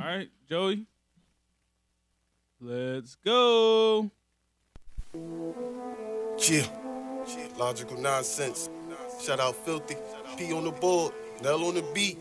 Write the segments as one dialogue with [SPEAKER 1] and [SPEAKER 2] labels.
[SPEAKER 1] All right, Joey. Let's go.
[SPEAKER 2] Yeah. Logical nonsense. Shout out Filthy. P on the board. and L on the beat.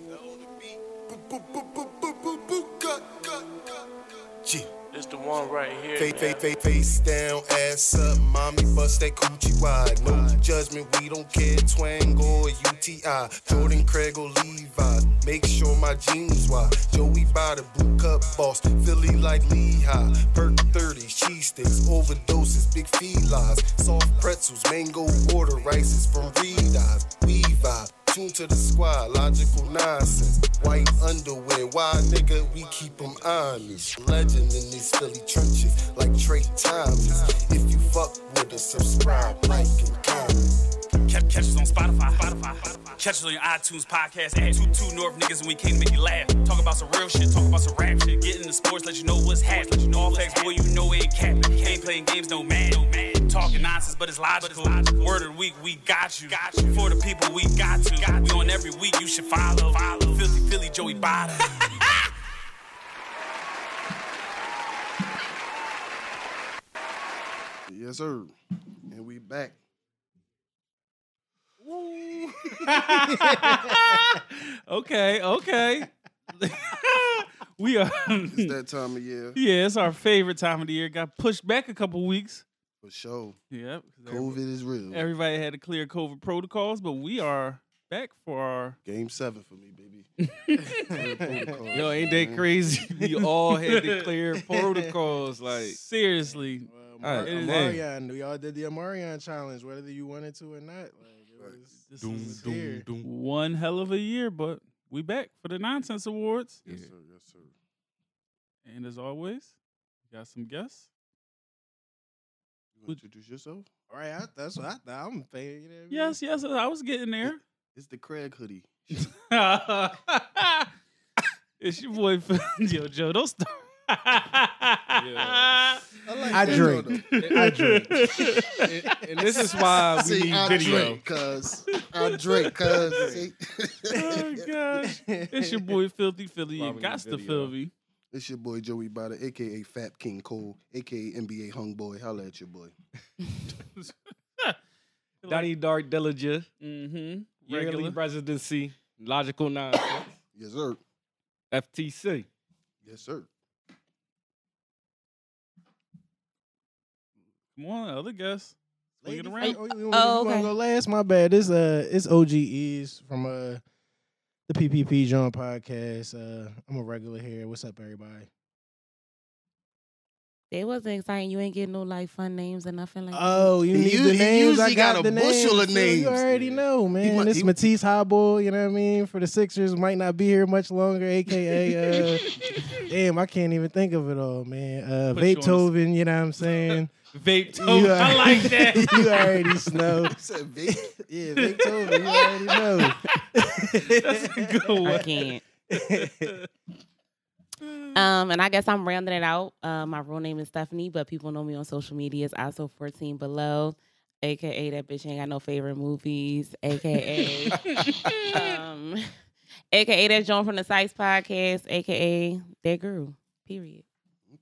[SPEAKER 2] Yeah.
[SPEAKER 3] It's the one right here.
[SPEAKER 2] Face,
[SPEAKER 3] man.
[SPEAKER 2] face, face, face down, ass up, mommy bust that coochie wide. No judgment, we don't care, twang or UTI. Jordan, Craig or Levi, make sure my jeans wide. Joey by the boot cup boss, Philly like Lehigh. Perk 30, cheese sticks, overdoses, big felines. Soft pretzels, mango water, rice is from Reedi's. Levi, tune to the squad, logical nonsense. White underwear, why nigga, we keep 'em honest. Legend in these Philly trenches, like Trey Thomas. If you fuck with us, subscribe, like, and comment.
[SPEAKER 4] Catch, catch us on Spotify. Spotify. Catch us on your iTunes podcast app. Two, two North niggas and we came to make you laugh. Talk about some real shit, talk about some rap shit. Get in the sports, let you know what's happening. Let you know all facts, boy, you know it ain't capping. Can't playing games, no man. No man. Talking nonsense, but it's logical. Word of the week, we got you. For the people, we got you. We on every week, you should follow. follow. Filthy Philly, Joey Bada.
[SPEAKER 5] Yes, sir. And we back.
[SPEAKER 1] Okay, okay. we are.
[SPEAKER 6] Hmm.
[SPEAKER 5] It's that time of year
[SPEAKER 1] yeah, it's our favorite time of the year. Got pushed back a couple weeks.
[SPEAKER 5] for sure.
[SPEAKER 1] Yep. 'cause everybody-
[SPEAKER 5] COVID is real.
[SPEAKER 1] Everybody had to clear COVID protocols, but we are back for our.
[SPEAKER 5] Game seven for me, baby.
[SPEAKER 6] Yo, ain't that crazy? we all had to clear protocols. Like,
[SPEAKER 1] Seriously,
[SPEAKER 6] Alright,
[SPEAKER 1] it is-
[SPEAKER 7] Amarion, we all did the Amarion challenge, whether you wanted to or not. Like, it was,
[SPEAKER 1] this
[SPEAKER 6] doom,
[SPEAKER 1] is
[SPEAKER 6] doom, doom.
[SPEAKER 1] one hell of a year, but we back for the Nonsense Awards.
[SPEAKER 5] Yes, sir. Yes, sir.
[SPEAKER 1] And as always, we got some guests.
[SPEAKER 5] You want to introduce yourself?
[SPEAKER 7] all right, I, that's what I thought. I'm thinking. You know what I mean?
[SPEAKER 1] Yes, yes, I was getting there.
[SPEAKER 5] It's the Craig hoodie.
[SPEAKER 1] it's your boy, Phil- yo, Joe. Don't start.
[SPEAKER 5] I, like
[SPEAKER 7] I
[SPEAKER 5] that
[SPEAKER 7] drink.
[SPEAKER 5] though, though.
[SPEAKER 7] I drink.
[SPEAKER 6] and, and this is why Uh, we
[SPEAKER 5] See,
[SPEAKER 6] need
[SPEAKER 5] I
[SPEAKER 6] video.
[SPEAKER 5] drink, cuz. I drink, cuz. See?
[SPEAKER 6] Uh,
[SPEAKER 1] oh gosh, it's your boy, Filthy Philly.
[SPEAKER 6] Why
[SPEAKER 1] You
[SPEAKER 6] we
[SPEAKER 1] got
[SPEAKER 6] need
[SPEAKER 1] the
[SPEAKER 6] video.
[SPEAKER 1] Philly.
[SPEAKER 5] It's your boy Joey Bada, aka Fat King Cole, aka NBA Hung Boy. Holla at your boy.
[SPEAKER 6] Donnie Dark Dillinger,
[SPEAKER 1] Mm-hmm.
[SPEAKER 6] regular
[SPEAKER 1] Regular.
[SPEAKER 6] residency, logical nonsense,
[SPEAKER 5] Yes, sir.
[SPEAKER 6] FTC.
[SPEAKER 5] Yes, sir.
[SPEAKER 1] Come on, other guests. Swing it
[SPEAKER 7] Ladies,
[SPEAKER 1] around.
[SPEAKER 7] Oh, you, you
[SPEAKER 8] Oh,
[SPEAKER 7] wanna
[SPEAKER 8] okay.
[SPEAKER 7] go last? My bad. It's uh, it's OGE's from uh, the PPP John podcast. Uh, I'm a regular here. What's up, everybody?
[SPEAKER 8] They wasn't exciting. You ain't getting no like fun names or nothing like
[SPEAKER 7] Oh, you
[SPEAKER 5] He
[SPEAKER 7] need
[SPEAKER 5] u-
[SPEAKER 7] the
[SPEAKER 5] he
[SPEAKER 7] names. I
[SPEAKER 5] usually
[SPEAKER 7] got,
[SPEAKER 5] got
[SPEAKER 7] the
[SPEAKER 5] a bushel of
[SPEAKER 7] names. You-
[SPEAKER 5] names.
[SPEAKER 7] You already
[SPEAKER 5] Yeah.
[SPEAKER 7] know, man.
[SPEAKER 5] mu-
[SPEAKER 7] this
[SPEAKER 5] he-
[SPEAKER 7] Matisse Hobble, you know what I mean, for the Sixers might not be here much longer. AKA, uh, damn, I can't even think of it all, man. Uh,
[SPEAKER 1] Put you on the s-
[SPEAKER 7] Beethoven, you, know what I'm saying?
[SPEAKER 1] Vape
[SPEAKER 7] You
[SPEAKER 1] toast. I
[SPEAKER 7] are-
[SPEAKER 1] like that.
[SPEAKER 7] you already know.
[SPEAKER 5] I said, Vic.
[SPEAKER 7] Yeah, Beethoven, you already know.
[SPEAKER 1] That's a good
[SPEAKER 8] that. I
[SPEAKER 1] one.
[SPEAKER 8] can't. Um, and I guess I'm rounding it out. Uh, my real name is Stephanie, but people know me on social media as also 14 below, aka that bitch ain't got no favorite movies, aka um, aka that Joan from the Sykes podcast, aka that girl. Period.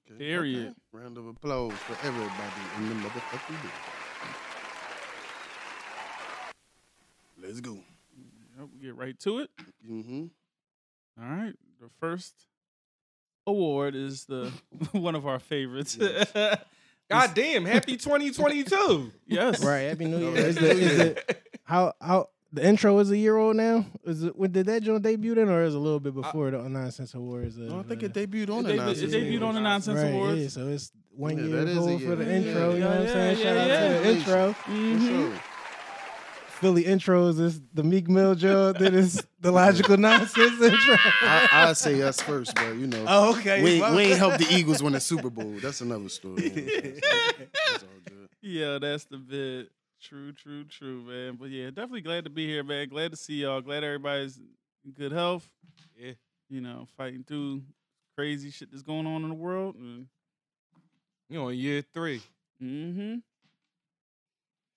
[SPEAKER 5] Okay,
[SPEAKER 1] Period.
[SPEAKER 5] okay. Round of applause for everybody in the motherfucking room. Let's go.
[SPEAKER 1] Yep, we get right to it.
[SPEAKER 5] Mm-hmm.
[SPEAKER 1] All right. The first award is the one of our favorites.
[SPEAKER 5] Yes.
[SPEAKER 6] God damn, happy 2022.
[SPEAKER 1] yes.
[SPEAKER 7] Right, Happy New
[SPEAKER 5] No,
[SPEAKER 7] Year. Is
[SPEAKER 5] Happy
[SPEAKER 7] the,
[SPEAKER 5] New Year.
[SPEAKER 7] is the, how how the intro is a year old now? Is it when did that joint debut then, or is it a little bit before the nonsense awards? Of,
[SPEAKER 5] No, I think
[SPEAKER 7] uh,
[SPEAKER 5] it debuted on
[SPEAKER 1] It debu-
[SPEAKER 5] the
[SPEAKER 1] it
[SPEAKER 5] nonsense.
[SPEAKER 1] debuted on the Nonsense
[SPEAKER 7] right,
[SPEAKER 1] Awards.
[SPEAKER 7] Yeah, so it's one
[SPEAKER 5] Yeah, that
[SPEAKER 7] year
[SPEAKER 5] is a
[SPEAKER 7] old
[SPEAKER 5] year.
[SPEAKER 7] for the
[SPEAKER 5] Yeah,
[SPEAKER 7] intro. you know
[SPEAKER 1] yeah,
[SPEAKER 7] what I'm saying?
[SPEAKER 1] yeah,
[SPEAKER 7] Shout out to
[SPEAKER 5] yeah.
[SPEAKER 7] the intro.
[SPEAKER 5] For
[SPEAKER 1] Mhm.
[SPEAKER 5] sure.
[SPEAKER 7] Philly intros is the Meek Mill joint. then it's the logical nonsense intro.
[SPEAKER 5] I, I say us first, but you know,
[SPEAKER 7] Oh, okay.
[SPEAKER 5] we,
[SPEAKER 7] my
[SPEAKER 5] we ain't
[SPEAKER 7] bad.
[SPEAKER 5] helped the Eagles win the Super Bowl. That's another story. you know what I'm saying? That's all good.
[SPEAKER 1] Yeah, that's the bit. True, true, true, man. But yeah, definitely glad to be here, man. Glad to see y'all. Glad everybody's in good health.
[SPEAKER 6] Yeah.
[SPEAKER 1] You know, fighting through crazy shit that's going on in the world. And,
[SPEAKER 6] You on year three.
[SPEAKER 1] mm-hmm.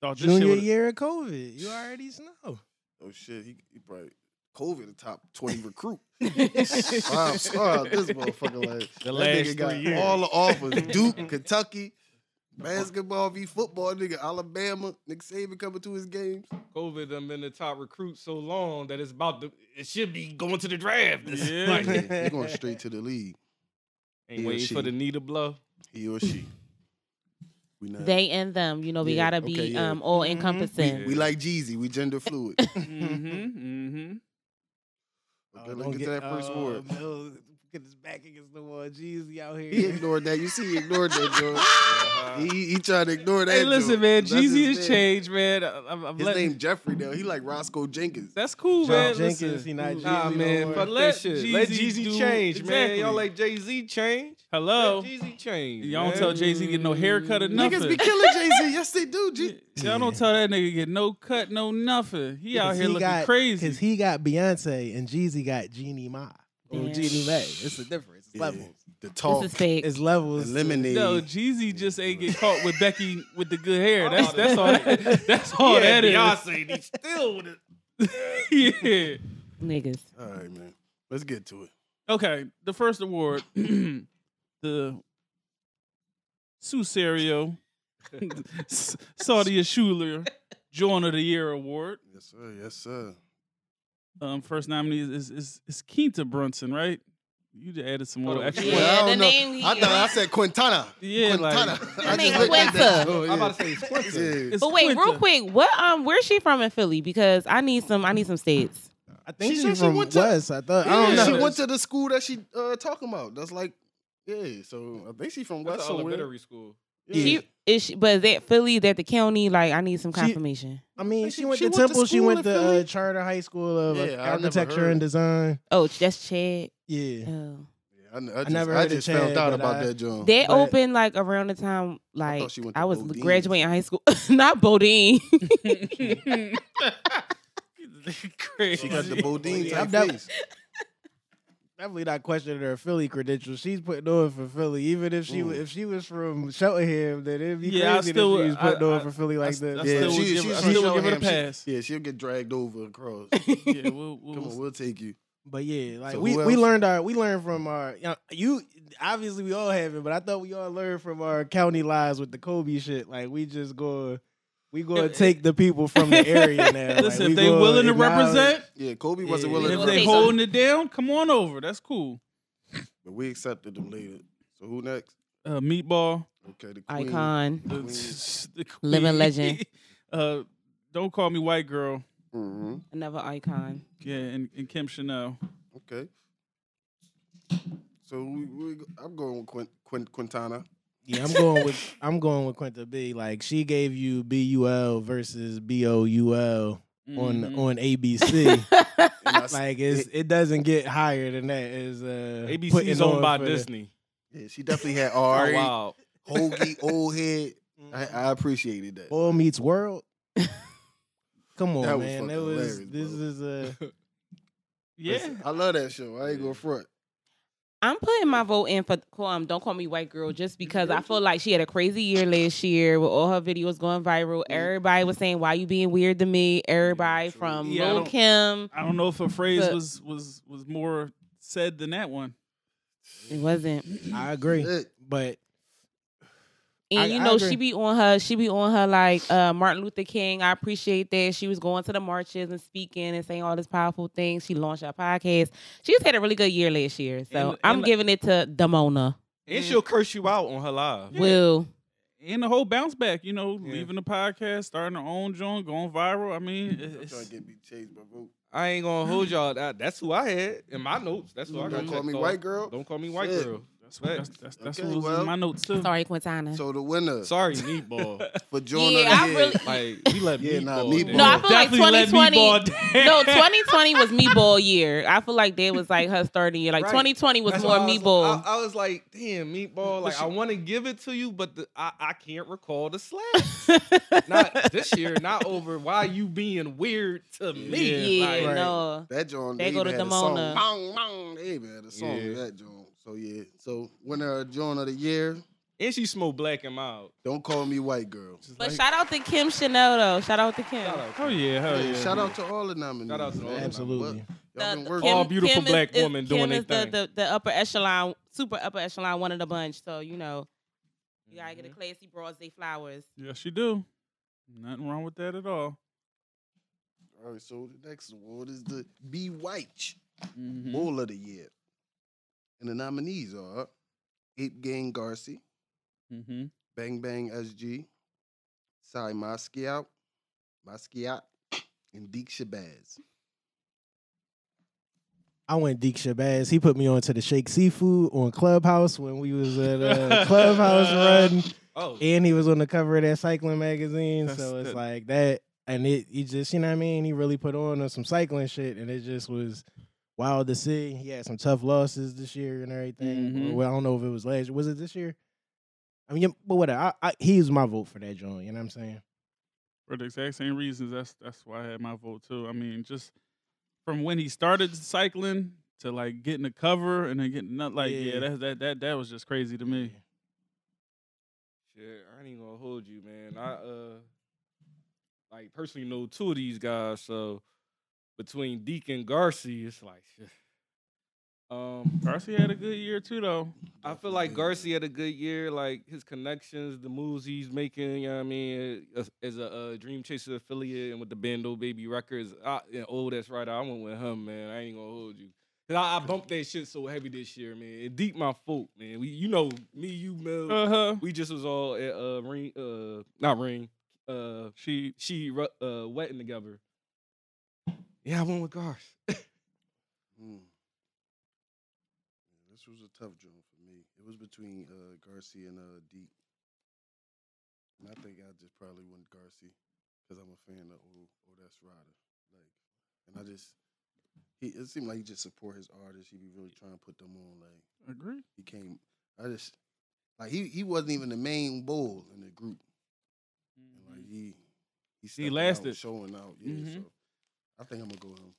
[SPEAKER 1] Thought this shit
[SPEAKER 7] Junior
[SPEAKER 1] would've-
[SPEAKER 7] year of COVID. You already know.
[SPEAKER 5] Oh shit, he, he probably COVID the top twenty recruit. Five star. This motherfucker like
[SPEAKER 1] The
[SPEAKER 5] that
[SPEAKER 1] last
[SPEAKER 5] nigga got
[SPEAKER 1] three years.
[SPEAKER 5] all the offers. Duke, Kentucky, basketball v football. Nigga, Alabama. Nick Saban coming to his games.
[SPEAKER 6] COVID done been the top recruit so long that it's about to it should be going to the draft. It's
[SPEAKER 1] Yeah.
[SPEAKER 6] like-
[SPEAKER 5] Yeah, he going straight to the league.
[SPEAKER 6] ain't
[SPEAKER 5] Yeah,
[SPEAKER 6] waiting
[SPEAKER 5] she-
[SPEAKER 6] for the knee to blow.
[SPEAKER 5] He or she. We not.
[SPEAKER 8] They and them, you know, we
[SPEAKER 5] Uh, Yeah,
[SPEAKER 8] gotta be
[SPEAKER 5] okay, yeah.
[SPEAKER 8] um all encompassing.
[SPEAKER 5] we like Jeezy. We gender fluid.
[SPEAKER 1] Mm-hmm.
[SPEAKER 5] Okay, let's get, uh, to that first
[SPEAKER 7] oh,
[SPEAKER 5] word.
[SPEAKER 7] Bill, get his back against the wall. Jeezy out here.
[SPEAKER 5] He ignored that. You see, he ignored that, Joe. He, he tried to ignore that.
[SPEAKER 1] Hey, listen,
[SPEAKER 5] joint.
[SPEAKER 1] man.
[SPEAKER 5] That's his
[SPEAKER 1] Jeezy has
[SPEAKER 5] name.
[SPEAKER 1] changed, man. I- I'm, I'm
[SPEAKER 5] His
[SPEAKER 1] letting-
[SPEAKER 5] name Jeffrey though. He like Roscoe Jenkins.
[SPEAKER 1] That's cool,
[SPEAKER 7] John
[SPEAKER 1] man.
[SPEAKER 7] Jenkins,
[SPEAKER 1] Listen.
[SPEAKER 7] he not
[SPEAKER 6] Nah,
[SPEAKER 7] Jeezy no
[SPEAKER 6] man,
[SPEAKER 7] more.
[SPEAKER 6] fuck
[SPEAKER 1] Let
[SPEAKER 6] that shit. Let
[SPEAKER 1] Jeezy
[SPEAKER 6] Jeezy
[SPEAKER 1] do-
[SPEAKER 6] change, man.
[SPEAKER 1] Exactly.
[SPEAKER 6] Y'all let Jay Z change.
[SPEAKER 1] Hello.
[SPEAKER 6] Let Jay Z change.
[SPEAKER 1] Y'all don't
[SPEAKER 6] man.
[SPEAKER 1] tell Jay Z get no haircut or nothing.
[SPEAKER 5] Niggas be killing Jay Z. Yes, they do. G-
[SPEAKER 1] Y'all don't tell that nigga get no cut, no nothing. He out
[SPEAKER 7] Because
[SPEAKER 1] here
[SPEAKER 7] he
[SPEAKER 1] looking
[SPEAKER 7] got-
[SPEAKER 1] crazy.
[SPEAKER 7] Cause he got Beyonce and Jeezy got Jeannie Ma or
[SPEAKER 8] Yeah.
[SPEAKER 7] Jeannie Mae. It's a difference. It's levels.
[SPEAKER 5] The
[SPEAKER 8] This
[SPEAKER 5] talk,
[SPEAKER 8] is fake.
[SPEAKER 7] It's levels. to-
[SPEAKER 5] lemonade.
[SPEAKER 1] No, Jeezy just ain't get caught with Becky with the good hair. That's
[SPEAKER 6] Oh,
[SPEAKER 1] that's all. That's all
[SPEAKER 6] yeah,
[SPEAKER 1] Oh, that is.
[SPEAKER 6] Beyonce, and he still with it.
[SPEAKER 1] yeah.
[SPEAKER 8] Niggas.
[SPEAKER 5] All right, man. Let's get to it.
[SPEAKER 1] Okay. The first award, the Sue Serio, Sadia Schuler, Joan of the Year Award.
[SPEAKER 5] Yes, sir. Yes, sir.
[SPEAKER 1] Um, first nominee is is, is, is Keita Brunson, right? You just added some more
[SPEAKER 6] Hold on.
[SPEAKER 1] extra.
[SPEAKER 8] Yeah,
[SPEAKER 5] well, I don't
[SPEAKER 8] the
[SPEAKER 5] know.
[SPEAKER 8] name-
[SPEAKER 5] I thought I said Quintana.
[SPEAKER 1] Yeah, like-
[SPEAKER 5] Quintana. I
[SPEAKER 8] That nigga
[SPEAKER 5] looked at that.
[SPEAKER 8] Quinta.
[SPEAKER 5] Oh, yeah.
[SPEAKER 6] I'm about to say it's Quinta.
[SPEAKER 5] Yeah.
[SPEAKER 1] It's
[SPEAKER 8] But wait, real
[SPEAKER 1] Quinta.
[SPEAKER 8] quick, what um where's she from in Philly? Because I need some I need some states.
[SPEAKER 7] I think
[SPEAKER 5] She
[SPEAKER 7] she,
[SPEAKER 5] said she
[SPEAKER 7] from
[SPEAKER 5] went to-
[SPEAKER 7] West. I thought. I don't
[SPEAKER 1] Yeah.
[SPEAKER 7] know.
[SPEAKER 5] She went to the school that she uh, talking about. That's like, yeah. So I think she from
[SPEAKER 6] That's
[SPEAKER 5] West
[SPEAKER 6] an
[SPEAKER 5] somewhere.
[SPEAKER 6] elementary school.
[SPEAKER 5] Yeah.
[SPEAKER 8] She is she, but is that Philly, is that the county? Like I need some
[SPEAKER 7] She-
[SPEAKER 8] confirmation.
[SPEAKER 7] I mean, she,
[SPEAKER 5] She-
[SPEAKER 7] went
[SPEAKER 5] she
[SPEAKER 7] to
[SPEAKER 5] went to
[SPEAKER 7] Temple. she
[SPEAKER 5] school
[SPEAKER 7] went
[SPEAKER 5] in
[SPEAKER 7] to
[SPEAKER 5] Philly?
[SPEAKER 7] uh, Charter High School of uh,
[SPEAKER 5] Yeah, I never
[SPEAKER 7] Architecture
[SPEAKER 5] heard.
[SPEAKER 7] and Design.
[SPEAKER 8] Oh, that's Chad.
[SPEAKER 7] Yeah.
[SPEAKER 8] Oh.
[SPEAKER 5] Yeah, I, kn- I just,
[SPEAKER 7] never
[SPEAKER 5] I
[SPEAKER 7] heard of
[SPEAKER 5] just found
[SPEAKER 7] Chad,
[SPEAKER 5] out
[SPEAKER 7] but
[SPEAKER 5] about
[SPEAKER 7] I-
[SPEAKER 5] that, John.
[SPEAKER 8] They
[SPEAKER 7] But-
[SPEAKER 8] opened like around the time like I,
[SPEAKER 5] she went to
[SPEAKER 8] was
[SPEAKER 5] Bodine's.
[SPEAKER 8] graduating high school. Not Bodine.
[SPEAKER 1] Crazy.
[SPEAKER 5] She got the Bodine
[SPEAKER 7] Yeah,
[SPEAKER 5] type
[SPEAKER 7] I'm def-
[SPEAKER 5] face.
[SPEAKER 7] Definitely not questioning her Philly credentials. She's putting on for Philly, even if she wa-
[SPEAKER 5] Mm.
[SPEAKER 7] if she was from Cheltenham, then it'd be
[SPEAKER 1] Yeah, I
[SPEAKER 7] crazy
[SPEAKER 1] still-
[SPEAKER 7] that she was
[SPEAKER 1] I-
[SPEAKER 7] putting on
[SPEAKER 1] I-
[SPEAKER 7] for Philly
[SPEAKER 1] I
[SPEAKER 7] like
[SPEAKER 1] still-
[SPEAKER 7] that.
[SPEAKER 1] I still
[SPEAKER 5] she-
[SPEAKER 1] would give
[SPEAKER 5] she-
[SPEAKER 1] her- I
[SPEAKER 5] she
[SPEAKER 1] still would
[SPEAKER 5] showed
[SPEAKER 1] give her the
[SPEAKER 5] him she-
[SPEAKER 1] pass.
[SPEAKER 5] Yeah, she'll get dragged over across.
[SPEAKER 1] Yeah, we'll, we'll,
[SPEAKER 5] Come on, we'll take you.
[SPEAKER 7] But yeah, like
[SPEAKER 5] So
[SPEAKER 7] we,
[SPEAKER 5] who
[SPEAKER 7] we
[SPEAKER 5] else?
[SPEAKER 7] learned our we learned from our you, know, you obviously we all have it, but I thought we all learned from our county lives with the Kobe shit. Like we just go we gonna take the people from the area now. Like,
[SPEAKER 1] Listen,
[SPEAKER 7] we
[SPEAKER 1] if they
[SPEAKER 7] gonna
[SPEAKER 1] willing to
[SPEAKER 7] acknowledge-
[SPEAKER 1] represent,
[SPEAKER 5] Yeah, Kobe wasn't
[SPEAKER 7] Yeah.
[SPEAKER 5] willing
[SPEAKER 1] if
[SPEAKER 5] to
[SPEAKER 1] they
[SPEAKER 8] Take
[SPEAKER 5] represent,
[SPEAKER 1] holding it down, come on over. That's cool.
[SPEAKER 5] but we accepted them later. So who next?
[SPEAKER 1] Uh, Meatball,
[SPEAKER 5] Okay, the queen.
[SPEAKER 8] Icon.
[SPEAKER 1] the, the queen.
[SPEAKER 8] Living legend.
[SPEAKER 1] Uh, don't call me white girl.
[SPEAKER 5] hmm
[SPEAKER 8] Another icon.
[SPEAKER 1] Yeah, and, and Kim Chanel.
[SPEAKER 5] Okay. So we, we, I'm going with Quint, Quint, Quintana.
[SPEAKER 7] Yeah, I'm going with I'm going with Quinta B. Like she gave you B U L versus B O U L on
[SPEAKER 1] Mhm.
[SPEAKER 7] on ABC.
[SPEAKER 5] And I s-
[SPEAKER 7] like it's it doesn't get higher than that. Is
[SPEAKER 8] Mm-hmm.
[SPEAKER 7] uh
[SPEAKER 6] ABC
[SPEAKER 7] putting
[SPEAKER 6] is owned
[SPEAKER 7] on
[SPEAKER 6] by
[SPEAKER 7] for the-
[SPEAKER 6] Disney.
[SPEAKER 5] yeah, she definitely had
[SPEAKER 6] Oh,
[SPEAKER 5] Ari,
[SPEAKER 6] wow. Mm-hmm.
[SPEAKER 5] Hoagie, old head. I, I appreciated that.
[SPEAKER 7] Boy Meets World. Come on,
[SPEAKER 5] That was
[SPEAKER 7] man. That
[SPEAKER 5] fucking
[SPEAKER 7] was
[SPEAKER 5] hilarious,
[SPEAKER 7] this
[SPEAKER 5] bro.
[SPEAKER 7] is a
[SPEAKER 1] Yeah.
[SPEAKER 5] I love that show. I ain't going front.
[SPEAKER 8] I'm putting my vote in for um, Don't Call Me White Girl just because I feel like she had a crazy year last year with all her videos going viral. Everybody was saying, Why you being weird to me? Everybody
[SPEAKER 5] true.
[SPEAKER 8] from
[SPEAKER 1] Yeah, I
[SPEAKER 8] Lil
[SPEAKER 1] don't-
[SPEAKER 8] Kim.
[SPEAKER 1] I don't know if a phrase
[SPEAKER 8] But-
[SPEAKER 1] was was was more said than that one.
[SPEAKER 8] It wasn't.
[SPEAKER 7] I agree.
[SPEAKER 5] Shit.
[SPEAKER 7] But
[SPEAKER 8] And
[SPEAKER 7] I-
[SPEAKER 8] you
[SPEAKER 7] I
[SPEAKER 8] know,
[SPEAKER 7] agree.
[SPEAKER 8] she be on her, she be on her like uh, Martin Luther King. I appreciate that. She was going to the marches and speaking and saying all these powerful things. She launched her podcast. She just had a really good year last year. So
[SPEAKER 1] And-
[SPEAKER 8] I'm
[SPEAKER 1] and-
[SPEAKER 8] giving it to Damona.
[SPEAKER 6] And she'll curse you out on her live.
[SPEAKER 8] Will.
[SPEAKER 1] And the whole bounce back, you know,
[SPEAKER 6] Yeah.
[SPEAKER 1] leaving the podcast, starting her own joint, going viral. I mean,
[SPEAKER 5] I'm
[SPEAKER 1] it's,
[SPEAKER 5] trying to get me changed my vote.
[SPEAKER 6] I ain't gonna hold y'all. That, that's who I had in my notes. That's who I got.
[SPEAKER 5] Don't call
[SPEAKER 6] checked
[SPEAKER 5] me
[SPEAKER 6] off.
[SPEAKER 5] white girl.
[SPEAKER 6] Don't call me white
[SPEAKER 5] Shit.
[SPEAKER 6] girl.
[SPEAKER 1] that's what that's, that's, that's
[SPEAKER 5] Okay,
[SPEAKER 1] what was
[SPEAKER 5] well.
[SPEAKER 1] in my notes too.
[SPEAKER 8] Sorry, Quintana.
[SPEAKER 5] So the winner
[SPEAKER 6] Sorry, meatball.
[SPEAKER 5] for Joan
[SPEAKER 8] Yeah,
[SPEAKER 5] of the
[SPEAKER 8] I
[SPEAKER 5] Year.
[SPEAKER 8] really-
[SPEAKER 6] like we let
[SPEAKER 5] Yeah,
[SPEAKER 6] meatball.
[SPEAKER 5] nah,
[SPEAKER 6] down.
[SPEAKER 5] meatball.
[SPEAKER 8] No, I feel like
[SPEAKER 1] Definitely let
[SPEAKER 8] 2020
[SPEAKER 1] Meatball down.
[SPEAKER 8] no, 2020 was meatball year. I feel like that was like her starting year. Like
[SPEAKER 6] Right.
[SPEAKER 8] 2020 was
[SPEAKER 6] That's
[SPEAKER 8] more
[SPEAKER 6] why I was- uh,
[SPEAKER 8] meatball.
[SPEAKER 6] I, I was like, damn, meatball. Like I want to give it to you, but the, I, I can't recall the slaps. not this year. Not over. Why you being weird to
[SPEAKER 8] yeah,
[SPEAKER 6] me? like,
[SPEAKER 8] no.
[SPEAKER 5] That John,
[SPEAKER 8] They
[SPEAKER 5] they,
[SPEAKER 8] go
[SPEAKER 5] even
[SPEAKER 8] to
[SPEAKER 5] had a song.
[SPEAKER 8] Damona.
[SPEAKER 5] Bong, bong. They even had a song to
[SPEAKER 6] Yeah.
[SPEAKER 5] that John. So yeah. So winner of John of the year.
[SPEAKER 6] And she smoked black and mild.
[SPEAKER 5] Don't call me white girl.
[SPEAKER 8] But shout out to Kim Chanel though. Shout out to Kim.
[SPEAKER 6] Shout out.
[SPEAKER 1] Oh yeah, hell
[SPEAKER 5] Hey,
[SPEAKER 1] yeah.
[SPEAKER 5] Shout out to all the nominees.
[SPEAKER 6] Shout out to all the
[SPEAKER 5] man.
[SPEAKER 6] nominees.
[SPEAKER 7] absolutely.
[SPEAKER 5] What- Y'all been
[SPEAKER 8] the-
[SPEAKER 5] working.
[SPEAKER 6] Kim- All beautiful
[SPEAKER 8] is-
[SPEAKER 6] black
[SPEAKER 8] is-
[SPEAKER 6] women doing
[SPEAKER 8] Kim
[SPEAKER 6] they
[SPEAKER 8] is the,
[SPEAKER 6] thing.
[SPEAKER 8] the the upper echelon, super upper echelon, one of the bunch. So you know, you gotta
[SPEAKER 6] Mm-hmm.
[SPEAKER 8] get a classy broads, they flowers.
[SPEAKER 1] Yes, you do. Nothing wrong with that at all.
[SPEAKER 5] All right, so the next award is the B. White
[SPEAKER 8] Mm-hmm.
[SPEAKER 1] Mhm.
[SPEAKER 5] Bull of the Year. And the nominees are Ape Gang Garcia,
[SPEAKER 1] Mhm.
[SPEAKER 5] Bang Bang SG, Sai Moscow, Moscow, and Deke Shabazz.
[SPEAKER 7] I went Deke Shabazz. He put me on to the Shake Seafood on Clubhouse when we was at uh, Clubhouse run,
[SPEAKER 6] Oh,
[SPEAKER 7] and he was on the cover of that cycling magazine.
[SPEAKER 1] That's
[SPEAKER 7] so it's
[SPEAKER 1] the-
[SPEAKER 7] like that, and it he just you know what I mean. He really put on on some cycling shit, and it just was wild to see. He had some tough losses this year and everything.
[SPEAKER 1] Mhm.
[SPEAKER 7] Well, I don't know if it was last. year. Was it this year? I mean, yeah, but whatever. I, I, he's my vote for that joint. You know what I'm saying?
[SPEAKER 1] For the exact same reasons, that's that's why I had my vote too. I mean, just from when he started cycling to like getting a cover and then getting not like yeah,
[SPEAKER 7] Yeah.
[SPEAKER 1] that that that that was just crazy to me.
[SPEAKER 6] shit, I ain't gonna hold you, man. I uh, like personally know two of these guys, so between Deke and Garcia, it's like, shit. um,
[SPEAKER 1] Garcia had a good year too, though.
[SPEAKER 6] I feel like Garcia had a good year. Like his connections, the moves he's making. You know what I mean? As, as a uh, Dream Chaser affiliate and with the Bando Baby Records, I, and oh, that's right. I went with him, man. I ain't gonna hold you. 'Cause I, I bumped that shit so heavy this year, man. It deep my fault, man. We, you know, me, you, Mel.
[SPEAKER 1] Uh huh.
[SPEAKER 6] we just was all at uh, ring, uh, not ring, uh,
[SPEAKER 1] She
[SPEAKER 6] she ru- uh, wetting together. Yeah, I went with Garth.
[SPEAKER 5] Hmm. Yeah, This was a tough joint for me. It was between uh, Garcia and uh, Deke. And I think I just probably went Garcia because I'm a fan of oh, oh that's Ryder. Like, and I just he it seemed like he just support his artists. He be really trying to put them on. Like
[SPEAKER 1] agree.
[SPEAKER 5] he came, I just like he he wasn't even the main bull in the group. And like he he, stepping out,
[SPEAKER 1] lasted.
[SPEAKER 5] showing out. Yeah,
[SPEAKER 1] Mhm.
[SPEAKER 5] so I think I'm gonna go with him.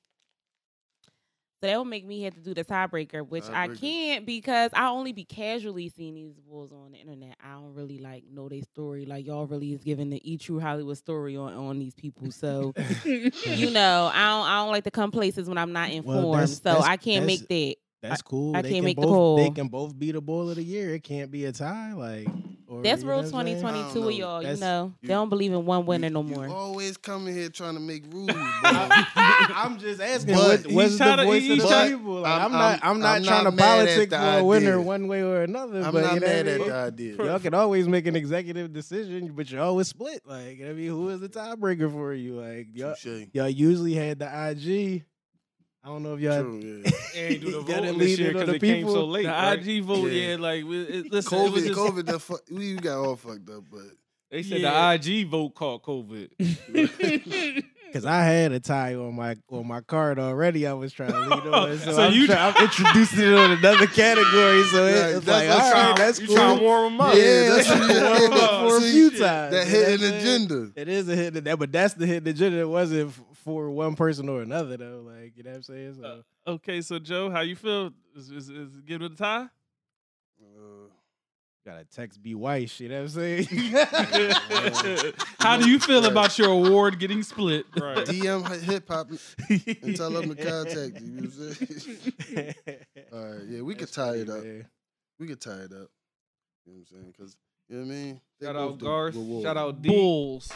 [SPEAKER 8] So that would make me have to do the tiebreaker, which I
[SPEAKER 5] Tiebreaker.
[SPEAKER 8] can't because I only be casually seeing these bulls on the internet. I don't really like know their story. Like y'all really is giving the E True Hollywood story on on these people. So you know, I don't I don't like to come places when I'm not informed.
[SPEAKER 7] that's-
[SPEAKER 8] so
[SPEAKER 7] that's-
[SPEAKER 8] I can't
[SPEAKER 7] that's-
[SPEAKER 8] make that.
[SPEAKER 7] That's cool.
[SPEAKER 8] I
[SPEAKER 7] they
[SPEAKER 8] can't
[SPEAKER 7] can
[SPEAKER 8] make the
[SPEAKER 7] both, They
[SPEAKER 8] call.
[SPEAKER 7] can both be the bowl of the year. It can't be a tie. Like or,
[SPEAKER 8] That's
[SPEAKER 7] you know
[SPEAKER 8] rule
[SPEAKER 7] what I'm saying?
[SPEAKER 5] I don't
[SPEAKER 8] 2022
[SPEAKER 5] know.
[SPEAKER 8] of y'all.
[SPEAKER 7] That's-
[SPEAKER 8] you know,
[SPEAKER 5] you-
[SPEAKER 8] they don't believe in one winner
[SPEAKER 5] You-
[SPEAKER 8] no
[SPEAKER 5] you
[SPEAKER 8] more.
[SPEAKER 5] always coming here trying to make rules. bro.
[SPEAKER 7] I'm just asking.
[SPEAKER 5] But
[SPEAKER 7] What,
[SPEAKER 5] he's
[SPEAKER 7] what's
[SPEAKER 1] tryna-
[SPEAKER 7] the voice of
[SPEAKER 5] he's
[SPEAKER 7] the
[SPEAKER 5] tryna-
[SPEAKER 7] people? Like,
[SPEAKER 5] I'm-
[SPEAKER 7] I'm, not.
[SPEAKER 5] I'm-
[SPEAKER 7] I'm not
[SPEAKER 5] I'm
[SPEAKER 7] trying
[SPEAKER 5] not
[SPEAKER 7] to
[SPEAKER 5] mad at
[SPEAKER 7] politic
[SPEAKER 5] the
[SPEAKER 7] for a winner
[SPEAKER 5] idea.
[SPEAKER 7] one way or another.
[SPEAKER 5] I'm
[SPEAKER 7] but
[SPEAKER 5] not
[SPEAKER 7] you know
[SPEAKER 5] mad
[SPEAKER 7] what I
[SPEAKER 5] at
[SPEAKER 7] mean?
[SPEAKER 5] the idea.
[SPEAKER 7] Y'all can always make an executive decision, but you always split. Like I mean, who is the tiebreaker for you? Like y'all,
[SPEAKER 5] Touche.
[SPEAKER 7] y'all usually had the IG. I don't know if y'all.
[SPEAKER 5] True, yeah.
[SPEAKER 6] And do
[SPEAKER 7] Gotta
[SPEAKER 6] the voting
[SPEAKER 7] leave
[SPEAKER 6] this year
[SPEAKER 7] it on
[SPEAKER 6] because
[SPEAKER 7] the
[SPEAKER 6] it came so
[SPEAKER 7] people.
[SPEAKER 6] late.
[SPEAKER 1] The
[SPEAKER 6] right?
[SPEAKER 1] IG vote,
[SPEAKER 5] Yeah.
[SPEAKER 1] yeah, like we- it, listen, it was
[SPEAKER 5] COVID,
[SPEAKER 1] just,
[SPEAKER 5] COVID, the fu- we got all fucked up, but
[SPEAKER 6] They said
[SPEAKER 1] Yeah.
[SPEAKER 6] the IG vote caught COVID.
[SPEAKER 7] Cause I had a tie on my on my card already. I was trying to lead on, so,
[SPEAKER 1] So
[SPEAKER 7] I'm,
[SPEAKER 1] you-
[SPEAKER 7] try- I'm introducing it on another category. So
[SPEAKER 5] Right,
[SPEAKER 7] it, it's
[SPEAKER 5] that's
[SPEAKER 7] like,
[SPEAKER 5] what
[SPEAKER 7] all
[SPEAKER 5] I'm
[SPEAKER 7] right,
[SPEAKER 5] trying-
[SPEAKER 7] that's
[SPEAKER 6] you
[SPEAKER 7] cool.
[SPEAKER 6] trying to warm them
[SPEAKER 7] Oh,
[SPEAKER 6] up.
[SPEAKER 5] Yeah, that's
[SPEAKER 7] Trying to warm up for a
[SPEAKER 5] See,
[SPEAKER 7] few times.
[SPEAKER 5] that
[SPEAKER 7] you know what
[SPEAKER 5] hidden
[SPEAKER 7] I'm saying?
[SPEAKER 5] agenda.
[SPEAKER 7] It is a hidden that, but that's the hidden agenda. It wasn't f- for one person or another though. Like you know what I'm saying.
[SPEAKER 1] Uh.
[SPEAKER 7] So
[SPEAKER 1] Okay, so Joe, how you feel? Is is, is it give it a tie?
[SPEAKER 7] gotta text B White. shit, You know what I'm saying.
[SPEAKER 1] how do you feel
[SPEAKER 5] Right.
[SPEAKER 1] about your award getting split?
[SPEAKER 5] Uh, DM hip hop and tell them to contact you. you know what I'm saying? all right, yeah, we could tie it up. We could tie it up. You know what I'm saying? Because you know what I mean. They
[SPEAKER 6] Shout
[SPEAKER 5] both
[SPEAKER 6] out
[SPEAKER 5] the
[SPEAKER 6] Garth.
[SPEAKER 5] reward.
[SPEAKER 6] Shout out D.
[SPEAKER 1] Bulls.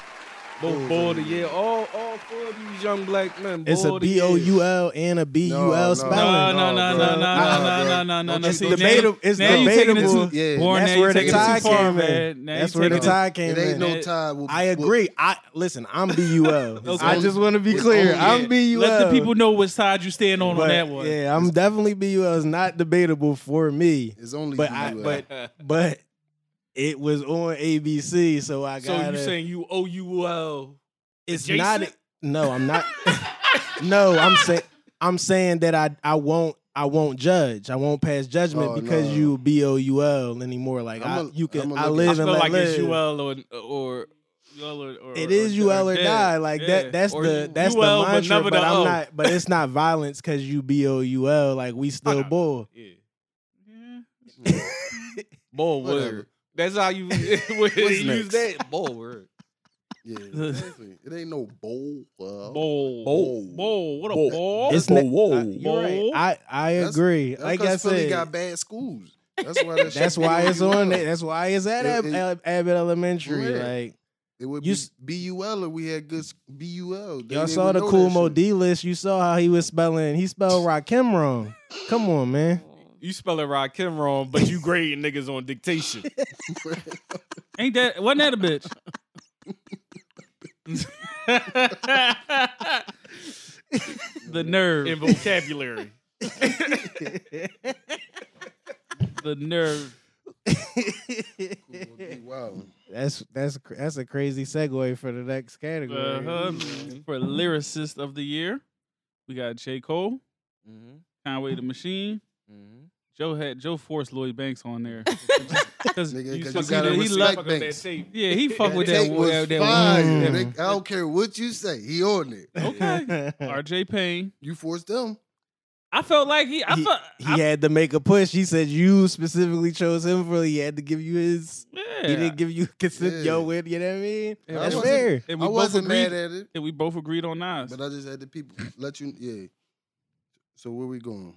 [SPEAKER 6] Both Bull of the year. All, all four of these young black men.
[SPEAKER 7] It's
[SPEAKER 6] Bull
[SPEAKER 7] a
[SPEAKER 6] of the
[SPEAKER 7] B
[SPEAKER 6] year.
[SPEAKER 7] O U L and a B U
[SPEAKER 5] No, no.
[SPEAKER 7] L
[SPEAKER 1] No,
[SPEAKER 7] spelling.
[SPEAKER 1] no, no, no, no, no,
[SPEAKER 5] bro. Nah,
[SPEAKER 1] no, no, no,
[SPEAKER 5] bro.
[SPEAKER 1] no.
[SPEAKER 5] Don't
[SPEAKER 1] See,
[SPEAKER 5] you-
[SPEAKER 1] now you-
[SPEAKER 7] Debatable. It's
[SPEAKER 1] now you taking it
[SPEAKER 7] debatable.
[SPEAKER 1] to-
[SPEAKER 5] Yeah,
[SPEAKER 1] Born,
[SPEAKER 7] That's
[SPEAKER 1] now you
[SPEAKER 7] where the
[SPEAKER 1] taking it too
[SPEAKER 7] tie
[SPEAKER 1] far,
[SPEAKER 7] came
[SPEAKER 1] man.
[SPEAKER 7] in.
[SPEAKER 1] Now you
[SPEAKER 7] That's where the
[SPEAKER 1] taking it-
[SPEAKER 7] tie came
[SPEAKER 5] It ain't
[SPEAKER 7] in.
[SPEAKER 5] no tie. With,
[SPEAKER 7] I agree. I listen. I'm BUL.
[SPEAKER 1] Okay.
[SPEAKER 7] I just want to be clear.
[SPEAKER 5] only-
[SPEAKER 7] I'm BUL.
[SPEAKER 1] Let the people know which side you stand on
[SPEAKER 7] But,
[SPEAKER 1] on that one.
[SPEAKER 7] Yeah, I'm definitely BUL. It's not debatable for me,
[SPEAKER 5] It's only
[SPEAKER 7] but
[SPEAKER 5] you,
[SPEAKER 7] I,
[SPEAKER 5] uh,
[SPEAKER 7] but but it was on ABC, so I
[SPEAKER 6] So
[SPEAKER 7] got.
[SPEAKER 6] you saying you O U L?
[SPEAKER 7] it's
[SPEAKER 6] adjacent?
[SPEAKER 7] not? No, I'm not. no, I'm saying I'm saying that I I won't. I won't judge. I won't pass judgment
[SPEAKER 5] Oh,
[SPEAKER 7] because
[SPEAKER 5] no.
[SPEAKER 7] you B O U L anymore. Like I,
[SPEAKER 5] I'm a-
[SPEAKER 7] you
[SPEAKER 5] I'm
[SPEAKER 7] can,
[SPEAKER 5] a look-
[SPEAKER 7] I
[SPEAKER 6] I
[SPEAKER 7] live
[SPEAKER 6] feel
[SPEAKER 7] and let
[SPEAKER 6] like
[SPEAKER 7] live.
[SPEAKER 6] it's U L or or
[SPEAKER 1] UL or- or-
[SPEAKER 7] It
[SPEAKER 1] or-
[SPEAKER 7] is you
[SPEAKER 1] or
[SPEAKER 7] L or
[SPEAKER 1] dead.
[SPEAKER 7] die. Like
[SPEAKER 1] Yeah.
[SPEAKER 7] that. That's
[SPEAKER 6] Or
[SPEAKER 7] the
[SPEAKER 6] you-
[SPEAKER 7] that's
[SPEAKER 6] you L,
[SPEAKER 7] the
[SPEAKER 6] but
[SPEAKER 7] mantra.
[SPEAKER 6] never
[SPEAKER 7] But,
[SPEAKER 6] the
[SPEAKER 7] I'm
[SPEAKER 6] O.
[SPEAKER 7] not. But it's not violence because you B O U L. Like we still
[SPEAKER 6] not?
[SPEAKER 7] bull.
[SPEAKER 6] yeah.
[SPEAKER 1] Yeah.
[SPEAKER 6] Bull
[SPEAKER 5] Whatever.
[SPEAKER 6] word. That's how you when you use
[SPEAKER 5] next?
[SPEAKER 6] that bull word.
[SPEAKER 5] Yeah, exactly. it ain't no bowl. Uh,
[SPEAKER 1] Bowl.
[SPEAKER 5] Bowl.
[SPEAKER 1] Bowl. What a
[SPEAKER 3] Bowl.
[SPEAKER 1] bowl.
[SPEAKER 7] It's
[SPEAKER 3] whoa,
[SPEAKER 7] not-
[SPEAKER 3] whoa.
[SPEAKER 7] I, you're right.
[SPEAKER 1] Whoa.
[SPEAKER 7] I, I
[SPEAKER 5] That's-
[SPEAKER 7] agree.
[SPEAKER 5] That's
[SPEAKER 7] like I
[SPEAKER 5] 'cause Philly
[SPEAKER 7] said,
[SPEAKER 5] got bad schools. That's why. That
[SPEAKER 7] that's
[SPEAKER 5] shit
[SPEAKER 7] why
[SPEAKER 5] be
[SPEAKER 7] it's
[SPEAKER 5] where you
[SPEAKER 7] on.
[SPEAKER 5] are.
[SPEAKER 7] It. That's why it's at
[SPEAKER 5] It-
[SPEAKER 7] Ab-
[SPEAKER 5] it-
[SPEAKER 7] Ab- Abbott Elementary.
[SPEAKER 5] Yeah.
[SPEAKER 7] Like
[SPEAKER 5] It would
[SPEAKER 7] You
[SPEAKER 5] be
[SPEAKER 7] s-
[SPEAKER 5] BUL if we had good s- BUL. They-
[SPEAKER 7] y'all
[SPEAKER 5] they
[SPEAKER 7] saw
[SPEAKER 5] would
[SPEAKER 7] the
[SPEAKER 5] know
[SPEAKER 7] cool
[SPEAKER 5] that
[SPEAKER 7] Mo
[SPEAKER 5] shit.
[SPEAKER 7] D list. You saw how he was spelling. He spelled Rakim wrong. Come on, man.
[SPEAKER 6] You spell it right, Kim wrong, but you grading niggas on dictation.
[SPEAKER 1] Ain't that wasn't that a bitch? the nerve.
[SPEAKER 6] vocabulary.
[SPEAKER 1] The nerve.
[SPEAKER 5] Cool Mo D, Wow.
[SPEAKER 7] That's that's cr- that's a crazy segue for the next category.
[SPEAKER 1] Uh-huh. For lyricist of the year, we got J. Cole,
[SPEAKER 6] Mm-hmm.
[SPEAKER 1] Conway the Machine.
[SPEAKER 6] Mm-hmm.
[SPEAKER 1] Joe had Joe forced Lloyd Banks on there. Cause
[SPEAKER 5] Nigga,
[SPEAKER 1] you
[SPEAKER 5] 'cause
[SPEAKER 1] fuck-
[SPEAKER 5] you gotta
[SPEAKER 1] he
[SPEAKER 5] respect
[SPEAKER 1] loved-
[SPEAKER 5] Fuck with that
[SPEAKER 1] Yeah, he fuck with that.
[SPEAKER 5] Take was
[SPEAKER 1] that, that
[SPEAKER 5] fire.
[SPEAKER 1] that-
[SPEAKER 5] They-
[SPEAKER 7] Mm.
[SPEAKER 5] I don't care what you say. He on it.
[SPEAKER 1] Okay. R.J. Payne.
[SPEAKER 5] You forced them.
[SPEAKER 1] I felt like he. I
[SPEAKER 7] He-
[SPEAKER 1] felt.
[SPEAKER 7] he
[SPEAKER 1] I,
[SPEAKER 7] had to make a push. He said you specifically chose him for. He had to give you his.
[SPEAKER 1] yeah.
[SPEAKER 7] He didn't give you consider
[SPEAKER 5] Yeah.
[SPEAKER 7] yo with. You know what I mean?
[SPEAKER 1] I
[SPEAKER 7] That's
[SPEAKER 5] wasn't-
[SPEAKER 7] fair.
[SPEAKER 1] and we
[SPEAKER 5] I
[SPEAKER 1] both
[SPEAKER 5] wasn't
[SPEAKER 1] agreed,
[SPEAKER 5] mad at it,
[SPEAKER 1] And we both agreed on Nas.
[SPEAKER 5] but I just had the people let you. Yeah. So where we going?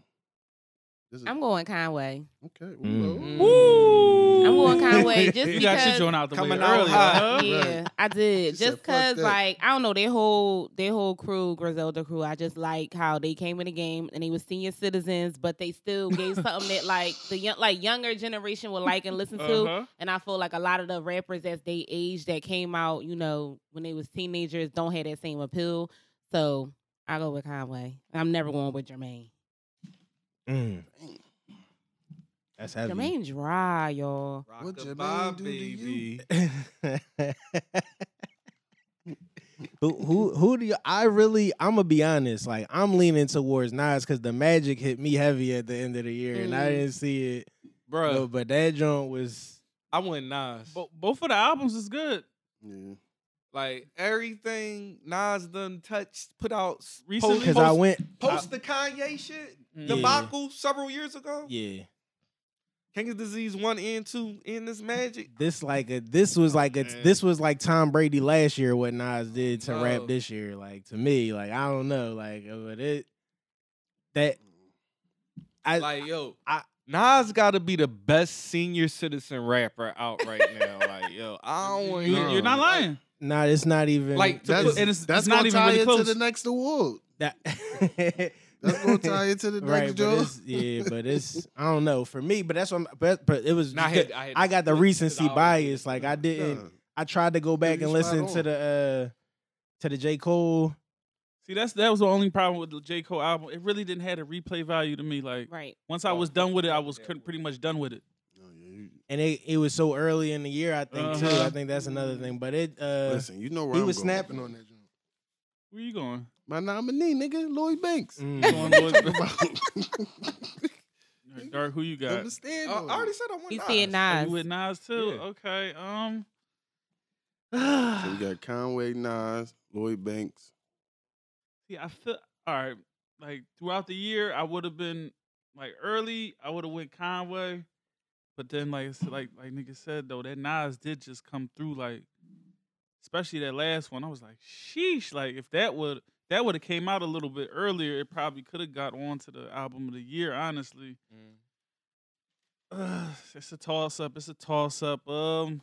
[SPEAKER 5] This is,
[SPEAKER 8] I'm going Conway.
[SPEAKER 5] okay.
[SPEAKER 7] Mm.
[SPEAKER 5] well,
[SPEAKER 1] Ooh.
[SPEAKER 8] I'm going Conway just
[SPEAKER 1] You got your
[SPEAKER 8] because.
[SPEAKER 1] joint out the way
[SPEAKER 6] Coming out
[SPEAKER 1] early.
[SPEAKER 6] hot.
[SPEAKER 1] huh?
[SPEAKER 8] Yeah,
[SPEAKER 5] Right.
[SPEAKER 8] I did.
[SPEAKER 5] She said,
[SPEAKER 8] Just
[SPEAKER 5] "Fuck
[SPEAKER 8] cause,
[SPEAKER 5] that."
[SPEAKER 8] like, I don't know, their whole their whole crew, Griselda crew. I just like how they came in the game and they was senior citizens, but they still gave something that like the young, like younger generation would like and listen to.
[SPEAKER 1] Uh-huh.
[SPEAKER 8] And I feel like a lot of the rappers that's they age that came out, you know, when they was teenagers, don't have that same appeal. So I go with Conway. I'm never going with Jermaine.
[SPEAKER 7] Mm. That's heavy.
[SPEAKER 8] Jermaine dry, y'all.
[SPEAKER 5] What Jermaine do to
[SPEAKER 6] baby.
[SPEAKER 7] who who who do you, I really? I'm gonna be honest. Like I'm leaning towards Nas because the magic hit me heavy at the end of the year, and I
[SPEAKER 8] Mm.
[SPEAKER 7] didn't see it.
[SPEAKER 6] Bruh,
[SPEAKER 7] No, but that joint was.
[SPEAKER 6] I went Nas.
[SPEAKER 1] Bo- both of the albums is good.
[SPEAKER 5] yeah.
[SPEAKER 6] Like everything Nas done touched, put out s-
[SPEAKER 1] Recently?
[SPEAKER 6] post-
[SPEAKER 7] Because I
[SPEAKER 6] post-
[SPEAKER 7] went.
[SPEAKER 6] post the Kanye shit
[SPEAKER 1] Yeah.
[SPEAKER 6] debacle several years ago.
[SPEAKER 7] Yeah.
[SPEAKER 6] King's Disease one and two in this magic.
[SPEAKER 7] This like a this was like a
[SPEAKER 6] Man.
[SPEAKER 7] this was like Tom Brady last year what Nas did to rap
[SPEAKER 6] No.
[SPEAKER 7] this year like to me like I don't know like uh, but it that I
[SPEAKER 6] Like yo,
[SPEAKER 7] I-
[SPEAKER 6] Nas got to be the best senior citizen rapper out right now. like yo, I don't want
[SPEAKER 1] You, you're not lying.
[SPEAKER 7] nah it's not even
[SPEAKER 6] Like, to
[SPEAKER 5] That's,
[SPEAKER 6] put-
[SPEAKER 1] and it's-
[SPEAKER 5] that's
[SPEAKER 1] it's not
[SPEAKER 5] gonna
[SPEAKER 1] even
[SPEAKER 5] tie
[SPEAKER 1] really
[SPEAKER 5] it
[SPEAKER 1] close.
[SPEAKER 5] to the next award.
[SPEAKER 7] that
[SPEAKER 5] That's gonna tie it to the next
[SPEAKER 7] right but
[SPEAKER 5] job.
[SPEAKER 7] it's, yeah but it's I don't know for me but that's what I'm, but but it was
[SPEAKER 6] Nah, I
[SPEAKER 7] just
[SPEAKER 6] had-
[SPEAKER 7] that-
[SPEAKER 6] I had
[SPEAKER 7] I got the
[SPEAKER 6] split, 'cause I
[SPEAKER 7] recency
[SPEAKER 6] always
[SPEAKER 7] bias
[SPEAKER 6] did.
[SPEAKER 7] like I didn't
[SPEAKER 5] Nah.
[SPEAKER 7] I tried to go back
[SPEAKER 5] you
[SPEAKER 7] and
[SPEAKER 5] spot
[SPEAKER 7] listen to
[SPEAKER 5] on.
[SPEAKER 7] the uh to the J Cole
[SPEAKER 1] See, that's that was the only problem with the J. Cole album. It really didn't have a replay value to me. Like
[SPEAKER 8] Right.
[SPEAKER 1] once I was done with it, I was cr- pretty much done with it.
[SPEAKER 5] No, Oh, yeah, you-
[SPEAKER 7] and it, it was so early in the year I think too
[SPEAKER 1] Uh-huh.
[SPEAKER 7] I think that's another thing but it uh
[SPEAKER 5] Listen, you know where
[SPEAKER 7] he
[SPEAKER 5] I'm
[SPEAKER 7] was
[SPEAKER 5] going.
[SPEAKER 7] snapping on
[SPEAKER 5] that joint.
[SPEAKER 1] Where you going?
[SPEAKER 5] My nominee, nigga, Lloyd Banks.
[SPEAKER 1] You going
[SPEAKER 7] mm.
[SPEAKER 1] Lloyd-
[SPEAKER 5] I'm
[SPEAKER 1] Dark, who you got?
[SPEAKER 5] standing.
[SPEAKER 6] I,
[SPEAKER 7] Uh,
[SPEAKER 5] on
[SPEAKER 6] I already
[SPEAKER 5] it.
[SPEAKER 6] said I went
[SPEAKER 8] You
[SPEAKER 6] Nas.
[SPEAKER 8] see it
[SPEAKER 1] Oh,
[SPEAKER 8] Nas.
[SPEAKER 1] you with Nas too?
[SPEAKER 6] Yeah.
[SPEAKER 1] Okay. Um.
[SPEAKER 5] So we got Conway, Nas, Lloyd Banks.
[SPEAKER 1] See, I feel all right. Like throughout the year, I would have been like early. I would have went Conway, but then like it's- like like nigga said though, that Nas did just come through. Like especially that last one, I was like, sheesh. Like if that would that would have came out a little bit earlier, it probably could have got on to the album of the year. Honestly,
[SPEAKER 6] Mm.
[SPEAKER 5] Mm.
[SPEAKER 1] Ugh, it's a toss up. It's a toss up. Um.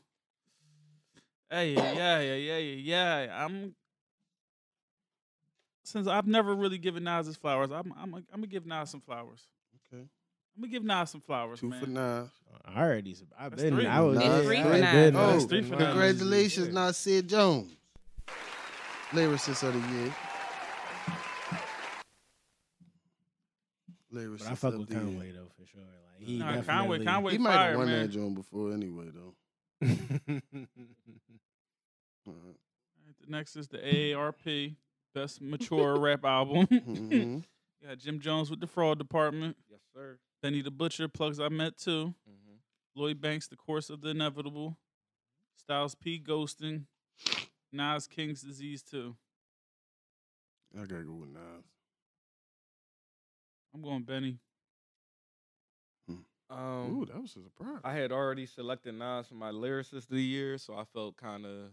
[SPEAKER 1] Hey, yeah, yeah, yeah, yeah, yeah. I'm since I've never really given Nas his flowers. I'm I'm I'm gonna give Nas some flowers.
[SPEAKER 5] Okay.
[SPEAKER 1] I'm gonna give Nas some flowers,
[SPEAKER 5] Two
[SPEAKER 1] man.
[SPEAKER 5] for Nas.
[SPEAKER 7] I already. sub- I've
[SPEAKER 1] That's
[SPEAKER 7] been.
[SPEAKER 1] three.
[SPEAKER 7] I was.
[SPEAKER 5] Nah,
[SPEAKER 7] yeah,
[SPEAKER 5] it's
[SPEAKER 8] three
[SPEAKER 7] I
[SPEAKER 8] for
[SPEAKER 7] was
[SPEAKER 8] nine.
[SPEAKER 7] been- uh,
[SPEAKER 1] Oh,
[SPEAKER 7] I was-
[SPEAKER 1] it's three for nine.
[SPEAKER 5] congratulations,
[SPEAKER 7] Yeah.
[SPEAKER 5] Nas Sid Jones. Lyricist of the year. Lyricist
[SPEAKER 7] But I fuck
[SPEAKER 5] of
[SPEAKER 7] with
[SPEAKER 5] the year.
[SPEAKER 7] Conway though for sure. Like he
[SPEAKER 1] Nah, Conway,
[SPEAKER 7] definitely-
[SPEAKER 1] Conway,
[SPEAKER 5] He might
[SPEAKER 1] fire,
[SPEAKER 5] have won
[SPEAKER 1] man.
[SPEAKER 5] that joint before anyway, though. Uh-huh.
[SPEAKER 1] Alright, the next is the AARP Best Mature Rap Album. you
[SPEAKER 5] Mhm.
[SPEAKER 1] got Jim Jones with the Fraud Department.
[SPEAKER 6] Yes, sir.
[SPEAKER 1] Benny the Butcher plugs I met too.
[SPEAKER 6] Mm-hmm.
[SPEAKER 1] Lloyd Banks, The Course of the Inevitable. Styles P, Ghosting. Nas King's Disease too.
[SPEAKER 5] I gotta go with Nas.
[SPEAKER 1] I'm going Benny.
[SPEAKER 6] Um,
[SPEAKER 7] Um,
[SPEAKER 5] Ooh, that was a surprise.
[SPEAKER 6] I had already selected Nas for my lyricist of the year, so I felt kind of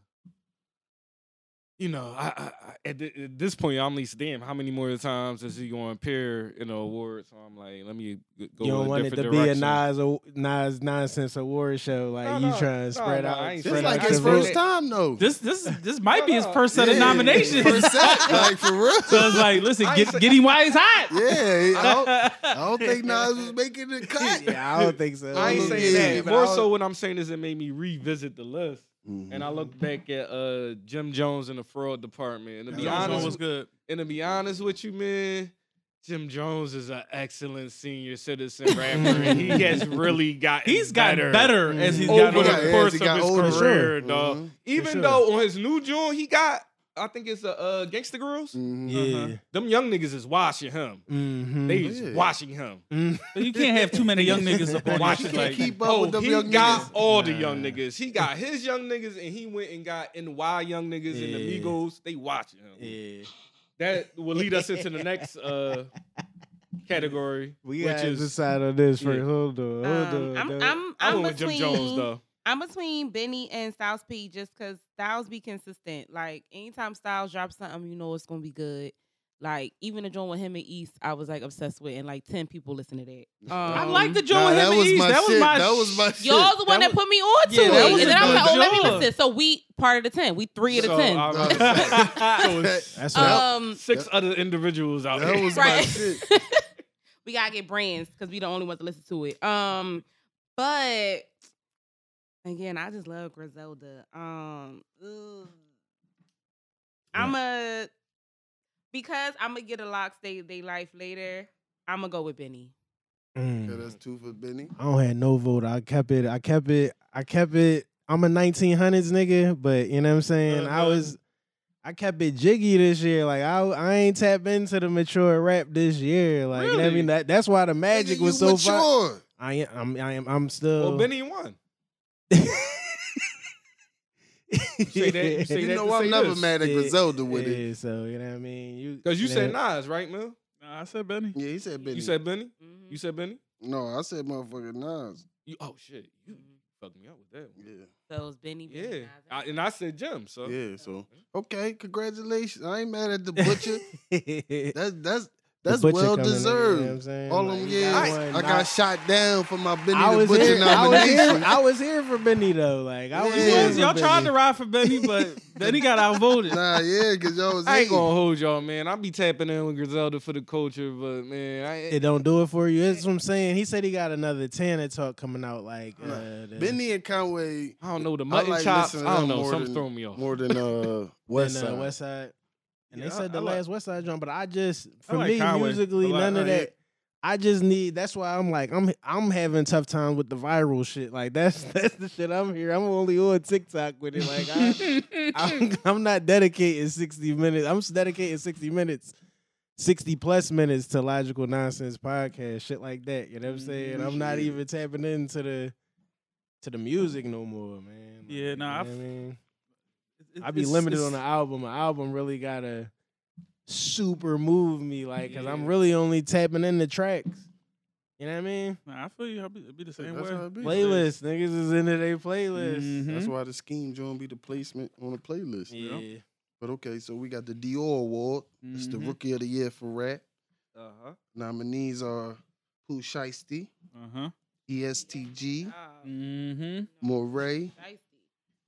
[SPEAKER 6] you know, I, I, I at, thi- at this point, I'm like, damn, how many more times is he going to appear in an award? So I'm like, let me g-
[SPEAKER 7] you
[SPEAKER 6] go. in
[SPEAKER 7] don't
[SPEAKER 6] a
[SPEAKER 7] want it to
[SPEAKER 6] different
[SPEAKER 7] be a
[SPEAKER 6] direction.
[SPEAKER 7] Nas, aw- Nas nonsense award show. Like
[SPEAKER 6] No,
[SPEAKER 7] you
[SPEAKER 6] no,
[SPEAKER 7] trying to
[SPEAKER 6] no,
[SPEAKER 7] spread
[SPEAKER 6] no,
[SPEAKER 7] out.
[SPEAKER 6] I ain't
[SPEAKER 5] This is
[SPEAKER 7] spread
[SPEAKER 6] saying
[SPEAKER 7] out
[SPEAKER 5] like
[SPEAKER 6] that.
[SPEAKER 7] the
[SPEAKER 5] his
[SPEAKER 6] Absolutely.
[SPEAKER 5] first
[SPEAKER 7] vote.
[SPEAKER 5] time though.
[SPEAKER 1] This this this might be his
[SPEAKER 6] no,
[SPEAKER 1] first set of
[SPEAKER 5] Yeah,
[SPEAKER 1] nominations.
[SPEAKER 5] first
[SPEAKER 1] so
[SPEAKER 5] set, like for real.
[SPEAKER 1] it's like, listen,
[SPEAKER 6] I ain't
[SPEAKER 1] get,
[SPEAKER 6] say-
[SPEAKER 1] get him while he's hot.
[SPEAKER 5] Yeah, I don't, I don't think Nas was making the cut.
[SPEAKER 7] yeah, I don't think so.
[SPEAKER 6] I ain't
[SPEAKER 5] Yeah,
[SPEAKER 6] saying that.
[SPEAKER 5] but
[SPEAKER 6] More
[SPEAKER 5] I
[SPEAKER 6] so, what I'm saying is it made me revisit the list, and I look back at uh, Jim Jones in the fraud department. And to be
[SPEAKER 5] Jim Jones
[SPEAKER 6] honest,
[SPEAKER 1] was good.
[SPEAKER 6] and to be honest with you, man, Jim Jones is an excellent senior citizen rapper, and he has really gotten
[SPEAKER 1] He's gotten better, as he's
[SPEAKER 6] over
[SPEAKER 1] gotten
[SPEAKER 5] Oh, Yeah,
[SPEAKER 1] older.
[SPEAKER 5] yeah,
[SPEAKER 6] the
[SPEAKER 5] as
[SPEAKER 6] course
[SPEAKER 5] he
[SPEAKER 6] of
[SPEAKER 5] got
[SPEAKER 6] his
[SPEAKER 5] older, sure.
[SPEAKER 6] career, dog.
[SPEAKER 5] Mhm.
[SPEAKER 6] Even
[SPEAKER 7] sure.
[SPEAKER 6] though on his new joint, he got. I think it's a uh, Gangsta Girls.
[SPEAKER 5] Mhm.
[SPEAKER 7] Yeah.
[SPEAKER 6] Them young niggas is washing him.
[SPEAKER 7] Mm-hmm.
[SPEAKER 6] Uh-huh. They is
[SPEAKER 5] Yeah.
[SPEAKER 6] washing him.
[SPEAKER 1] But you can't have too many young niggas up on
[SPEAKER 6] Watch
[SPEAKER 1] you.
[SPEAKER 6] it.
[SPEAKER 1] Like,
[SPEAKER 5] Keep up
[SPEAKER 6] Oh,
[SPEAKER 5] with them
[SPEAKER 6] he
[SPEAKER 5] young
[SPEAKER 6] got
[SPEAKER 5] niggas.
[SPEAKER 6] all the young
[SPEAKER 7] Nah.
[SPEAKER 6] niggas. He got his young niggas, and he went and got NY young niggas and
[SPEAKER 7] Yeah.
[SPEAKER 6] Amigos. They watching him.
[SPEAKER 7] Yeah.
[SPEAKER 6] That will lead us into the next uh, category,
[SPEAKER 7] We
[SPEAKER 6] which
[SPEAKER 7] gotta
[SPEAKER 6] is
[SPEAKER 7] decide on this
[SPEAKER 6] yeah.
[SPEAKER 7] first. Hold on. Hold
[SPEAKER 8] Um,
[SPEAKER 7] on.
[SPEAKER 8] I'm,
[SPEAKER 7] dog.
[SPEAKER 8] I'm,
[SPEAKER 6] I
[SPEAKER 8] I'm
[SPEAKER 6] went with Jim
[SPEAKER 8] between
[SPEAKER 6] Jones though.
[SPEAKER 8] I'm between Benny and Styles P just because Styles be consistent. Like anytime Styles drops something, you know it's gonna be good. Like even the joint with him and East, I was like obsessed with, and like ten people listen to that.
[SPEAKER 1] I
[SPEAKER 8] Um,
[SPEAKER 1] like the joint
[SPEAKER 5] Nah,
[SPEAKER 1] with him
[SPEAKER 5] that
[SPEAKER 1] and
[SPEAKER 5] was
[SPEAKER 1] East.
[SPEAKER 5] my
[SPEAKER 1] That was
[SPEAKER 5] shit.
[SPEAKER 1] my
[SPEAKER 5] That was my shit.
[SPEAKER 8] Y'all the one that,
[SPEAKER 1] was-
[SPEAKER 8] put me on to
[SPEAKER 1] Yeah, that
[SPEAKER 8] it,
[SPEAKER 1] was
[SPEAKER 8] and
[SPEAKER 1] a
[SPEAKER 8] then I was
[SPEAKER 1] good
[SPEAKER 8] like, oh, let me
[SPEAKER 1] job.
[SPEAKER 8] listen. So we part of the ten. We three of the
[SPEAKER 6] So,
[SPEAKER 8] ten.
[SPEAKER 6] I was- so it's
[SPEAKER 7] That's
[SPEAKER 5] Yep.
[SPEAKER 8] um,
[SPEAKER 6] six other individuals out
[SPEAKER 5] That
[SPEAKER 6] there.
[SPEAKER 5] was my
[SPEAKER 8] Right.
[SPEAKER 5] shit.
[SPEAKER 8] we gotta get brands because we the only ones that listen to it. Um, but again, I just love Griselda. Um, I'm a because I'm gonna get a lock stay they life later. I'm gonna go with Benny.
[SPEAKER 7] Mm.
[SPEAKER 5] Yeah, that's two for Benny.
[SPEAKER 7] I don't have no vote. I kept it. I kept it. I kept it. I'm a 1900s nigga, but you know what I'm saying. I
[SPEAKER 1] Uh-huh.
[SPEAKER 7] was. I kept it jiggy this year. Like I, I ain't tapped into the mature rap this year. Like you know what I
[SPEAKER 1] Really?
[SPEAKER 7] mean. That, that's why the magic
[SPEAKER 5] Nigga,
[SPEAKER 7] was
[SPEAKER 5] you
[SPEAKER 7] so far.
[SPEAKER 5] mature.
[SPEAKER 7] I am. I'm. I am. I'm still.
[SPEAKER 5] uh,
[SPEAKER 6] Well, Benny won. say that- you say
[SPEAKER 5] You
[SPEAKER 6] that
[SPEAKER 5] know
[SPEAKER 6] to
[SPEAKER 5] I'm
[SPEAKER 6] say
[SPEAKER 5] never
[SPEAKER 6] this.
[SPEAKER 5] mad at
[SPEAKER 7] Yeah,
[SPEAKER 5] Griselda with it.
[SPEAKER 7] yeah, So you know what I mean. You
[SPEAKER 6] Because you said
[SPEAKER 7] know-
[SPEAKER 6] Nas, right, Mel?
[SPEAKER 1] Nah, I said Benny.
[SPEAKER 5] Yeah, he said Benny.
[SPEAKER 6] You said Benny?
[SPEAKER 8] Mm-hmm.
[SPEAKER 6] You said Benny?
[SPEAKER 5] no. I said motherfucking Nas.
[SPEAKER 6] You, oh, shit. You fucked me up with that one.
[SPEAKER 5] Yeah.
[SPEAKER 8] So it's Benny. Benny,
[SPEAKER 6] Yeah.
[SPEAKER 8] Nas,
[SPEAKER 6] I, and I said Jim, so.
[SPEAKER 5] Yeah. So okay, congratulations. I ain't mad at the butcher. that's that's that's
[SPEAKER 7] The Butcher
[SPEAKER 5] well
[SPEAKER 7] coming in, you know what I'm
[SPEAKER 5] deserved.
[SPEAKER 7] saying?
[SPEAKER 5] All
[SPEAKER 7] Like,
[SPEAKER 5] them
[SPEAKER 7] you
[SPEAKER 5] years,
[SPEAKER 7] got
[SPEAKER 5] I,
[SPEAKER 7] one
[SPEAKER 5] got
[SPEAKER 7] knock-
[SPEAKER 5] shot down for my Benny
[SPEAKER 7] I
[SPEAKER 5] the
[SPEAKER 7] was,
[SPEAKER 5] Butcher
[SPEAKER 7] here, I was here.
[SPEAKER 5] nomination.
[SPEAKER 7] I was here for Benny though. Like I was.
[SPEAKER 5] Yeah.
[SPEAKER 1] You
[SPEAKER 7] here
[SPEAKER 1] was,
[SPEAKER 7] for
[SPEAKER 1] y'all
[SPEAKER 7] Benny.
[SPEAKER 1] tried to ride for Benny, but Benny got outvoted.
[SPEAKER 5] nah, yeah, because y'all was
[SPEAKER 6] I ain't
[SPEAKER 5] hating.
[SPEAKER 6] gonna hold y'all, man. I be tapping in with Griselda for the culture, but man, I
[SPEAKER 7] It don't do it for you. That's what I'm saying. He said he got another Tanner talk coming out. Like uh,
[SPEAKER 5] Nah,
[SPEAKER 7] the-
[SPEAKER 5] Benny and Conway
[SPEAKER 6] I don't know the mutton
[SPEAKER 5] like
[SPEAKER 6] chops.
[SPEAKER 5] listening to
[SPEAKER 6] I don't
[SPEAKER 5] them
[SPEAKER 6] know.
[SPEAKER 5] more
[SPEAKER 6] Something's
[SPEAKER 5] than-
[SPEAKER 6] throwing me off.
[SPEAKER 5] more than uh West
[SPEAKER 7] than, uh,
[SPEAKER 5] Side.
[SPEAKER 7] West Side. And
[SPEAKER 6] Yeah,
[SPEAKER 7] they
[SPEAKER 6] I-
[SPEAKER 7] said the
[SPEAKER 6] I like-
[SPEAKER 7] last West Side joint, but I just for
[SPEAKER 1] like
[SPEAKER 7] me
[SPEAKER 1] Conway.
[SPEAKER 7] musically
[SPEAKER 1] I like-
[SPEAKER 7] none of
[SPEAKER 1] uh, yeah.
[SPEAKER 7] that. I just need. That's why I'm like I'm I'm having tough time with the viral shit. Like that's that's the shit I'm here. I'm only on TikTok with it. Like I, I'm, I'm not dedicating 60 minutes. I'm s- dedicating 60 minutes, 60 plus minutes to logical nonsense podcast, shit like that. You know what I'm saying?
[SPEAKER 1] Mm-hmm.
[SPEAKER 7] I'm not even tapping into the to the music no more, man. Like,
[SPEAKER 1] Yeah, nah, I
[SPEAKER 7] you know
[SPEAKER 1] f-
[SPEAKER 7] what I mean,
[SPEAKER 1] It-
[SPEAKER 7] I be
[SPEAKER 1] it's-
[SPEAKER 7] limited
[SPEAKER 1] it's-
[SPEAKER 7] on the album. An album really gotta super move me, like, cause I'm
[SPEAKER 6] Yeah.
[SPEAKER 7] really only tapping into tracks. You know what I mean?
[SPEAKER 1] Nah, I feel you. I'll be, it'd be the same
[SPEAKER 5] That's
[SPEAKER 1] way.
[SPEAKER 5] how it be.
[SPEAKER 7] Playlist, niggas is into their playlist.
[SPEAKER 5] That's
[SPEAKER 1] Mhm.
[SPEAKER 5] why the scheme joint be the placement on the playlist.
[SPEAKER 7] Yeah,
[SPEAKER 5] But okay, so we got the Dior Award. It's the
[SPEAKER 1] Mhm.
[SPEAKER 5] Rookie of the Year for rap.
[SPEAKER 6] Uh
[SPEAKER 5] Uh-huh.
[SPEAKER 6] huh.
[SPEAKER 5] Nominees are Pooh Shiesty,
[SPEAKER 1] Uh huh.
[SPEAKER 5] ESTG,
[SPEAKER 8] Oh,
[SPEAKER 1] Mm-hmm.
[SPEAKER 5] Moray,
[SPEAKER 8] dicey.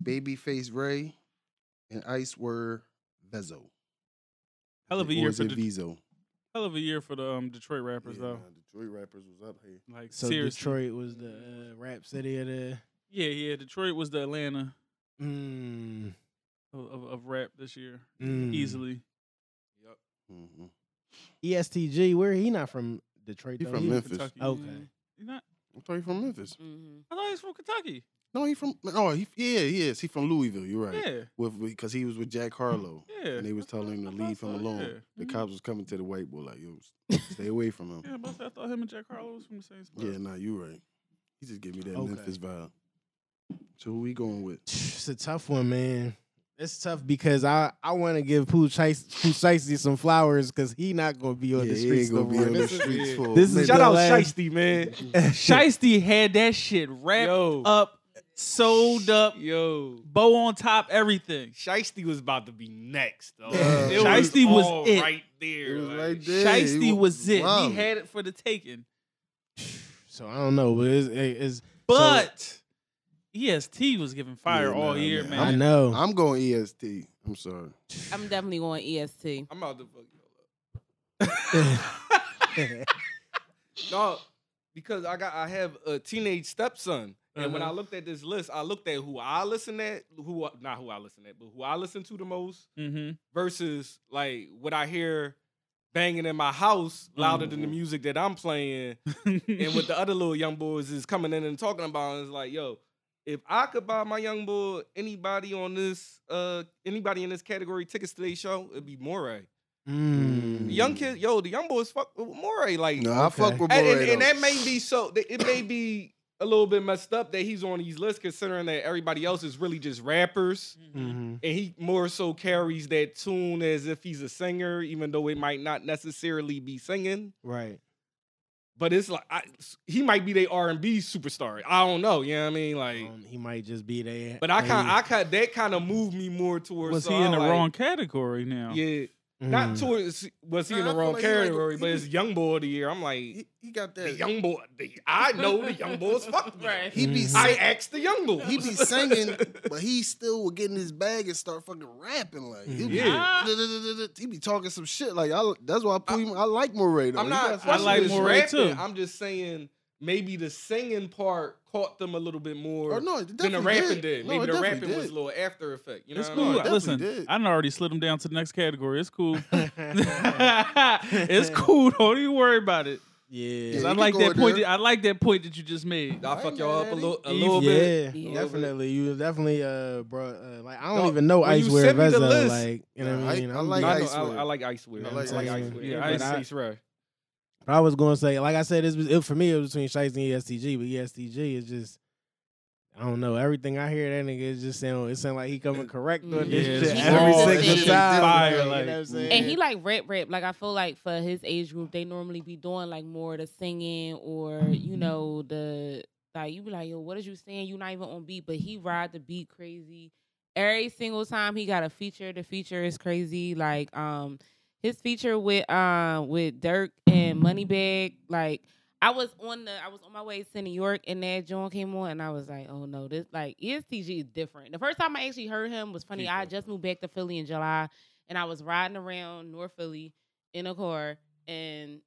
[SPEAKER 5] Babyface Ray, and Ice Word Vezo.
[SPEAKER 1] Hell of a
[SPEAKER 5] Or
[SPEAKER 1] year
[SPEAKER 5] is
[SPEAKER 1] for
[SPEAKER 5] it
[SPEAKER 1] the
[SPEAKER 5] Vezo.
[SPEAKER 1] hell of a year for the um, Detroit rappers
[SPEAKER 5] Yeah,
[SPEAKER 1] though.
[SPEAKER 5] nah, Detroit rappers was up here.
[SPEAKER 1] Like
[SPEAKER 7] So
[SPEAKER 1] seriously.
[SPEAKER 7] Detroit was the uh, rap city of the.
[SPEAKER 1] Yeah, yeah. Detroit was the Atlanta
[SPEAKER 7] Mm,
[SPEAKER 1] of, of, of rap this year
[SPEAKER 7] mm.
[SPEAKER 1] easily.
[SPEAKER 5] Mm-hmm.
[SPEAKER 7] E ESTG, where he not from Detroit
[SPEAKER 5] He
[SPEAKER 7] though.
[SPEAKER 5] from
[SPEAKER 7] he,
[SPEAKER 5] Memphis.
[SPEAKER 1] Kentucky.
[SPEAKER 7] Okay.
[SPEAKER 1] yeah. He not.
[SPEAKER 5] I thought he from Memphis.
[SPEAKER 8] Mhm.
[SPEAKER 1] I thought he's from Kentucky.
[SPEAKER 5] No, he from. Oh, he, yeah, he is. He from Louisville. You're right.
[SPEAKER 1] Yeah,
[SPEAKER 5] With because he was with Jack Harlow.
[SPEAKER 1] yeah.
[SPEAKER 5] And they was
[SPEAKER 1] I thought-
[SPEAKER 5] telling him to
[SPEAKER 1] I thought
[SPEAKER 5] leave him
[SPEAKER 1] so,
[SPEAKER 5] alone.
[SPEAKER 1] yeah.
[SPEAKER 5] The
[SPEAKER 7] Mm-hmm.
[SPEAKER 1] Mhm.
[SPEAKER 5] cops was coming to the white boy like, yo, stay away from him.
[SPEAKER 1] Yeah, but I said- I thought him and Jack Harlow was from the same spot.
[SPEAKER 5] Yeah, nah, you right. He just gave me that
[SPEAKER 7] Okay.
[SPEAKER 5] Memphis vibe. So who we going with?
[SPEAKER 7] It's a tough one, man. It's tough because I, I want to give Pooh Shiesty some flowers because he not gonna be on
[SPEAKER 5] Yeah,
[SPEAKER 7] the
[SPEAKER 5] he
[SPEAKER 7] streets
[SPEAKER 5] ain't gonna
[SPEAKER 7] no
[SPEAKER 5] be
[SPEAKER 7] more.
[SPEAKER 5] on the
[SPEAKER 7] This is-
[SPEAKER 5] streets
[SPEAKER 6] yeah.
[SPEAKER 5] for.
[SPEAKER 7] this is
[SPEAKER 5] maybe-
[SPEAKER 7] the
[SPEAKER 6] Shout out
[SPEAKER 7] last-
[SPEAKER 6] Shiesty, man.
[SPEAKER 1] Shiesty had that shit wrapped
[SPEAKER 6] Yo.
[SPEAKER 1] up sewed up,
[SPEAKER 6] Yo,
[SPEAKER 1] bow on top, everything.
[SPEAKER 6] Shiesty was about to be next. Though.
[SPEAKER 5] Yeah.
[SPEAKER 6] It
[SPEAKER 1] Shiesty was
[SPEAKER 6] all
[SPEAKER 1] it.
[SPEAKER 6] right there.
[SPEAKER 5] It was
[SPEAKER 6] like,
[SPEAKER 5] right there. He
[SPEAKER 1] Shiesty
[SPEAKER 5] wa-
[SPEAKER 1] was it.
[SPEAKER 5] wow.
[SPEAKER 1] He had it for the taking.
[SPEAKER 7] So I don't know, but it's, it's
[SPEAKER 1] But EST E was giving fire
[SPEAKER 5] Yeah,
[SPEAKER 1] all
[SPEAKER 5] nah,
[SPEAKER 1] year,
[SPEAKER 5] man.
[SPEAKER 1] man.
[SPEAKER 7] I know.
[SPEAKER 5] I'm going EST. I'm sorry.
[SPEAKER 8] I'm definitely going E EST.
[SPEAKER 6] I'm about to fuck you up.
[SPEAKER 7] yeah,
[SPEAKER 6] No, because I got I have a teenage stepson, and when I
[SPEAKER 1] Uh-huh.
[SPEAKER 6] looked at this list, I looked at who I listen at, who I- not who I listen at, but who I listen to the most
[SPEAKER 1] Mm-hmm.
[SPEAKER 6] versus like what I hear banging in my house louder than the
[SPEAKER 5] Mhm.
[SPEAKER 6] music that I'm playing, and what the other little young boys is coming in and talking about. And it's like, yo, if I could buy my young boy anybody on this, uh, anybody in this category tickets to their show, it'd be Moray. The young
[SPEAKER 5] Mm.
[SPEAKER 6] kid, yo, the young boys fuck with Moray like.
[SPEAKER 5] No, I fuck
[SPEAKER 7] Okay.
[SPEAKER 5] with
[SPEAKER 6] And,
[SPEAKER 5] Moray.
[SPEAKER 6] and, and
[SPEAKER 5] though.
[SPEAKER 6] that may be so. that It may be a little bit messed up that he's on these lists, considering that everybody else is really just rappers,
[SPEAKER 7] Mm-hmm.
[SPEAKER 1] Mm-hmm.
[SPEAKER 6] and he more so carries that tune as if he's a singer, even though it might not necessarily be singing.
[SPEAKER 7] Right.
[SPEAKER 6] But it's like I, he might be their R and B superstar. I don't know. You know what I mean? Like,
[SPEAKER 1] Oh,
[SPEAKER 7] Um, he might just be there.
[SPEAKER 6] but I kind,
[SPEAKER 7] Like,
[SPEAKER 6] I kind, that kind of moved me more towards.
[SPEAKER 1] Was
[SPEAKER 6] so
[SPEAKER 1] he in
[SPEAKER 6] I'm
[SPEAKER 1] the
[SPEAKER 6] like,
[SPEAKER 1] wrong Hmm. category now?
[SPEAKER 6] Yeah, not
[SPEAKER 7] mm.
[SPEAKER 6] towards. Was he in
[SPEAKER 5] Nah,
[SPEAKER 6] the
[SPEAKER 5] I feel
[SPEAKER 6] wrong
[SPEAKER 5] like he like-
[SPEAKER 6] category? but
[SPEAKER 5] he-
[SPEAKER 6] it's Young Boy of the Year. I'm like,
[SPEAKER 5] he, he got
[SPEAKER 6] the
[SPEAKER 5] that.
[SPEAKER 6] young boy. The, I know the young boys fucked me.
[SPEAKER 8] Right.
[SPEAKER 5] he be
[SPEAKER 7] Mhm.
[SPEAKER 6] I
[SPEAKER 5] sing-
[SPEAKER 6] asked the young boy.
[SPEAKER 5] he be singing, but he still would get in his bag and start fucking rapping like he be,
[SPEAKER 6] Yeah.
[SPEAKER 5] he be talking some shit like I, that's why I put him. I like Moray though.
[SPEAKER 6] I'm
[SPEAKER 5] He got
[SPEAKER 6] not.
[SPEAKER 5] some
[SPEAKER 1] I
[SPEAKER 6] I
[SPEAKER 1] like
[SPEAKER 6] like
[SPEAKER 5] shit.
[SPEAKER 1] more-
[SPEAKER 6] more
[SPEAKER 1] Moray
[SPEAKER 6] rapping.
[SPEAKER 1] too.
[SPEAKER 6] I'm just saying maybe the singing part caught them a little bit more
[SPEAKER 5] Oh, no, it
[SPEAKER 6] than the
[SPEAKER 5] definitely
[SPEAKER 6] rapping
[SPEAKER 5] did.
[SPEAKER 6] did.
[SPEAKER 5] No,
[SPEAKER 6] Maybe
[SPEAKER 5] it
[SPEAKER 6] the
[SPEAKER 5] definitely
[SPEAKER 6] rapping was a
[SPEAKER 5] did.
[SPEAKER 6] little after effect. You know
[SPEAKER 1] it's
[SPEAKER 6] what
[SPEAKER 1] cool.
[SPEAKER 6] I mean?
[SPEAKER 5] definitely
[SPEAKER 1] Listen,
[SPEAKER 5] did.
[SPEAKER 1] I done already slid him down to the next category. It's cool.
[SPEAKER 7] Mm-hmm.
[SPEAKER 1] it's cool. Don't even worry about it. 'Cause
[SPEAKER 7] yeah.
[SPEAKER 5] Yeah,
[SPEAKER 1] I
[SPEAKER 5] you
[SPEAKER 1] like
[SPEAKER 5] can go
[SPEAKER 1] that point.
[SPEAKER 5] there.
[SPEAKER 1] That, I like that point that you just made.
[SPEAKER 6] I
[SPEAKER 5] I
[SPEAKER 6] fuck
[SPEAKER 5] ain't
[SPEAKER 6] y'all
[SPEAKER 5] mad
[SPEAKER 6] up
[SPEAKER 5] at
[SPEAKER 6] a little, a
[SPEAKER 7] Eve,
[SPEAKER 6] little bit.
[SPEAKER 7] yeah,
[SPEAKER 8] Yeah.
[SPEAKER 7] definitely. You definitely, uh, bro. Uh, like I don't
[SPEAKER 6] No,
[SPEAKER 7] even know
[SPEAKER 6] when you
[SPEAKER 7] Ice Wear
[SPEAKER 6] sent me the
[SPEAKER 7] Vezza.
[SPEAKER 6] list-
[SPEAKER 7] Like you know what I
[SPEAKER 5] I-
[SPEAKER 7] mean.
[SPEAKER 5] I
[SPEAKER 7] I'm
[SPEAKER 5] like
[SPEAKER 7] not-
[SPEAKER 6] I, know,
[SPEAKER 5] Ice
[SPEAKER 6] I,
[SPEAKER 5] Wear.
[SPEAKER 6] I like Icewear.
[SPEAKER 5] I
[SPEAKER 6] I
[SPEAKER 5] like
[SPEAKER 6] like
[SPEAKER 7] Icewear.
[SPEAKER 6] Icewear.
[SPEAKER 1] Yeah,
[SPEAKER 6] Yeah,
[SPEAKER 1] Ice-
[SPEAKER 6] Ice, Ice Ray.
[SPEAKER 7] But I was going to say, like I said, this was it, for me. It was between Shiesty and E ESTG, but ESTG is just. I don't know. Everything I hear that nigga is just sound. It sound like he coming correct on
[SPEAKER 8] Yeah,
[SPEAKER 7] this
[SPEAKER 8] it's
[SPEAKER 7] shit
[SPEAKER 8] raw.
[SPEAKER 7] every
[SPEAKER 8] That
[SPEAKER 7] single
[SPEAKER 8] shit is
[SPEAKER 7] time.
[SPEAKER 1] fire,
[SPEAKER 7] you know
[SPEAKER 1] like-
[SPEAKER 7] what I'm saying?
[SPEAKER 8] And he like rap rap. Like I feel like for his age group, they normally be doing like more of the singing or you know the like you be like yo, what is you saying? You not even on beat, but he ride the beat crazy. Every single time he got a feature, the feature is crazy. Like um his feature with um with Dirk and Moneybag, like. I was on the I was on my way to New York and that John came on and I was like, oh no, this like ESTG is different. The first time I actually heard him was funny. I just moved back to Philly in July and I was riding around North Philly in a car, and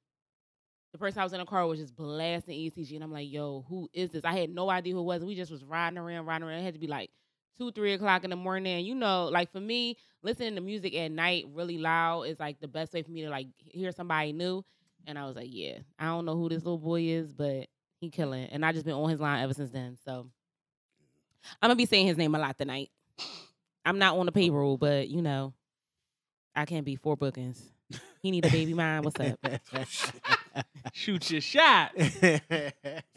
[SPEAKER 8] the person I was in a car was just blasting ECG, and I'm like, "Yo, who is this?" I had no idea who it was. We just was riding around, riding around. It had to be like two, three o'clock in the morning. And you know, like for me, listening to music at night really loud is like the best way for me to like hear somebody new. And I was like, "Yeah, I don't know who this little boy is, but he killing." And I just been on his line ever since then. So I'm gonna be saying his name a lot tonight. I'm not on the payroll, but you know. I can't be four bookings. He need a baby mine. What's up?
[SPEAKER 1] Shoot your shot.
[SPEAKER 5] So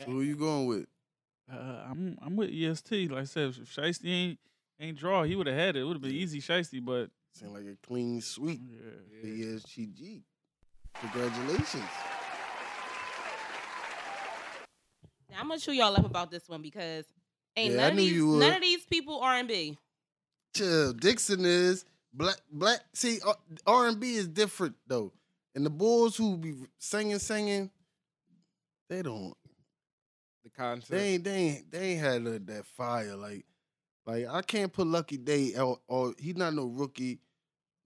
[SPEAKER 5] who you going with?
[SPEAKER 1] Uh, I'm I'm with EST. Like I said, if Shiesty ain't ain't draw, he would have had it. It would have been easy Shiesty, but
[SPEAKER 5] Sound like a clean sweep.
[SPEAKER 1] yeah.
[SPEAKER 5] ESTG. Congratulations.
[SPEAKER 8] Now, I'm gonna chew y'all up about this one because ain't
[SPEAKER 5] Yeah, I
[SPEAKER 8] none of
[SPEAKER 5] knew
[SPEAKER 8] these
[SPEAKER 5] you would.
[SPEAKER 8] none of these people R and B.
[SPEAKER 5] Chill. Dixon is black. Black. See, uh, R and B is different though, and the boys who be singing, singing, they don't.
[SPEAKER 6] The content.
[SPEAKER 5] They ain't. They ain't. They ain't had that- that fire. Like, like I can't put Lucky Day out. Or he's not no rookie.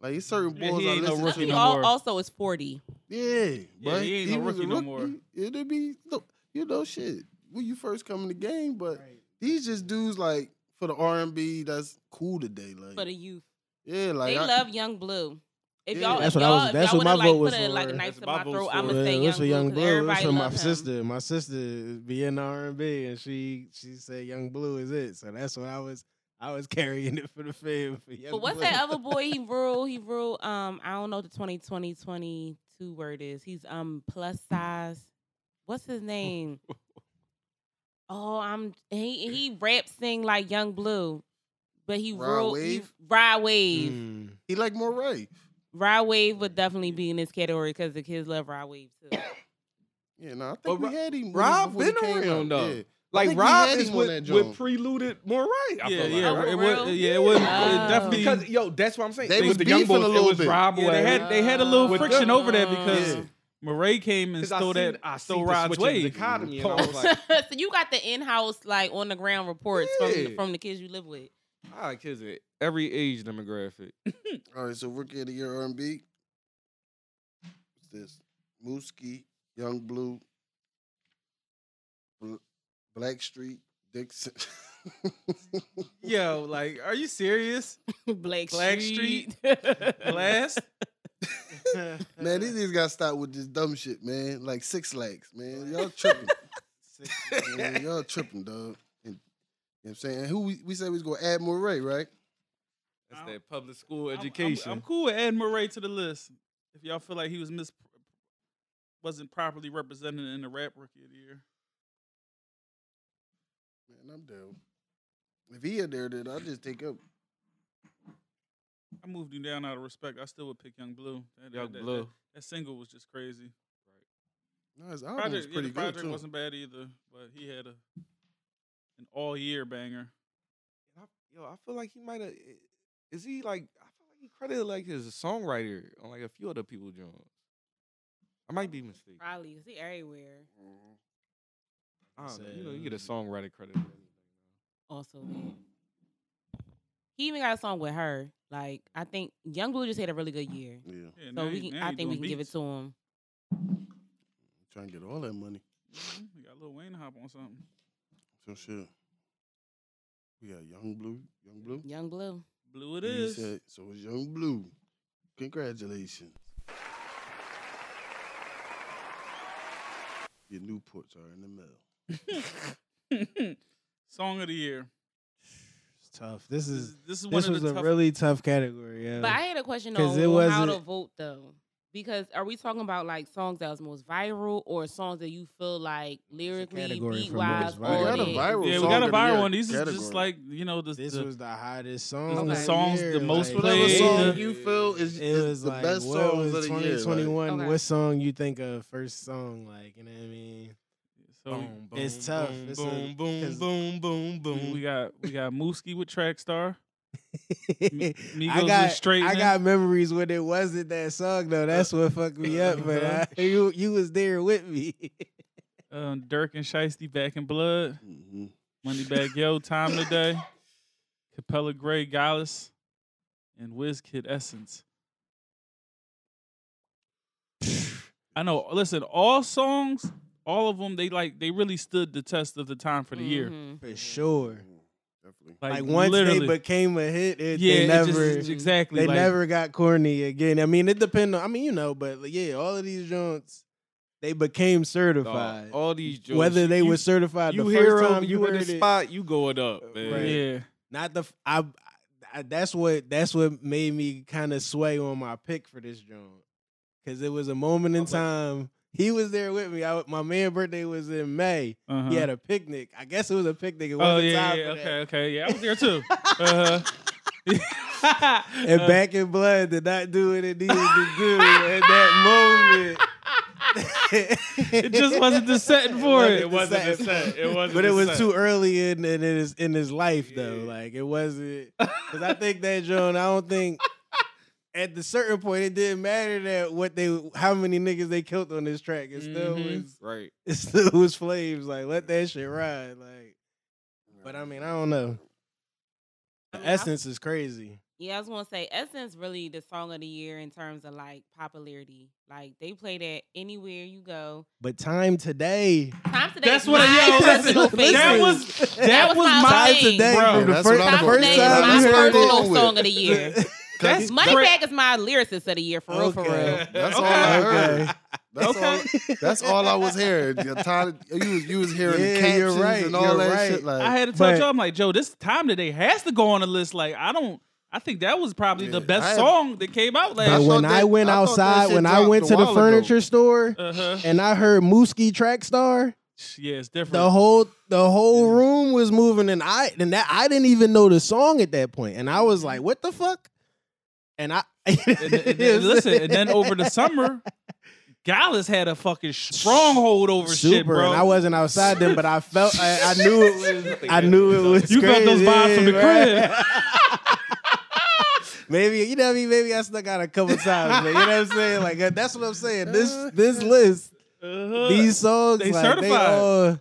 [SPEAKER 5] Like it's certain
[SPEAKER 1] Yeah,
[SPEAKER 5] boys
[SPEAKER 1] he
[SPEAKER 5] I
[SPEAKER 1] ain't no
[SPEAKER 5] listen
[SPEAKER 1] rookie
[SPEAKER 5] to.
[SPEAKER 8] Lucky
[SPEAKER 1] no
[SPEAKER 8] al-
[SPEAKER 1] more.
[SPEAKER 8] also is forty.
[SPEAKER 5] Yeah, but
[SPEAKER 1] he ain't no
[SPEAKER 5] was a
[SPEAKER 1] rookie no more.
[SPEAKER 5] It'll be look, you know, shit. When you first come in the game, but these just dudes like for the R and B that's cool today. Like
[SPEAKER 8] for the youth.
[SPEAKER 5] yeah, like
[SPEAKER 8] they
[SPEAKER 5] I,
[SPEAKER 8] love Young Blue. If
[SPEAKER 5] Yeah.
[SPEAKER 8] y'all,
[SPEAKER 5] That's
[SPEAKER 8] if
[SPEAKER 7] what I
[SPEAKER 8] y'all,
[SPEAKER 7] was-
[SPEAKER 8] if
[SPEAKER 7] that's
[SPEAKER 8] y'all
[SPEAKER 7] what my
[SPEAKER 8] would've, like,
[SPEAKER 7] vote was
[SPEAKER 8] put a, like a
[SPEAKER 6] for.
[SPEAKER 8] knife
[SPEAKER 6] That's
[SPEAKER 8] to
[SPEAKER 6] my
[SPEAKER 8] my
[SPEAKER 6] vote
[SPEAKER 8] throat,
[SPEAKER 6] for.
[SPEAKER 8] I'm
[SPEAKER 7] Yeah,
[SPEAKER 8] gonna say
[SPEAKER 7] it was
[SPEAKER 8] Young
[SPEAKER 7] for
[SPEAKER 8] Blue.
[SPEAKER 7] Young
[SPEAKER 8] 'cause
[SPEAKER 7] Blue. It was
[SPEAKER 8] Everybody
[SPEAKER 7] for my
[SPEAKER 8] love him.
[SPEAKER 7] sister. My sister is be in R and B, and she she said Young Blue is it. So that's what I was I was carrying it for the fam for Young
[SPEAKER 8] But what's
[SPEAKER 7] Blue.
[SPEAKER 8] that other boy? He rule. He rule. Um, I don't know what the 2020 22 word is. He's um plus size. What's his name? oh, I'm he he rap sing like Young Blue, but he
[SPEAKER 5] Rod
[SPEAKER 8] rule.
[SPEAKER 5] Wave?
[SPEAKER 8] He, Ride Wave.
[SPEAKER 7] Mm.
[SPEAKER 5] he like Moray.
[SPEAKER 8] Ride Wave would definitely be in this category because the kids love Ride Wave too.
[SPEAKER 5] Yeah, no, I
[SPEAKER 6] But
[SPEAKER 5] think we
[SPEAKER 6] Ro-
[SPEAKER 5] had him. when he-
[SPEAKER 6] Rob
[SPEAKER 5] before he
[SPEAKER 6] been
[SPEAKER 5] came
[SPEAKER 6] around,
[SPEAKER 5] out,
[SPEAKER 6] though.
[SPEAKER 5] Yeah.
[SPEAKER 6] Like
[SPEAKER 5] think we
[SPEAKER 6] Rob
[SPEAKER 5] had
[SPEAKER 6] is
[SPEAKER 5] him on
[SPEAKER 6] with,
[SPEAKER 5] that
[SPEAKER 6] with
[SPEAKER 5] joint.
[SPEAKER 6] preluded more right.
[SPEAKER 1] yeah,
[SPEAKER 6] I feel
[SPEAKER 1] yeah,
[SPEAKER 6] like.
[SPEAKER 8] Oh,
[SPEAKER 1] it
[SPEAKER 8] for
[SPEAKER 1] was,
[SPEAKER 8] real?
[SPEAKER 1] yeah, it was
[SPEAKER 8] Oh.
[SPEAKER 1] it definitely.
[SPEAKER 6] Because yo, that's what I'm saying.
[SPEAKER 5] Uh, They
[SPEAKER 6] With
[SPEAKER 5] was
[SPEAKER 6] the young
[SPEAKER 5] beefing a
[SPEAKER 6] boys,
[SPEAKER 5] little
[SPEAKER 6] it was
[SPEAKER 5] bit.
[SPEAKER 6] Rob
[SPEAKER 1] yeah, they
[SPEAKER 6] Wade.
[SPEAKER 1] had they had a little
[SPEAKER 6] With
[SPEAKER 1] friction
[SPEAKER 6] them.
[SPEAKER 1] over there because
[SPEAKER 5] Yeah.
[SPEAKER 1] Murray came and
[SPEAKER 6] 'Cause I
[SPEAKER 1] stole
[SPEAKER 6] seen-
[SPEAKER 1] that
[SPEAKER 6] I
[SPEAKER 1] stole
[SPEAKER 6] seen the
[SPEAKER 1] Rod's
[SPEAKER 6] switch in
[SPEAKER 1] wave.
[SPEAKER 6] dichotomy, and I was like,
[SPEAKER 8] so you got the in-house like on the ground reports
[SPEAKER 6] Yeah.
[SPEAKER 8] from from the kids you live with.
[SPEAKER 6] I like kids at every age demographic.
[SPEAKER 5] All right, so rookie of the year R&B. What's this? Mooski, Young Blue, Bl- Blackstreet, Dixon.
[SPEAKER 1] Yo, like, are you serious?
[SPEAKER 8] Black,
[SPEAKER 1] Black
[SPEAKER 8] Street.
[SPEAKER 1] Blast?
[SPEAKER 5] man, these niggas gotta stop with this dumb shit, man. Like six legs, man. Y'all tripping. man, y'all tripping, dog. And, you know what I'm saying? And who we, we said we was gonna add Murray, right?
[SPEAKER 6] That's
[SPEAKER 1] I'm-
[SPEAKER 6] that public school
[SPEAKER 1] I'm- I'm-
[SPEAKER 6] education.
[SPEAKER 1] I'm, cool with adding Murray to the list. If y'all feel like he was mis wasn't properly represented in the rap rookie of the year.
[SPEAKER 5] Man, I'm down. If he in there, then I'll just take up.
[SPEAKER 1] I moved him down out of respect. I still would pick Young Blue. That, that-
[SPEAKER 6] Young
[SPEAKER 1] that- that-
[SPEAKER 6] Blue.
[SPEAKER 1] That, single was just crazy.
[SPEAKER 5] No, his album was
[SPEAKER 1] Project, yeah,
[SPEAKER 5] pretty
[SPEAKER 1] the
[SPEAKER 5] good
[SPEAKER 1] project
[SPEAKER 5] too.
[SPEAKER 1] wasn't bad either, but he had a an all year banger.
[SPEAKER 6] I, yo, I feel like he might have. eh, Is he like? I feel like he credited like as a songwriter on like a few other people joints. I might be mistaken.
[SPEAKER 8] Probably is he everywhere?
[SPEAKER 6] I don't know. You know,
[SPEAKER 7] Say,
[SPEAKER 6] you get a
[SPEAKER 7] um,
[SPEAKER 6] songwriter credit. for everything.
[SPEAKER 8] Also, man. he even got a song with her. Like I think Young Blue just had a really good year,
[SPEAKER 5] Yeah, I'm
[SPEAKER 1] Yeah,
[SPEAKER 8] so we can. I think we can give it to him.
[SPEAKER 5] trying to get all that money.
[SPEAKER 1] him. We Mm-hmm. got Lil Wayne to hop on something.
[SPEAKER 5] So shit. We got Young Blue. Young Blue.
[SPEAKER 8] Young Blue.
[SPEAKER 1] Blue it
[SPEAKER 5] You
[SPEAKER 1] is.
[SPEAKER 5] said- so it's Young Blue. Congratulations. Your Newports are in the mail.
[SPEAKER 1] Song of the year.
[SPEAKER 7] It's tough. This
[SPEAKER 1] This
[SPEAKER 7] is
[SPEAKER 1] is, this is one
[SPEAKER 7] this
[SPEAKER 1] of
[SPEAKER 7] was
[SPEAKER 1] the
[SPEAKER 7] a
[SPEAKER 1] tough-
[SPEAKER 7] really tough category. Yeah.
[SPEAKER 8] But I had a question
[SPEAKER 7] 'Cause
[SPEAKER 8] on
[SPEAKER 7] it
[SPEAKER 8] how to
[SPEAKER 7] wasn't-
[SPEAKER 8] vote though. Because are we talking about like songs that was most viral or songs that you feel like lyrically,
[SPEAKER 7] category
[SPEAKER 8] beat
[SPEAKER 7] for most
[SPEAKER 8] wise,
[SPEAKER 7] viral.
[SPEAKER 5] We got a
[SPEAKER 7] that-
[SPEAKER 5] viral
[SPEAKER 1] Yeah, we
[SPEAKER 5] song
[SPEAKER 1] got a
[SPEAKER 5] of the year
[SPEAKER 1] viral one. These is
[SPEAKER 5] category.
[SPEAKER 1] just like you know the,
[SPEAKER 7] this
[SPEAKER 1] the
[SPEAKER 7] was the hottest song.
[SPEAKER 1] the
[SPEAKER 7] of
[SPEAKER 1] songs, the
[SPEAKER 7] year,
[SPEAKER 1] most
[SPEAKER 7] like,
[SPEAKER 1] played,
[SPEAKER 5] Whatever song
[SPEAKER 1] the-
[SPEAKER 5] you feel is,
[SPEAKER 7] It
[SPEAKER 5] is
[SPEAKER 7] was
[SPEAKER 5] the
[SPEAKER 7] like
[SPEAKER 5] best
[SPEAKER 7] what
[SPEAKER 5] songs of
[SPEAKER 7] was
[SPEAKER 5] the year. like,
[SPEAKER 7] 2021.
[SPEAKER 8] Okay.
[SPEAKER 7] What song you think of first song? Like you know what I mean?
[SPEAKER 1] so
[SPEAKER 7] It's tough.
[SPEAKER 6] Boom,
[SPEAKER 7] It's a-
[SPEAKER 6] boom, boom,
[SPEAKER 7] 'cause-
[SPEAKER 6] boom, boom,
[SPEAKER 1] we,
[SPEAKER 6] boom.
[SPEAKER 1] we got we got Mooski with Trackstar. Migos
[SPEAKER 7] I
[SPEAKER 1] was
[SPEAKER 7] got
[SPEAKER 1] straight
[SPEAKER 7] I
[SPEAKER 1] then?
[SPEAKER 7] got memories when it wasn't that song though. That's what fucked me up, but I, you you was there with me.
[SPEAKER 1] Um, Dirk and Shiesty back in blood.
[SPEAKER 5] hmm
[SPEAKER 1] Money Bag Yo, Time Today. Capella Gray, Gallus, and Kid Essence. I know. Listen, all songs, all of them, they like they really stood the test of the time for the year.
[SPEAKER 8] Mhm.
[SPEAKER 7] For sure.
[SPEAKER 5] Definitely.
[SPEAKER 7] Like, once
[SPEAKER 1] literally.
[SPEAKER 7] they became a hit, it,
[SPEAKER 1] yeah,
[SPEAKER 7] they
[SPEAKER 1] it just-
[SPEAKER 7] never
[SPEAKER 1] exactly.
[SPEAKER 7] they
[SPEAKER 1] like,
[SPEAKER 7] never got corny again. I mean, it depend on I mean, you know, but like, yeah, all of these joints they became
[SPEAKER 6] Dog,
[SPEAKER 7] certified.
[SPEAKER 6] all these jokes.
[SPEAKER 7] Whether they
[SPEAKER 6] you,
[SPEAKER 7] were certified
[SPEAKER 6] you
[SPEAKER 7] the
[SPEAKER 6] hear
[SPEAKER 7] first
[SPEAKER 6] 'em,
[SPEAKER 7] time you
[SPEAKER 6] you in
[SPEAKER 7] heard
[SPEAKER 6] the
[SPEAKER 7] it, Uh,
[SPEAKER 6] spot, you go it up, man.
[SPEAKER 7] Right.
[SPEAKER 1] Yeah,
[SPEAKER 7] not the f- I, I that's what that's what made me kind of sway on my pick for this joint because it was a moment in time he was there with me I, w- my man birthday was in may
[SPEAKER 1] uh-huh.
[SPEAKER 7] he had a picnic i guess it was a picnic it
[SPEAKER 1] Oh
[SPEAKER 7] wasn't
[SPEAKER 1] yeah,
[SPEAKER 7] time
[SPEAKER 1] yeah,
[SPEAKER 7] for
[SPEAKER 1] okay,
[SPEAKER 7] that.
[SPEAKER 1] okay, yeah, I was there too. Uh-huh.
[SPEAKER 7] and
[SPEAKER 1] Uh,
[SPEAKER 7] back in blood did not do what it needed to do at that moment
[SPEAKER 1] it just wasn't the setting for it.
[SPEAKER 7] wasn't the setting.
[SPEAKER 1] It wasn't.
[SPEAKER 7] but it
[SPEAKER 1] the
[SPEAKER 7] was
[SPEAKER 1] set.
[SPEAKER 7] too early in, in his in his life though.
[SPEAKER 6] Yeah.
[SPEAKER 7] Like it wasn't because I think that John, I don't think at the certain point it didn't matter that what they how many niggas they killed on this track. It still
[SPEAKER 1] Mhm.
[SPEAKER 7] was
[SPEAKER 6] Right.
[SPEAKER 7] it still was flames. Like let that shit ride. Like, but I mean I don't know. The
[SPEAKER 8] I mean, I-
[SPEAKER 7] essence is crazy.
[SPEAKER 8] Yeah, I was gonna say Essence really the song of the year in terms of like popularity. Like they play that anywhere you go.
[SPEAKER 7] But time today.
[SPEAKER 8] Time today.
[SPEAKER 1] That's
[SPEAKER 8] is
[SPEAKER 1] what
[SPEAKER 8] my
[SPEAKER 1] I yo.
[SPEAKER 8] personal
[SPEAKER 1] Listen, that
[SPEAKER 8] favorite.
[SPEAKER 1] was
[SPEAKER 8] That
[SPEAKER 1] that
[SPEAKER 8] was
[SPEAKER 1] was
[SPEAKER 8] my
[SPEAKER 1] my
[SPEAKER 7] time
[SPEAKER 8] thing.
[SPEAKER 7] today
[SPEAKER 1] Bro,
[SPEAKER 7] from the
[SPEAKER 5] that's what
[SPEAKER 7] first,
[SPEAKER 5] I'm
[SPEAKER 7] the
[SPEAKER 8] Time
[SPEAKER 5] about
[SPEAKER 7] first
[SPEAKER 5] to
[SPEAKER 8] today
[SPEAKER 5] say.
[SPEAKER 7] time
[SPEAKER 8] is
[SPEAKER 7] you
[SPEAKER 8] my
[SPEAKER 7] heard
[SPEAKER 5] personal
[SPEAKER 7] it.
[SPEAKER 8] solo
[SPEAKER 5] it.
[SPEAKER 8] song of the year.
[SPEAKER 1] That's
[SPEAKER 8] Moneyback is my lyricist of the year for real, for real.
[SPEAKER 7] Okay.
[SPEAKER 5] That's
[SPEAKER 1] Okay.
[SPEAKER 5] all I heard.
[SPEAKER 7] Okay.
[SPEAKER 5] That's all. That's all I was hearing. Your time- you was you was hearing the
[SPEAKER 7] Yeah,
[SPEAKER 5] captions
[SPEAKER 7] you're right,
[SPEAKER 5] and all
[SPEAKER 7] you're
[SPEAKER 5] that
[SPEAKER 7] right.
[SPEAKER 5] shit. Like
[SPEAKER 1] I had to tell
[SPEAKER 7] But-
[SPEAKER 1] y'all, I'm like, Joe, this time today has to go on the list. Like, I don't. I think that was probably the
[SPEAKER 5] Yeah,
[SPEAKER 1] best
[SPEAKER 5] I had-
[SPEAKER 1] song that came out
[SPEAKER 5] I
[SPEAKER 7] And
[SPEAKER 1] last.
[SPEAKER 5] thought
[SPEAKER 7] when I
[SPEAKER 5] that-
[SPEAKER 7] went
[SPEAKER 5] I thought that
[SPEAKER 7] outside,
[SPEAKER 5] shit
[SPEAKER 7] when I
[SPEAKER 5] dropped
[SPEAKER 7] went
[SPEAKER 5] a
[SPEAKER 7] to the
[SPEAKER 5] while ago.
[SPEAKER 7] furniture store
[SPEAKER 1] Uh huh.
[SPEAKER 7] and I heard Mooski Track Star,
[SPEAKER 1] Yeah, it's different.
[SPEAKER 7] the whole the whole room was moving, and I and that I didn't even know the song at that point, and I was like, "What the fuck?" And I
[SPEAKER 1] and, and then- listen, and then over the summer, Dallas had a fucking stronghold over
[SPEAKER 7] Super,
[SPEAKER 1] shit, bro.
[SPEAKER 7] and I wasn't outside then, but I felt I, I knew it was. I knew it was.
[SPEAKER 1] you felt those
[SPEAKER 7] crazy,
[SPEAKER 1] vibes from the
[SPEAKER 7] right?
[SPEAKER 1] crib.
[SPEAKER 7] Maybe you know what I mean. Maybe I snuck out a couple times. but you know what I'm saying? Like uh, that's what I'm saying. This this list,
[SPEAKER 1] Uh-huh.
[SPEAKER 7] these songs,
[SPEAKER 1] Uh, They
[SPEAKER 7] like, They
[SPEAKER 1] certified.
[SPEAKER 7] all,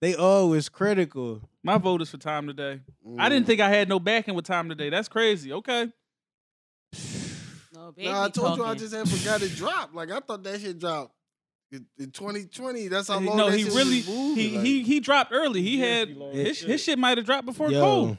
[SPEAKER 7] they all was critical.
[SPEAKER 1] My vote is for time today. I
[SPEAKER 5] mm.
[SPEAKER 1] didn't think I had no backing with time today. That's crazy. Okay.
[SPEAKER 8] No, baby
[SPEAKER 5] Nah, I told you I
[SPEAKER 8] talking.
[SPEAKER 5] just had forgot it dropped. Like I thought that shit dropped in, in 2020. That's how long.
[SPEAKER 1] Uh, No,
[SPEAKER 5] that
[SPEAKER 1] he
[SPEAKER 5] shit
[SPEAKER 1] really
[SPEAKER 5] was moving,
[SPEAKER 1] he,
[SPEAKER 5] like,
[SPEAKER 1] he he dropped early. He
[SPEAKER 6] Yeah,
[SPEAKER 1] had
[SPEAKER 6] he long
[SPEAKER 1] his,
[SPEAKER 6] shit.
[SPEAKER 1] his shit might have dropped before
[SPEAKER 7] Yo,
[SPEAKER 1] Cole.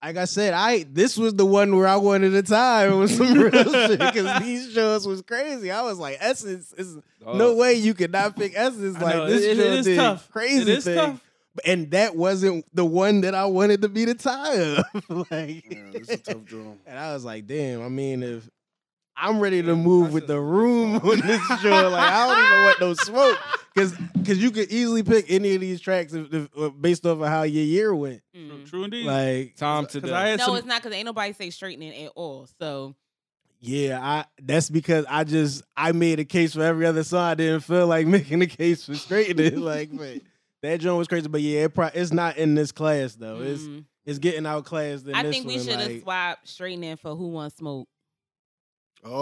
[SPEAKER 7] Like I said, I this was the one where I wanted a time with some real shit because these shows was crazy. I was like, Essence is no way you could not pick Essence.
[SPEAKER 1] Oh. I
[SPEAKER 7] Like
[SPEAKER 1] know,
[SPEAKER 7] this
[SPEAKER 1] it- it
[SPEAKER 7] show
[SPEAKER 1] is
[SPEAKER 7] did
[SPEAKER 1] tough.
[SPEAKER 7] crazy
[SPEAKER 1] It is
[SPEAKER 7] thing.
[SPEAKER 1] tough.
[SPEAKER 7] and that wasn't the one that I wanted to be the tie of. like,
[SPEAKER 5] Yeah, this is a tough drum.
[SPEAKER 7] and I was like, damn. I mean, if I'm ready to move with the room on this show, like I don't even want no smoke because because you could easily pick any of these tracks if, if, uh, based off of how your year went.
[SPEAKER 8] Mm.
[SPEAKER 1] True indeed.
[SPEAKER 7] Like,
[SPEAKER 6] time
[SPEAKER 1] Because
[SPEAKER 6] today.
[SPEAKER 1] I had
[SPEAKER 8] No,
[SPEAKER 1] some,
[SPEAKER 8] it's not because ain't nobody say straightening at all. So
[SPEAKER 7] yeah, I that's because I just I made a case for every other song. I didn't feel like making a case for straightening. like, but that joint was crazy. But yeah, it pro- it's not in this class though. It's
[SPEAKER 8] mm.
[SPEAKER 7] it's getting outclassed. In
[SPEAKER 8] I
[SPEAKER 7] this
[SPEAKER 8] think we
[SPEAKER 7] one,
[SPEAKER 8] should have
[SPEAKER 7] like-
[SPEAKER 8] swapped straightening for who wants smoke.
[SPEAKER 5] Oh,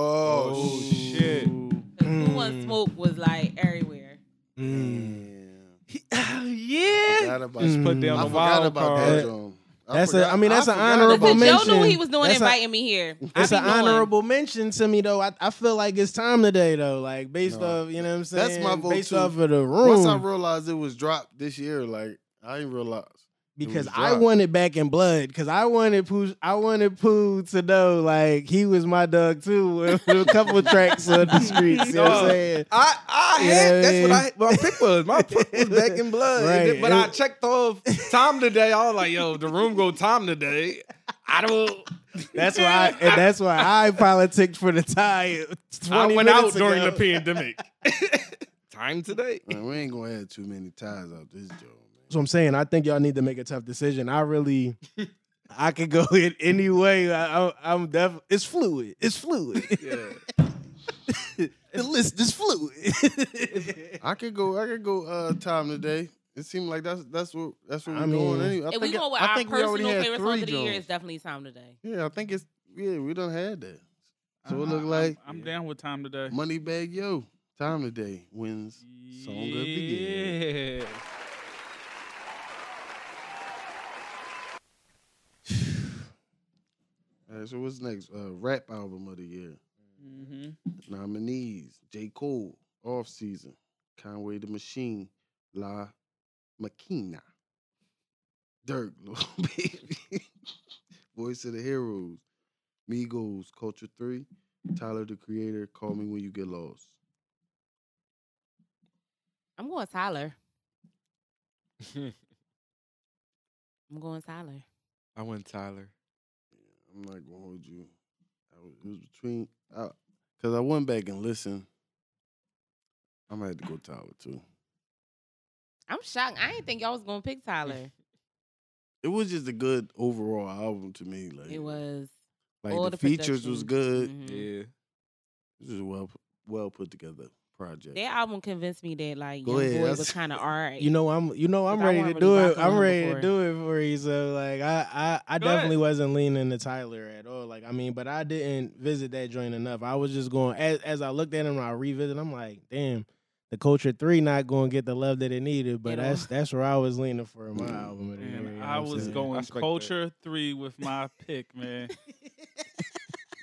[SPEAKER 1] Oh,
[SPEAKER 5] shit.
[SPEAKER 1] shit.
[SPEAKER 8] 'Cause Who wants
[SPEAKER 7] Mm.
[SPEAKER 8] smoke was like everywhere.
[SPEAKER 7] Mm.
[SPEAKER 1] oh, yeah.
[SPEAKER 5] Forgot about
[SPEAKER 7] Just
[SPEAKER 5] that.
[SPEAKER 7] put
[SPEAKER 6] put
[SPEAKER 7] Mm.
[SPEAKER 6] down
[SPEAKER 7] down
[SPEAKER 5] I
[SPEAKER 7] the
[SPEAKER 6] the
[SPEAKER 5] forgot
[SPEAKER 6] wild
[SPEAKER 5] about
[SPEAKER 7] card.
[SPEAKER 5] that
[SPEAKER 6] card.
[SPEAKER 5] drum.
[SPEAKER 7] That's a-
[SPEAKER 5] forgot,
[SPEAKER 7] I mean, that's an
[SPEAKER 5] forgot
[SPEAKER 7] honorable
[SPEAKER 5] about
[SPEAKER 8] Listen,
[SPEAKER 5] that
[SPEAKER 8] Joe
[SPEAKER 7] mention.
[SPEAKER 8] knew he was the one
[SPEAKER 7] That's a-
[SPEAKER 8] inviting me here. I
[SPEAKER 7] It's
[SPEAKER 8] be
[SPEAKER 7] an
[SPEAKER 8] knowing.
[SPEAKER 7] honorable mention to me though. I, I feel like it's time today though. Like based
[SPEAKER 5] No.
[SPEAKER 7] off, you know what I'm saying?
[SPEAKER 5] That's my vote,
[SPEAKER 7] Based
[SPEAKER 5] too.
[SPEAKER 7] off of the
[SPEAKER 5] Once
[SPEAKER 7] room
[SPEAKER 5] I realized it was dropped this year, like I didn't realize.
[SPEAKER 7] because
[SPEAKER 5] was
[SPEAKER 7] I
[SPEAKER 5] dropped.
[SPEAKER 7] wanted back in blood because I wanted Pooh I wanted Pooh to know like he was my dog too with a couple tracks on the streets. You know what I'm
[SPEAKER 6] Dog.
[SPEAKER 7] saying?
[SPEAKER 6] I, I
[SPEAKER 7] Yeah, yeah.
[SPEAKER 6] what my pick was. My pick was back in blood. And
[SPEAKER 7] Right.
[SPEAKER 6] then- But I checked off time today. I was like, yo, the room go time today. I don't.
[SPEAKER 7] That's why and that's why I politicked for the tie. 20
[SPEAKER 6] I went out
[SPEAKER 7] minutes
[SPEAKER 6] during
[SPEAKER 7] ago.
[SPEAKER 6] the pandemic. time today.
[SPEAKER 5] Man, we ain't gonna have too many ties out this joint, man.
[SPEAKER 7] That's what I'm saying. I think y'all need to make a tough decision. I really, I could go in any way. I, I, I'm def. It's fluid. It's fluid. the list is fluid.
[SPEAKER 5] I could go. I could go. Uh, time today. It seemed like that's that's what that's what
[SPEAKER 7] I
[SPEAKER 5] we're
[SPEAKER 7] mean-
[SPEAKER 5] doing. Anyway, I
[SPEAKER 8] If we
[SPEAKER 5] think I-
[SPEAKER 8] going with
[SPEAKER 5] I
[SPEAKER 8] our
[SPEAKER 5] think we
[SPEAKER 8] personal
[SPEAKER 5] already had
[SPEAKER 8] favorite songs
[SPEAKER 5] three
[SPEAKER 8] of the year,
[SPEAKER 5] joints.
[SPEAKER 8] it's definitely time today.
[SPEAKER 5] Yeah, I think it's yeah. We done had that. So it
[SPEAKER 1] I-
[SPEAKER 5] look
[SPEAKER 1] I-
[SPEAKER 5] like
[SPEAKER 1] I'm, I'm down with time today.
[SPEAKER 5] Money Bag Yo. Time today wins song of the year.
[SPEAKER 1] Yeah.
[SPEAKER 5] All right, so what's next? Uh, rap album of the year.
[SPEAKER 1] Mm-hmm.
[SPEAKER 5] Nominees: J. Cole, Off Season, Conway the Machine, La Machina, Dirk, Lil Baby, Voice of the Heroes, Migos, Culture Three, Tyler the Creator, Call Me When You Get Lost.
[SPEAKER 8] I'm going Tyler. I'm going Tyler.
[SPEAKER 6] I went Tyler.
[SPEAKER 5] I'm not gonna hold you. I was, it was between, I, cause I went back and listened. I'm gonna have to go Tyler too.
[SPEAKER 8] I'm shocked. I didn't think y'all was gonna pick Tyler.
[SPEAKER 5] It was just a good overall album to me. Like
[SPEAKER 8] It was
[SPEAKER 5] like
[SPEAKER 8] all
[SPEAKER 5] the, features was
[SPEAKER 8] production.
[SPEAKER 5] good.
[SPEAKER 8] Mhm.
[SPEAKER 6] Yeah.
[SPEAKER 5] This is a well p- well put together project.
[SPEAKER 8] That album convinced me that like
[SPEAKER 5] Go
[SPEAKER 8] Young
[SPEAKER 5] ahead,
[SPEAKER 8] Boy
[SPEAKER 5] that's-
[SPEAKER 8] was kind of alright.
[SPEAKER 7] you know I'm. You know I'm
[SPEAKER 8] Cause I
[SPEAKER 7] ready
[SPEAKER 8] wanna
[SPEAKER 7] to do
[SPEAKER 8] really
[SPEAKER 7] it.
[SPEAKER 8] rock on
[SPEAKER 7] I'm
[SPEAKER 8] him
[SPEAKER 7] ready to
[SPEAKER 8] before.
[SPEAKER 7] do it for you. So like I I, I
[SPEAKER 1] Go ahead.
[SPEAKER 7] definitely wasn't leaning to Tyler at all. Like I mean, but I didn't visit that joint enough. I was just going as as I looked at him. I revisited. I'm like, damn. The culture three not going to get the love that it needed, but
[SPEAKER 8] At all.
[SPEAKER 7] that's that's where I was leaning for my
[SPEAKER 5] Mm.
[SPEAKER 7] album. of the year, you
[SPEAKER 1] And
[SPEAKER 7] know
[SPEAKER 1] I
[SPEAKER 7] what I'm
[SPEAKER 1] was
[SPEAKER 7] saying?
[SPEAKER 1] going
[SPEAKER 6] respect that.
[SPEAKER 1] culture three with my pick, man.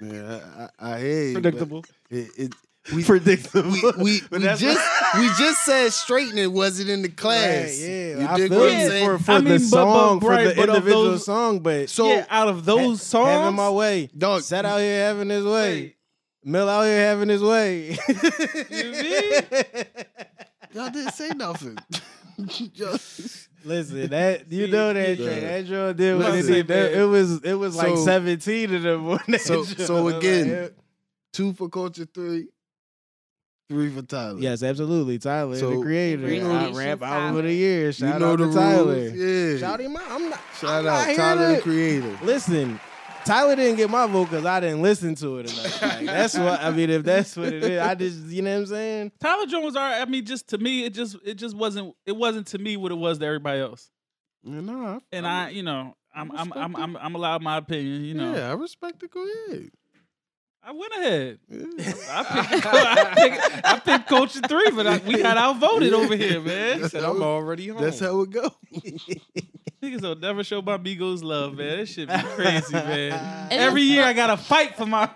[SPEAKER 5] Yeah, I, I, I hear you, but
[SPEAKER 7] predictable.
[SPEAKER 5] It, it, we,
[SPEAKER 7] predictable.
[SPEAKER 5] we, we, we
[SPEAKER 7] that's-
[SPEAKER 5] just we just said straightening wasn't in the class.
[SPEAKER 7] Right, yeah,
[SPEAKER 5] you
[SPEAKER 7] I
[SPEAKER 5] dig
[SPEAKER 7] feel
[SPEAKER 5] what
[SPEAKER 1] you.
[SPEAKER 5] I'm saying?
[SPEAKER 7] for, for
[SPEAKER 1] I mean,
[SPEAKER 7] the
[SPEAKER 1] but- but
[SPEAKER 7] song,
[SPEAKER 1] right,
[SPEAKER 7] for the
[SPEAKER 1] but of
[SPEAKER 7] individual
[SPEAKER 1] those-
[SPEAKER 7] song, but
[SPEAKER 5] So
[SPEAKER 1] yeah, out of those
[SPEAKER 7] ha-
[SPEAKER 1] songs,
[SPEAKER 7] having my way,
[SPEAKER 5] Dog,
[SPEAKER 7] Set out here having his way, Mill out here having his way.
[SPEAKER 5] y'all didn't say nothing. Y'all-
[SPEAKER 7] Listen, that you know that
[SPEAKER 5] Yeah.
[SPEAKER 7] track, that joint did what it
[SPEAKER 5] Listen,
[SPEAKER 7] did. That-
[SPEAKER 1] man.
[SPEAKER 7] It was it was like
[SPEAKER 5] So-
[SPEAKER 7] seventeen of them. On that
[SPEAKER 5] so-
[SPEAKER 7] joint.
[SPEAKER 5] so
[SPEAKER 7] Like,
[SPEAKER 5] again,
[SPEAKER 7] it-
[SPEAKER 5] Two for culture, three, three for Tyler.
[SPEAKER 7] yes, absolutely, Tyler, the
[SPEAKER 5] So-
[SPEAKER 7] creator,
[SPEAKER 8] Really,
[SPEAKER 7] uh,
[SPEAKER 8] it's
[SPEAKER 7] rap
[SPEAKER 8] just
[SPEAKER 7] album of
[SPEAKER 8] Tyler.
[SPEAKER 7] the year.
[SPEAKER 5] you
[SPEAKER 7] Shout
[SPEAKER 5] know
[SPEAKER 7] out
[SPEAKER 5] the
[SPEAKER 7] to Tyler.
[SPEAKER 5] rules. Yeah,
[SPEAKER 7] Shout him out. I'm not.
[SPEAKER 5] shout
[SPEAKER 7] I'm not
[SPEAKER 5] out
[SPEAKER 7] here
[SPEAKER 5] Tyler the
[SPEAKER 7] to-
[SPEAKER 5] Creator.
[SPEAKER 7] Listen, Tyler didn't get my vote because I didn't listen to it enough. Like, that's what I mean. If that's what it is, I just you know what I'm saying.
[SPEAKER 1] Tyler Jones are. I mean, just to me, it just it just wasn't it wasn't to me what it was to everybody else.
[SPEAKER 5] Yeah, nah, I-
[SPEAKER 1] And
[SPEAKER 5] I
[SPEAKER 1] I, you know, I'm
[SPEAKER 5] I
[SPEAKER 1] I'm I'm
[SPEAKER 5] respect
[SPEAKER 1] I'm, I'm allowed my opinion. You know,
[SPEAKER 5] Yeah, I respect it. Go ahead.
[SPEAKER 1] I went ahead.
[SPEAKER 5] Yeah.
[SPEAKER 1] I picked, I picked, I picked Culture Three, but I, we got outvoted over here, man.
[SPEAKER 5] That's how it-
[SPEAKER 6] already home.
[SPEAKER 5] That's how it go.
[SPEAKER 1] Niggas will never show my Migos love, man. That shit be crazy, man. Every year I gotta fight for my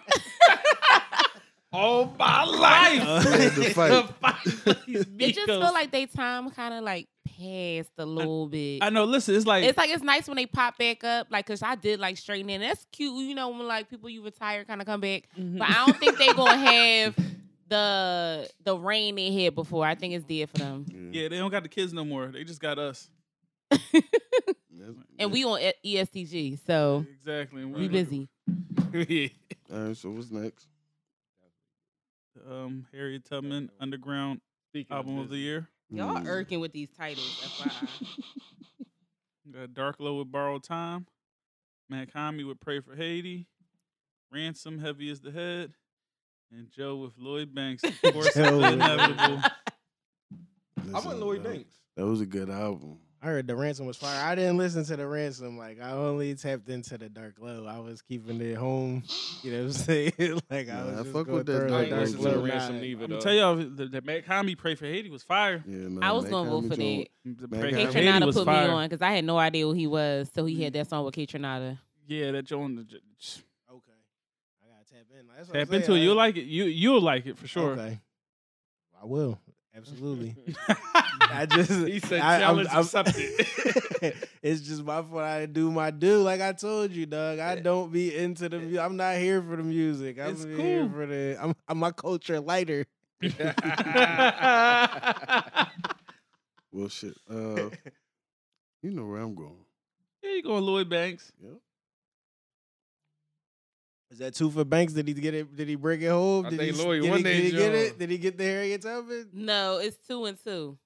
[SPEAKER 1] all my life.
[SPEAKER 5] Had to fight.
[SPEAKER 1] To fight for these
[SPEAKER 8] It just feel
[SPEAKER 1] Migos.
[SPEAKER 8] like they time kind of like passed a little bit.
[SPEAKER 1] I know. Listen, it's like,
[SPEAKER 8] it's like it's nice when they pop back up, like because I did like straighten in. That's cute, you know, when like people you retire kind of come back.
[SPEAKER 1] Mm-hmm.
[SPEAKER 8] But I don't think they gonna have the the rain they had before. I think it's dead for them,
[SPEAKER 1] yeah, they don't got the kids no more. They just got us.
[SPEAKER 5] That's-
[SPEAKER 8] and we on E- ESTG, so
[SPEAKER 1] Exactly. and
[SPEAKER 8] Oh. we busy.
[SPEAKER 1] yeah.
[SPEAKER 5] All right, so what's next?
[SPEAKER 1] Um, Harriet Tubman Underground album of the year.
[SPEAKER 8] Y'all
[SPEAKER 5] Mm.
[SPEAKER 8] irking with these titles, FYI.
[SPEAKER 1] We Got uh, Dark Low with Borrowed Time. Matt Comey with Pray for Haiti. Ransom Heavy is the Head. And Joe with Lloyd Banks, of course,
[SPEAKER 7] Joe
[SPEAKER 1] the
[SPEAKER 7] with-
[SPEAKER 1] inevitable.
[SPEAKER 6] I
[SPEAKER 5] Listen,
[SPEAKER 6] went Lloyd
[SPEAKER 5] that-
[SPEAKER 6] Banks.
[SPEAKER 5] That was a good album.
[SPEAKER 7] I heard the ransom was fire. I didn't listen to the ransom. Like I only tapped into the dark low. I was keeping it home. You know what I'm saying? like I
[SPEAKER 5] Nah,
[SPEAKER 7] was
[SPEAKER 5] I
[SPEAKER 7] just
[SPEAKER 5] fuck
[SPEAKER 7] going
[SPEAKER 5] with that
[SPEAKER 7] through
[SPEAKER 5] Dark
[SPEAKER 7] the
[SPEAKER 5] Low
[SPEAKER 7] dark
[SPEAKER 5] too.
[SPEAKER 7] low.
[SPEAKER 5] Listen to
[SPEAKER 7] ride.
[SPEAKER 1] I'm gonna tell y'all that, that Matt Comey Pray for Haiti was fire. Mm,
[SPEAKER 5] Yeah, nah,
[SPEAKER 8] I was
[SPEAKER 5] Mac
[SPEAKER 8] gonna vote
[SPEAKER 5] Hammer
[SPEAKER 8] for
[SPEAKER 5] joint-
[SPEAKER 8] that.
[SPEAKER 1] The
[SPEAKER 5] Matt
[SPEAKER 1] Pray
[SPEAKER 5] Comey.
[SPEAKER 1] for
[SPEAKER 8] K
[SPEAKER 5] Haiti
[SPEAKER 8] Trinata
[SPEAKER 1] was
[SPEAKER 8] put
[SPEAKER 1] fire. Mm-hmm.
[SPEAKER 8] me on because I had no idea who he was, so he had that song with K Trinata.
[SPEAKER 1] Yeah, that Joe. on the-
[SPEAKER 7] Okay, I gotta tap in. That's what I'm
[SPEAKER 1] Tap into it.
[SPEAKER 7] saying,
[SPEAKER 1] You'll
[SPEAKER 7] like-
[SPEAKER 1] like it. You you'll like it for sure.
[SPEAKER 7] Okay, I will absolutely. I just
[SPEAKER 6] He said
[SPEAKER 7] I,
[SPEAKER 6] challenge
[SPEAKER 7] it's just my fault. I do my do. Like I told you, Doug, I don't be into the. mu- I'm not here for the music. I'm
[SPEAKER 1] It's
[SPEAKER 7] here
[SPEAKER 1] cool.
[SPEAKER 7] for the. I'm, I'm my culture lighter.
[SPEAKER 1] yeah,
[SPEAKER 5] Well, shit. Uh, you know where I'm going.
[SPEAKER 1] you going Lloyd Banks?
[SPEAKER 7] Is that two for Banks? Did he get it? Did he break it home?
[SPEAKER 6] I
[SPEAKER 7] Did
[SPEAKER 6] think
[SPEAKER 7] he,
[SPEAKER 6] Lloyd
[SPEAKER 7] did
[SPEAKER 6] won
[SPEAKER 7] he,
[SPEAKER 6] that
[SPEAKER 7] did he get
[SPEAKER 6] joint.
[SPEAKER 7] it? Did he get the Harriet Tubman?
[SPEAKER 8] No, it's two and two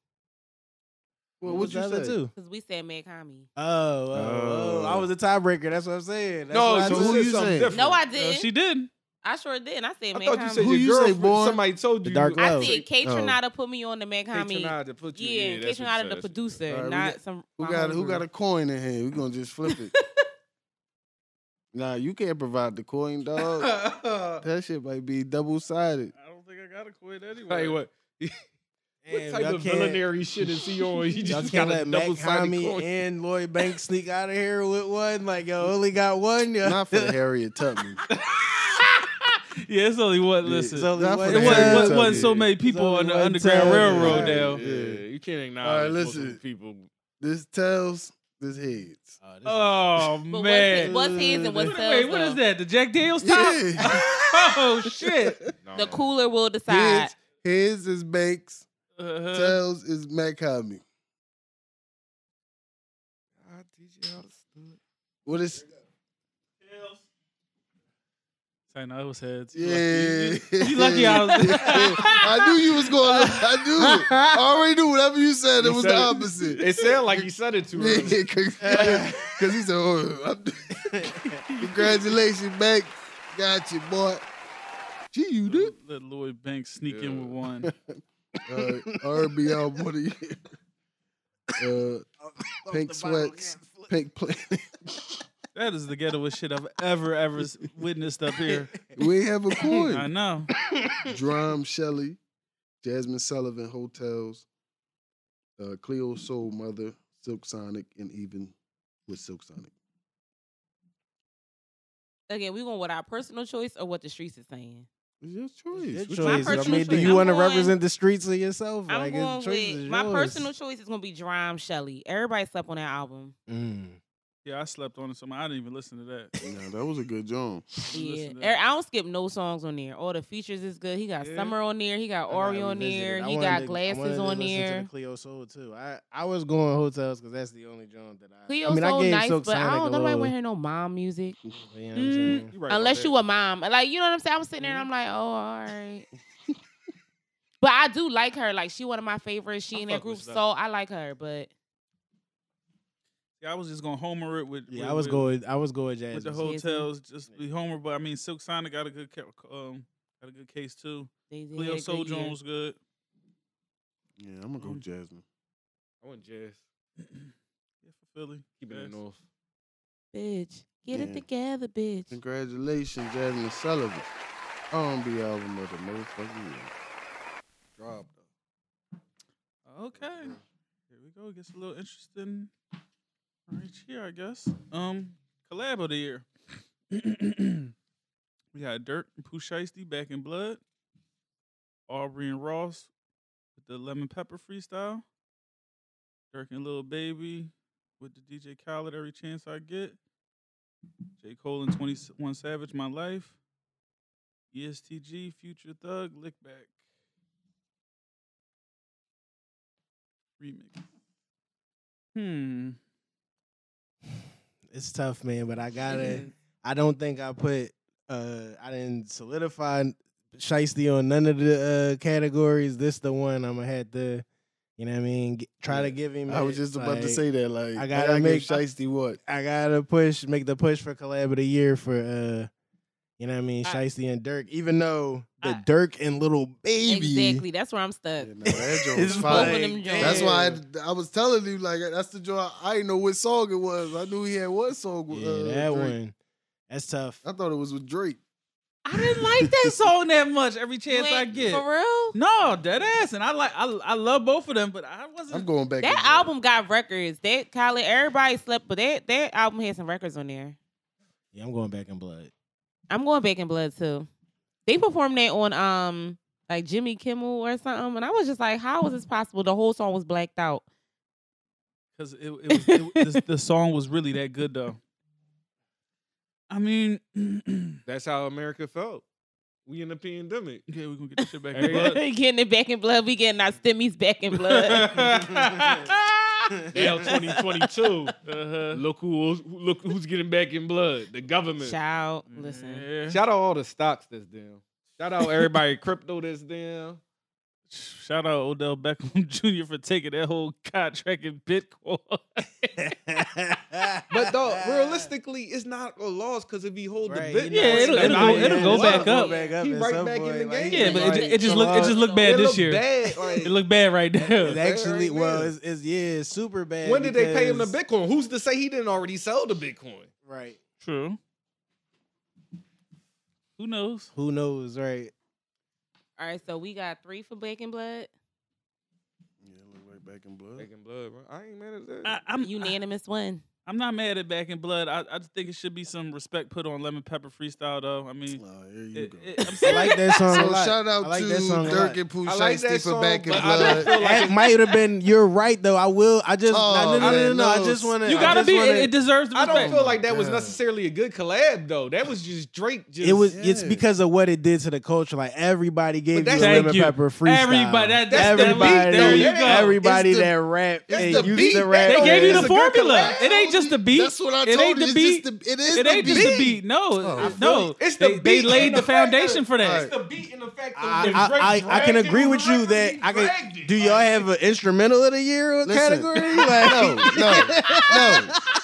[SPEAKER 5] Well, what'd
[SPEAKER 7] What was the
[SPEAKER 5] you
[SPEAKER 7] other
[SPEAKER 5] say?
[SPEAKER 7] two?
[SPEAKER 8] because we said Mad Comedy.
[SPEAKER 7] Oh, oh, oh, I
[SPEAKER 5] Oh.
[SPEAKER 7] was a tiebreaker. That's what I'm saying. That's
[SPEAKER 6] No,
[SPEAKER 7] what I
[SPEAKER 6] so
[SPEAKER 7] told
[SPEAKER 6] who
[SPEAKER 7] you.
[SPEAKER 6] you
[SPEAKER 5] saying?
[SPEAKER 6] saying?
[SPEAKER 8] No, I
[SPEAKER 1] No,
[SPEAKER 8] didn't.
[SPEAKER 1] Uh, she did.
[SPEAKER 8] I sure did. I said
[SPEAKER 6] I
[SPEAKER 8] Mad
[SPEAKER 6] thought you
[SPEAKER 8] Comedy.
[SPEAKER 6] said
[SPEAKER 5] Who
[SPEAKER 6] your
[SPEAKER 5] you say,
[SPEAKER 6] girlfriend.
[SPEAKER 5] boy?
[SPEAKER 6] Somebody told
[SPEAKER 7] The
[SPEAKER 6] you.
[SPEAKER 7] Dark
[SPEAKER 6] you-
[SPEAKER 8] I
[SPEAKER 7] Love.
[SPEAKER 8] said K
[SPEAKER 5] Oh.
[SPEAKER 8] Trinata put me on the Mad Comedy.
[SPEAKER 6] K to put you.
[SPEAKER 8] Yeah,
[SPEAKER 6] Yeah,
[SPEAKER 8] in case
[SPEAKER 6] that's
[SPEAKER 8] you're
[SPEAKER 6] what
[SPEAKER 8] not
[SPEAKER 6] you
[SPEAKER 8] the
[SPEAKER 6] said.
[SPEAKER 8] producer,
[SPEAKER 5] All right, we
[SPEAKER 8] not
[SPEAKER 5] got-
[SPEAKER 8] some.
[SPEAKER 5] Who
[SPEAKER 8] my
[SPEAKER 5] got who
[SPEAKER 8] homegirl.
[SPEAKER 5] got a coin in hand? We're gonna just flip it. nah, you can't provide the coin, dog. that shit might be double sided.
[SPEAKER 1] I don't think I got a quit anyway.
[SPEAKER 6] Tell you what.
[SPEAKER 7] Damn,
[SPEAKER 6] What type
[SPEAKER 7] y'all
[SPEAKER 6] of
[SPEAKER 7] can't-
[SPEAKER 6] villainary shit is he on? He
[SPEAKER 7] Y'all
[SPEAKER 6] just
[SPEAKER 7] can't
[SPEAKER 6] got a
[SPEAKER 7] let Matt
[SPEAKER 6] double sided
[SPEAKER 7] Hami
[SPEAKER 6] coin.
[SPEAKER 7] and Lloyd Banks sneak out of here with one. Like, yo, only got one. Yo.
[SPEAKER 5] Not for the Harriet Tubman.
[SPEAKER 1] yeah, it's only what. Listen,
[SPEAKER 7] It's only
[SPEAKER 5] Not for
[SPEAKER 7] one
[SPEAKER 1] it
[SPEAKER 5] the
[SPEAKER 1] wasn't, wasn't,
[SPEAKER 5] Harriet
[SPEAKER 7] time.
[SPEAKER 5] Tubman.
[SPEAKER 1] wasn't so many people
[SPEAKER 7] only
[SPEAKER 1] on the
[SPEAKER 7] one
[SPEAKER 1] Underground
[SPEAKER 7] time.
[SPEAKER 1] Railroad
[SPEAKER 5] Right.
[SPEAKER 1] now.
[SPEAKER 5] Yeah.
[SPEAKER 6] you
[SPEAKER 5] All
[SPEAKER 6] can't
[SPEAKER 5] right,
[SPEAKER 6] acknowledge multiple
[SPEAKER 5] listen.
[SPEAKER 6] people. Uh,
[SPEAKER 5] This tails, this heads.
[SPEAKER 1] Oh
[SPEAKER 8] But
[SPEAKER 1] man,
[SPEAKER 8] what's, what's his and what's
[SPEAKER 1] Wait, wait, what is that?
[SPEAKER 8] that?
[SPEAKER 1] The Jack Daniels top?
[SPEAKER 5] Yeah.
[SPEAKER 1] oh shit!
[SPEAKER 8] The
[SPEAKER 6] No.
[SPEAKER 8] cooler will decide.
[SPEAKER 5] Heads, heads is Banks,
[SPEAKER 1] Uh,
[SPEAKER 5] tails is Mac Hami.
[SPEAKER 6] I teach you how to stood.
[SPEAKER 5] What is
[SPEAKER 1] I know it was heads. You
[SPEAKER 5] yeah?
[SPEAKER 1] lucky- You, you lucky I was.
[SPEAKER 5] I knew you was going. I knew. It. I already knew whatever you said. It
[SPEAKER 6] You
[SPEAKER 5] was
[SPEAKER 6] said
[SPEAKER 5] the
[SPEAKER 6] it.
[SPEAKER 5] opposite.
[SPEAKER 6] It sounded like you said it too early.
[SPEAKER 5] Because he said, oh, I'm congratulations, Mac. Got you, boy. Gee, you did.
[SPEAKER 1] Let Lloyd Banks sneak
[SPEAKER 6] Yeah.
[SPEAKER 1] in with one.
[SPEAKER 5] Uh, RBL, what you? Uh, pink sweats, pink planet.
[SPEAKER 1] That is the ghettoest shit I've ever ever s- witnessed up here.
[SPEAKER 5] We ain't have a
[SPEAKER 1] I
[SPEAKER 5] coin.
[SPEAKER 1] know.
[SPEAKER 5] Drum Shelley, Jasmine Sullivan, Hotels, uh, Cleo Soul Mother, Silk Sonic, and even with Silk Sonic.
[SPEAKER 8] Again, we going with our personal choice or what the streets is saying.
[SPEAKER 5] It's your
[SPEAKER 7] Your
[SPEAKER 5] choice. What you-
[SPEAKER 7] choice. I
[SPEAKER 8] personal
[SPEAKER 7] mean, do
[SPEAKER 8] choice.
[SPEAKER 7] you
[SPEAKER 8] I'm
[SPEAKER 7] want to
[SPEAKER 8] going-
[SPEAKER 7] represent the streets of yourself?
[SPEAKER 8] I'm
[SPEAKER 7] like,
[SPEAKER 8] going
[SPEAKER 7] it's
[SPEAKER 8] with
[SPEAKER 7] choice is
[SPEAKER 8] my
[SPEAKER 7] yours.
[SPEAKER 8] personal choice is gonna be Drime Shelley. Everybody slept on that album.
[SPEAKER 7] Mm.
[SPEAKER 1] Yeah, I slept on it so much. I didn't even listen to that.
[SPEAKER 5] Nah, that was a good job.
[SPEAKER 8] Yeah,
[SPEAKER 1] listen to
[SPEAKER 8] Er-
[SPEAKER 1] that.
[SPEAKER 8] I don't skip no songs on there. All the features is good. He got
[SPEAKER 1] Yeah.
[SPEAKER 8] Summer on there. He got
[SPEAKER 7] I gotta
[SPEAKER 8] Ori on
[SPEAKER 7] revisit it.
[SPEAKER 8] there.
[SPEAKER 7] I wanted
[SPEAKER 8] He got
[SPEAKER 7] to- I wanted
[SPEAKER 8] Glasses
[SPEAKER 7] to
[SPEAKER 8] on
[SPEAKER 7] listen to
[SPEAKER 8] there.
[SPEAKER 7] the Cleo Soul too. I, I was going hotels because that's the only joint that I.
[SPEAKER 8] Cleo
[SPEAKER 7] I mean,
[SPEAKER 8] so
[SPEAKER 7] I gave
[SPEAKER 8] nice,
[SPEAKER 7] Silk
[SPEAKER 8] but I
[SPEAKER 7] Sonic
[SPEAKER 8] don't.
[SPEAKER 7] a
[SPEAKER 8] Nobody want to
[SPEAKER 7] little,
[SPEAKER 8] hear no mom music
[SPEAKER 7] you know what I'm saying?
[SPEAKER 1] Mm, you right Mm-hmm. about
[SPEAKER 8] unless
[SPEAKER 1] that.
[SPEAKER 8] you a mom. Like you know what I'm saying. I'm sitting there and I'm like, oh, all right. but I do like her. Like she one of my favorites. She
[SPEAKER 1] I
[SPEAKER 8] in that
[SPEAKER 1] fuck with
[SPEAKER 8] group,
[SPEAKER 1] Steph.
[SPEAKER 8] so I like her. But
[SPEAKER 1] Yeah, I was just gonna homer it with.
[SPEAKER 7] Yeah,
[SPEAKER 1] with-
[SPEAKER 7] I was
[SPEAKER 1] with-
[SPEAKER 7] going. I was going jazz.
[SPEAKER 1] with the
[SPEAKER 8] Jay-Z.
[SPEAKER 1] hotels. Just be homer, but I mean, Silk Sonic got a good ca- um got a good case too.
[SPEAKER 8] Jay-Z had a
[SPEAKER 1] Cleo
[SPEAKER 8] good
[SPEAKER 1] Soul
[SPEAKER 8] year.
[SPEAKER 1] Jones was good.
[SPEAKER 5] Yeah, I'm gonna go
[SPEAKER 7] Mm.
[SPEAKER 1] Um,
[SPEAKER 5] Jasmine.
[SPEAKER 6] I want jazz.
[SPEAKER 1] yeah, for Philly.
[SPEAKER 6] Keep it
[SPEAKER 1] Yes.
[SPEAKER 6] in the north.
[SPEAKER 8] Bitch, get it
[SPEAKER 5] Yeah.
[SPEAKER 8] together, bitch.
[SPEAKER 5] Congratulations, Jasmine Sullivan. R&B album of the motherfucking year. Drop.
[SPEAKER 1] Okay. Here we go. Gets a little interesting right here, I guess. Um, collab of the year. we got Dirk and Pooh Shiesty back in blood. Aubrey and Ross with the lemon pepper freestyle. Dirk and Lil Baby with the DJ Khaled every chance I get. J. Cole and 21 Savage, My Life. E ESTG, Future Thug, Lick Back. Remix. Hmm.
[SPEAKER 7] It's tough, man. But I
[SPEAKER 5] Mm-hmm.
[SPEAKER 7] gotta. I don't think I put. uh I didn't solidify Shiesty on none of the uh categories. This the one I'm gonna have to. You know what I mean? G try to
[SPEAKER 5] Yeah.
[SPEAKER 7] give him.
[SPEAKER 5] I was
[SPEAKER 7] it,
[SPEAKER 5] just about to
[SPEAKER 7] like,
[SPEAKER 5] say that. Like,
[SPEAKER 7] I
[SPEAKER 5] I
[SPEAKER 7] gotta
[SPEAKER 5] gotta,
[SPEAKER 7] make-
[SPEAKER 5] make Shiesty what?
[SPEAKER 7] I gotta push, make the push for collab of the year for uh, you know what I mean,
[SPEAKER 8] I-
[SPEAKER 7] Shiesty and Dirk. Even though the
[SPEAKER 8] I-
[SPEAKER 7] Dirk and little baby,
[SPEAKER 8] Exactly. That's where I'm stuck.
[SPEAKER 5] Yeah, no, that joint
[SPEAKER 7] It's
[SPEAKER 5] was
[SPEAKER 8] Both of
[SPEAKER 5] fire.
[SPEAKER 7] like-
[SPEAKER 8] them joints.
[SPEAKER 5] That's why I, I was telling you, like, that's the joint. I didn't know what song it was. I knew he had one song. with,
[SPEAKER 7] yeah,
[SPEAKER 5] uh,
[SPEAKER 7] that
[SPEAKER 5] Drake.
[SPEAKER 7] one, that's tough.
[SPEAKER 5] I thought it was with Drake.
[SPEAKER 1] I didn't like that song that much. Every chance I
[SPEAKER 8] Wait,
[SPEAKER 1] get,
[SPEAKER 8] For real?
[SPEAKER 1] no dead ass, and I like I, I love both of them, but I
[SPEAKER 5] I'm
[SPEAKER 1] wasn't.
[SPEAKER 5] going back.
[SPEAKER 8] That
[SPEAKER 5] to Drake.
[SPEAKER 8] album got records. That Khaled, everybody slept, but that that album had some records on there.
[SPEAKER 7] Yeah, I'm going back in blood.
[SPEAKER 8] I'm going Back in Blood too. They performed that on um like Jimmy Kimmel or something, and I was just like, how is this possible? The whole song was blacked out.
[SPEAKER 1] Because it, it was it, was- the, the song was really that good though. I mean, okay,
[SPEAKER 6] That's how America felt. We in the pandemic.
[SPEAKER 1] we're gonna get this shit back. in
[SPEAKER 6] Everybody-
[SPEAKER 1] blood.
[SPEAKER 8] getting it back in blood. We getting our stimmies back in blood.
[SPEAKER 6] Now 2022.
[SPEAKER 1] Uh-huh.
[SPEAKER 6] Look who look who's getting back in blood. The government.
[SPEAKER 8] Child, listen.
[SPEAKER 1] Yeah.
[SPEAKER 6] Shout out all the stocks that's down. Shout out everybody crypto that's down.
[SPEAKER 1] Shout out Odell Beckham Jr. for taking that whole contract in Bitcoin.
[SPEAKER 6] But though, realistically, it's not a loss because if he hold
[SPEAKER 7] Right,
[SPEAKER 6] the bit,
[SPEAKER 7] you know,
[SPEAKER 1] Yeah, it'll-
[SPEAKER 7] it's
[SPEAKER 1] it'll
[SPEAKER 7] gonna
[SPEAKER 1] go- it'll go
[SPEAKER 7] it's
[SPEAKER 1] back
[SPEAKER 7] gonna go
[SPEAKER 1] up.
[SPEAKER 7] at
[SPEAKER 6] He right
[SPEAKER 7] some
[SPEAKER 6] back in
[SPEAKER 7] point,
[SPEAKER 6] the
[SPEAKER 7] like,
[SPEAKER 6] game.
[SPEAKER 1] yeah, but it,
[SPEAKER 6] Right.
[SPEAKER 1] it just look it just looked
[SPEAKER 6] It
[SPEAKER 1] bad
[SPEAKER 6] look
[SPEAKER 1] this year.
[SPEAKER 6] Bad. Like,
[SPEAKER 1] It looked bad right
[SPEAKER 7] It's
[SPEAKER 1] now.
[SPEAKER 7] actually
[SPEAKER 6] right
[SPEAKER 7] well,
[SPEAKER 6] now.
[SPEAKER 7] it's, it's yeah, it's super bad.
[SPEAKER 6] when did they pay him the
[SPEAKER 7] because-
[SPEAKER 6] Bitcoin? Who's to say he didn't already sell the Bitcoin?
[SPEAKER 7] Right.
[SPEAKER 1] True. Who knows?
[SPEAKER 7] Who knows, right?
[SPEAKER 8] All right, so we got three for Back in Blood.
[SPEAKER 5] Yeah, look like Back in Blood.
[SPEAKER 6] Making blood, bro. I ain't mad at that.
[SPEAKER 1] I, I'm I-
[SPEAKER 8] Unanimous one.
[SPEAKER 1] I'm not mad at Back in Blood. I, I just think it should be some respect put on Lemon Pepper Freestyle, though. I mean,
[SPEAKER 5] Oh, there you
[SPEAKER 1] it,
[SPEAKER 5] go.
[SPEAKER 1] it- I'm
[SPEAKER 7] I
[SPEAKER 1] saying,
[SPEAKER 7] like that song a
[SPEAKER 5] so
[SPEAKER 7] lot.
[SPEAKER 5] shout out
[SPEAKER 7] I like
[SPEAKER 5] to
[SPEAKER 7] that song a lot.
[SPEAKER 5] Dirk and Pooh
[SPEAKER 6] I like that
[SPEAKER 5] Shiesty for
[SPEAKER 6] song,
[SPEAKER 5] Back in
[SPEAKER 6] but I
[SPEAKER 5] Blood.
[SPEAKER 6] don't feel like
[SPEAKER 7] that might have been. You're right though. I will. I just no, no, no, no, no, no. I
[SPEAKER 5] Oh,
[SPEAKER 7] just want to.
[SPEAKER 1] you gotta be.
[SPEAKER 7] Wanna,
[SPEAKER 1] it, it deserves the
[SPEAKER 6] I
[SPEAKER 1] respect.
[SPEAKER 6] don't feel like that was
[SPEAKER 5] God.
[SPEAKER 6] necessarily a good collab though. That was just Drake. Just
[SPEAKER 7] It was. It's
[SPEAKER 5] Yeah.
[SPEAKER 7] because of what it did to the culture. Like everybody gave you a
[SPEAKER 6] that's-
[SPEAKER 7] lemon
[SPEAKER 1] Thank you.
[SPEAKER 7] pepper freestyle.
[SPEAKER 1] Everybody- that- that's the
[SPEAKER 7] everybody,
[SPEAKER 6] beat,
[SPEAKER 7] that-
[SPEAKER 6] though. There you go.
[SPEAKER 7] everybody
[SPEAKER 5] It's the-
[SPEAKER 7] that rap,
[SPEAKER 5] it's
[SPEAKER 7] they
[SPEAKER 5] the
[SPEAKER 7] used
[SPEAKER 5] beat.
[SPEAKER 7] to rap.
[SPEAKER 1] They
[SPEAKER 5] Oh,
[SPEAKER 1] gave you
[SPEAKER 5] it's
[SPEAKER 1] the
[SPEAKER 5] a good
[SPEAKER 1] formula.
[SPEAKER 5] collab.
[SPEAKER 1] It ain't just the beat.
[SPEAKER 5] That's what I
[SPEAKER 1] it
[SPEAKER 5] told
[SPEAKER 1] ain't the
[SPEAKER 5] you. It's
[SPEAKER 1] beat.
[SPEAKER 5] just the- it is
[SPEAKER 1] it
[SPEAKER 5] the
[SPEAKER 1] ain't just the
[SPEAKER 5] beat.
[SPEAKER 1] beat. No,
[SPEAKER 5] Oh,
[SPEAKER 1] I-
[SPEAKER 5] it's
[SPEAKER 1] no.
[SPEAKER 6] the- it's the
[SPEAKER 1] they, They
[SPEAKER 6] beat
[SPEAKER 1] laid
[SPEAKER 6] and
[SPEAKER 1] the
[SPEAKER 6] the fact that-
[SPEAKER 1] foundation for that.
[SPEAKER 5] Alright.
[SPEAKER 6] It's the beat and the fact that if Drake
[SPEAKER 7] I, I, I, I can
[SPEAKER 6] dragged it
[SPEAKER 7] agree
[SPEAKER 6] on
[SPEAKER 7] with you
[SPEAKER 6] record,
[SPEAKER 7] that
[SPEAKER 6] he
[SPEAKER 7] I
[SPEAKER 6] dragged
[SPEAKER 7] can.
[SPEAKER 6] it.
[SPEAKER 7] Do y'all
[SPEAKER 6] Like,
[SPEAKER 7] have an instrumental of the year or
[SPEAKER 5] Listen.
[SPEAKER 7] category? Like,
[SPEAKER 5] no, no, no, no.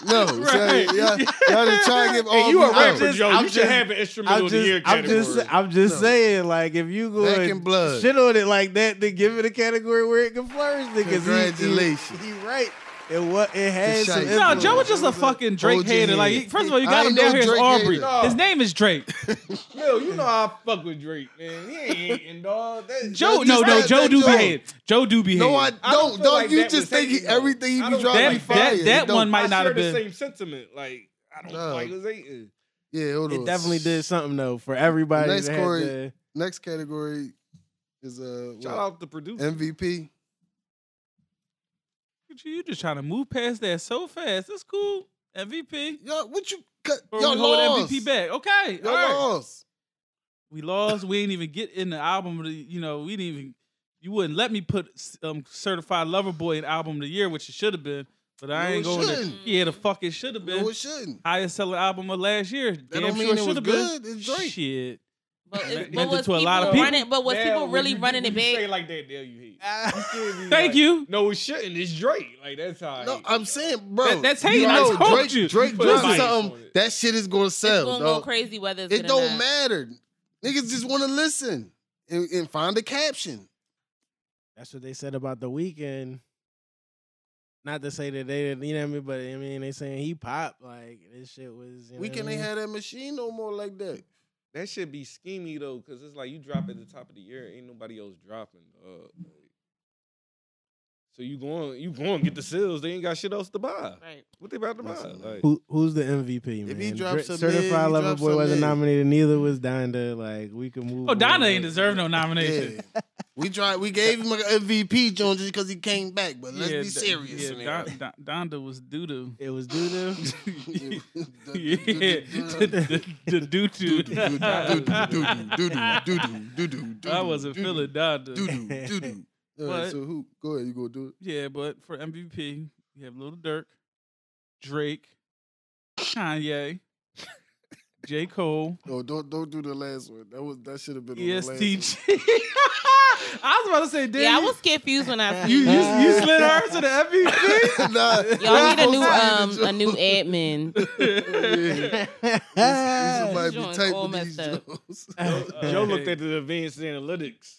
[SPEAKER 1] Right.
[SPEAKER 5] So, y'all, y'all didn't try to give all
[SPEAKER 6] Hey, you
[SPEAKER 5] the
[SPEAKER 6] a rapper,
[SPEAKER 5] out.
[SPEAKER 6] Joe.
[SPEAKER 7] I'm
[SPEAKER 6] you should
[SPEAKER 7] just-
[SPEAKER 6] have an instrumental
[SPEAKER 7] I'm
[SPEAKER 6] of the year
[SPEAKER 7] just, I'm
[SPEAKER 6] category.
[SPEAKER 7] just, I'm just
[SPEAKER 5] No.
[SPEAKER 7] saying, like, if you go
[SPEAKER 5] Back
[SPEAKER 7] and
[SPEAKER 5] in blood.
[SPEAKER 7] shit on it like that, then give it a category where it can flourish. Because
[SPEAKER 5] Congratulations.
[SPEAKER 7] he, he, right. It what it has some
[SPEAKER 5] Shite.
[SPEAKER 1] No,
[SPEAKER 7] influence.
[SPEAKER 1] Joe was just a fucking Drake
[SPEAKER 5] OG
[SPEAKER 1] hater. Like,
[SPEAKER 5] hater.
[SPEAKER 1] he- first of all, you
[SPEAKER 5] I
[SPEAKER 1] got
[SPEAKER 5] ain't
[SPEAKER 1] him down
[SPEAKER 5] no
[SPEAKER 1] here as
[SPEAKER 5] Drake
[SPEAKER 1] Aubrey.
[SPEAKER 5] hater.
[SPEAKER 1] His name is Drake.
[SPEAKER 6] Mill, you know I fuck with Drake, man. He ain't hating, dog. That-
[SPEAKER 1] Joe, no,
[SPEAKER 5] That's just
[SPEAKER 1] no,
[SPEAKER 5] that-
[SPEAKER 1] Joe
[SPEAKER 5] that
[SPEAKER 1] do be
[SPEAKER 5] Joe.
[SPEAKER 1] hating. Joe do be hating.
[SPEAKER 5] No, I
[SPEAKER 6] I don't
[SPEAKER 5] don't.
[SPEAKER 6] feel
[SPEAKER 5] Don't
[SPEAKER 6] like
[SPEAKER 5] you
[SPEAKER 6] that
[SPEAKER 5] just
[SPEAKER 6] was
[SPEAKER 5] think he,
[SPEAKER 6] hating, though.
[SPEAKER 5] everything he
[SPEAKER 6] I
[SPEAKER 5] be
[SPEAKER 6] don't-
[SPEAKER 5] dropping be
[SPEAKER 1] that that,
[SPEAKER 5] fire?
[SPEAKER 1] that
[SPEAKER 5] Don't-
[SPEAKER 1] one
[SPEAKER 6] I
[SPEAKER 1] might not
[SPEAKER 6] share
[SPEAKER 1] have
[SPEAKER 6] the
[SPEAKER 1] been.
[SPEAKER 6] same sentiment. Like I don't
[SPEAKER 5] No.
[SPEAKER 6] like was hating.
[SPEAKER 5] Yeah, hold on.
[SPEAKER 7] It definitely did something though for everybody.
[SPEAKER 5] Nice
[SPEAKER 7] that had
[SPEAKER 5] Corey.
[SPEAKER 7] the-
[SPEAKER 5] Next category is uh what?
[SPEAKER 6] Shout out the producer.
[SPEAKER 5] MVP.
[SPEAKER 1] Look at You you just trying to move past that so fast. That's cool. MVP.
[SPEAKER 5] Yo, what you cut?
[SPEAKER 1] Or
[SPEAKER 5] Y'all
[SPEAKER 1] we Oh, hold
[SPEAKER 5] lost.
[SPEAKER 1] MVP back. Okay.
[SPEAKER 5] Y'all
[SPEAKER 1] all right.
[SPEAKER 5] lost.
[SPEAKER 1] We lost. We didn't even get in the album. Of the, you know, we didn't even. You wouldn't let me put um, Certified Lover Boy in album of the year, which it should have been. But I
[SPEAKER 5] No,
[SPEAKER 1] ain't
[SPEAKER 5] it
[SPEAKER 1] going to.
[SPEAKER 5] shouldn't.
[SPEAKER 1] Yeah, the fuck it should have been.
[SPEAKER 5] No, it shouldn't.
[SPEAKER 1] Highest selling album of last year. Damn sure
[SPEAKER 5] don't mean
[SPEAKER 1] it
[SPEAKER 5] it
[SPEAKER 1] should
[SPEAKER 5] was
[SPEAKER 1] have been.
[SPEAKER 5] good. It's Drake.
[SPEAKER 1] Shit.
[SPEAKER 8] But,
[SPEAKER 1] And
[SPEAKER 8] it's-
[SPEAKER 1] that-
[SPEAKER 8] but
[SPEAKER 1] that did
[SPEAKER 8] was
[SPEAKER 1] to a
[SPEAKER 8] people,
[SPEAKER 1] lot of people.
[SPEAKER 8] running? But was
[SPEAKER 6] Now,
[SPEAKER 8] people
[SPEAKER 6] when
[SPEAKER 8] really
[SPEAKER 6] you-
[SPEAKER 8] running
[SPEAKER 6] when
[SPEAKER 8] it
[SPEAKER 6] you say
[SPEAKER 8] big?
[SPEAKER 6] it like that, Dale, you hate.
[SPEAKER 1] Thank you.
[SPEAKER 6] No, it shouldn't. It's Drake. Like that's how. I
[SPEAKER 5] No,
[SPEAKER 6] hate.
[SPEAKER 5] I'm saying, bro.
[SPEAKER 1] That- that's
[SPEAKER 5] you
[SPEAKER 1] hating. I
[SPEAKER 5] know,
[SPEAKER 1] told
[SPEAKER 5] Drake,
[SPEAKER 1] you.
[SPEAKER 5] Drake
[SPEAKER 6] Put
[SPEAKER 5] drops
[SPEAKER 6] bias on
[SPEAKER 5] something.
[SPEAKER 6] it.
[SPEAKER 5] That shit is gonna
[SPEAKER 8] It's
[SPEAKER 5] sell,
[SPEAKER 8] gonna go
[SPEAKER 5] dog.
[SPEAKER 8] crazy whether it's
[SPEAKER 5] It
[SPEAKER 8] good
[SPEAKER 5] don't
[SPEAKER 8] or not.
[SPEAKER 5] matter. Niggas just want to listen and, and find a caption.
[SPEAKER 7] That's what they said about the weekend. Not to say that they didn't, you know what I mean, but I mean they saying he popped like this shit was. You know
[SPEAKER 5] We
[SPEAKER 7] what I
[SPEAKER 5] can't
[SPEAKER 7] mean?
[SPEAKER 5] have that machine no more like that.
[SPEAKER 6] That should be schemy though, because it's like you drop at the top of the year, ain't nobody else dropping. Uh, so you going, you going to get the sales. They ain't got shit else to buy.
[SPEAKER 8] Right.
[SPEAKER 6] What they about to buy?
[SPEAKER 5] Listen,
[SPEAKER 6] Like,
[SPEAKER 7] Who who's the MVP man?
[SPEAKER 5] If he drops
[SPEAKER 7] Dra-
[SPEAKER 5] a
[SPEAKER 7] Certified
[SPEAKER 5] mid, he
[SPEAKER 7] Lover
[SPEAKER 5] drops
[SPEAKER 7] Boy
[SPEAKER 5] a
[SPEAKER 7] wasn't
[SPEAKER 5] mid.
[SPEAKER 7] nominated. Neither was Donda. Like we can move.
[SPEAKER 1] Oh, Donna
[SPEAKER 7] on.
[SPEAKER 1] ain't deserve no nomination.
[SPEAKER 5] Yeah. we tried. We gave him an MVP, Jones, just because he came back. But let's
[SPEAKER 1] Yeah,
[SPEAKER 5] be
[SPEAKER 1] D-
[SPEAKER 5] serious. in
[SPEAKER 1] Yeah,
[SPEAKER 5] here.
[SPEAKER 1] Don, Don, Donda was doo doo.
[SPEAKER 7] It was doo
[SPEAKER 1] yeah,
[SPEAKER 5] Yeah.
[SPEAKER 1] the the doo doo. I wasn't feeling Donda.
[SPEAKER 5] Doo-doo, doo-doo. All right,
[SPEAKER 1] But-
[SPEAKER 5] so who? Go ahead, you go do
[SPEAKER 1] Yeah, but for MVP, you have Little Dirk, Drake, Kanye, J Cole, E
[SPEAKER 5] it. No, don't don't do the last one. That was that should have been on
[SPEAKER 7] E
[SPEAKER 5] the last. one.
[SPEAKER 1] ESTG. I was about to say, damn.
[SPEAKER 8] Yeah, I was confused when I
[SPEAKER 1] You,
[SPEAKER 8] see
[SPEAKER 1] you, you slid her to the
[SPEAKER 5] nah,
[SPEAKER 8] y'all need a new
[SPEAKER 5] I'm
[SPEAKER 8] um
[SPEAKER 5] sorry,
[SPEAKER 8] a new admin.
[SPEAKER 1] MVP.
[SPEAKER 5] Yeah.
[SPEAKER 7] doo.
[SPEAKER 5] Somebody be
[SPEAKER 8] Joints all
[SPEAKER 5] typing these
[SPEAKER 8] messed up.
[SPEAKER 5] jokes.
[SPEAKER 6] Joe looked at the advanced analytics.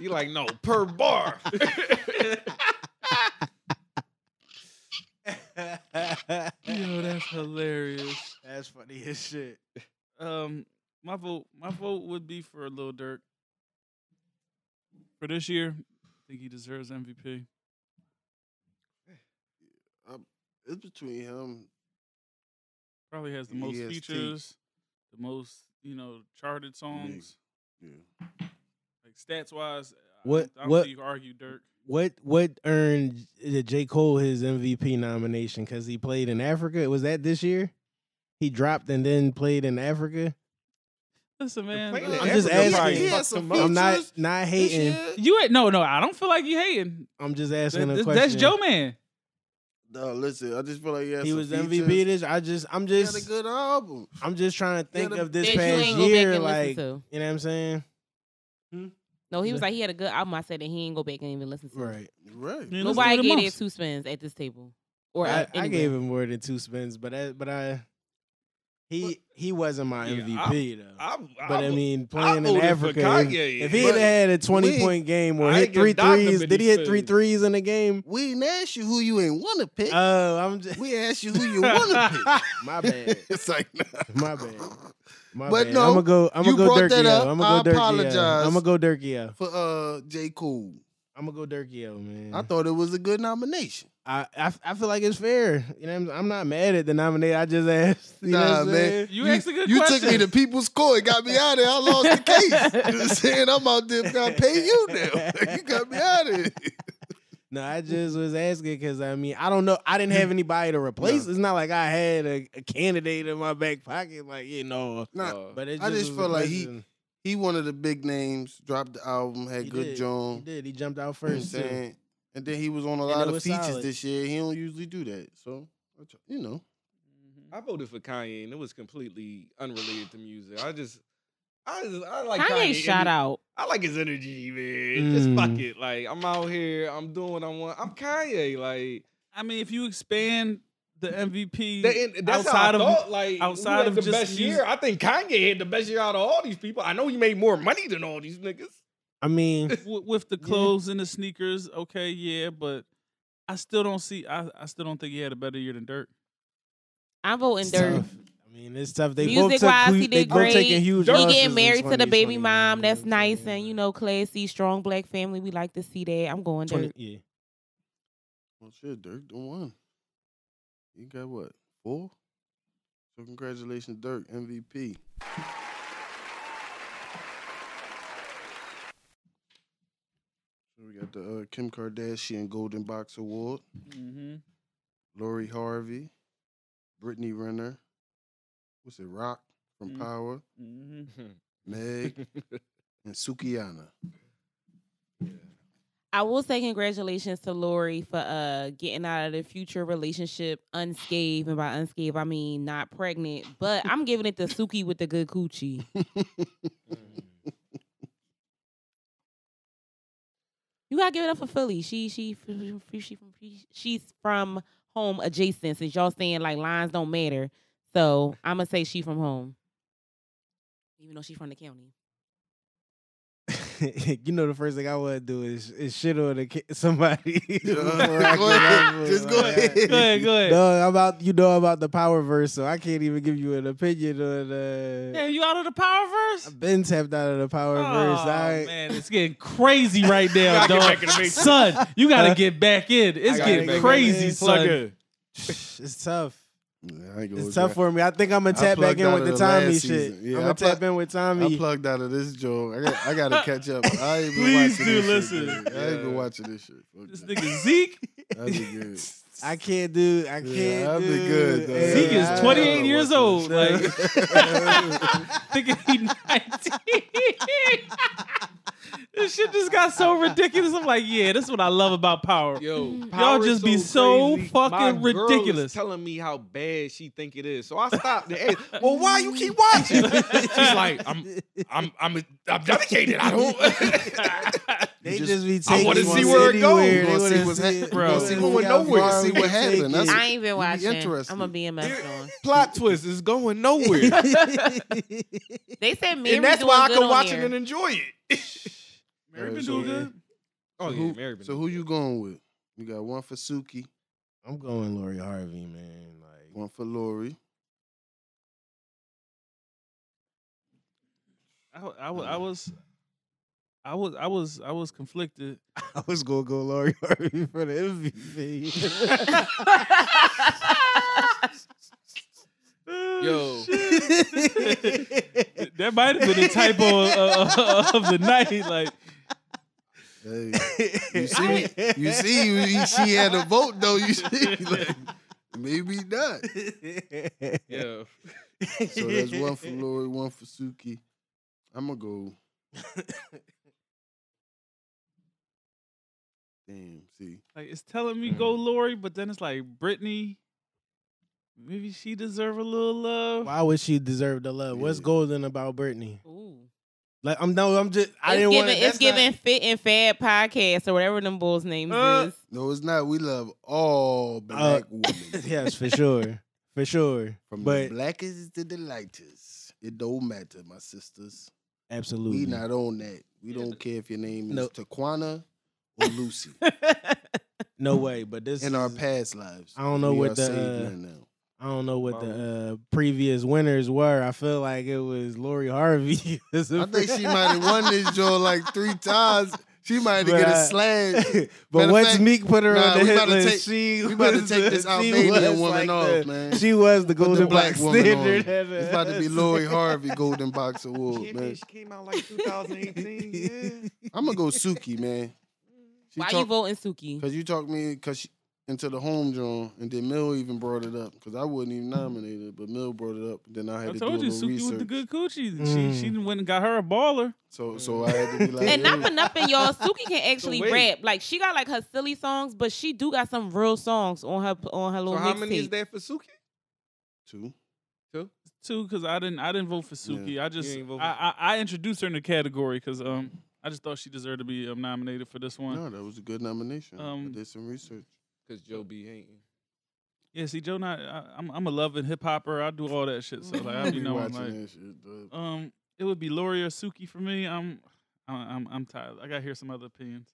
[SPEAKER 6] He like, no, per bar.
[SPEAKER 1] Yo, that's hilarious.
[SPEAKER 7] That's funny as shit.
[SPEAKER 1] Um, my vote, my vote would be for Lil Durk for this year. I think he deserves MVP.
[SPEAKER 5] It's between him.
[SPEAKER 1] Probably has the
[SPEAKER 5] And
[SPEAKER 1] most
[SPEAKER 5] EST.
[SPEAKER 1] features, the most you know charted songs,
[SPEAKER 5] Yeah.
[SPEAKER 1] like stats wise.
[SPEAKER 7] What-
[SPEAKER 1] I don't
[SPEAKER 7] what-
[SPEAKER 1] think you can argue Dirk?
[SPEAKER 7] What what earned J- J Cole his MVP nomination? Because he played in Africa. Was that this year? He dropped and then played in Africa.
[SPEAKER 1] Listen, man,
[SPEAKER 6] plane
[SPEAKER 1] uh,
[SPEAKER 6] that
[SPEAKER 7] I'm just
[SPEAKER 6] Africa
[SPEAKER 7] asking.
[SPEAKER 6] probably
[SPEAKER 7] He
[SPEAKER 5] had
[SPEAKER 6] fucked
[SPEAKER 5] some
[SPEAKER 6] him up.
[SPEAKER 7] I'm not
[SPEAKER 5] Features
[SPEAKER 7] not
[SPEAKER 5] This
[SPEAKER 7] hating.
[SPEAKER 5] year,
[SPEAKER 1] you ain't- no, no. I don't feel like you hating.
[SPEAKER 7] I'm just asking
[SPEAKER 1] That-
[SPEAKER 7] a
[SPEAKER 1] this-
[SPEAKER 7] question.
[SPEAKER 1] that's Joe man.
[SPEAKER 5] No, listen. I just feel like he, had
[SPEAKER 7] He
[SPEAKER 5] some
[SPEAKER 7] was
[SPEAKER 5] features.
[SPEAKER 7] MVP this. I just I'm
[SPEAKER 5] He had a
[SPEAKER 7] just
[SPEAKER 5] good album.
[SPEAKER 7] I'm just trying to
[SPEAKER 5] he had
[SPEAKER 7] think
[SPEAKER 5] a-
[SPEAKER 7] of
[SPEAKER 8] That
[SPEAKER 7] this
[SPEAKER 8] you
[SPEAKER 7] past
[SPEAKER 8] ain't go back
[SPEAKER 7] year.
[SPEAKER 8] and
[SPEAKER 7] Like you
[SPEAKER 8] listen to.
[SPEAKER 7] know what I'm saying?
[SPEAKER 8] No, he was like he had a good album. I said that he ain't go back and even listen to. it.
[SPEAKER 7] Right.
[SPEAKER 5] Right.
[SPEAKER 1] You listen to
[SPEAKER 8] Nobody
[SPEAKER 1] the
[SPEAKER 8] gave it
[SPEAKER 1] most.
[SPEAKER 8] two spins at this table. Or uh,
[SPEAKER 7] I,
[SPEAKER 8] at
[SPEAKER 7] I
[SPEAKER 8] anywhere.
[SPEAKER 7] gave him more than two spins, but I but I he he wasn't my
[SPEAKER 6] Yeah, I-
[SPEAKER 7] MVP though.
[SPEAKER 6] I,
[SPEAKER 7] But I, mean, playing in
[SPEAKER 6] voted for
[SPEAKER 7] Africa,
[SPEAKER 6] Kanye,
[SPEAKER 7] if he
[SPEAKER 5] but
[SPEAKER 7] had had a
[SPEAKER 5] we-
[SPEAKER 7] twenty point game or
[SPEAKER 6] I
[SPEAKER 7] hit
[SPEAKER 6] ain't give
[SPEAKER 7] three
[SPEAKER 6] Donovan
[SPEAKER 7] threes,
[SPEAKER 6] any
[SPEAKER 7] did he hit three
[SPEAKER 6] spins.
[SPEAKER 7] threes in the game?
[SPEAKER 5] We didn't ask you who you ain't want to pick.
[SPEAKER 7] Oh, I'm just
[SPEAKER 5] we asked you who you want to
[SPEAKER 7] my bad,
[SPEAKER 5] pick. it's like
[SPEAKER 7] my bad, my
[SPEAKER 5] But
[SPEAKER 7] bad.
[SPEAKER 5] no,
[SPEAKER 7] I'm gonna go. I'm
[SPEAKER 5] you
[SPEAKER 7] gonna go
[SPEAKER 5] brought that
[SPEAKER 7] Durkio.
[SPEAKER 5] up.
[SPEAKER 7] I'm
[SPEAKER 5] I
[SPEAKER 7] gonna go
[SPEAKER 5] apologize.
[SPEAKER 7] Durkio. I'm gonna go Durkio.
[SPEAKER 5] for uh J Cole.
[SPEAKER 7] I'm gonna go Durkio, man.
[SPEAKER 5] I thought it was a good nomination.
[SPEAKER 7] I, I I feel like it's fair. You know, what I'm, I'm not mad at the nominee. I just asked. You know what
[SPEAKER 5] Nah,
[SPEAKER 7] I'm
[SPEAKER 5] man.
[SPEAKER 7] saying?
[SPEAKER 1] You asked a good
[SPEAKER 5] you
[SPEAKER 1] question.
[SPEAKER 5] took me to people's court. It got me out of there. I lost the case. You know what I'm saying I'm out there gotta pay you now. you got me out of here.
[SPEAKER 7] No, I just was asking because I mean I don't know. I didn't have anybody to replace.
[SPEAKER 5] No.
[SPEAKER 7] It's not like I had a, a candidate in my back pocket, like you know.
[SPEAKER 5] Nah,
[SPEAKER 6] Uh,
[SPEAKER 7] But it just
[SPEAKER 5] I just
[SPEAKER 7] was a
[SPEAKER 5] felt like he-
[SPEAKER 7] question.
[SPEAKER 5] he one of the big names, dropped the album, had
[SPEAKER 7] He
[SPEAKER 5] good
[SPEAKER 7] did. He
[SPEAKER 5] John.
[SPEAKER 7] did. He jumped out
[SPEAKER 5] You know what I'm
[SPEAKER 7] first. too.
[SPEAKER 5] saying? And then he was on a
[SPEAKER 7] And
[SPEAKER 5] lot
[SPEAKER 7] it
[SPEAKER 5] of
[SPEAKER 7] was
[SPEAKER 5] features
[SPEAKER 7] solid.
[SPEAKER 5] this year. He don't usually do that. So I tr- you know.
[SPEAKER 6] I voted for Kanye, and it was completely unrelated to music. I just, I, just, I like
[SPEAKER 8] Kanye shout
[SPEAKER 6] and-
[SPEAKER 8] out.
[SPEAKER 6] I like his energy, man. Just fuck
[SPEAKER 7] Mm.
[SPEAKER 6] it. Like I'm out here, I'm doing what I want. I'm Kanye. Like
[SPEAKER 1] I mean, if you expand the MVP
[SPEAKER 6] that- and that's
[SPEAKER 1] outside of
[SPEAKER 6] how I thought. Like who
[SPEAKER 1] outside
[SPEAKER 6] had
[SPEAKER 1] of
[SPEAKER 6] the
[SPEAKER 1] just
[SPEAKER 6] best
[SPEAKER 1] music.
[SPEAKER 6] year, I think Kanye had the best year out of all these people. I know he made more money than all these niggas.
[SPEAKER 7] I mean,
[SPEAKER 1] with, with the clothes and the sneakers, okay, yeah, but I still don't see. I, I still don't think he had a better year than Dirk.
[SPEAKER 8] I'm voting
[SPEAKER 7] it's
[SPEAKER 8] Dirk.
[SPEAKER 7] tough. I mean, it's tough. They both
[SPEAKER 8] Music
[SPEAKER 7] took,
[SPEAKER 8] wise,
[SPEAKER 7] hu-
[SPEAKER 8] he
[SPEAKER 7] they
[SPEAKER 8] did
[SPEAKER 7] both taking
[SPEAKER 8] great.
[SPEAKER 7] huge.
[SPEAKER 8] He
[SPEAKER 7] losses
[SPEAKER 8] getting
[SPEAKER 7] in
[SPEAKER 8] married to the baby
[SPEAKER 7] 2020, man.
[SPEAKER 8] mom. That's nice and you know classy, strong black family. We like to see that. I'm going
[SPEAKER 7] Twenty-
[SPEAKER 8] Dirk.
[SPEAKER 7] yeah.
[SPEAKER 5] Well oh, shit, Dirk done won. You got what? Four? So congratulations, Dirk, MVP. So we got the uh, Kim Kardashian Golden Box Award,
[SPEAKER 1] Mm-hmm.
[SPEAKER 5] Lori Harvey, Brittany Renner, what's it, Rock from
[SPEAKER 1] Mhm.
[SPEAKER 5] Power,
[SPEAKER 1] Mm-hmm.
[SPEAKER 5] Meg, and Sukiyana.
[SPEAKER 8] I will say congratulations to Lori for uh getting out of the future relationship unscathed, and by unscathed I mean not pregnant. But I'm giving it to Suki with the good coochie. You gotta give it up for Philly. She she she she from she's from home adjacent. Since y'all saying like lines don't matter, so I'm gonna say she from home, even though she's from the county.
[SPEAKER 7] you know the first thing I want to do is, is shit on a ki- somebody. before I
[SPEAKER 5] Go
[SPEAKER 7] get
[SPEAKER 5] ahead.
[SPEAKER 7] off of it.
[SPEAKER 5] Just go
[SPEAKER 7] Like,
[SPEAKER 5] ahead.
[SPEAKER 1] Go ahead, go ahead.
[SPEAKER 7] No, I'm about you know about the power verse, so I can't even give you an opinion on. Uh,
[SPEAKER 1] Damn, you out of the power verse?
[SPEAKER 7] I've been tapped out of the power verse.
[SPEAKER 1] Oh,
[SPEAKER 7] I,
[SPEAKER 1] man, it's getting crazy right now, dog. Son, you gotta get back in. It's
[SPEAKER 7] gotta
[SPEAKER 1] getting
[SPEAKER 7] get back
[SPEAKER 1] crazy,
[SPEAKER 7] in.
[SPEAKER 1] son.
[SPEAKER 7] it's tough.
[SPEAKER 5] Yeah, I ain't gonna
[SPEAKER 7] It's
[SPEAKER 5] lie.
[SPEAKER 7] tough for me. I think I'm gonna tap back
[SPEAKER 5] plugged
[SPEAKER 7] in
[SPEAKER 5] out
[SPEAKER 7] with
[SPEAKER 5] of
[SPEAKER 7] the
[SPEAKER 5] the
[SPEAKER 7] Tommy
[SPEAKER 5] last
[SPEAKER 7] shit.
[SPEAKER 5] season. Yeah, I
[SPEAKER 7] I'm gonna
[SPEAKER 5] plug-
[SPEAKER 7] tap in with
[SPEAKER 5] I
[SPEAKER 7] Tommy.
[SPEAKER 5] plugged out of this joke. I got, I gotta catch up. I ain't been
[SPEAKER 1] Please
[SPEAKER 5] watching
[SPEAKER 1] do
[SPEAKER 5] this shit,
[SPEAKER 1] listen.
[SPEAKER 5] man. I ain't been
[SPEAKER 1] Yeah.
[SPEAKER 5] watching this shit. Fuck
[SPEAKER 1] This
[SPEAKER 5] that.
[SPEAKER 1] nigga Zeke,
[SPEAKER 5] I be good.
[SPEAKER 7] I can't do. I can't
[SPEAKER 5] Yeah, I'd
[SPEAKER 7] do.
[SPEAKER 5] be good, though.
[SPEAKER 7] Yeah,
[SPEAKER 1] Zeke
[SPEAKER 5] I
[SPEAKER 1] is 28
[SPEAKER 5] don't
[SPEAKER 1] years
[SPEAKER 5] watch
[SPEAKER 1] old. Like,
[SPEAKER 5] this
[SPEAKER 1] thinking he 19. this shit just got so ridiculous. I'm like, yeah, that's what I love about power.
[SPEAKER 6] Yo,
[SPEAKER 1] Mm-hmm. Y'all
[SPEAKER 6] power
[SPEAKER 1] just
[SPEAKER 6] is
[SPEAKER 1] be so
[SPEAKER 6] crazy.
[SPEAKER 1] fucking
[SPEAKER 6] My girl is
[SPEAKER 1] ridiculous.
[SPEAKER 6] telling me how bad she think it is, so I stopped. And asked, well, why you keep watching? She's like, I'm, I'm, I'm, I'm dedicated. I don't.
[SPEAKER 7] They
[SPEAKER 5] You just-
[SPEAKER 7] just, be
[SPEAKER 5] I
[SPEAKER 7] taking.
[SPEAKER 5] wanna
[SPEAKER 7] us
[SPEAKER 5] see where it
[SPEAKER 7] anywhere.
[SPEAKER 5] goes.
[SPEAKER 7] They
[SPEAKER 5] Wanna
[SPEAKER 7] wanna
[SPEAKER 5] see what's
[SPEAKER 7] see
[SPEAKER 5] hap-
[SPEAKER 7] it.
[SPEAKER 1] Bro.
[SPEAKER 7] Wanna see
[SPEAKER 5] Going
[SPEAKER 7] how
[SPEAKER 5] nowhere.
[SPEAKER 7] far
[SPEAKER 5] See
[SPEAKER 7] we
[SPEAKER 5] what
[SPEAKER 7] take
[SPEAKER 5] happened.
[SPEAKER 7] it.
[SPEAKER 5] That's
[SPEAKER 8] I ain't been
[SPEAKER 5] You be
[SPEAKER 8] watching.
[SPEAKER 5] interested.
[SPEAKER 8] I'm gonna be a mess on.
[SPEAKER 6] Plot twist is going nowhere,
[SPEAKER 8] They said Mary
[SPEAKER 6] and that's
[SPEAKER 8] doing
[SPEAKER 6] why I
[SPEAKER 8] good
[SPEAKER 6] can
[SPEAKER 8] on
[SPEAKER 6] watch
[SPEAKER 8] there.
[SPEAKER 6] it and enjoy it.
[SPEAKER 1] Mary
[SPEAKER 5] Alright,
[SPEAKER 1] been
[SPEAKER 5] Uh, so
[SPEAKER 1] doing good.
[SPEAKER 6] Oh
[SPEAKER 5] So who- So who you going with? You got one for Suki,
[SPEAKER 7] I'm going Lori Harvey, man. Like
[SPEAKER 5] one for Lori.
[SPEAKER 1] I, w- I,
[SPEAKER 5] Uh.
[SPEAKER 1] w- I was, I was, I was, I was conflicted.
[SPEAKER 7] I was gonna go Lori Harvey for the MVP.
[SPEAKER 6] Yo.
[SPEAKER 1] Shit. that might have been the typo uh, of, of the night. Like,
[SPEAKER 5] Hey, you see, me? you see, you- you- she had a vote though. You see, like, maybe not.
[SPEAKER 6] Yeah.
[SPEAKER 5] So there's one for Lori, one for Suki. I'm gonna go. Damn, see,
[SPEAKER 1] like it's telling me go
[SPEAKER 5] Mm.
[SPEAKER 1] Lori, but then it's like Brittany. Maybe she deserve a little love.
[SPEAKER 7] Why would she deserve the love? What's
[SPEAKER 5] Yeah.
[SPEAKER 7] golden about Britney?
[SPEAKER 8] Ooh.
[SPEAKER 7] Like I'm no, I'm just I
[SPEAKER 8] it's
[SPEAKER 7] didn't
[SPEAKER 8] giving,
[SPEAKER 7] want
[SPEAKER 8] it's giving fit and fad podcast or whatever them bulls names
[SPEAKER 1] Uh,
[SPEAKER 8] is.
[SPEAKER 5] no, it's not. We love all black women,
[SPEAKER 7] yes, for sure, for sure.
[SPEAKER 5] from
[SPEAKER 7] but
[SPEAKER 5] the blackest to the lightest. It don't matter, my sisters.
[SPEAKER 7] absolutely,
[SPEAKER 5] We not on that. We don't care if your name is
[SPEAKER 7] Nope.
[SPEAKER 5] Taquana or Lucy.
[SPEAKER 7] no way. But this
[SPEAKER 5] In our
[SPEAKER 7] is-
[SPEAKER 5] past lives,
[SPEAKER 7] I don't know
[SPEAKER 5] we
[SPEAKER 7] what
[SPEAKER 5] are
[SPEAKER 7] the,
[SPEAKER 5] saved
[SPEAKER 7] uh,
[SPEAKER 5] right now.
[SPEAKER 7] I don't know what the uh, previous winners were. I feel like it was Lori Harvey. I
[SPEAKER 5] I think she might have won this joint like three times. She might have get a
[SPEAKER 7] Bruh.
[SPEAKER 5] slash.
[SPEAKER 7] but
[SPEAKER 5] Matter
[SPEAKER 7] once
[SPEAKER 5] fact,
[SPEAKER 7] Meek put her
[SPEAKER 5] nah,
[SPEAKER 7] on the
[SPEAKER 5] we
[SPEAKER 7] hit
[SPEAKER 5] about to
[SPEAKER 7] list,
[SPEAKER 5] take-
[SPEAKER 7] she
[SPEAKER 5] We about to
[SPEAKER 7] was-
[SPEAKER 5] take this
[SPEAKER 7] she
[SPEAKER 5] Albanian
[SPEAKER 7] was
[SPEAKER 5] woman
[SPEAKER 7] like
[SPEAKER 5] off,
[SPEAKER 7] the-
[SPEAKER 5] man.
[SPEAKER 7] She was the golden black,
[SPEAKER 5] woman on.
[SPEAKER 7] standard. at
[SPEAKER 5] It's about to be
[SPEAKER 7] us.
[SPEAKER 5] Lori Harvey Golden Box Award, man.
[SPEAKER 6] came out like 2018.
[SPEAKER 5] I'm gonna go Suki, man. She
[SPEAKER 8] Why you
[SPEAKER 5] talk-
[SPEAKER 8] voting Suki?
[SPEAKER 5] Cause you talked me cause she, into the home drone, and then Mill even brought it up. Cause I wasn't even nominated, but Mill brought it up. Then I had
[SPEAKER 1] I
[SPEAKER 5] to
[SPEAKER 1] told
[SPEAKER 5] do
[SPEAKER 1] you,
[SPEAKER 5] a little
[SPEAKER 1] Suki
[SPEAKER 5] research.
[SPEAKER 1] with the good coochie.
[SPEAKER 7] Mm.
[SPEAKER 1] She she went and got her a baller.
[SPEAKER 5] So so I had to be like,
[SPEAKER 8] And not
[SPEAKER 5] yeah.
[SPEAKER 8] for nothing, y'all. Suki can actually
[SPEAKER 6] wait.
[SPEAKER 8] rap. Like she got like her silly songs, but she do got some real songs on her on her
[SPEAKER 6] So
[SPEAKER 8] little
[SPEAKER 6] how many is
[SPEAKER 8] mixtape.
[SPEAKER 6] that for Suki?
[SPEAKER 5] two.
[SPEAKER 1] too because I didn't I didn't vote for Suki. I just
[SPEAKER 6] ain't vote for-
[SPEAKER 1] I, I I introduced her in the category because um I just thought she deserved to be um, nominated for this one.
[SPEAKER 5] No, that was a good nomination. I
[SPEAKER 1] Um,
[SPEAKER 5] did some research.
[SPEAKER 6] Because Joe B hating.
[SPEAKER 1] Yeah, see Joe, not I, I'm I'm a loving hip hopper. I do all that shit. So like I be
[SPEAKER 5] Be
[SPEAKER 1] knowing
[SPEAKER 5] watching
[SPEAKER 1] like
[SPEAKER 5] that shit, dog.
[SPEAKER 1] um it would be Lori or Suki for me. I'm I- I'm I'm tired. I gotta hear some other opinions.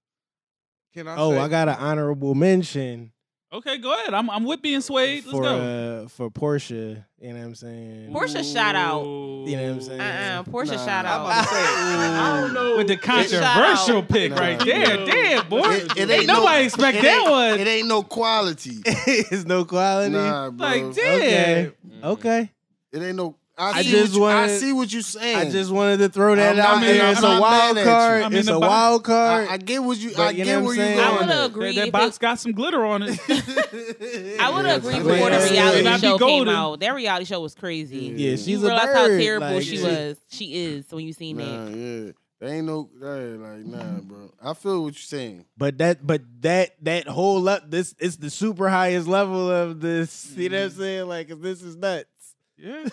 [SPEAKER 6] Can I?
[SPEAKER 7] Oh,
[SPEAKER 6] say-
[SPEAKER 7] I got an honorable mention
[SPEAKER 1] Okay, go ahead. I'm I'm with being swayed. Let's
[SPEAKER 7] for
[SPEAKER 1] go.
[SPEAKER 7] uh, for Portia. You know what I'm saying?
[SPEAKER 8] Portia- shout out.
[SPEAKER 7] You know what I'm saying?
[SPEAKER 8] Uh uh Portia
[SPEAKER 5] Nah. I'm
[SPEAKER 8] shout out.
[SPEAKER 6] about to say,
[SPEAKER 8] I don't know.
[SPEAKER 1] With the controversial pick
[SPEAKER 5] Nah.
[SPEAKER 1] right there,
[SPEAKER 5] Nah.
[SPEAKER 1] damn boy.
[SPEAKER 5] It- it
[SPEAKER 1] ain't,
[SPEAKER 5] ain't no-
[SPEAKER 1] nobody expect
[SPEAKER 5] it
[SPEAKER 1] that
[SPEAKER 5] ain't-
[SPEAKER 1] one.
[SPEAKER 5] It ain't no quality.
[SPEAKER 7] it's no quality.
[SPEAKER 5] nah, bro.
[SPEAKER 1] like, damn.
[SPEAKER 7] Okay.
[SPEAKER 6] Mhm.
[SPEAKER 7] Okay.
[SPEAKER 5] It ain't no. I,
[SPEAKER 7] I
[SPEAKER 5] see
[SPEAKER 7] just
[SPEAKER 5] what you, I
[SPEAKER 7] wanted-
[SPEAKER 5] see what you saying.
[SPEAKER 7] I just wanted to throw that
[SPEAKER 5] I'm
[SPEAKER 7] out
[SPEAKER 5] not-
[SPEAKER 7] there.
[SPEAKER 1] I'm
[SPEAKER 7] it's
[SPEAKER 1] not
[SPEAKER 7] a
[SPEAKER 5] mad
[SPEAKER 7] wild
[SPEAKER 5] at you.
[SPEAKER 7] card.
[SPEAKER 1] I'm in
[SPEAKER 7] it's
[SPEAKER 1] the
[SPEAKER 7] a
[SPEAKER 1] box.
[SPEAKER 7] wild card.
[SPEAKER 5] I, I get what you.
[SPEAKER 7] But
[SPEAKER 5] I
[SPEAKER 7] you know
[SPEAKER 5] get
[SPEAKER 7] what
[SPEAKER 5] where
[SPEAKER 7] I'm
[SPEAKER 5] you
[SPEAKER 7] saying?
[SPEAKER 8] I
[SPEAKER 5] going. at.
[SPEAKER 8] would have
[SPEAKER 1] That- That,
[SPEAKER 8] agreed. if
[SPEAKER 1] box
[SPEAKER 8] it-
[SPEAKER 1] got some glitter on it.
[SPEAKER 8] I would
[SPEAKER 5] Yeah,
[SPEAKER 8] have agreed
[SPEAKER 5] I
[SPEAKER 8] before
[SPEAKER 7] mean,
[SPEAKER 8] the
[SPEAKER 7] yeah.
[SPEAKER 8] reality
[SPEAKER 7] Yeah.
[SPEAKER 8] show
[SPEAKER 1] Golden.
[SPEAKER 8] came out. That reality show was crazy.
[SPEAKER 7] yeah, she's
[SPEAKER 8] you
[SPEAKER 7] a
[SPEAKER 8] realize
[SPEAKER 7] bird.
[SPEAKER 8] how terrible
[SPEAKER 7] Like,
[SPEAKER 8] she
[SPEAKER 7] yeah.
[SPEAKER 8] was. She is when you seen
[SPEAKER 5] Nah,
[SPEAKER 8] that.
[SPEAKER 5] yeah. There ain't no there ain't like nah, bro. I feel what you're saying.
[SPEAKER 7] But that, but that, that whole up, this, it's the super highest level of this. You know what I'm saying? Like, 'cause this is nuts.
[SPEAKER 1] Yeah.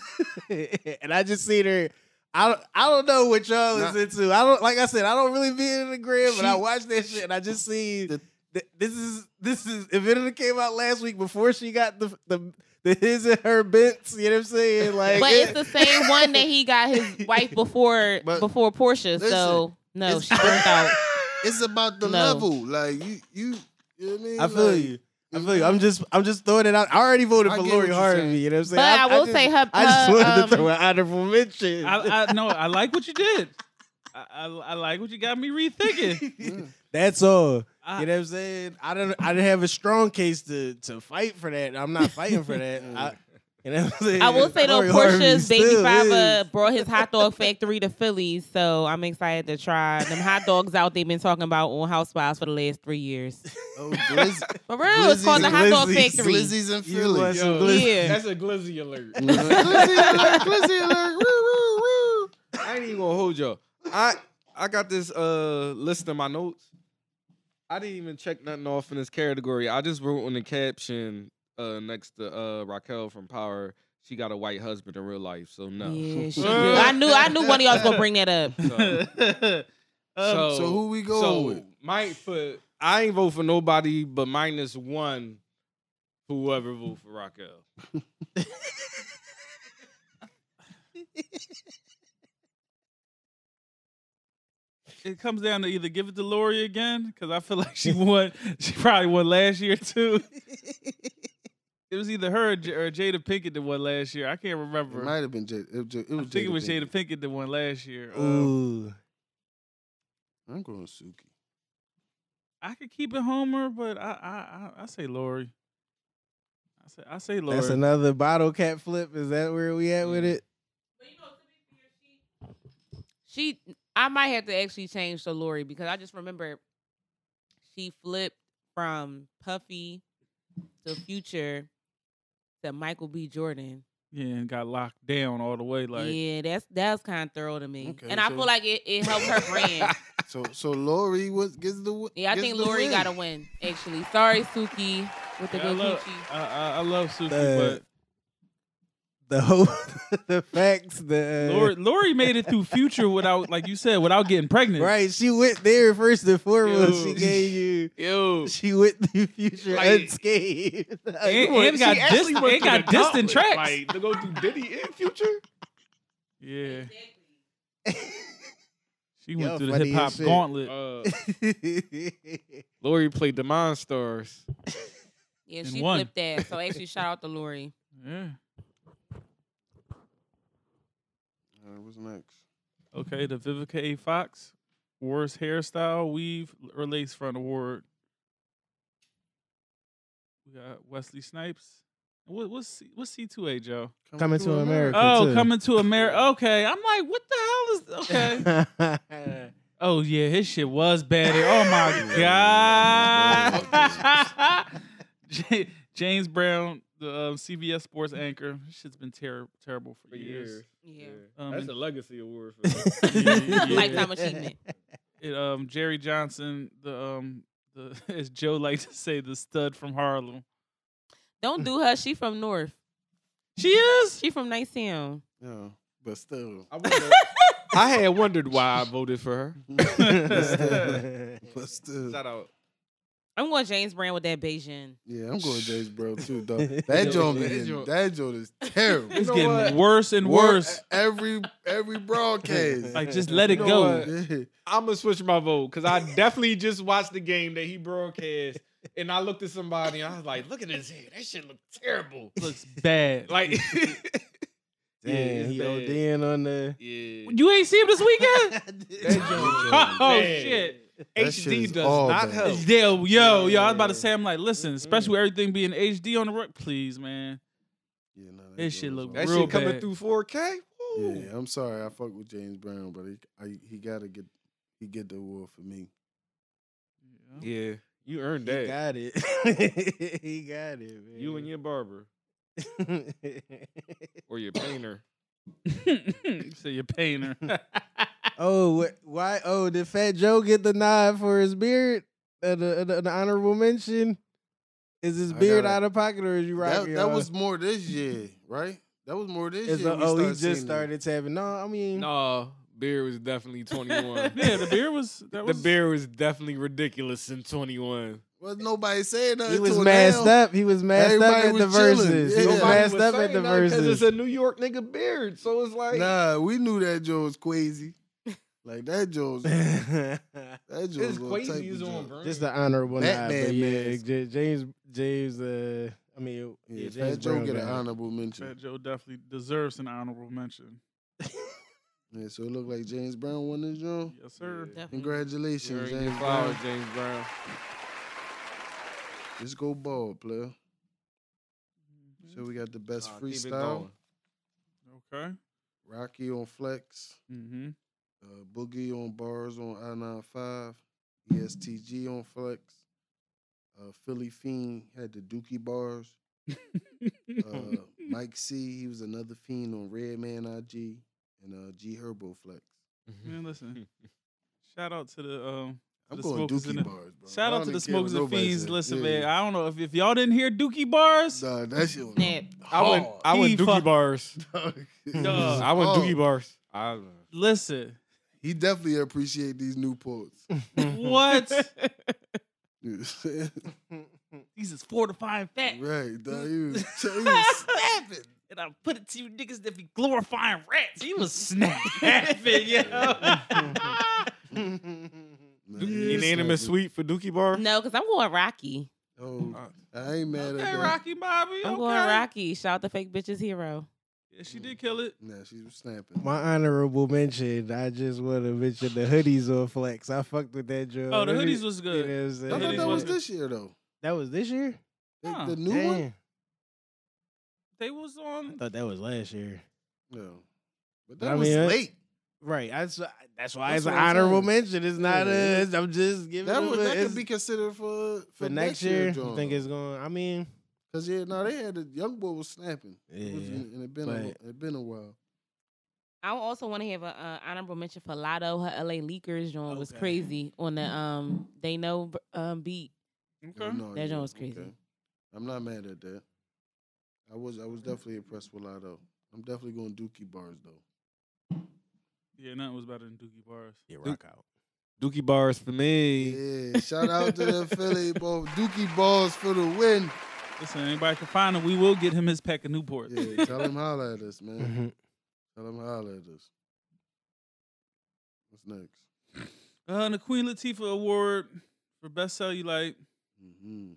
[SPEAKER 7] and I just seen her. I don't, I don't know what y'all
[SPEAKER 5] Nah.
[SPEAKER 7] is into. I don't like I said. I don't really be in the gram, but I
[SPEAKER 5] She-
[SPEAKER 7] watched that shit and I just seen
[SPEAKER 5] The-
[SPEAKER 7] th- this is this is if it had came out last week before she got the the, the his and her bits. You know what I'm saying? Like,
[SPEAKER 8] But it's
[SPEAKER 7] it-
[SPEAKER 8] the same one that he got his wife before
[SPEAKER 5] But
[SPEAKER 8] before Portia. so no,
[SPEAKER 5] it's-
[SPEAKER 8] she burnt out.
[SPEAKER 5] It's about the
[SPEAKER 8] No.
[SPEAKER 5] level. Like you you you know what I mean?
[SPEAKER 7] I feel
[SPEAKER 5] Like,
[SPEAKER 7] you. I feel you. I'm just I'm just throwing it out. I already voted
[SPEAKER 5] I
[SPEAKER 7] for
[SPEAKER 5] get
[SPEAKER 7] Lori
[SPEAKER 5] what you're saying.
[SPEAKER 7] Harvey. You know what I'm saying?
[SPEAKER 8] But I will
[SPEAKER 7] just-
[SPEAKER 8] say her-
[SPEAKER 7] I just
[SPEAKER 8] her,
[SPEAKER 7] wanted
[SPEAKER 8] um,
[SPEAKER 7] to throw an honorable mention.
[SPEAKER 1] I, I no, I like what you did. I, I, I like what you got me rethinking.
[SPEAKER 7] That's all.
[SPEAKER 1] I-
[SPEAKER 7] you know what I'm saying? I don't. I didn't have a strong case to to fight for that. I'm not fighting for that. I, you know what I'm saying?
[SPEAKER 8] I will say though,
[SPEAKER 7] Lori
[SPEAKER 8] Portia's
[SPEAKER 7] Harvey
[SPEAKER 8] baby uh,
[SPEAKER 7] still
[SPEAKER 8] father
[SPEAKER 7] is.
[SPEAKER 8] brought his hot dog factory to Philly, so I'm excited to try them hot dogs out they've been talking about on Housewives for the last three years.
[SPEAKER 5] Oh, glizz,
[SPEAKER 8] For real, it's called the hot dog
[SPEAKER 7] Glizzy's-
[SPEAKER 8] factory.
[SPEAKER 5] glizzies in
[SPEAKER 7] You
[SPEAKER 5] Philly.
[SPEAKER 7] was-
[SPEAKER 6] Yo,
[SPEAKER 7] glizzy.
[SPEAKER 8] Yeah.
[SPEAKER 6] That's a glizzy alert.
[SPEAKER 5] glizzy alert, glizzy alert, woo, woo, woo.
[SPEAKER 6] I ain't even gonna hold y'all. I I got this uh list of my notes. I didn't even check nothing off in this category. I just wrote on the caption uh next to uh Raquel from Power. She got a white husband in real life, so no.
[SPEAKER 8] Yeah, she do. I knew I knew one of y'all was gonna bring that up.
[SPEAKER 6] So,
[SPEAKER 1] Um,
[SPEAKER 6] so,
[SPEAKER 5] So who we going
[SPEAKER 6] so
[SPEAKER 5] with?
[SPEAKER 6] my for I ain't vote for nobody but minus one. Whoever vote for Raquel.
[SPEAKER 1] it comes down to either give it to Lori again, because I feel like she won. She probably won last year too. It was either her or, J- or Jada Pinkett that won last year. I can't
[SPEAKER 5] It
[SPEAKER 1] remember.
[SPEAKER 5] might have been Jada. It, was J- it
[SPEAKER 1] I
[SPEAKER 5] was
[SPEAKER 1] think it was
[SPEAKER 5] Jada.
[SPEAKER 1] Jada Pinkett that won last year. Um,
[SPEAKER 7] Ooh,
[SPEAKER 5] I'm going Suki.
[SPEAKER 1] I could keep it Homer, but I I I, I say Lori. I say I say Lori.
[SPEAKER 7] that's another bottle cap flip. Is that where we at with
[SPEAKER 1] Mm.
[SPEAKER 7] it?
[SPEAKER 8] She, I might have to actually change to Lori because I just remember she flipped from Puffy to Future to Michael B. Jordan.
[SPEAKER 1] yeah, and got locked down all the way. Like
[SPEAKER 8] yeah, that's that's kind of thorough to me,
[SPEAKER 5] Okay,
[SPEAKER 8] and I
[SPEAKER 5] so-
[SPEAKER 8] feel like it, it helped her brand.
[SPEAKER 5] So so Lori was gets the wi-
[SPEAKER 8] Yeah, I
[SPEAKER 5] gets
[SPEAKER 8] think
[SPEAKER 5] the
[SPEAKER 8] Lori
[SPEAKER 5] win.
[SPEAKER 8] got to win. Actually, sorry Suki with the
[SPEAKER 1] Yeah, I,
[SPEAKER 8] good
[SPEAKER 1] love,
[SPEAKER 8] coochie.
[SPEAKER 1] I, I, I love Suki,
[SPEAKER 7] The-
[SPEAKER 1] but
[SPEAKER 7] The whole the facts. The uh,
[SPEAKER 1] Lori, Lori made it through Future without, like you said, without getting pregnant.
[SPEAKER 7] right. She went there first and foremost.
[SPEAKER 1] Ew.
[SPEAKER 7] She gave you.
[SPEAKER 6] Yo,
[SPEAKER 7] She went through future
[SPEAKER 6] Like-
[SPEAKER 7] unscathed.
[SPEAKER 1] And, and got, dis- and got distant tracks.
[SPEAKER 6] to go through Diddy in future.
[SPEAKER 1] yeah. She went
[SPEAKER 7] Y'all
[SPEAKER 1] through the
[SPEAKER 7] funny
[SPEAKER 1] hip hop
[SPEAKER 7] as shit.
[SPEAKER 1] gauntlet.
[SPEAKER 6] Uh, Lori played the Monstars.
[SPEAKER 8] Yeah,
[SPEAKER 1] And
[SPEAKER 8] she
[SPEAKER 1] won.
[SPEAKER 8] flipped that. So actually, shout out to Lori.
[SPEAKER 1] yeah.
[SPEAKER 5] All right, what's next?
[SPEAKER 1] Okay, the Vivica A. Fox worst hairstyle, weave, or lace front award. We got Wesley Snipes. What, what's C- what's C two A Joe?
[SPEAKER 7] Coming to America.
[SPEAKER 1] Oh,
[SPEAKER 7] too.
[SPEAKER 1] coming to America. Okay, I'm like, what the hell is okay? Oh yeah, his shit was bad. Oh my god. J- James Brown, the um, CBS Sports anchor, his shit's been ter- terrible for, years.
[SPEAKER 8] Yeah,
[SPEAKER 1] Um,
[SPEAKER 6] That's
[SPEAKER 1] and-
[SPEAKER 6] a legacy award for
[SPEAKER 1] Yeah.
[SPEAKER 8] lifetime achievement.
[SPEAKER 1] It, um, Jerry Johnson, the um, the as Joe likes to say, the stud from Harlem.
[SPEAKER 8] Don't do her. She from North.
[SPEAKER 1] She is.
[SPEAKER 8] She from Nice Town.
[SPEAKER 5] No, but still,
[SPEAKER 6] I, wonder- I had wondered why I voted for her.
[SPEAKER 5] but still.
[SPEAKER 6] Shout out.
[SPEAKER 8] I'm going James Brand with that Beijing.
[SPEAKER 5] Yeah, I'm going Jay's bro too, though. That joint,
[SPEAKER 6] that
[SPEAKER 5] is-
[SPEAKER 6] joint-
[SPEAKER 5] that joint is terrible.
[SPEAKER 1] It's getting worse and
[SPEAKER 5] Wor-
[SPEAKER 1] worse.
[SPEAKER 5] every every broadcast.
[SPEAKER 1] Like just let it
[SPEAKER 6] eh, You
[SPEAKER 1] go.
[SPEAKER 6] know what?
[SPEAKER 5] Yeah.
[SPEAKER 6] I'm gonna switch my vote because I definitely just watched the game that he broadcast, and I looked at somebody and I was like, "Look at his hair. That shit look terrible."
[SPEAKER 1] Looks bad.
[SPEAKER 6] Like,
[SPEAKER 7] Damn,
[SPEAKER 6] it's
[SPEAKER 7] he
[SPEAKER 6] bad.
[SPEAKER 7] OD'ing on the.
[SPEAKER 6] yeah,
[SPEAKER 1] you ain't see him this weekend.
[SPEAKER 6] That
[SPEAKER 1] oh
[SPEAKER 6] bad.
[SPEAKER 1] shit.
[SPEAKER 5] That shit
[SPEAKER 6] HD
[SPEAKER 5] is
[SPEAKER 6] does
[SPEAKER 5] all
[SPEAKER 6] not
[SPEAKER 5] bad.
[SPEAKER 6] help.
[SPEAKER 1] Yo, yo, yo! I was about to say, I'm like, listen, especially with everything being HD on the road, please, man.
[SPEAKER 5] Yeah, nah,
[SPEAKER 1] That
[SPEAKER 5] joint
[SPEAKER 1] shit
[SPEAKER 5] was
[SPEAKER 1] look
[SPEAKER 5] all-
[SPEAKER 6] That
[SPEAKER 1] Real
[SPEAKER 6] shit coming
[SPEAKER 1] bad.
[SPEAKER 6] through 4K. Woo.
[SPEAKER 5] Yeah, I'm sorry. I fuck with James Brown, but he I, he gotta get he get the award for me.
[SPEAKER 6] Yeah, you earned
[SPEAKER 7] He
[SPEAKER 6] that.
[SPEAKER 7] got it. he got it, man.
[SPEAKER 6] You and your barber or your painter.
[SPEAKER 1] so you're painter.
[SPEAKER 7] Oh, wh- why? Oh, did Fat Joe get the nod for his beard? Uh, the, the, the honorable mention? Is his
[SPEAKER 5] I
[SPEAKER 7] beard
[SPEAKER 5] gotta-
[SPEAKER 7] out of pocket or is you
[SPEAKER 5] That,
[SPEAKER 7] rocking?
[SPEAKER 5] that was more this year, right? That was more this
[SPEAKER 7] It's
[SPEAKER 5] year.
[SPEAKER 7] a-
[SPEAKER 5] we
[SPEAKER 7] oh, he
[SPEAKER 5] start seeing
[SPEAKER 7] just
[SPEAKER 5] it.
[SPEAKER 7] started tapping. No, I mean,
[SPEAKER 6] No, beer was definitely 21.
[SPEAKER 1] Yeah, the beer was that
[SPEAKER 6] the
[SPEAKER 1] was
[SPEAKER 6] beer was definitely ridiculous in 21.
[SPEAKER 5] Was nobody saying nothing
[SPEAKER 7] he was
[SPEAKER 5] till
[SPEAKER 7] masked
[SPEAKER 5] now.
[SPEAKER 7] up. He was masked up
[SPEAKER 5] Everybody
[SPEAKER 7] at the
[SPEAKER 5] was chilling.
[SPEAKER 7] verses. He was
[SPEAKER 5] Yeah.
[SPEAKER 6] Nobody
[SPEAKER 7] masked
[SPEAKER 6] was
[SPEAKER 7] up at the
[SPEAKER 6] saying nothing 'cause
[SPEAKER 7] verses.
[SPEAKER 6] It's a New York nigga beard, so it's like
[SPEAKER 5] Nah, we knew that Joe was crazy. Like that Joe's that Joe's
[SPEAKER 6] it's
[SPEAKER 5] all type
[SPEAKER 6] crazy
[SPEAKER 5] of
[SPEAKER 6] is
[SPEAKER 5] Joe.
[SPEAKER 6] on brand.
[SPEAKER 7] Just the honorable nod, but
[SPEAKER 5] Batman
[SPEAKER 7] yeah,
[SPEAKER 5] mask.
[SPEAKER 7] J- James, James, uh, I mean,
[SPEAKER 5] Yeah,
[SPEAKER 7] yeah, James
[SPEAKER 5] Fat Joe
[SPEAKER 7] Brown
[SPEAKER 5] get an
[SPEAKER 7] got it.
[SPEAKER 5] honorable mention.
[SPEAKER 1] Fat Joe definitely deserves an honorable mention.
[SPEAKER 5] Yeah, so it looked like James Brown won this Joe.
[SPEAKER 1] Yes, sir.
[SPEAKER 6] You
[SPEAKER 5] Congratulations,
[SPEAKER 6] earned your
[SPEAKER 5] James
[SPEAKER 6] flowers,
[SPEAKER 5] Brown.
[SPEAKER 6] James Brown.
[SPEAKER 5] Just go ball, player. So we got the best
[SPEAKER 6] Nah, keep it
[SPEAKER 5] freestyle.
[SPEAKER 6] going.
[SPEAKER 1] Okay.
[SPEAKER 5] Rocky on flex.
[SPEAKER 1] Mm-hmm.
[SPEAKER 5] Uh, Boogie on bars on I E 95. ESTG on flex. Uh, Philly Fiend had the Dookie bars. Uh, Mike C, he was another fiend on Redman IG and uh, G Herbo Flex.
[SPEAKER 1] Mm-hmm. Man, listen. Shout out to the um.
[SPEAKER 5] I'm
[SPEAKER 1] The
[SPEAKER 5] going
[SPEAKER 1] smokers in
[SPEAKER 5] Dookie
[SPEAKER 1] the-
[SPEAKER 5] bars, bro.
[SPEAKER 1] Shout
[SPEAKER 5] I
[SPEAKER 1] out
[SPEAKER 5] don't
[SPEAKER 1] to the
[SPEAKER 5] even care what
[SPEAKER 1] smokers and
[SPEAKER 5] nobody
[SPEAKER 1] fiends.
[SPEAKER 5] said.
[SPEAKER 1] Listen,
[SPEAKER 5] Yeah.
[SPEAKER 1] man, I don't know if, if y'all didn't hear Dookie bars.
[SPEAKER 5] Nah, that shit was
[SPEAKER 8] Nah.
[SPEAKER 6] I went, I
[SPEAKER 1] He
[SPEAKER 6] went Dookie
[SPEAKER 1] fuck-
[SPEAKER 6] bars.
[SPEAKER 5] hard.
[SPEAKER 1] Dog.
[SPEAKER 6] I went
[SPEAKER 5] Oh,
[SPEAKER 6] Dookie bars. I,
[SPEAKER 1] Listen,
[SPEAKER 5] He definitely appreciate these Newports.
[SPEAKER 1] what?
[SPEAKER 5] You know what I'm saying?
[SPEAKER 1] These is fortifying fat,
[SPEAKER 5] right, dog. He was, he was snapping.
[SPEAKER 1] and I put it to you niggas that be glorifying rats. He was snapping, yo.
[SPEAKER 5] Nah, he was
[SPEAKER 6] unanimous
[SPEAKER 5] snapping.
[SPEAKER 6] sweep for Dookie bars.
[SPEAKER 8] No, because I'm going Rocky.
[SPEAKER 5] Oh, I ain't mad at
[SPEAKER 1] okay,
[SPEAKER 5] that.
[SPEAKER 1] Rocky Bobby.
[SPEAKER 8] I'm
[SPEAKER 1] okay.
[SPEAKER 8] going Rocky. Shout the fake bitches hero.
[SPEAKER 1] Yeah, she did kill it.
[SPEAKER 5] Nah, she was snapping.
[SPEAKER 7] My honorable mention, I just want to mention the hoodies on Flex. I fucked with that joke.
[SPEAKER 1] Oh, the hoodies was good.
[SPEAKER 5] I thought
[SPEAKER 1] Hoodies
[SPEAKER 5] that was
[SPEAKER 1] wasn't-
[SPEAKER 5] this year though.
[SPEAKER 7] That was this year?
[SPEAKER 5] The,
[SPEAKER 1] Huh.
[SPEAKER 5] the new one.
[SPEAKER 7] Damn.
[SPEAKER 1] They was
[SPEAKER 7] I
[SPEAKER 1] on.
[SPEAKER 7] thought that was last year.
[SPEAKER 5] No, but
[SPEAKER 7] But
[SPEAKER 5] that
[SPEAKER 7] I
[SPEAKER 5] was
[SPEAKER 7] mean, that-
[SPEAKER 5] late.
[SPEAKER 7] Right. That's that's why
[SPEAKER 5] That's
[SPEAKER 7] it's an
[SPEAKER 5] what I'm
[SPEAKER 7] honorable
[SPEAKER 5] saying.
[SPEAKER 7] mention. It's not
[SPEAKER 5] Yeah,
[SPEAKER 7] a.
[SPEAKER 5] it-
[SPEAKER 7] It's, I'm just giving
[SPEAKER 5] That
[SPEAKER 7] them
[SPEAKER 5] was
[SPEAKER 7] a-
[SPEAKER 5] that
[SPEAKER 7] it's-
[SPEAKER 5] could be considered for for,
[SPEAKER 7] for next year.
[SPEAKER 5] John.
[SPEAKER 7] You think it's going? I mean,
[SPEAKER 5] Cause yeah, no, they had the young boy was snapping. It was,
[SPEAKER 7] Yeah,
[SPEAKER 5] and it been a,
[SPEAKER 7] but-
[SPEAKER 5] it been a while.
[SPEAKER 8] I also want to have an uh, honorable mention for Lotto. Her LA Leakers joint was
[SPEAKER 7] Okay.
[SPEAKER 8] crazy on the um they know um beat.
[SPEAKER 5] Oh,
[SPEAKER 1] Okay.
[SPEAKER 5] no,
[SPEAKER 8] That
[SPEAKER 5] yeah,
[SPEAKER 8] joint was crazy.
[SPEAKER 5] I'm not mad at that. I was I was
[SPEAKER 1] Mm.
[SPEAKER 5] definitely impressed with Lotto. I'm definitely going Dookie bars though.
[SPEAKER 1] Yeah, nothing was better than Dookie bars.
[SPEAKER 7] yeah, rock out.
[SPEAKER 6] Dookie bars for me.
[SPEAKER 5] Yeah, shout out to the Philly ball Dookie balls for the win.
[SPEAKER 1] Listen, anybody can find him. We will get him his pack of Newport.
[SPEAKER 5] Yeah, tell him holla at us, man.
[SPEAKER 7] Mhm.
[SPEAKER 5] Tell him holla at us. What's next?
[SPEAKER 1] Uh, and the Queen Latifah Award for Best Cellulite.
[SPEAKER 5] Mm-hmm.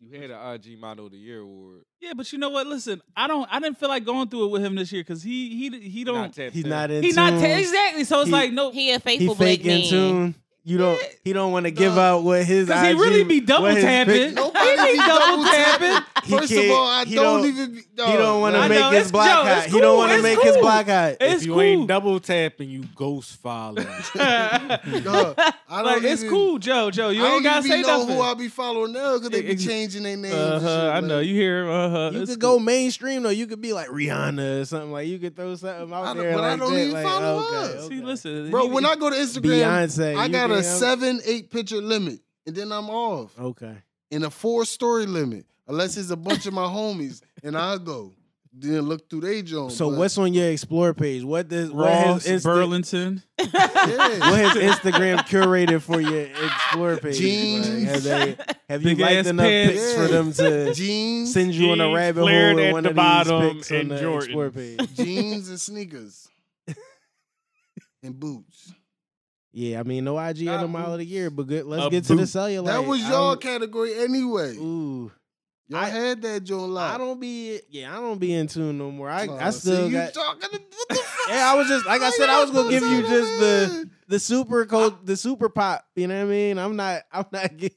[SPEAKER 6] You had an IG Model of the Year award.
[SPEAKER 1] Yeah, but you know what? Listen, I don't. I didn't feel like going through it with him this year because he he he don't.
[SPEAKER 6] tapped
[SPEAKER 7] He's
[SPEAKER 6] in.
[SPEAKER 7] not in.
[SPEAKER 1] He not ta-
[SPEAKER 7] tune.
[SPEAKER 1] exactly. So it's
[SPEAKER 7] He-
[SPEAKER 1] like no.
[SPEAKER 8] He a
[SPEAKER 7] he
[SPEAKER 8] faithful black
[SPEAKER 7] fake in
[SPEAKER 8] man.
[SPEAKER 7] tune. You don't. He don't want to give out what his.
[SPEAKER 1] Because he
[SPEAKER 7] IG
[SPEAKER 1] really be
[SPEAKER 7] what
[SPEAKER 1] double
[SPEAKER 7] his pic-
[SPEAKER 1] tapping.
[SPEAKER 5] Nobody
[SPEAKER 1] he
[SPEAKER 5] be
[SPEAKER 1] be double
[SPEAKER 5] double
[SPEAKER 1] tapping.
[SPEAKER 7] He
[SPEAKER 5] First of
[SPEAKER 7] can't-
[SPEAKER 5] all, I
[SPEAKER 7] he
[SPEAKER 5] don't, even. Be,
[SPEAKER 7] He don't want
[SPEAKER 1] I
[SPEAKER 5] nah.
[SPEAKER 7] to make
[SPEAKER 1] know,
[SPEAKER 7] his
[SPEAKER 1] it's
[SPEAKER 7] block
[SPEAKER 1] Joe,
[SPEAKER 7] hot.
[SPEAKER 1] it's
[SPEAKER 7] He don't
[SPEAKER 1] cool,
[SPEAKER 7] want to
[SPEAKER 1] it's
[SPEAKER 7] make his
[SPEAKER 1] cool.
[SPEAKER 7] block hot.
[SPEAKER 1] It's
[SPEAKER 6] If you
[SPEAKER 1] cool.
[SPEAKER 6] ain't double tapping, you ghost follow.
[SPEAKER 5] Nah, I don't
[SPEAKER 1] like it's
[SPEAKER 5] even-
[SPEAKER 1] cool, Joe. Joe, you
[SPEAKER 5] I don't
[SPEAKER 1] ain't gotta
[SPEAKER 5] even
[SPEAKER 1] say
[SPEAKER 5] know
[SPEAKER 1] nothing.
[SPEAKER 5] who I be following now because they be
[SPEAKER 1] Ex-
[SPEAKER 5] changing their names. and
[SPEAKER 1] Uh-huh, I
[SPEAKER 5] shit,
[SPEAKER 1] know
[SPEAKER 5] like-
[SPEAKER 1] you hear. him, Uh-huh,
[SPEAKER 7] You
[SPEAKER 1] it's
[SPEAKER 7] could
[SPEAKER 1] cool.
[SPEAKER 7] go mainstream though. You could be like Rihanna or something. Like you could throw something out
[SPEAKER 5] I don't-
[SPEAKER 7] there.
[SPEAKER 5] but I
[SPEAKER 7] like
[SPEAKER 5] don't
[SPEAKER 7] that.
[SPEAKER 5] even
[SPEAKER 7] like,
[SPEAKER 5] follow
[SPEAKER 7] okay,
[SPEAKER 5] us.
[SPEAKER 7] okay.
[SPEAKER 1] See, listen,
[SPEAKER 5] bro.
[SPEAKER 1] he-
[SPEAKER 5] When I go to Instagram,
[SPEAKER 7] Beyonce.
[SPEAKER 5] I
[SPEAKER 7] you
[SPEAKER 5] got a
[SPEAKER 7] think I'm-
[SPEAKER 5] seven, eight picture limit, and then I'm off,
[SPEAKER 7] Okay.
[SPEAKER 5] and a four story limit, unless it's a bunch of my homies, and I go then look through they joint.
[SPEAKER 7] So
[SPEAKER 5] but-
[SPEAKER 7] what's on your explore page? What does what
[SPEAKER 1] Ross
[SPEAKER 7] his, Insta-
[SPEAKER 1] Burlington.
[SPEAKER 7] what
[SPEAKER 5] yeah.
[SPEAKER 7] has Instagram curated for your explore page?
[SPEAKER 5] Jeans.
[SPEAKER 7] Like, have, they, have you
[SPEAKER 1] Big ass
[SPEAKER 7] liked enough
[SPEAKER 1] pants.
[SPEAKER 7] pics for them to
[SPEAKER 5] jeans,
[SPEAKER 7] send you on a
[SPEAKER 6] Jeans
[SPEAKER 7] rabbit hole
[SPEAKER 6] flared
[SPEAKER 7] with
[SPEAKER 6] at
[SPEAKER 7] one
[SPEAKER 6] the
[SPEAKER 7] of
[SPEAKER 6] bottom
[SPEAKER 7] these pics on
[SPEAKER 6] and
[SPEAKER 7] the
[SPEAKER 6] Jordans.
[SPEAKER 7] explore page?
[SPEAKER 5] jeans and sneakers, and boots.
[SPEAKER 7] Yeah, I mean, no IG
[SPEAKER 6] Not
[SPEAKER 7] on the mile of the year, but good. Let's
[SPEAKER 6] A
[SPEAKER 7] get to the
[SPEAKER 6] boot.
[SPEAKER 7] cellulite.
[SPEAKER 5] That was
[SPEAKER 7] I
[SPEAKER 5] y'all
[SPEAKER 7] don't-
[SPEAKER 5] category anyway.
[SPEAKER 7] Ooh.
[SPEAKER 5] Y'all
[SPEAKER 7] I-
[SPEAKER 5] had that joint live.
[SPEAKER 7] I don't be yeah, I don't be in tune no more. I, I
[SPEAKER 5] Nah, Oh. see,
[SPEAKER 7] still
[SPEAKER 5] you
[SPEAKER 7] got
[SPEAKER 5] talking. to- What the fuck?
[SPEAKER 7] yeah. I was just like I said, I was gonna give you just the the super cold, the super pop. You know what I mean? I'm not, I'm not, gi-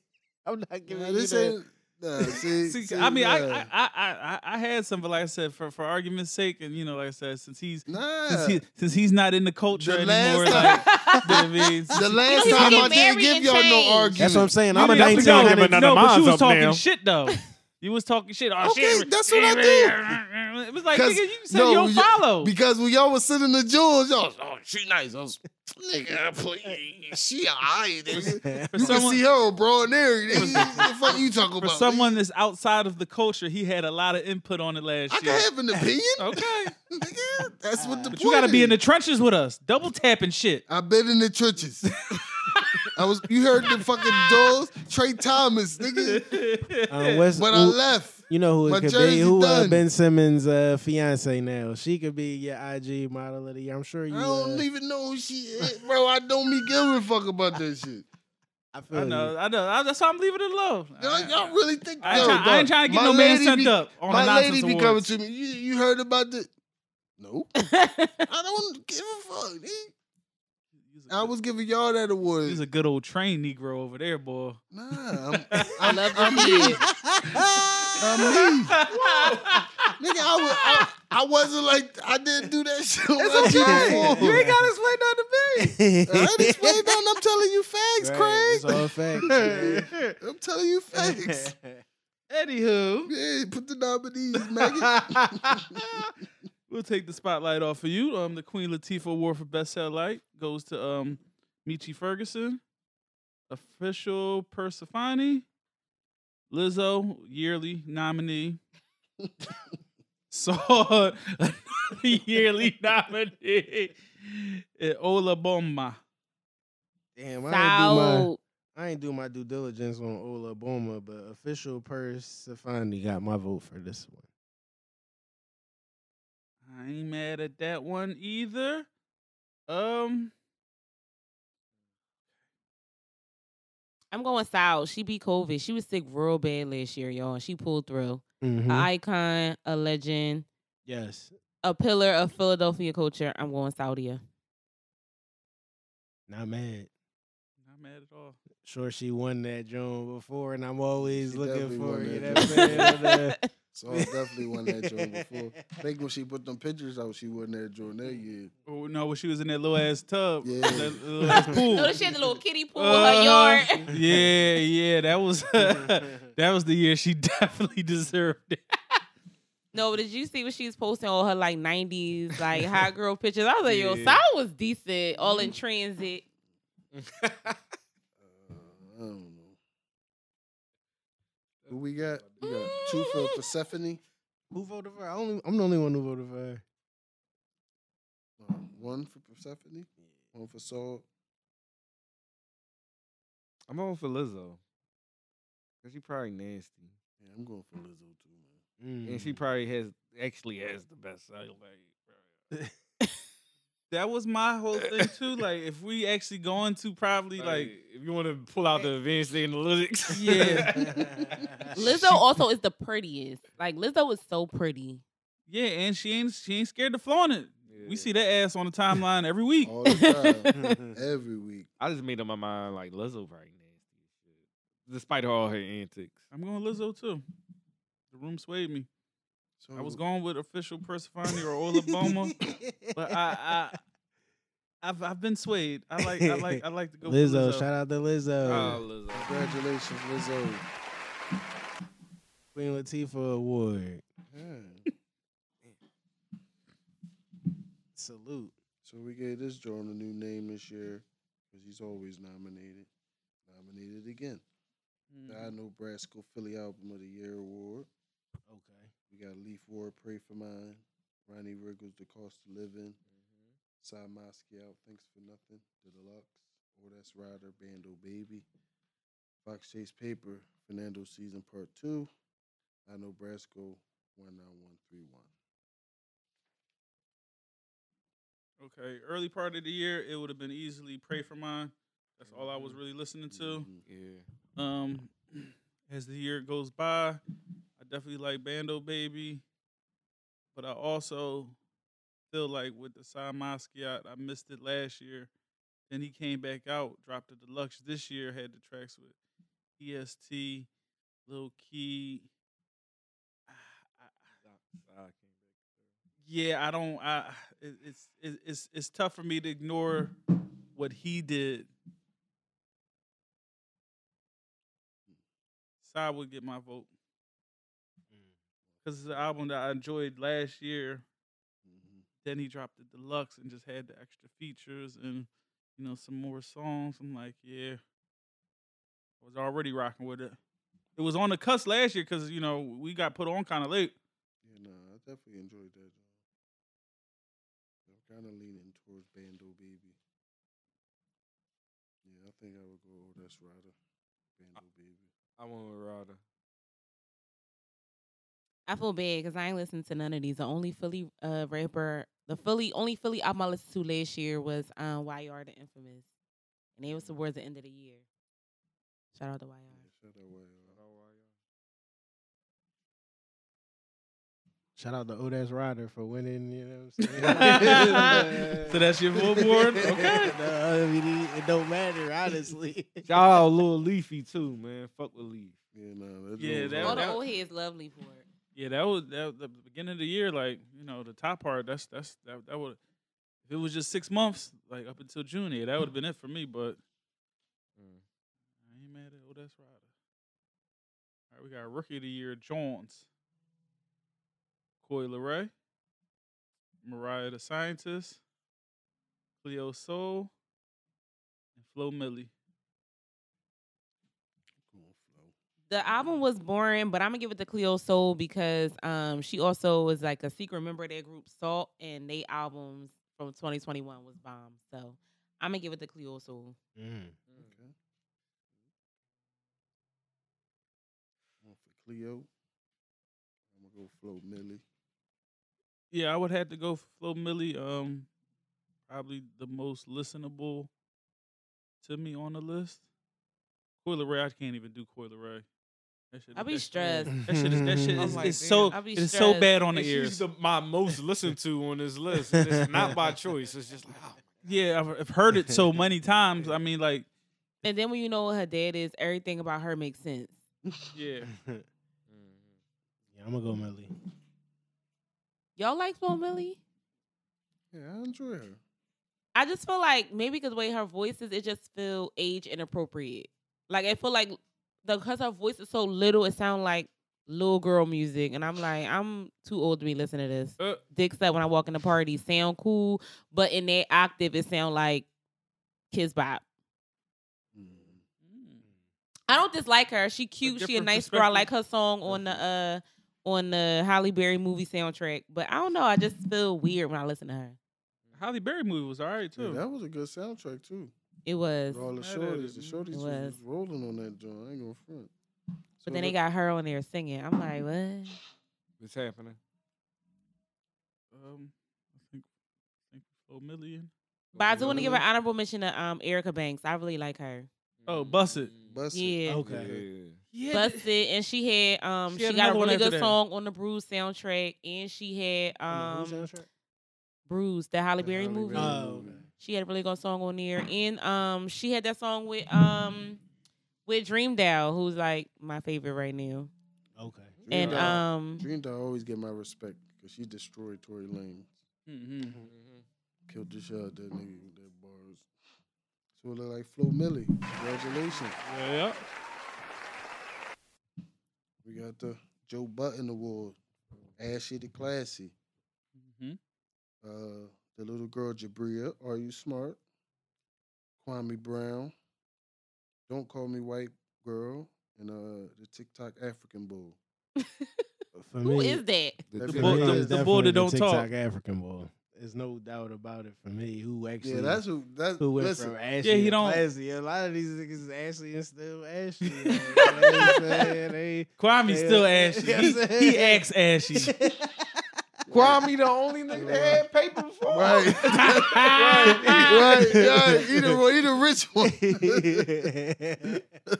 [SPEAKER 7] I'm not giving
[SPEAKER 5] Nah,
[SPEAKER 7] you
[SPEAKER 5] this
[SPEAKER 7] the-
[SPEAKER 5] ain't. Nah, see,
[SPEAKER 1] See,
[SPEAKER 5] see,
[SPEAKER 1] I mean, I,
[SPEAKER 5] nah.
[SPEAKER 1] I, I, I, I had something like I said for, for argument's sake, and you know, like I said, since he's
[SPEAKER 5] nah.
[SPEAKER 1] since, he, since he's not in the culture
[SPEAKER 5] The last
[SPEAKER 1] anymore,
[SPEAKER 5] time-
[SPEAKER 1] like, you know what I mean?
[SPEAKER 5] the last
[SPEAKER 8] You
[SPEAKER 5] time
[SPEAKER 8] get
[SPEAKER 5] I didn't
[SPEAKER 8] married
[SPEAKER 5] give
[SPEAKER 8] and
[SPEAKER 5] y'all no
[SPEAKER 8] change.
[SPEAKER 5] argument.
[SPEAKER 7] That's what I'm saying.
[SPEAKER 1] You
[SPEAKER 7] I'm a
[SPEAKER 1] didn't have to go.
[SPEAKER 7] 1900.
[SPEAKER 1] No, but you
[SPEAKER 6] minds
[SPEAKER 1] was
[SPEAKER 6] up
[SPEAKER 1] talking
[SPEAKER 6] now.
[SPEAKER 1] shit though. You was talking shit. Oh,
[SPEAKER 5] Okay,
[SPEAKER 1] shit.
[SPEAKER 5] that's what I did.
[SPEAKER 1] it was like,
[SPEAKER 5] 'Cause-
[SPEAKER 1] nigga, you said
[SPEAKER 5] no,
[SPEAKER 1] you don't
[SPEAKER 5] yeah,
[SPEAKER 1] follow.
[SPEAKER 5] Because when y'all was sending the jewels, y'all was, oh, she nice. I was, nigga, please. she alright. nigga."
[SPEAKER 7] Uh,
[SPEAKER 1] for
[SPEAKER 5] You can
[SPEAKER 1] someone,
[SPEAKER 5] see her broad and everything. What the fuck you talking
[SPEAKER 1] for
[SPEAKER 5] about?
[SPEAKER 1] someone that's outside of the culture, he had a lot of input on it last
[SPEAKER 5] I can
[SPEAKER 1] year.
[SPEAKER 5] have an opinion.
[SPEAKER 1] Okay,
[SPEAKER 5] nigga. That's what the
[SPEAKER 1] Oh. but
[SPEAKER 5] point
[SPEAKER 1] you got to be in the
[SPEAKER 5] is.
[SPEAKER 1] trenches with us, double tapping shit.
[SPEAKER 5] I've been in the trenches. I was. You heard the fucking doors, Trey Thomas, nigga.
[SPEAKER 7] Um, Wes-
[SPEAKER 5] When I
[SPEAKER 7] who-
[SPEAKER 5] left,
[SPEAKER 7] you know who
[SPEAKER 5] my
[SPEAKER 7] it could
[SPEAKER 5] jersey
[SPEAKER 7] be? Who uh,
[SPEAKER 5] done.
[SPEAKER 7] Ben Simmons' uh, fiance now? She could be your IG model of the year. I'm sure
[SPEAKER 5] I
[SPEAKER 7] you.
[SPEAKER 5] don't
[SPEAKER 7] uh,
[SPEAKER 5] even know who she is, bro. I don't be giving a fuck about that shit.
[SPEAKER 7] I feel
[SPEAKER 1] I know, I know. I, that's why I'm leaving it alone.
[SPEAKER 5] Y'all, y'all really think?
[SPEAKER 1] I,
[SPEAKER 5] yo,
[SPEAKER 1] ain't try- I ain't
[SPEAKER 5] dog,
[SPEAKER 1] trying to get
[SPEAKER 5] my
[SPEAKER 1] no man
[SPEAKER 5] lady
[SPEAKER 1] sent
[SPEAKER 5] be-
[SPEAKER 1] up on the
[SPEAKER 5] My
[SPEAKER 1] nonsense
[SPEAKER 5] lady be coming
[SPEAKER 1] awards.
[SPEAKER 5] to me. You, you heard about the? No, I don't give a fuck. nigga.
[SPEAKER 1] He's a
[SPEAKER 5] I
[SPEAKER 1] good-
[SPEAKER 5] was giving y'all that award.
[SPEAKER 1] he's a good old train Negro over there, boy.
[SPEAKER 5] Nah, I'm, I love I'm me. I'm me. Nigga, I, was, I, I wasn't like, I didn't do that shit when I cheated for
[SPEAKER 1] You
[SPEAKER 5] her.
[SPEAKER 1] ain't gotta explain nothing to me.
[SPEAKER 5] I ain't explained nothing. I'm telling you facts,
[SPEAKER 7] Right, it's all facts, man.
[SPEAKER 5] Craig. I'm telling you facts.
[SPEAKER 1] Anywho,
[SPEAKER 5] Yeah, put the nominees, Maggie.
[SPEAKER 1] we'll take the spotlight off of you. Um, the Queen Latifah Award for Best Satellite goes to um Michi Ferguson, official Persefani, Lizzo yearly nominee. So yearly nominee, and Ola Bomba.
[SPEAKER 7] Damn, I ain't do my
[SPEAKER 8] So
[SPEAKER 7] I ain't do my due diligence on Ola Boma, but official Persefani got my vote for this one.
[SPEAKER 1] I ain't mad at that one either. Um,
[SPEAKER 8] I'm going south. She beat COVID. She was sick real bad last year, y'all. and She pulled through.
[SPEAKER 7] Mm-hmm.
[SPEAKER 8] An icon, a legend,
[SPEAKER 7] Yes,
[SPEAKER 8] a pillar of Philadelphia culture. I'm going Saudia.
[SPEAKER 7] not mad.
[SPEAKER 1] not mad at all.
[SPEAKER 7] Sure, she won that joint before, and I'm always
[SPEAKER 5] She
[SPEAKER 7] looking
[SPEAKER 5] definitely
[SPEAKER 7] for
[SPEAKER 5] won
[SPEAKER 7] you.
[SPEAKER 5] that
[SPEAKER 7] Know what I'm saying?
[SPEAKER 5] joint.
[SPEAKER 7] On the-
[SPEAKER 5] so I definitely won that joint before. I think when she put them pictures out, she won that joint that year.
[SPEAKER 1] Oh no, when she was in that little ass tub,
[SPEAKER 5] Yeah.
[SPEAKER 1] that little ass pool.
[SPEAKER 8] Notice she had the little kiddie pool
[SPEAKER 1] Uh,
[SPEAKER 5] Uh-huh.
[SPEAKER 8] in her yard.
[SPEAKER 1] yeah, yeah, that was that was the year she definitely deserved it.
[SPEAKER 8] No, but did you see what she was posting all her like '90s like hot girl pictures? I was like, yo,
[SPEAKER 1] Yeah.
[SPEAKER 8] Sal was decent, all
[SPEAKER 5] Mm-hmm.
[SPEAKER 8] in transit.
[SPEAKER 5] Uh, I don't know. Who we got? We got two for
[SPEAKER 8] Mm.
[SPEAKER 5] Persephone.
[SPEAKER 7] Who voted for her? I only, I'm the only one who voted for her.
[SPEAKER 5] Uh, One for Persephone. One for Saul.
[SPEAKER 6] I'm on for Lizzo. Cause she probably nasty,
[SPEAKER 5] Yeah, I'm going for Lizzo too, man.
[SPEAKER 7] uh,
[SPEAKER 6] and
[SPEAKER 7] mm.
[SPEAKER 6] she probably has actually has the best cellulite.
[SPEAKER 1] That was my whole thing too. Like, if we actually going to probably like,
[SPEAKER 6] if you want to pull out the advanced analytics,
[SPEAKER 1] Yeah.
[SPEAKER 8] Lizzo also is the prettiest. Like Lizzo is so pretty.
[SPEAKER 1] yeah, and she ain't she ain't scared to flaunt it. We see that ass on the timeline every week.
[SPEAKER 5] All the time, every week.
[SPEAKER 6] I just made up my mind like Lizzo probably nasty as shit, despite all her antics.
[SPEAKER 1] I'm going Lizzo too. The room swayed me.
[SPEAKER 5] So
[SPEAKER 1] I was going with official Persephone or Ola Boma. but I, I I've I've been swayed. I like I like I like to go. for
[SPEAKER 7] Lizzo,
[SPEAKER 1] Lizzo.
[SPEAKER 7] shout out to Lizzo.
[SPEAKER 6] Oh, Lizzo.
[SPEAKER 5] Congratulations, Lizzo.
[SPEAKER 7] Queen Latifah Award.
[SPEAKER 5] Yeah.
[SPEAKER 7] Salute.
[SPEAKER 5] So we gave this Jordan a new name this year because he's always nominated. Nominated again.
[SPEAKER 1] Mm-hmm.
[SPEAKER 5] I know Brasco Philly Album of the Year Award.
[SPEAKER 7] Okay.
[SPEAKER 5] We got Leaf Ward, Pray for Mine. Ronnie Riggles, The Cost of Living. Cy Moscow, Thanks for Nothing. The Deluxe. Or That's Rider, Bando Baby. Fox Chase Paper, Fernando Season Part 2. I know Brasco, 19131.
[SPEAKER 1] Okay, early part of the year, it would have been easily pray for mine. That's all I was really listening to.
[SPEAKER 5] Mhm.
[SPEAKER 6] Yeah.
[SPEAKER 1] Um, as the year goes by, I definitely like Bando Baby, but I also feel like with the Cy Mosquiat, I missed it last year. Then he came back out, dropped the deluxe this year, had the tracks with EST, Lil Key. Ah, yeah, I don't. I it, it's it, it's it's tough for me to ignore what he did. Side would get my vote. because it's an album that I enjoyed last year.
[SPEAKER 5] Mhm.
[SPEAKER 1] Then he dropped the deluxe and just had the extra features and you know some more songs. I'm like, yeah, I was already rocking with it. It was on the cuss last year because you know we got put on kind of late.
[SPEAKER 5] Yeah, nah, I definitely enjoyed that. Though. I'm kind of leaning towards Bando Baby. Yeah, I think I would go. Oh, that's Ryder. Bando Baby.
[SPEAKER 1] Mm-hmm.
[SPEAKER 6] I went with Ryder.
[SPEAKER 8] I feel bad because I ain't listened to none of these. The only Philly uh, rapper, the Philly only Philly album I listened to last year was um, YR the Infamous, and it was towards the end of the year. Shout out to YR.
[SPEAKER 5] Yeah, shout out YR.
[SPEAKER 7] Shout out to Odas Ryder for winning, you know what I'm saying?
[SPEAKER 1] So that's your billboard, okay?
[SPEAKER 7] No, I mean, it- it don't matter, honestly.
[SPEAKER 6] Shout out Lil Leafy too, man. Fuck with Leaf.
[SPEAKER 5] Yeah, nah, that
[SPEAKER 1] Yeah,
[SPEAKER 5] joint was
[SPEAKER 1] that-
[SPEAKER 8] All
[SPEAKER 5] hard.
[SPEAKER 8] the
[SPEAKER 1] that-
[SPEAKER 8] old heads lovely for it.
[SPEAKER 1] Yeah, that was that the beginning of the year. Like you know, the top part. That's that's that that would. If it was just six months, like up until June, yeah, that would have been it for me. But I ain't mad at oh, that's Ryder. All right, we got rookie of the year Jones, Coy Leray, Mariah the Scientist, Cleo Soul, and Flo Millie.
[SPEAKER 5] Come on, Flo.
[SPEAKER 8] The album was boring, but I'm gonna give it to Cleo Soul because um, she also was like a secret member of their group Salt, and they albums from 2021 was bomb. So I'm gonna give it to Cleo Soul.
[SPEAKER 1] Mm.
[SPEAKER 5] Okay. One for Cleo. I'm gonna go Flo Millie.
[SPEAKER 1] Yeah, I would have to go for Flo Millie. Um, probably the most listenable to me on the list. Coil Ray, I can't even do Coil Ray. That shit,
[SPEAKER 8] I
[SPEAKER 1] is-
[SPEAKER 8] be
[SPEAKER 1] that shit-
[SPEAKER 8] stressed.
[SPEAKER 1] That shit is that shit
[SPEAKER 6] I'm
[SPEAKER 1] is,
[SPEAKER 6] like,
[SPEAKER 1] is so
[SPEAKER 8] damn. I be
[SPEAKER 1] it is so
[SPEAKER 8] stressed.
[SPEAKER 1] bad on the
[SPEAKER 6] And
[SPEAKER 1] ears.
[SPEAKER 6] She's the, my most listened to on this list. and It's not by choice. It's just like, oh,
[SPEAKER 1] yeah, I've, I've heard it so many times. I mean, like,
[SPEAKER 8] And then when you know what her dad is, everything about her makes sense.
[SPEAKER 1] yeah,
[SPEAKER 7] yeah,
[SPEAKER 6] Mm.
[SPEAKER 7] I'm gonna go Millie.
[SPEAKER 8] Y'all like Flo Millie?
[SPEAKER 5] Yeah, I enjoy her.
[SPEAKER 8] I just feel like maybe because the way her voice is, it just feel age inappropriate. Like I feel like because her voice is so little, it sound like little girl music, and I'm like, I'm too old to be listening to this.
[SPEAKER 1] Uh.
[SPEAKER 8] Dicks up when I walk in the party, sound cool, but in that octave, it sound like kids bop.
[SPEAKER 5] Mm.
[SPEAKER 8] I don't dislike her. She cute. she a
[SPEAKER 1] different
[SPEAKER 8] nice girl. I like
[SPEAKER 1] perspective.
[SPEAKER 8] her song on the uh on the Halle Berry movie soundtrack, but I don't know. I just feel weird when I listen to her.
[SPEAKER 1] Holly Berry movie was alright
[SPEAKER 5] Yeah,
[SPEAKER 1] too.
[SPEAKER 5] that was a good soundtrack too.
[SPEAKER 8] It was,
[SPEAKER 5] With all the
[SPEAKER 1] Mad at
[SPEAKER 5] shorties, the
[SPEAKER 1] it,
[SPEAKER 5] shorties
[SPEAKER 8] It
[SPEAKER 5] was.
[SPEAKER 8] was.
[SPEAKER 5] rolling on that joint. I ain't gonna front. So
[SPEAKER 8] but then they
[SPEAKER 5] look-
[SPEAKER 8] got her on there singing. I'm like, what?
[SPEAKER 6] it's happening.
[SPEAKER 1] um, I think, I think Flo Millie. in.
[SPEAKER 8] But I do want to give an honorable mention to um Erica Banks. I really like her.
[SPEAKER 1] Oh, bust it.
[SPEAKER 6] Mm.
[SPEAKER 5] Bust it.
[SPEAKER 8] Yeah.
[SPEAKER 7] Okay.
[SPEAKER 1] Yeah,
[SPEAKER 8] Busted, and she had um
[SPEAKER 1] She
[SPEAKER 8] she,
[SPEAKER 1] had
[SPEAKER 8] got
[SPEAKER 1] another
[SPEAKER 8] a
[SPEAKER 1] one
[SPEAKER 8] really
[SPEAKER 1] after
[SPEAKER 8] good
[SPEAKER 1] that.
[SPEAKER 8] song on the Bruise soundtrack, and she had um Bruise, the
[SPEAKER 5] The
[SPEAKER 8] Halle Berry
[SPEAKER 5] Halle
[SPEAKER 8] movie.
[SPEAKER 5] Berry
[SPEAKER 7] Oh,
[SPEAKER 5] movie.
[SPEAKER 7] okay.
[SPEAKER 8] She had a really good song on there, and um she had that song with um with Dream Dow, who's like my favorite right now,
[SPEAKER 7] Okay.
[SPEAKER 5] Dream
[SPEAKER 8] and
[SPEAKER 5] Doll-
[SPEAKER 8] um
[SPEAKER 5] Dream Doll always get my respect because she destroyed Tory Lane,
[SPEAKER 1] Mm-hmm.
[SPEAKER 5] killed the shot that nigga with that bars. So it look like Flo Millie. Congratulations.
[SPEAKER 1] Yeah,
[SPEAKER 5] We got the Joe Button Award, Ashy the Classy,
[SPEAKER 1] yeah. hmm
[SPEAKER 5] uh, the little girl Jabria. Are you smart? Kwame Brown. Don't call me white girl, and uh, the TikTok African Bowl.
[SPEAKER 7] For
[SPEAKER 8] who
[SPEAKER 7] me,
[SPEAKER 8] is that?
[SPEAKER 5] The
[SPEAKER 7] for
[SPEAKER 5] bull-
[SPEAKER 7] me,
[SPEAKER 5] the-
[SPEAKER 7] it's
[SPEAKER 1] the bull
[SPEAKER 7] definitely
[SPEAKER 1] that don't
[SPEAKER 7] TikTok
[SPEAKER 1] talk.
[SPEAKER 7] African bull. There's no doubt about it for me. Who actually?
[SPEAKER 5] Yeah, that's who. That's
[SPEAKER 7] who went
[SPEAKER 5] listen,
[SPEAKER 7] from Ashley.
[SPEAKER 1] he
[SPEAKER 7] to
[SPEAKER 1] don't-
[SPEAKER 7] Classy. A lot of these niggas is Ashley and still Ashley. like, you know what I'm saying? They-
[SPEAKER 1] Kwame's still
[SPEAKER 7] Yeah.
[SPEAKER 1] ashy.
[SPEAKER 7] Yeah, I'm
[SPEAKER 1] He,
[SPEAKER 7] saying.
[SPEAKER 1] he acts ashy.
[SPEAKER 6] Kwame, the only nigga that had paper before.
[SPEAKER 5] Right. right, right. He the, he the rich one.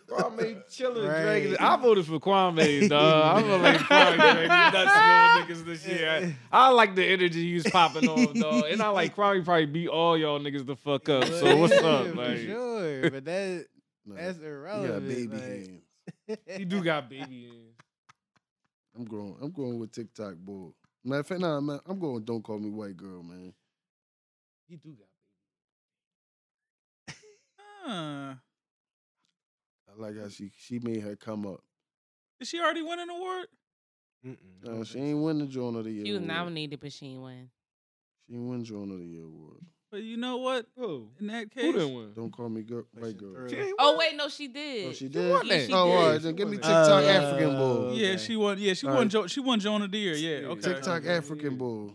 [SPEAKER 6] Kwame chilling,
[SPEAKER 7] Right.
[SPEAKER 6] dragging. it. I voted for Kwame, dog. I'm voting for Kwame, dragging nuts, little niggas this year. I like the energy you was popping off, dog. And I like Kwame probably beat all y'all niggas the fuck up. So what's
[SPEAKER 7] Yeah,
[SPEAKER 6] up?
[SPEAKER 7] for
[SPEAKER 6] Like,
[SPEAKER 7] sure, but that
[SPEAKER 5] No,
[SPEAKER 7] that's
[SPEAKER 5] he got
[SPEAKER 7] irrelevant.
[SPEAKER 5] baby
[SPEAKER 7] like-
[SPEAKER 5] hands.
[SPEAKER 6] he do got baby. in.
[SPEAKER 5] I'm going. I'm going with TikTok boy. Matter of fact, nah, man. I'm going. Don't call me white girl, man.
[SPEAKER 6] He do got.
[SPEAKER 1] Huh.
[SPEAKER 5] I like how she she made her come up.
[SPEAKER 1] Did she already win an award?
[SPEAKER 6] Oh,
[SPEAKER 7] Mm-mm.
[SPEAKER 5] Uh, she ain't win the Joan of the Year.
[SPEAKER 8] She was
[SPEAKER 5] award.
[SPEAKER 8] nominated, but she didn't win.
[SPEAKER 5] She ain't win Joan of the Year award.
[SPEAKER 1] But you know what?
[SPEAKER 6] Who?
[SPEAKER 1] In that
[SPEAKER 6] Who
[SPEAKER 1] case,
[SPEAKER 6] didn't win?
[SPEAKER 5] Don't call me girl, white girl.
[SPEAKER 6] Mm-hmm. She ain't
[SPEAKER 8] Oh
[SPEAKER 6] win.
[SPEAKER 8] wait, no, she did.
[SPEAKER 5] Oh, she did.
[SPEAKER 6] won that.
[SPEAKER 8] she
[SPEAKER 5] oh,
[SPEAKER 8] did.
[SPEAKER 5] all right, then give me
[SPEAKER 6] Uh,
[SPEAKER 5] TikTok African Bowl.
[SPEAKER 7] Okay.
[SPEAKER 1] yeah, she won. Yeah, she
[SPEAKER 5] All
[SPEAKER 1] won.
[SPEAKER 5] right.
[SPEAKER 1] Jo- she won Jonah Deere. Yeah, okay.
[SPEAKER 5] TikTok
[SPEAKER 6] Yeah,
[SPEAKER 5] African
[SPEAKER 6] yeah.
[SPEAKER 5] Bowl.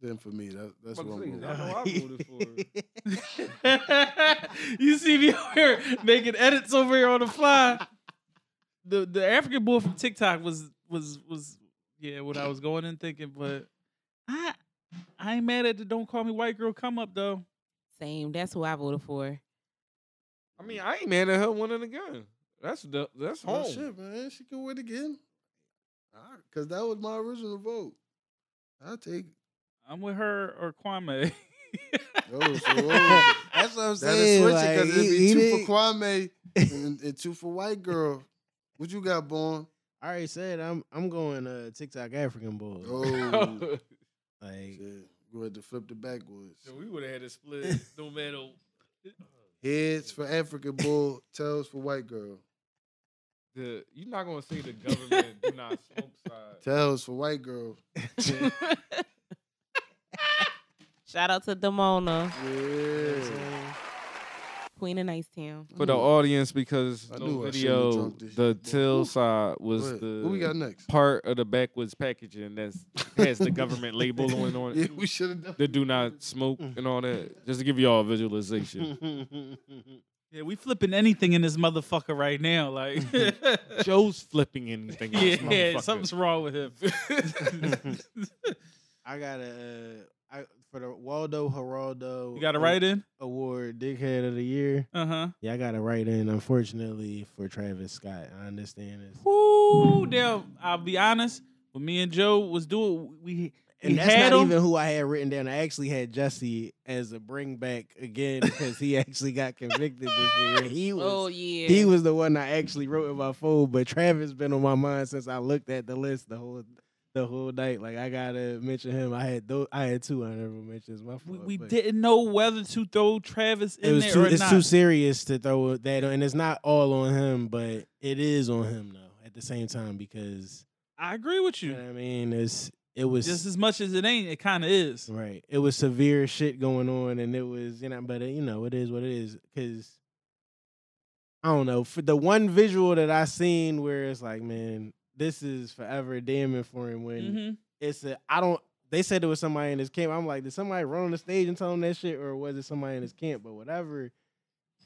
[SPEAKER 5] Then for me, that, that's
[SPEAKER 6] Fuck
[SPEAKER 5] what
[SPEAKER 6] things,
[SPEAKER 5] I'm
[SPEAKER 6] I know
[SPEAKER 5] going.
[SPEAKER 6] I voted for her.
[SPEAKER 1] you see me over here making edits over here on the fly. The the African boy from TikTok was was was yeah what I was going and thinking, but I I ain't mad at the "Don't Call Me White Girl" come up though.
[SPEAKER 8] Same. That's who I voted for.
[SPEAKER 6] I mean, I ain't mad at her winning again. That's the that's
[SPEAKER 5] Oh
[SPEAKER 6] home.
[SPEAKER 5] shit, man, she can win again. Because that was my original vote. I take.
[SPEAKER 1] I'm with her or Kwame.
[SPEAKER 5] Oh, so, oh,
[SPEAKER 7] That's what I'm
[SPEAKER 5] that is
[SPEAKER 7] saying.
[SPEAKER 5] switching
[SPEAKER 7] like,
[SPEAKER 5] because
[SPEAKER 7] he-
[SPEAKER 5] it'd
[SPEAKER 7] he
[SPEAKER 5] be two
[SPEAKER 7] didn't-
[SPEAKER 5] for Kwame and, and two for white girl. What you got, Born?
[SPEAKER 7] I already said I'm I'm going uh, TikTok African Bowl.
[SPEAKER 5] Oh,
[SPEAKER 7] Like
[SPEAKER 5] shit. Go ahead to flip the backwards.
[SPEAKER 6] we would have had a split no matter.
[SPEAKER 5] Heads for African bull, tails for white girl.
[SPEAKER 6] The, you're not gonna say the government do not smoke side.
[SPEAKER 5] Tails for white girl.
[SPEAKER 8] Shout out to Demona,
[SPEAKER 5] Yeah.
[SPEAKER 8] Queen of Nice Town.
[SPEAKER 6] For the audience, because
[SPEAKER 5] I
[SPEAKER 6] the
[SPEAKER 5] knew I shouldn't have
[SPEAKER 6] video,
[SPEAKER 5] drunk this
[SPEAKER 6] the
[SPEAKER 5] shit, boy.
[SPEAKER 6] till side was
[SPEAKER 5] What,
[SPEAKER 6] the
[SPEAKER 5] what we got next?
[SPEAKER 6] part of the backwards packaging that has the government labeling on
[SPEAKER 5] Yeah,
[SPEAKER 6] it.
[SPEAKER 5] we should have done.
[SPEAKER 6] The do not smoke and all that. Just to give y'all a visualization.
[SPEAKER 1] yeah, we flipping anything in this motherfucker right now. Like
[SPEAKER 6] Joe's flipping anything. in this
[SPEAKER 1] yeah,
[SPEAKER 6] motherfucker.
[SPEAKER 1] something's wrong with him.
[SPEAKER 7] I got a uh, I, for the Waldo Geraldo.
[SPEAKER 1] you got to
[SPEAKER 7] a-
[SPEAKER 1] write in.
[SPEAKER 7] award dickhead of the year.
[SPEAKER 1] Uh huh.
[SPEAKER 7] Yeah, I got to write in. Unfortunately for Travis Scott, I understand this.
[SPEAKER 1] Woo, damn. I'll be honest. When me and Joe was doing, we
[SPEAKER 7] And
[SPEAKER 1] he
[SPEAKER 7] that's
[SPEAKER 1] had
[SPEAKER 7] not
[SPEAKER 1] him.
[SPEAKER 7] even who I had written down. I actually had Jesse as a bring back again because he actually got convicted this year. He was
[SPEAKER 8] Oh yeah.
[SPEAKER 7] he was the one I actually wrote in my phone, but Travis been on my mind since I looked at the list the whole the whole night. Like I gotta mention him. I had those, I had two honorable mentions. My
[SPEAKER 1] we,
[SPEAKER 7] fault,
[SPEAKER 1] we
[SPEAKER 7] but
[SPEAKER 1] didn't know whether to throw Travis
[SPEAKER 7] It
[SPEAKER 1] in
[SPEAKER 7] was
[SPEAKER 1] there
[SPEAKER 7] too.
[SPEAKER 1] or
[SPEAKER 7] It's
[SPEAKER 1] not.
[SPEAKER 7] too serious to throw that, on- and it's not all on him, but it is on him though. At the same time, because
[SPEAKER 1] I agree with
[SPEAKER 7] you
[SPEAKER 1] you.
[SPEAKER 7] know what I mean, it's it was
[SPEAKER 1] Just as much as it ain't, it kind of is.
[SPEAKER 7] Right. It was severe shit going on, and it was you know, but it, you know, it is what it is. Cause I don't know. For the one visual that I seen where it's like, man, this is forever damning for him. When
[SPEAKER 1] hmm
[SPEAKER 7] it's a, I don't. They said it was somebody in his camp. I'm like, did somebody run on the stage and tell him that shit, or was it somebody in his camp? But whatever.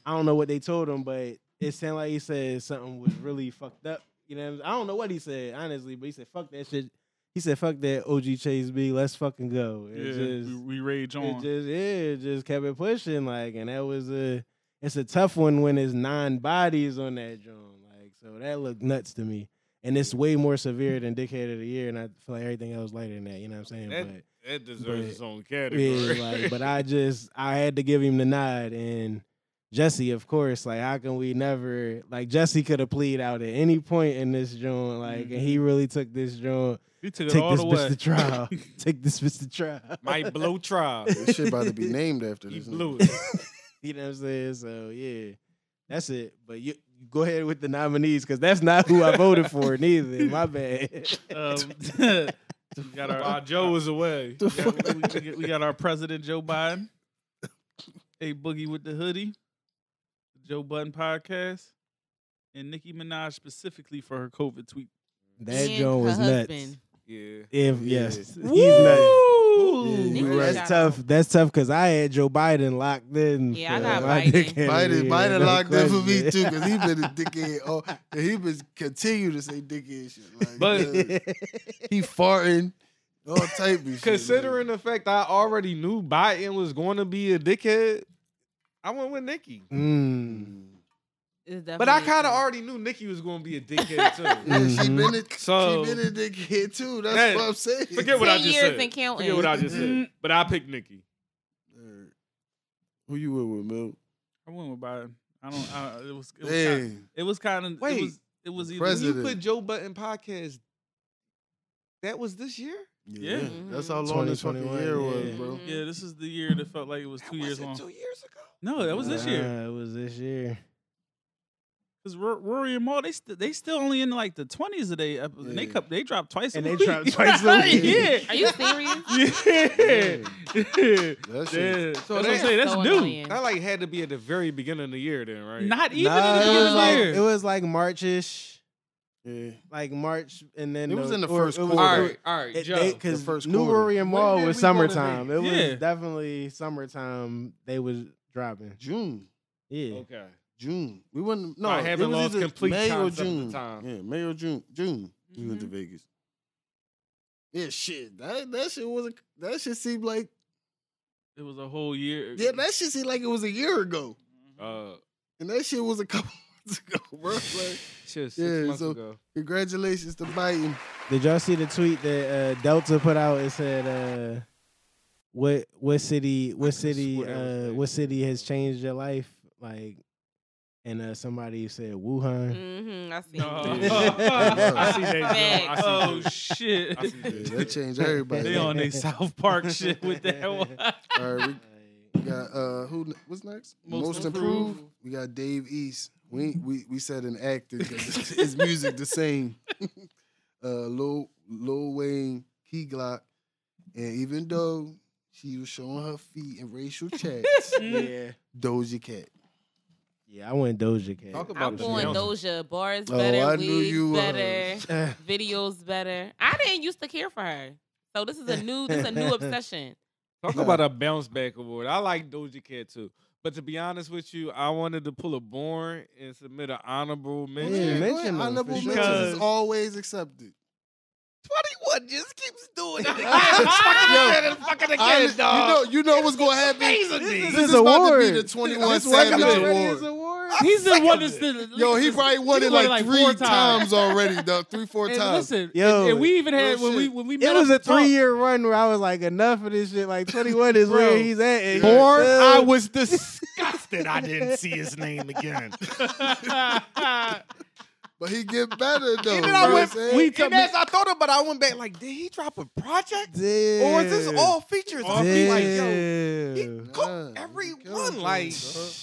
[SPEAKER 7] I don't know what they told him, but it sounded like he said something was really fucked up. You know, what I'm saying? I don't know what he said honestly, but he said fuck that shit. He said fuck that OG Chase B. Let's fucking go. It
[SPEAKER 1] Yeah,
[SPEAKER 7] just,
[SPEAKER 1] we, we rage
[SPEAKER 7] it
[SPEAKER 1] on.
[SPEAKER 7] just yeah, it just kept it pushing like, and that was a. It's a tough one when it's nine bodies on that drum, like so that looked nuts to me, and it's way more severe than Dickhead of the Year, and I feel like everything else lighter than that. You know what I'm saying?
[SPEAKER 6] That-
[SPEAKER 7] but But-
[SPEAKER 6] That deserves its own
[SPEAKER 7] yeah,
[SPEAKER 6] category.
[SPEAKER 7] like, but I just I had to give him the nod and Jesse, of course, like how can we never like Jesse could have plead out at any point in this joint, like and
[SPEAKER 6] Mm-hmm.
[SPEAKER 7] he really took this joint,
[SPEAKER 1] we took it
[SPEAKER 7] take
[SPEAKER 1] all
[SPEAKER 7] this
[SPEAKER 1] the way.
[SPEAKER 7] bitch to trial, take this bitch to trial.
[SPEAKER 6] Might blow trial.
[SPEAKER 5] This shit about to be named after
[SPEAKER 6] He
[SPEAKER 5] this.
[SPEAKER 6] blew
[SPEAKER 5] nigga.
[SPEAKER 6] it.
[SPEAKER 7] you know what I'm saying? So yeah, that's it. But you, you go ahead with the nominees because that's not who I voted for neither. My bad.
[SPEAKER 1] um, we got
[SPEAKER 6] While
[SPEAKER 1] our
[SPEAKER 6] Joe was away.
[SPEAKER 1] we got, we- we got- we got our president Joe Biden. A boogie with the hoodie. Joe Budden podcast. And Nicki Minaj specifically for her COVID tweet.
[SPEAKER 7] That
[SPEAKER 8] And
[SPEAKER 7] joint
[SPEAKER 8] her
[SPEAKER 7] was nuts.
[SPEAKER 8] husband.
[SPEAKER 6] Yeah.
[SPEAKER 7] If
[SPEAKER 5] Yeah.
[SPEAKER 7] yes, he's nuts.
[SPEAKER 1] Woo!
[SPEAKER 5] Yeah,
[SPEAKER 7] Yeah,
[SPEAKER 5] you
[SPEAKER 7] that's
[SPEAKER 8] right.
[SPEAKER 7] tough. That's tough because I had Joe Biden locked in.
[SPEAKER 8] Yeah, I
[SPEAKER 7] for
[SPEAKER 8] got
[SPEAKER 7] my
[SPEAKER 8] Biden.
[SPEAKER 7] dickhead of the
[SPEAKER 5] Biden,
[SPEAKER 7] year,
[SPEAKER 5] Biden
[SPEAKER 7] no
[SPEAKER 5] locked in for me
[SPEAKER 7] question.
[SPEAKER 5] too, because he been a dickhead. All, and he been continue to say dickhead shit. Like,
[SPEAKER 6] But-
[SPEAKER 5] yeah, he farting, all type of shit.
[SPEAKER 6] Considering the fact I already knew Biden was going to be a dickhead, I went with Nikki.
[SPEAKER 7] Mm.
[SPEAKER 5] Mm.
[SPEAKER 8] It's
[SPEAKER 6] But I
[SPEAKER 8] definitely
[SPEAKER 6] kind of
[SPEAKER 8] true.
[SPEAKER 6] already knew Nikki was going to be a dickhead too.
[SPEAKER 5] Yeah, she
[SPEAKER 7] Mhm.
[SPEAKER 5] been a,
[SPEAKER 6] So-
[SPEAKER 5] she been a dickhead too. That's
[SPEAKER 6] Hey,
[SPEAKER 5] what I'm saying.
[SPEAKER 6] Forget what I
[SPEAKER 8] Ten
[SPEAKER 6] just
[SPEAKER 8] years
[SPEAKER 6] said.
[SPEAKER 8] and counting.
[SPEAKER 6] Forget what I just said. But I picked Nikki.
[SPEAKER 5] Alright. Who you with, with Mil?
[SPEAKER 1] I went with Biden. I don't. I, it was. It was kind
[SPEAKER 5] Dang.
[SPEAKER 1] It was kind of.
[SPEAKER 6] Wait.
[SPEAKER 1] it was, it was either.
[SPEAKER 5] President.
[SPEAKER 6] You put Joe Button podcast. That was this year.
[SPEAKER 5] Yeah,
[SPEAKER 1] Yeah.
[SPEAKER 5] that's how long this fucking
[SPEAKER 7] 2021,
[SPEAKER 5] year
[SPEAKER 7] yeah.
[SPEAKER 5] was,
[SPEAKER 6] Mm-hmm.
[SPEAKER 5] bro.
[SPEAKER 1] Yeah, this is the year that felt like it was two years long.
[SPEAKER 7] Oh,
[SPEAKER 6] Two years ago.
[SPEAKER 1] No, that was this year.
[SPEAKER 7] Nah, it was this year.
[SPEAKER 1] Cause R- Rory and Maul, they st- they still only in like the twenties of they episode. And they
[SPEAKER 5] Yeah.
[SPEAKER 1] cup they dropped twice
[SPEAKER 7] And
[SPEAKER 1] a
[SPEAKER 7] they
[SPEAKER 1] week.
[SPEAKER 7] dropped twice a week.
[SPEAKER 8] Are you serious?
[SPEAKER 1] yeah, yeah.
[SPEAKER 5] That shit.
[SPEAKER 1] Yeah. So
[SPEAKER 6] So
[SPEAKER 1] that's what I'm
[SPEAKER 6] that-
[SPEAKER 1] saying. That's
[SPEAKER 8] So
[SPEAKER 1] new.
[SPEAKER 8] annoying.
[SPEAKER 6] That like had to be at the very beginning of the year then, right?
[SPEAKER 1] Not even
[SPEAKER 7] Nah,
[SPEAKER 1] in
[SPEAKER 7] it
[SPEAKER 1] the
[SPEAKER 7] was
[SPEAKER 1] beginning
[SPEAKER 7] like
[SPEAKER 1] year.
[SPEAKER 7] it was like Marchish,
[SPEAKER 5] Yeah.
[SPEAKER 7] like March, and then
[SPEAKER 5] It was in the
[SPEAKER 7] or
[SPEAKER 5] first
[SPEAKER 7] it was-
[SPEAKER 5] quarter.
[SPEAKER 6] all right, all right,
[SPEAKER 7] It-
[SPEAKER 6] Joe.
[SPEAKER 7] they- Cause
[SPEAKER 5] first
[SPEAKER 7] New
[SPEAKER 5] quarter.
[SPEAKER 7] Rory and
[SPEAKER 5] When
[SPEAKER 7] Maul
[SPEAKER 5] did
[SPEAKER 7] was
[SPEAKER 5] we go to
[SPEAKER 7] summertime.
[SPEAKER 5] Vegas?
[SPEAKER 7] It was
[SPEAKER 1] Yeah.
[SPEAKER 7] definitely summertime. They was dropping.
[SPEAKER 5] June.
[SPEAKER 7] Yeah,
[SPEAKER 6] Okay.
[SPEAKER 5] June. We wouldn't. No,
[SPEAKER 6] I
[SPEAKER 5] it
[SPEAKER 6] haven't
[SPEAKER 5] was
[SPEAKER 6] lost
[SPEAKER 5] either
[SPEAKER 6] complete
[SPEAKER 5] May or
[SPEAKER 6] concept of
[SPEAKER 5] June.
[SPEAKER 6] time. Mm-hmm.
[SPEAKER 5] Yeah, May or June. June. We went to
[SPEAKER 1] Mhm.
[SPEAKER 5] Vegas. Yeah, shit. That that shit was a, that shit seemed like
[SPEAKER 1] It was a whole year.
[SPEAKER 5] yeah that shit seemed like it was a year ago,
[SPEAKER 6] Uh,
[SPEAKER 5] and that shit was a couple months ago, bro. Like,
[SPEAKER 6] shit, six
[SPEAKER 5] Yeah,
[SPEAKER 6] months
[SPEAKER 5] so-
[SPEAKER 6] ago.
[SPEAKER 5] congratulations to Biden.
[SPEAKER 7] Did y'all see the tweet that uh, Delta put out? It said, uh, "What what city? What city?
[SPEAKER 6] swear that was
[SPEAKER 7] Uh,
[SPEAKER 6] fake.
[SPEAKER 7] what city has changed your life?" Like, and uh, somebody said Wuhan.
[SPEAKER 8] Mm-hmm. I see.
[SPEAKER 1] No.
[SPEAKER 6] I see that. Joe. I see
[SPEAKER 1] Mm-hmm. Oh
[SPEAKER 6] that.
[SPEAKER 1] shit.
[SPEAKER 6] I see
[SPEAKER 5] Yeah,
[SPEAKER 6] that.
[SPEAKER 5] that changed everybody.
[SPEAKER 1] They on they South Park shit with that one.
[SPEAKER 5] All right, we got uh, who? ne- What's next?
[SPEAKER 1] Most
[SPEAKER 5] Most,
[SPEAKER 1] improved.
[SPEAKER 5] improved. We got Dave East. We ain't- we we said an actor. 'cause His music the same. uh, Lil Lil Wayne, Key Glock, and even though she was showing her feet in racial chats,
[SPEAKER 7] yeah,
[SPEAKER 5] Doja Cat.
[SPEAKER 7] yeah. I went Doja
[SPEAKER 6] Talk
[SPEAKER 7] Cat.
[SPEAKER 6] about
[SPEAKER 8] I'm
[SPEAKER 6] the
[SPEAKER 8] pulling
[SPEAKER 6] Joneses.
[SPEAKER 8] Doja. Bars
[SPEAKER 5] Oh,
[SPEAKER 8] better,
[SPEAKER 5] I knew
[SPEAKER 8] weeds
[SPEAKER 5] you was.
[SPEAKER 8] better,
[SPEAKER 7] Uh,
[SPEAKER 8] videos better. I didn't used to care for her, so this is a new, this is a new obsession.
[SPEAKER 6] Talk
[SPEAKER 5] Nah.
[SPEAKER 6] about a bounce back award. I like Doja Cat too. But to be honest with you, I wanted to pull a born and submit an honorable mention.
[SPEAKER 7] Yeah,
[SPEAKER 5] go
[SPEAKER 7] mention
[SPEAKER 5] ahead.
[SPEAKER 7] them for
[SPEAKER 5] honorable
[SPEAKER 7] sure.
[SPEAKER 5] mentions
[SPEAKER 1] Because-
[SPEAKER 5] is always accepted. Honest- You know, you know what's gonna happen. This,
[SPEAKER 7] This
[SPEAKER 5] is about to be
[SPEAKER 7] award.
[SPEAKER 5] the 21
[SPEAKER 7] This working
[SPEAKER 5] Savage
[SPEAKER 7] already
[SPEAKER 5] Award.
[SPEAKER 7] is award.
[SPEAKER 1] He's the one that's
[SPEAKER 5] Yo, he probably won it like, three times. already, though. Three, four
[SPEAKER 1] And
[SPEAKER 5] times.
[SPEAKER 1] listen,
[SPEAKER 7] Yo,
[SPEAKER 1] and, and we even had
[SPEAKER 5] real
[SPEAKER 1] when we
[SPEAKER 5] shit.
[SPEAKER 1] when we met
[SPEAKER 7] It was
[SPEAKER 1] up
[SPEAKER 7] a
[SPEAKER 1] to talk-
[SPEAKER 7] three year run where I was like, enough of this shit. Like, 21 is where
[SPEAKER 1] Bro.
[SPEAKER 7] he's at. and
[SPEAKER 6] Born,
[SPEAKER 7] still-
[SPEAKER 6] I was disgusted.
[SPEAKER 3] Disgusted I didn't see his name again.
[SPEAKER 5] But he get better though.
[SPEAKER 3] and then
[SPEAKER 5] you know
[SPEAKER 3] I
[SPEAKER 5] what
[SPEAKER 3] went,
[SPEAKER 5] I'm saying?
[SPEAKER 3] and as I thought about it, I went back like, did he drop a project?
[SPEAKER 7] Damn.
[SPEAKER 3] Or is this all features? I'll be like, yo,
[SPEAKER 7] Damn.
[SPEAKER 3] cooked
[SPEAKER 5] Nah, he
[SPEAKER 3] every
[SPEAKER 5] killed
[SPEAKER 3] one,
[SPEAKER 5] him,
[SPEAKER 3] like-
[SPEAKER 5] dog.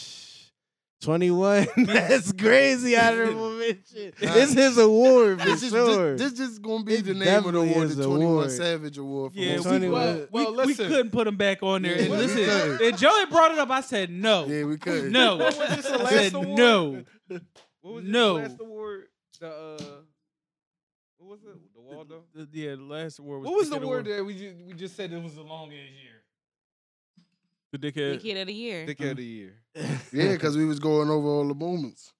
[SPEAKER 7] 21. That's crazy honorable mention.
[SPEAKER 5] Nah.
[SPEAKER 7] It's his award for
[SPEAKER 5] This is
[SPEAKER 7] sure.
[SPEAKER 5] this, this just gonna be
[SPEAKER 7] It
[SPEAKER 5] the name of the
[SPEAKER 7] definitely
[SPEAKER 5] award,
[SPEAKER 7] is
[SPEAKER 5] the
[SPEAKER 7] a
[SPEAKER 5] 21
[SPEAKER 7] award.
[SPEAKER 5] Savage Award. For
[SPEAKER 1] Yeah,
[SPEAKER 5] most
[SPEAKER 1] we,
[SPEAKER 5] people.
[SPEAKER 1] well,
[SPEAKER 7] Well,
[SPEAKER 1] we,
[SPEAKER 3] well,
[SPEAKER 1] we
[SPEAKER 3] listen.
[SPEAKER 1] couldn't put him back on there.
[SPEAKER 5] Yeah,
[SPEAKER 1] and
[SPEAKER 5] we
[SPEAKER 1] listen,
[SPEAKER 5] couldn't.
[SPEAKER 1] and Joey brought it up. I said no,
[SPEAKER 5] yeah, we could.
[SPEAKER 1] no,
[SPEAKER 6] this, the
[SPEAKER 1] I
[SPEAKER 6] last
[SPEAKER 1] said
[SPEAKER 6] award?
[SPEAKER 1] no.
[SPEAKER 6] What
[SPEAKER 1] was
[SPEAKER 6] was
[SPEAKER 1] this No. last
[SPEAKER 6] last award? The uh, what was it? The Waldo.
[SPEAKER 1] The- yeah, the last award was
[SPEAKER 6] What was the
[SPEAKER 1] Dickhead
[SPEAKER 6] word
[SPEAKER 1] Award.
[SPEAKER 6] that we just, we just said it was the longest year?
[SPEAKER 1] The dickhead.
[SPEAKER 8] The kid of the year.
[SPEAKER 6] Dick of the year.
[SPEAKER 5] Yeah, because we was going over all the moments.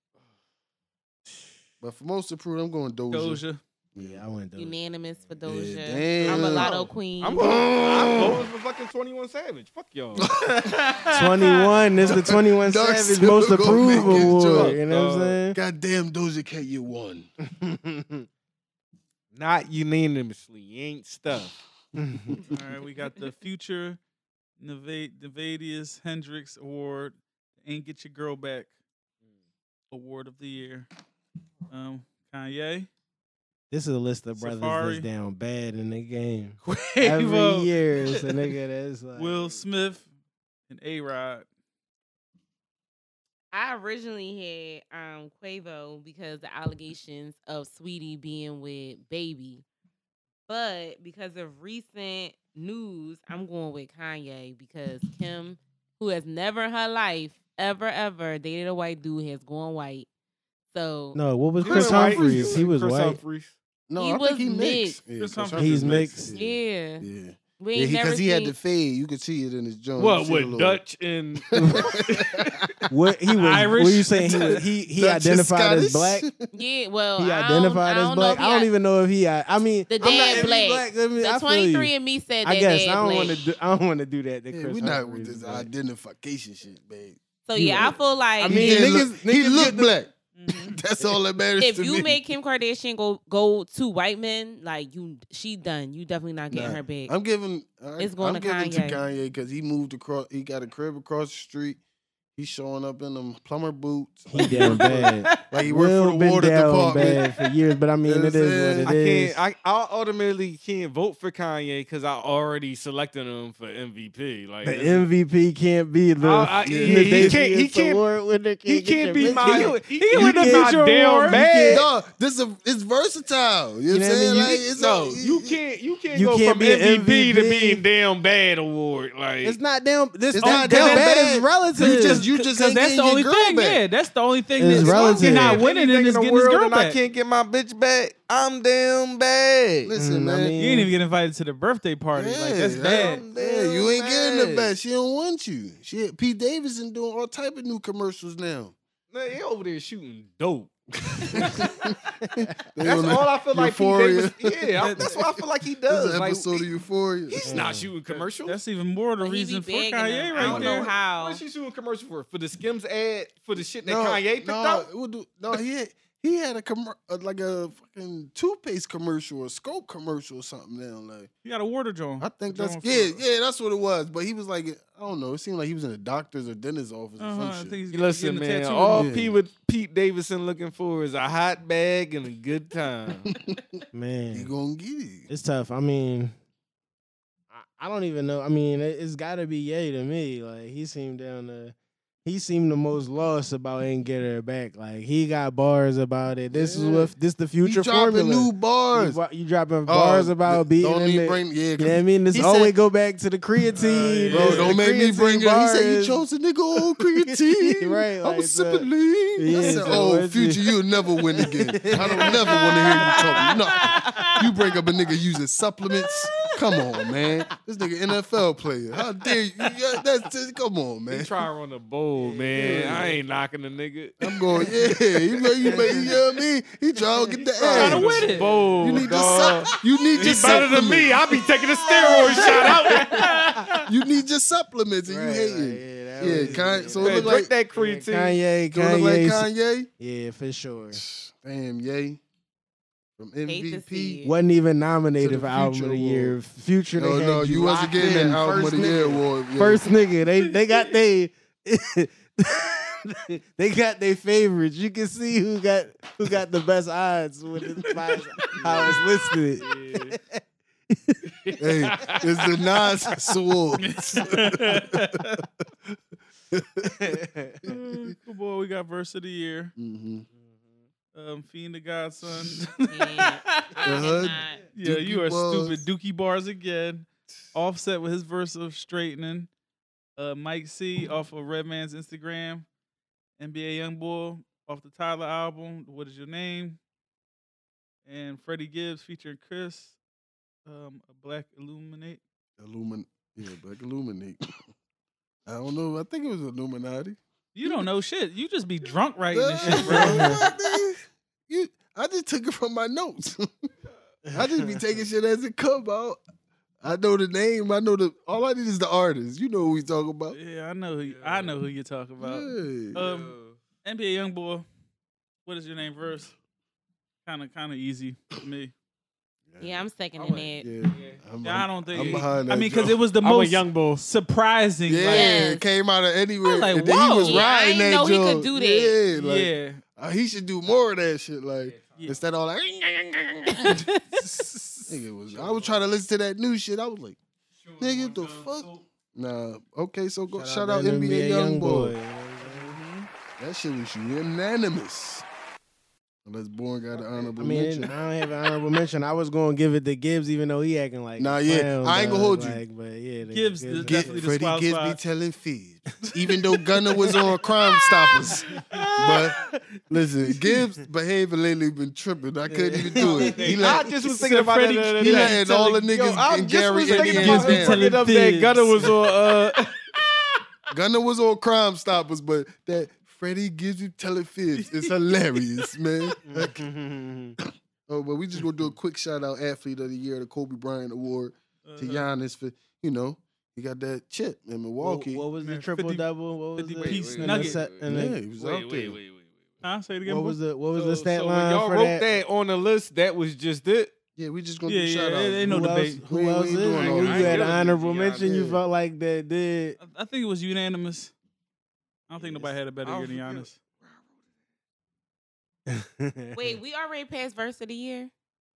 [SPEAKER 5] But for most approved, I'm going Doja.
[SPEAKER 1] Doja.
[SPEAKER 7] yeah, I went Doja.
[SPEAKER 8] Unanimous for
[SPEAKER 5] Yeah,
[SPEAKER 8] Doja. I'm
[SPEAKER 5] damn.
[SPEAKER 8] a lotto
[SPEAKER 1] Mm-hmm.
[SPEAKER 8] queen.
[SPEAKER 6] I'm voting, I'm voting for fucking Twenty One Savage. Fuck y'all.
[SPEAKER 7] 21. This is the 21
[SPEAKER 5] Dark
[SPEAKER 7] Savage
[SPEAKER 5] Silver
[SPEAKER 7] Most
[SPEAKER 5] gonna
[SPEAKER 7] Approved
[SPEAKER 5] make his
[SPEAKER 7] Award.
[SPEAKER 5] job,
[SPEAKER 7] You know what I'm
[SPEAKER 6] dog.
[SPEAKER 7] saying?
[SPEAKER 5] Goddamn, Doja Cat, you won.
[SPEAKER 6] Not unanimously. You ain't stuff.
[SPEAKER 1] All right, we got the future Neva- Nevadius Hendrix Award, Ain't Get Your Girl Back Award of the Year. Um, Kanye.
[SPEAKER 7] This is a list of brothers
[SPEAKER 1] Safari.
[SPEAKER 7] that's down bad in the game. Every
[SPEAKER 1] Quavo,
[SPEAKER 7] year, it's a nigga that's like.
[SPEAKER 1] Will Smith and A Rod.
[SPEAKER 8] I originally had um, Quavo because
[SPEAKER 7] Mm-hmm.
[SPEAKER 8] the allegations of Sweetie being with Baby, but because of recent news, I'm going with Kanye because Kim, who has never in her life ever ever dated a white dude, has gone white. So
[SPEAKER 7] No, what was
[SPEAKER 5] He
[SPEAKER 7] Chris
[SPEAKER 5] was white.
[SPEAKER 7] Humphries? He was
[SPEAKER 6] Chris
[SPEAKER 7] white.
[SPEAKER 6] Humphries.
[SPEAKER 5] No,
[SPEAKER 8] He
[SPEAKER 5] I
[SPEAKER 8] was
[SPEAKER 5] think he mixed.
[SPEAKER 8] mixed.
[SPEAKER 1] Chris
[SPEAKER 5] Yeah, Chris
[SPEAKER 1] Humphries
[SPEAKER 5] Humphries
[SPEAKER 7] He's mixed.
[SPEAKER 8] yeah,
[SPEAKER 5] Yeah,
[SPEAKER 8] we
[SPEAKER 5] yeah,
[SPEAKER 8] ain't never
[SPEAKER 5] because he, had
[SPEAKER 8] seen-
[SPEAKER 5] the fade. You could see it in his joint.
[SPEAKER 6] What
[SPEAKER 5] You see the
[SPEAKER 6] with
[SPEAKER 5] little-
[SPEAKER 6] Dutch and
[SPEAKER 7] What he was?
[SPEAKER 1] Irish.
[SPEAKER 7] Were you saying he was, he he
[SPEAKER 5] Dutch and
[SPEAKER 7] identified as black?
[SPEAKER 5] Scottish?
[SPEAKER 8] Yeah, well,
[SPEAKER 7] He
[SPEAKER 8] I don't-
[SPEAKER 7] identified
[SPEAKER 8] I
[SPEAKER 7] as
[SPEAKER 8] don't know
[SPEAKER 7] black.
[SPEAKER 8] if he
[SPEAKER 7] I don't
[SPEAKER 8] i-
[SPEAKER 7] even know if he. I, I mean,
[SPEAKER 8] The
[SPEAKER 7] I'm not
[SPEAKER 8] dad
[SPEAKER 7] every
[SPEAKER 8] black.
[SPEAKER 7] I mean, I
[SPEAKER 8] The
[SPEAKER 7] feel
[SPEAKER 8] twenty
[SPEAKER 7] you.
[SPEAKER 8] three and me said that.
[SPEAKER 7] I guess
[SPEAKER 8] dad
[SPEAKER 7] I don't
[SPEAKER 8] black.
[SPEAKER 7] want to. Do, I don't want to do that. To
[SPEAKER 5] Yeah,
[SPEAKER 7] Chris
[SPEAKER 5] we're not with
[SPEAKER 7] Humphries,
[SPEAKER 5] this
[SPEAKER 7] but-
[SPEAKER 5] identification shit, babe.
[SPEAKER 8] So
[SPEAKER 7] You
[SPEAKER 8] yeah, I
[SPEAKER 7] right.
[SPEAKER 8] feel like
[SPEAKER 7] I mean,
[SPEAKER 5] he did
[SPEAKER 7] niggas-
[SPEAKER 5] look, he
[SPEAKER 7] niggas
[SPEAKER 5] looked
[SPEAKER 7] get the-
[SPEAKER 5] black.
[SPEAKER 2] Mm-hmm.
[SPEAKER 1] Mhm.
[SPEAKER 5] That's all that matters
[SPEAKER 8] if
[SPEAKER 5] to
[SPEAKER 8] you
[SPEAKER 5] me.
[SPEAKER 8] make Kim Kardashian go go to white men, like you, she done. You definitely not getting
[SPEAKER 5] Nah,
[SPEAKER 8] her back.
[SPEAKER 5] I'm giving. I,
[SPEAKER 8] It's going
[SPEAKER 5] I'm
[SPEAKER 8] to
[SPEAKER 5] giving
[SPEAKER 8] Kanye.
[SPEAKER 5] to Kanye because he moved across. He got a crib across the street. He's showing up in them plumber boots.
[SPEAKER 7] He down bad.
[SPEAKER 5] Like he worked for
[SPEAKER 7] Will
[SPEAKER 5] the
[SPEAKER 7] been
[SPEAKER 5] water
[SPEAKER 7] down
[SPEAKER 5] department.
[SPEAKER 7] bad for years, but I mean,
[SPEAKER 5] know
[SPEAKER 7] it
[SPEAKER 5] what
[SPEAKER 7] is
[SPEAKER 5] I'm
[SPEAKER 7] what
[SPEAKER 6] I
[SPEAKER 7] it is.
[SPEAKER 6] can't. I, I ultimately can't vote for Kanye because I already selected him for MVP. Like
[SPEAKER 7] The
[SPEAKER 6] it's-
[SPEAKER 7] MVP can't be the.
[SPEAKER 6] I- I-
[SPEAKER 7] the
[SPEAKER 6] yeah, he
[SPEAKER 7] Davies
[SPEAKER 6] can't- he can't-
[SPEAKER 7] Award winner can't
[SPEAKER 6] he
[SPEAKER 7] get
[SPEAKER 6] can't
[SPEAKER 7] your
[SPEAKER 6] be
[SPEAKER 7] bitch.
[SPEAKER 6] my.
[SPEAKER 7] You
[SPEAKER 6] He,
[SPEAKER 7] you
[SPEAKER 6] he went
[SPEAKER 7] get
[SPEAKER 6] in my
[SPEAKER 7] your award,
[SPEAKER 6] damn
[SPEAKER 7] you
[SPEAKER 6] bag.
[SPEAKER 5] No, this is it's versatile. You know what I'm
[SPEAKER 7] You know what I
[SPEAKER 5] saying?
[SPEAKER 7] mean?
[SPEAKER 5] Like,
[SPEAKER 7] You-
[SPEAKER 5] it's
[SPEAKER 6] No,
[SPEAKER 5] a-
[SPEAKER 6] you can't. You can't
[SPEAKER 7] You
[SPEAKER 6] go
[SPEAKER 7] can't
[SPEAKER 6] from
[SPEAKER 7] be an
[SPEAKER 6] MVP, to
[SPEAKER 7] MVP.
[SPEAKER 6] being damn bad award. Like
[SPEAKER 7] It's not damn. This
[SPEAKER 5] It's
[SPEAKER 7] oh,
[SPEAKER 5] not
[SPEAKER 7] damn
[SPEAKER 5] damn
[SPEAKER 7] bad,
[SPEAKER 5] bad.
[SPEAKER 7] is relative.
[SPEAKER 5] You just you just
[SPEAKER 1] Because
[SPEAKER 5] ain't
[SPEAKER 1] that's
[SPEAKER 5] getting
[SPEAKER 1] the only
[SPEAKER 5] your girl
[SPEAKER 1] thing.
[SPEAKER 5] back.
[SPEAKER 1] Yeah, that's the only thing
[SPEAKER 7] It's
[SPEAKER 1] that's
[SPEAKER 7] relative.
[SPEAKER 1] You're not
[SPEAKER 7] Yeah.
[SPEAKER 1] winning in
[SPEAKER 6] anything
[SPEAKER 1] this
[SPEAKER 6] the
[SPEAKER 1] getting his
[SPEAKER 6] world
[SPEAKER 1] girl
[SPEAKER 6] and I
[SPEAKER 1] back. You
[SPEAKER 6] can't get my bitch back. I'm damn bad.
[SPEAKER 5] Listen,
[SPEAKER 7] Mm, I
[SPEAKER 5] man.
[SPEAKER 7] mean,
[SPEAKER 1] didn't even get invited to the birthday party. like that's
[SPEAKER 5] Yeah,
[SPEAKER 1] bad.
[SPEAKER 5] I'm dead. you ain't getting
[SPEAKER 6] Bad.
[SPEAKER 5] the best. She don't want you. She Pete Davidson doing all type of new commercials now.
[SPEAKER 6] Man, they over there shooting dope.
[SPEAKER 5] They
[SPEAKER 6] That's
[SPEAKER 5] on
[SPEAKER 6] all I feel like
[SPEAKER 5] Euphoria.
[SPEAKER 6] Pete Davis. Yeah, I- that's what I feel like he
[SPEAKER 5] This is
[SPEAKER 6] does.
[SPEAKER 5] an
[SPEAKER 6] Like,
[SPEAKER 5] episode
[SPEAKER 6] he-
[SPEAKER 5] of Euphoria.
[SPEAKER 6] he's not shooting commercials.
[SPEAKER 1] That's even more the
[SPEAKER 8] But he be
[SPEAKER 1] reason for
[SPEAKER 8] big in
[SPEAKER 1] Kanye
[SPEAKER 8] them.
[SPEAKER 1] right
[SPEAKER 8] I don't
[SPEAKER 1] there.
[SPEAKER 8] know how.
[SPEAKER 6] What's she shooting commercial for? For the Skims ad? For the shit that Kanye picked
[SPEAKER 5] no,
[SPEAKER 6] out?
[SPEAKER 5] it would do- no, he had, he had a commer- uh, like a fucking toothpaste commercial or scope commercial or something now. Like
[SPEAKER 1] You got a water drone.
[SPEAKER 5] I think that's
[SPEAKER 1] Going for-
[SPEAKER 5] yeah, yeah, that's what it was. But he was like, I don't know. It seemed like he was in a doctor's or dentist's office
[SPEAKER 8] Mm.
[SPEAKER 1] Uh-huh,
[SPEAKER 5] or
[SPEAKER 1] I
[SPEAKER 5] some
[SPEAKER 1] think
[SPEAKER 5] shit.
[SPEAKER 1] he's
[SPEAKER 6] Listen,
[SPEAKER 1] getting a
[SPEAKER 6] man,
[SPEAKER 1] tattoo.
[SPEAKER 6] all
[SPEAKER 5] Yeah.
[SPEAKER 6] Pete with Pete Davidson looking for is a hot bag and a good time.
[SPEAKER 5] He
[SPEAKER 7] man,
[SPEAKER 5] gonna get it.
[SPEAKER 7] it's tough. I mean, I, I don't even know. I mean, it, it's got to be Ye to me. Like he seemed down to. He seemed the most lost about ain't get her back. Like he got bars about it. This
[SPEAKER 5] Yeah.
[SPEAKER 7] is what this the future
[SPEAKER 5] he dropping
[SPEAKER 7] formula.
[SPEAKER 5] new
[SPEAKER 7] You
[SPEAKER 5] bars.
[SPEAKER 7] wa- You, dropping bars
[SPEAKER 5] Oh,
[SPEAKER 7] about
[SPEAKER 5] th-
[SPEAKER 7] beating.
[SPEAKER 5] Don't
[SPEAKER 7] in
[SPEAKER 5] even
[SPEAKER 7] the-
[SPEAKER 5] bring yeah,
[SPEAKER 7] you know what I mean? This
[SPEAKER 5] He
[SPEAKER 7] always
[SPEAKER 5] said-
[SPEAKER 7] go back to the creatine.
[SPEAKER 5] Bro,
[SPEAKER 7] The
[SPEAKER 5] Oh, don't make me
[SPEAKER 7] creatine
[SPEAKER 5] bring it up. He said
[SPEAKER 7] bars.
[SPEAKER 5] he chose a nigga on creatine.
[SPEAKER 7] Right,
[SPEAKER 5] I
[SPEAKER 7] like,
[SPEAKER 5] was
[SPEAKER 7] so-
[SPEAKER 5] sipping lean.
[SPEAKER 7] Yeah,
[SPEAKER 5] I said,
[SPEAKER 7] so
[SPEAKER 5] oh,
[SPEAKER 7] it's-
[SPEAKER 5] future, you'll never win again. I don't never want to hear you talk. No. You bring up a nigga using supplements. Come on, man. This nigga NFL player. How dare you? Yeah, that's just, come on,
[SPEAKER 6] he
[SPEAKER 5] man.
[SPEAKER 6] try to run a bowl, man. I ain't knocking the nigga.
[SPEAKER 5] I'm going, yeah. You know, you, make, you know what I mean? He trying to get the
[SPEAKER 1] trying to
[SPEAKER 5] ass.
[SPEAKER 1] win it.
[SPEAKER 6] Bowl,
[SPEAKER 5] You need your
[SPEAKER 6] dog.
[SPEAKER 5] sup- you need your
[SPEAKER 6] Oh He better than me.
[SPEAKER 5] supplements.
[SPEAKER 6] I be taking a steroid shot out.
[SPEAKER 5] You need your supplements and
[SPEAKER 7] Right,
[SPEAKER 5] you
[SPEAKER 7] like,
[SPEAKER 5] hating.
[SPEAKER 7] yeah, that
[SPEAKER 5] Yeah,
[SPEAKER 7] was-
[SPEAKER 5] kind- so it
[SPEAKER 6] Man,
[SPEAKER 5] look
[SPEAKER 6] drink
[SPEAKER 5] like
[SPEAKER 6] that
[SPEAKER 7] Yeah,
[SPEAKER 6] creatine.
[SPEAKER 7] Kanye,
[SPEAKER 5] Do it look like
[SPEAKER 7] Kanye,
[SPEAKER 5] Kanye?
[SPEAKER 7] yeah, for sure.
[SPEAKER 5] Damn, yay. From
[SPEAKER 8] Hate to see
[SPEAKER 5] MVP.
[SPEAKER 8] it.
[SPEAKER 7] Wasn't even
[SPEAKER 5] the
[SPEAKER 7] nominated for album of
[SPEAKER 5] Future
[SPEAKER 7] the
[SPEAKER 5] Award.
[SPEAKER 7] year. Future, they
[SPEAKER 5] No,
[SPEAKER 7] had
[SPEAKER 5] no, you wasn't
[SPEAKER 7] locked
[SPEAKER 5] getting that
[SPEAKER 7] in.
[SPEAKER 5] album of
[SPEAKER 7] First
[SPEAKER 5] the year
[SPEAKER 7] nigga.
[SPEAKER 5] award. yeah.
[SPEAKER 7] First nigga, they they got they they got their favorites. You can see who got who got the best odds with it by how it's listed.
[SPEAKER 5] Hey, it's the Nas Swords.
[SPEAKER 1] Uh, Good boy, we got verse of the year.
[SPEAKER 5] hmm
[SPEAKER 1] Um, Fiend the Godson.
[SPEAKER 8] Yeah.
[SPEAKER 5] Uh-huh.
[SPEAKER 1] yeah, you
[SPEAKER 5] Dookie
[SPEAKER 1] are stupid.
[SPEAKER 5] bars.
[SPEAKER 1] Dookie bars again. Offset with his verse of straightening. Uh, Mike C off of Redman's Instagram. NBA YoungBoy off the Tyler album. What is your name? And Freddie Gibbs featuring Chris. Um, a Black Illuminate.
[SPEAKER 5] Illumin- yeah, Black Illuminate. I don't know. I think it was Illuminati.
[SPEAKER 1] You don't know shit. You just be drunk writing
[SPEAKER 5] Nah,
[SPEAKER 1] this shit,
[SPEAKER 5] bro,
[SPEAKER 1] bro.
[SPEAKER 5] what, nigga? You, I just took it from my notes. I just be taking shit as it come out. I know the name. I know the. All I need is the artist. You know what we talk about.
[SPEAKER 1] Yeah, I know. Who, I know who you're talking about.
[SPEAKER 5] Yeah.
[SPEAKER 1] Um, NBA Young Boy, what is your name? Verse, kind of, kind of easy for me.
[SPEAKER 8] Yeah, I'm seconding it.
[SPEAKER 5] Yeah, I'm,
[SPEAKER 1] Yeah, I
[SPEAKER 5] I'm-
[SPEAKER 1] don't think.
[SPEAKER 5] I'm
[SPEAKER 1] it-
[SPEAKER 5] behind
[SPEAKER 1] I
[SPEAKER 5] that
[SPEAKER 1] mean, because
[SPEAKER 5] joke.
[SPEAKER 1] it was the
[SPEAKER 6] I'm a
[SPEAKER 1] most
[SPEAKER 6] young bull.
[SPEAKER 1] surprising.
[SPEAKER 5] Yeah,
[SPEAKER 1] like-
[SPEAKER 5] it came out of anywhere.
[SPEAKER 1] was like,
[SPEAKER 5] and then he was
[SPEAKER 1] whoa. Yeah,
[SPEAKER 8] I
[SPEAKER 5] riding
[SPEAKER 8] didn't
[SPEAKER 5] that
[SPEAKER 8] know he
[SPEAKER 5] joke.
[SPEAKER 8] could do that.
[SPEAKER 5] Yeah, like,
[SPEAKER 1] yeah.
[SPEAKER 5] uh, he should do more of that shit. Like
[SPEAKER 1] Yeah.
[SPEAKER 5] instead of all that. nigga was, I was trying to listen to that new shit. I was like, nigga, what the fuck? Nah. Okay, so go shout, out,
[SPEAKER 7] to
[SPEAKER 5] NBA, Young Boy.
[SPEAKER 7] Youngboy.
[SPEAKER 5] That shit was unanimous. Unless Born got an honorable
[SPEAKER 7] I mean,
[SPEAKER 5] mention.
[SPEAKER 7] I don't have an honorable mention. I was going to give it to Gibbs, even though he acting like
[SPEAKER 5] Nah,
[SPEAKER 7] a
[SPEAKER 5] yeah,
[SPEAKER 7] clown,
[SPEAKER 5] I ain't gonna
[SPEAKER 7] dog,
[SPEAKER 5] hold you.
[SPEAKER 7] Like, but yeah, the
[SPEAKER 1] Gibbs is
[SPEAKER 7] Gibbs-
[SPEAKER 1] definitely the
[SPEAKER 5] Freddie
[SPEAKER 1] wild
[SPEAKER 5] Gibbs be
[SPEAKER 1] spot.
[SPEAKER 5] telling fibs, even though Gunner was on Crime Stoppers. But listen, Gibbs' behavior lately been tripping. I couldn't even do it. He
[SPEAKER 6] I
[SPEAKER 5] let,
[SPEAKER 6] just was
[SPEAKER 1] Said
[SPEAKER 6] thinking about
[SPEAKER 1] Freddie-
[SPEAKER 6] that. the other
[SPEAKER 5] he
[SPEAKER 6] day.
[SPEAKER 5] letting all the
[SPEAKER 6] Yo,
[SPEAKER 5] niggas
[SPEAKER 6] I
[SPEAKER 5] in
[SPEAKER 6] just
[SPEAKER 5] Gary
[SPEAKER 6] was thinking
[SPEAKER 5] Indians
[SPEAKER 6] about him
[SPEAKER 5] down.
[SPEAKER 6] fucking up that
[SPEAKER 1] Telling
[SPEAKER 6] gutter was on. Uh,
[SPEAKER 5] Gunner was on Crime Stoppers, but that Freddie Gibbs be telling fibs is hilarious, man. Oh, but we just gonna do a quick shout out athlete of the year, the Kobe Bryant Award to
[SPEAKER 1] Uh-huh.
[SPEAKER 5] Giannis for you know he got that chip in
[SPEAKER 7] What,
[SPEAKER 5] Milwaukee.
[SPEAKER 7] what was the
[SPEAKER 1] Man,
[SPEAKER 7] triple
[SPEAKER 1] 50
[SPEAKER 7] double? What was
[SPEAKER 1] 50
[SPEAKER 7] the
[SPEAKER 1] piece
[SPEAKER 7] and the
[SPEAKER 1] nugget.
[SPEAKER 7] se- and the-
[SPEAKER 5] yeah, he was out there.
[SPEAKER 6] wait, wait.
[SPEAKER 1] Huh? Say it again.
[SPEAKER 7] What
[SPEAKER 1] bro.
[SPEAKER 7] was the what was the
[SPEAKER 6] So-
[SPEAKER 7] stat
[SPEAKER 6] so when
[SPEAKER 7] line
[SPEAKER 6] y'all
[SPEAKER 7] for
[SPEAKER 6] wrote
[SPEAKER 7] that?
[SPEAKER 6] that? on the list. That was just it.
[SPEAKER 5] Yeah, we just gonna
[SPEAKER 1] Yeah,
[SPEAKER 5] do
[SPEAKER 1] yeah,
[SPEAKER 5] shout outs.
[SPEAKER 1] it ain't no
[SPEAKER 7] Who else,
[SPEAKER 1] debate.
[SPEAKER 7] who
[SPEAKER 5] We ain't- we
[SPEAKER 7] else
[SPEAKER 5] ain't
[SPEAKER 7] is?
[SPEAKER 5] doing
[SPEAKER 7] it?
[SPEAKER 5] all
[SPEAKER 7] Who
[SPEAKER 5] that.
[SPEAKER 7] you had
[SPEAKER 6] Yeah,
[SPEAKER 7] an honorable
[SPEAKER 6] yeah,
[SPEAKER 7] mention? You
[SPEAKER 5] yeah.
[SPEAKER 7] felt like that did.
[SPEAKER 1] I- I think it was unanimous. I don't think nobody had a better
[SPEAKER 6] I'll
[SPEAKER 1] year than
[SPEAKER 6] forget.
[SPEAKER 1] Giannis.
[SPEAKER 8] Wait, we already passed verse of the year.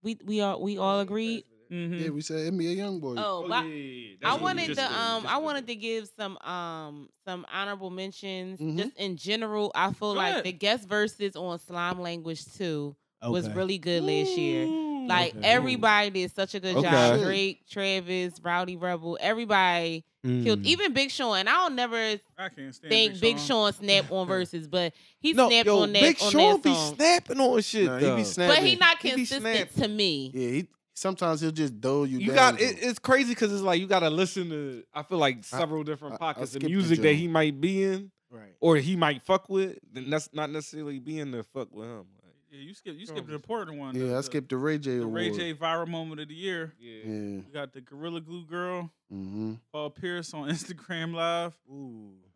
[SPEAKER 8] We we all we
[SPEAKER 6] Oh,
[SPEAKER 8] all agreed.
[SPEAKER 1] Mm-hmm.
[SPEAKER 5] Yeah, we said NBA YoungBoy.
[SPEAKER 8] Oh, but
[SPEAKER 6] yeah,
[SPEAKER 8] I wanted to um I wanted to give some um some honorable mentions
[SPEAKER 5] Mhm.
[SPEAKER 8] just in general. I feel
[SPEAKER 1] Go
[SPEAKER 8] like
[SPEAKER 1] ahead.
[SPEAKER 8] the guest verses on Slime Language Two was
[SPEAKER 7] Okay.
[SPEAKER 8] really good last year.
[SPEAKER 1] Ooh.
[SPEAKER 8] Like
[SPEAKER 7] Okay.
[SPEAKER 8] everybody did such a good job.
[SPEAKER 5] Okay.
[SPEAKER 8] Drake, Travis, Rowdy Rebel, everybody killed.
[SPEAKER 7] Mm.
[SPEAKER 8] Even Big Sean. And I don't never
[SPEAKER 1] I can't stand
[SPEAKER 8] think Big
[SPEAKER 1] Sean.
[SPEAKER 8] Sean snapped on verses, but he
[SPEAKER 3] No,
[SPEAKER 8] snapped
[SPEAKER 3] yo,
[SPEAKER 8] on that
[SPEAKER 3] Big
[SPEAKER 8] on
[SPEAKER 3] Sean
[SPEAKER 8] that
[SPEAKER 3] be
[SPEAKER 8] song.
[SPEAKER 3] snapping on shit
[SPEAKER 5] Nah, he be
[SPEAKER 3] though.
[SPEAKER 5] snapping.
[SPEAKER 8] but he not
[SPEAKER 3] He be
[SPEAKER 8] consistent
[SPEAKER 3] snapping.
[SPEAKER 8] to me.
[SPEAKER 5] Yeah, he, sometimes he'll just dole you,
[SPEAKER 6] You
[SPEAKER 5] down.
[SPEAKER 6] got
[SPEAKER 5] though.
[SPEAKER 6] it, it's crazy because it's like you gotta listen to I feel like several different
[SPEAKER 5] I- I
[SPEAKER 6] pockets of
[SPEAKER 5] skipped the
[SPEAKER 6] music that
[SPEAKER 5] joint.
[SPEAKER 6] he might be in
[SPEAKER 3] Right.
[SPEAKER 6] or he might fuck with. Then that's not necessarily being there fuck with him. Like,
[SPEAKER 1] Yeah, you skipped you skipped the important one. the-
[SPEAKER 5] yeah, I
[SPEAKER 1] the-
[SPEAKER 5] skipped the Ray J
[SPEAKER 1] the
[SPEAKER 5] award.
[SPEAKER 1] Ray J viral moment of the year.
[SPEAKER 6] yeah.
[SPEAKER 5] Yeah.
[SPEAKER 1] We got the Gorilla Glue Girl,
[SPEAKER 5] Mm-hmm.
[SPEAKER 1] Paul Pierce on Instagram Live.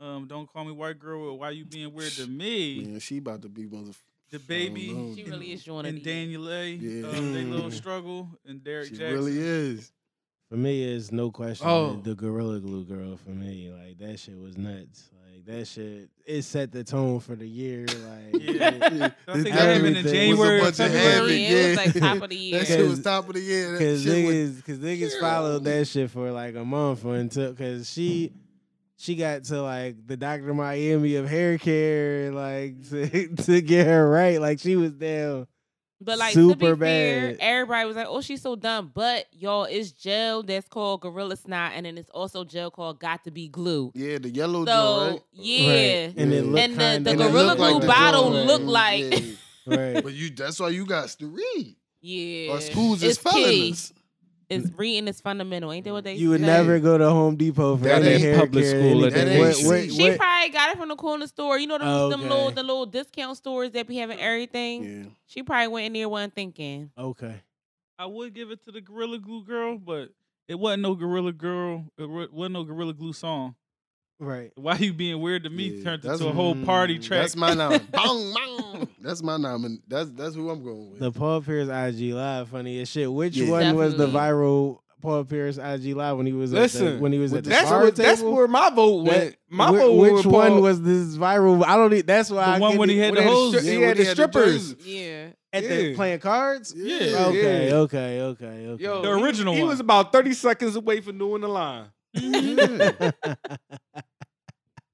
[SPEAKER 1] Um, don't call me white girl. Or why you being weird to me?
[SPEAKER 5] Yeah, she about to be one of the.
[SPEAKER 1] The baby
[SPEAKER 5] know.
[SPEAKER 8] She really is joining
[SPEAKER 1] and Daniel A.
[SPEAKER 5] Yeah.
[SPEAKER 1] Um, they little
[SPEAKER 7] Mm.
[SPEAKER 1] struggle and Derek
[SPEAKER 5] She
[SPEAKER 1] Jackson.
[SPEAKER 5] really is.
[SPEAKER 7] For me, it's no question.
[SPEAKER 1] Oh.
[SPEAKER 7] The Gorilla Glue girl for me, like that shit was nuts. Like that shit, it set the tone for the year. Like,
[SPEAKER 1] Yeah.
[SPEAKER 7] it-
[SPEAKER 5] Yeah,
[SPEAKER 1] I think
[SPEAKER 5] This
[SPEAKER 1] that happened
[SPEAKER 7] everything
[SPEAKER 1] in
[SPEAKER 7] was a
[SPEAKER 1] January,
[SPEAKER 5] bunch of
[SPEAKER 1] February.
[SPEAKER 5] habit.
[SPEAKER 8] Really, it was
[SPEAKER 5] yeah.
[SPEAKER 8] like top of the year.
[SPEAKER 5] That shit was
[SPEAKER 7] Cause-
[SPEAKER 5] top of the year. That
[SPEAKER 7] Cause
[SPEAKER 5] shit was
[SPEAKER 7] niggas, cause niggas followed that shit for like a month or until, cause she, she got to like the Doctor Miami of hair care, like to, to get her right. Like she was down.
[SPEAKER 8] But like to
[SPEAKER 7] Super
[SPEAKER 8] be fair,
[SPEAKER 7] bad.
[SPEAKER 8] everybody was like, "Oh, she's so dumb." But y'all, it's gel that's called Gorilla Snot, and then it's also gel called Got to Be Glue.
[SPEAKER 5] Yeah, the yellow
[SPEAKER 8] So
[SPEAKER 5] joint, right?
[SPEAKER 8] yeah,
[SPEAKER 7] Right. And it
[SPEAKER 5] Yeah.
[SPEAKER 7] looked
[SPEAKER 8] And
[SPEAKER 7] kinda-
[SPEAKER 8] the- the
[SPEAKER 5] And it
[SPEAKER 7] it
[SPEAKER 8] Gorilla
[SPEAKER 5] looked
[SPEAKER 7] looked
[SPEAKER 8] Glue
[SPEAKER 5] the
[SPEAKER 8] bottle
[SPEAKER 5] joint,
[SPEAKER 8] look
[SPEAKER 5] right?
[SPEAKER 8] like-
[SPEAKER 5] Yeah.
[SPEAKER 7] Right.
[SPEAKER 5] But you, that's why you got to read.
[SPEAKER 8] yeah.
[SPEAKER 5] Or schools is
[SPEAKER 8] it's
[SPEAKER 5] telling
[SPEAKER 8] key.
[SPEAKER 5] us.
[SPEAKER 8] It's reading is fundamental. Ain't that what they?
[SPEAKER 7] You would
[SPEAKER 8] say?
[SPEAKER 7] never go to Home Depot for
[SPEAKER 5] That
[SPEAKER 7] any
[SPEAKER 5] ain't
[SPEAKER 7] hair
[SPEAKER 6] public
[SPEAKER 7] care,
[SPEAKER 6] school,
[SPEAKER 7] anything.
[SPEAKER 5] that ain't
[SPEAKER 7] What- what-
[SPEAKER 5] shit.
[SPEAKER 8] She
[SPEAKER 7] what-
[SPEAKER 8] probably got it from the corner store. You know them, them
[SPEAKER 7] Okay.
[SPEAKER 8] little the little discount stores that be having everything.
[SPEAKER 5] Yeah.
[SPEAKER 8] She probably went in there one thinking.
[SPEAKER 7] Okay.
[SPEAKER 1] I would give it to the Gorilla Glue Girl, but it wasn't no Gorilla Girl. It wa- wasn't no Gorilla Glue song.
[SPEAKER 7] Right.
[SPEAKER 1] Why you being weird to me
[SPEAKER 5] Yeah,
[SPEAKER 1] turned
[SPEAKER 5] that's-
[SPEAKER 1] into a whole party
[SPEAKER 7] Mm,
[SPEAKER 1] track.
[SPEAKER 5] That's my nom. Bong, bong. That's my nom. That's that's who I'm going with.
[SPEAKER 7] The Paul Pierce IG live funny as shit. Which
[SPEAKER 5] Yeah.
[SPEAKER 7] one was the
[SPEAKER 8] Definitely.
[SPEAKER 7] viral Paul Pierce IG live when he was at
[SPEAKER 6] Listen,
[SPEAKER 7] the, when he was at the
[SPEAKER 6] That's
[SPEAKER 7] bar
[SPEAKER 6] where, that's
[SPEAKER 7] table?
[SPEAKER 6] where my vote
[SPEAKER 7] That-
[SPEAKER 6] went. My
[SPEAKER 7] whi-
[SPEAKER 6] vote
[SPEAKER 7] which
[SPEAKER 6] was
[SPEAKER 7] one
[SPEAKER 6] Paul-
[SPEAKER 7] was this viral? I don't. e- That's why
[SPEAKER 1] The
[SPEAKER 7] I
[SPEAKER 1] one
[SPEAKER 7] couldn't
[SPEAKER 1] when he
[SPEAKER 7] e-
[SPEAKER 1] had
[SPEAKER 6] when
[SPEAKER 1] the
[SPEAKER 6] they
[SPEAKER 1] hose.
[SPEAKER 6] stri-
[SPEAKER 5] Yeah,
[SPEAKER 6] He
[SPEAKER 5] when
[SPEAKER 6] had
[SPEAKER 5] he
[SPEAKER 6] the
[SPEAKER 5] had the
[SPEAKER 6] strippers.
[SPEAKER 5] jersey.
[SPEAKER 8] Yeah.
[SPEAKER 7] at
[SPEAKER 6] Yeah.
[SPEAKER 7] the playing cards.
[SPEAKER 5] Yeah.
[SPEAKER 1] Yeah.
[SPEAKER 7] Okay,
[SPEAKER 6] Yeah.
[SPEAKER 7] okay, okay, okay.
[SPEAKER 6] Yo,
[SPEAKER 1] The original
[SPEAKER 6] he, he
[SPEAKER 1] one.
[SPEAKER 6] was about 30 seconds away from doing the line.
[SPEAKER 5] Yeah.
[SPEAKER 7] Mm-hmm.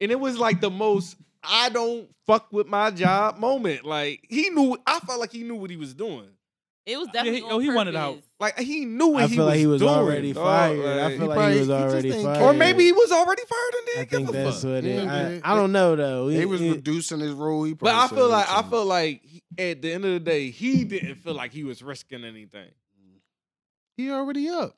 [SPEAKER 6] And it was like the most I don't fuck with my job moment. Like he knew I felt like he knew what he was doing.
[SPEAKER 8] It was
[SPEAKER 1] Yeah, he-
[SPEAKER 8] definitely.
[SPEAKER 1] oh, he
[SPEAKER 8] on
[SPEAKER 1] wanted
[SPEAKER 8] purpose.
[SPEAKER 1] out.
[SPEAKER 6] Like he knew what
[SPEAKER 7] I
[SPEAKER 6] he
[SPEAKER 7] feel
[SPEAKER 6] was
[SPEAKER 7] like he was
[SPEAKER 6] doing,
[SPEAKER 7] already
[SPEAKER 6] dog.
[SPEAKER 7] fired.
[SPEAKER 6] Like,
[SPEAKER 7] I feel like
[SPEAKER 5] probably-
[SPEAKER 7] he was
[SPEAKER 5] he just
[SPEAKER 7] already
[SPEAKER 5] didn't
[SPEAKER 7] fired.
[SPEAKER 5] care.
[SPEAKER 6] or maybe he was already fired and
[SPEAKER 7] I
[SPEAKER 6] didn't
[SPEAKER 7] think
[SPEAKER 6] give a
[SPEAKER 7] that's
[SPEAKER 6] fuck.
[SPEAKER 7] what it.
[SPEAKER 5] Yeah,
[SPEAKER 7] I, I don't know though.
[SPEAKER 5] He was
[SPEAKER 7] it-
[SPEAKER 5] reducing his role. He
[SPEAKER 6] But I
[SPEAKER 5] probably
[SPEAKER 6] feel
[SPEAKER 5] said
[SPEAKER 6] like I
[SPEAKER 5] something.
[SPEAKER 6] feel like he- at the end of the day, he didn't feel like he was risking anything.
[SPEAKER 5] he already up.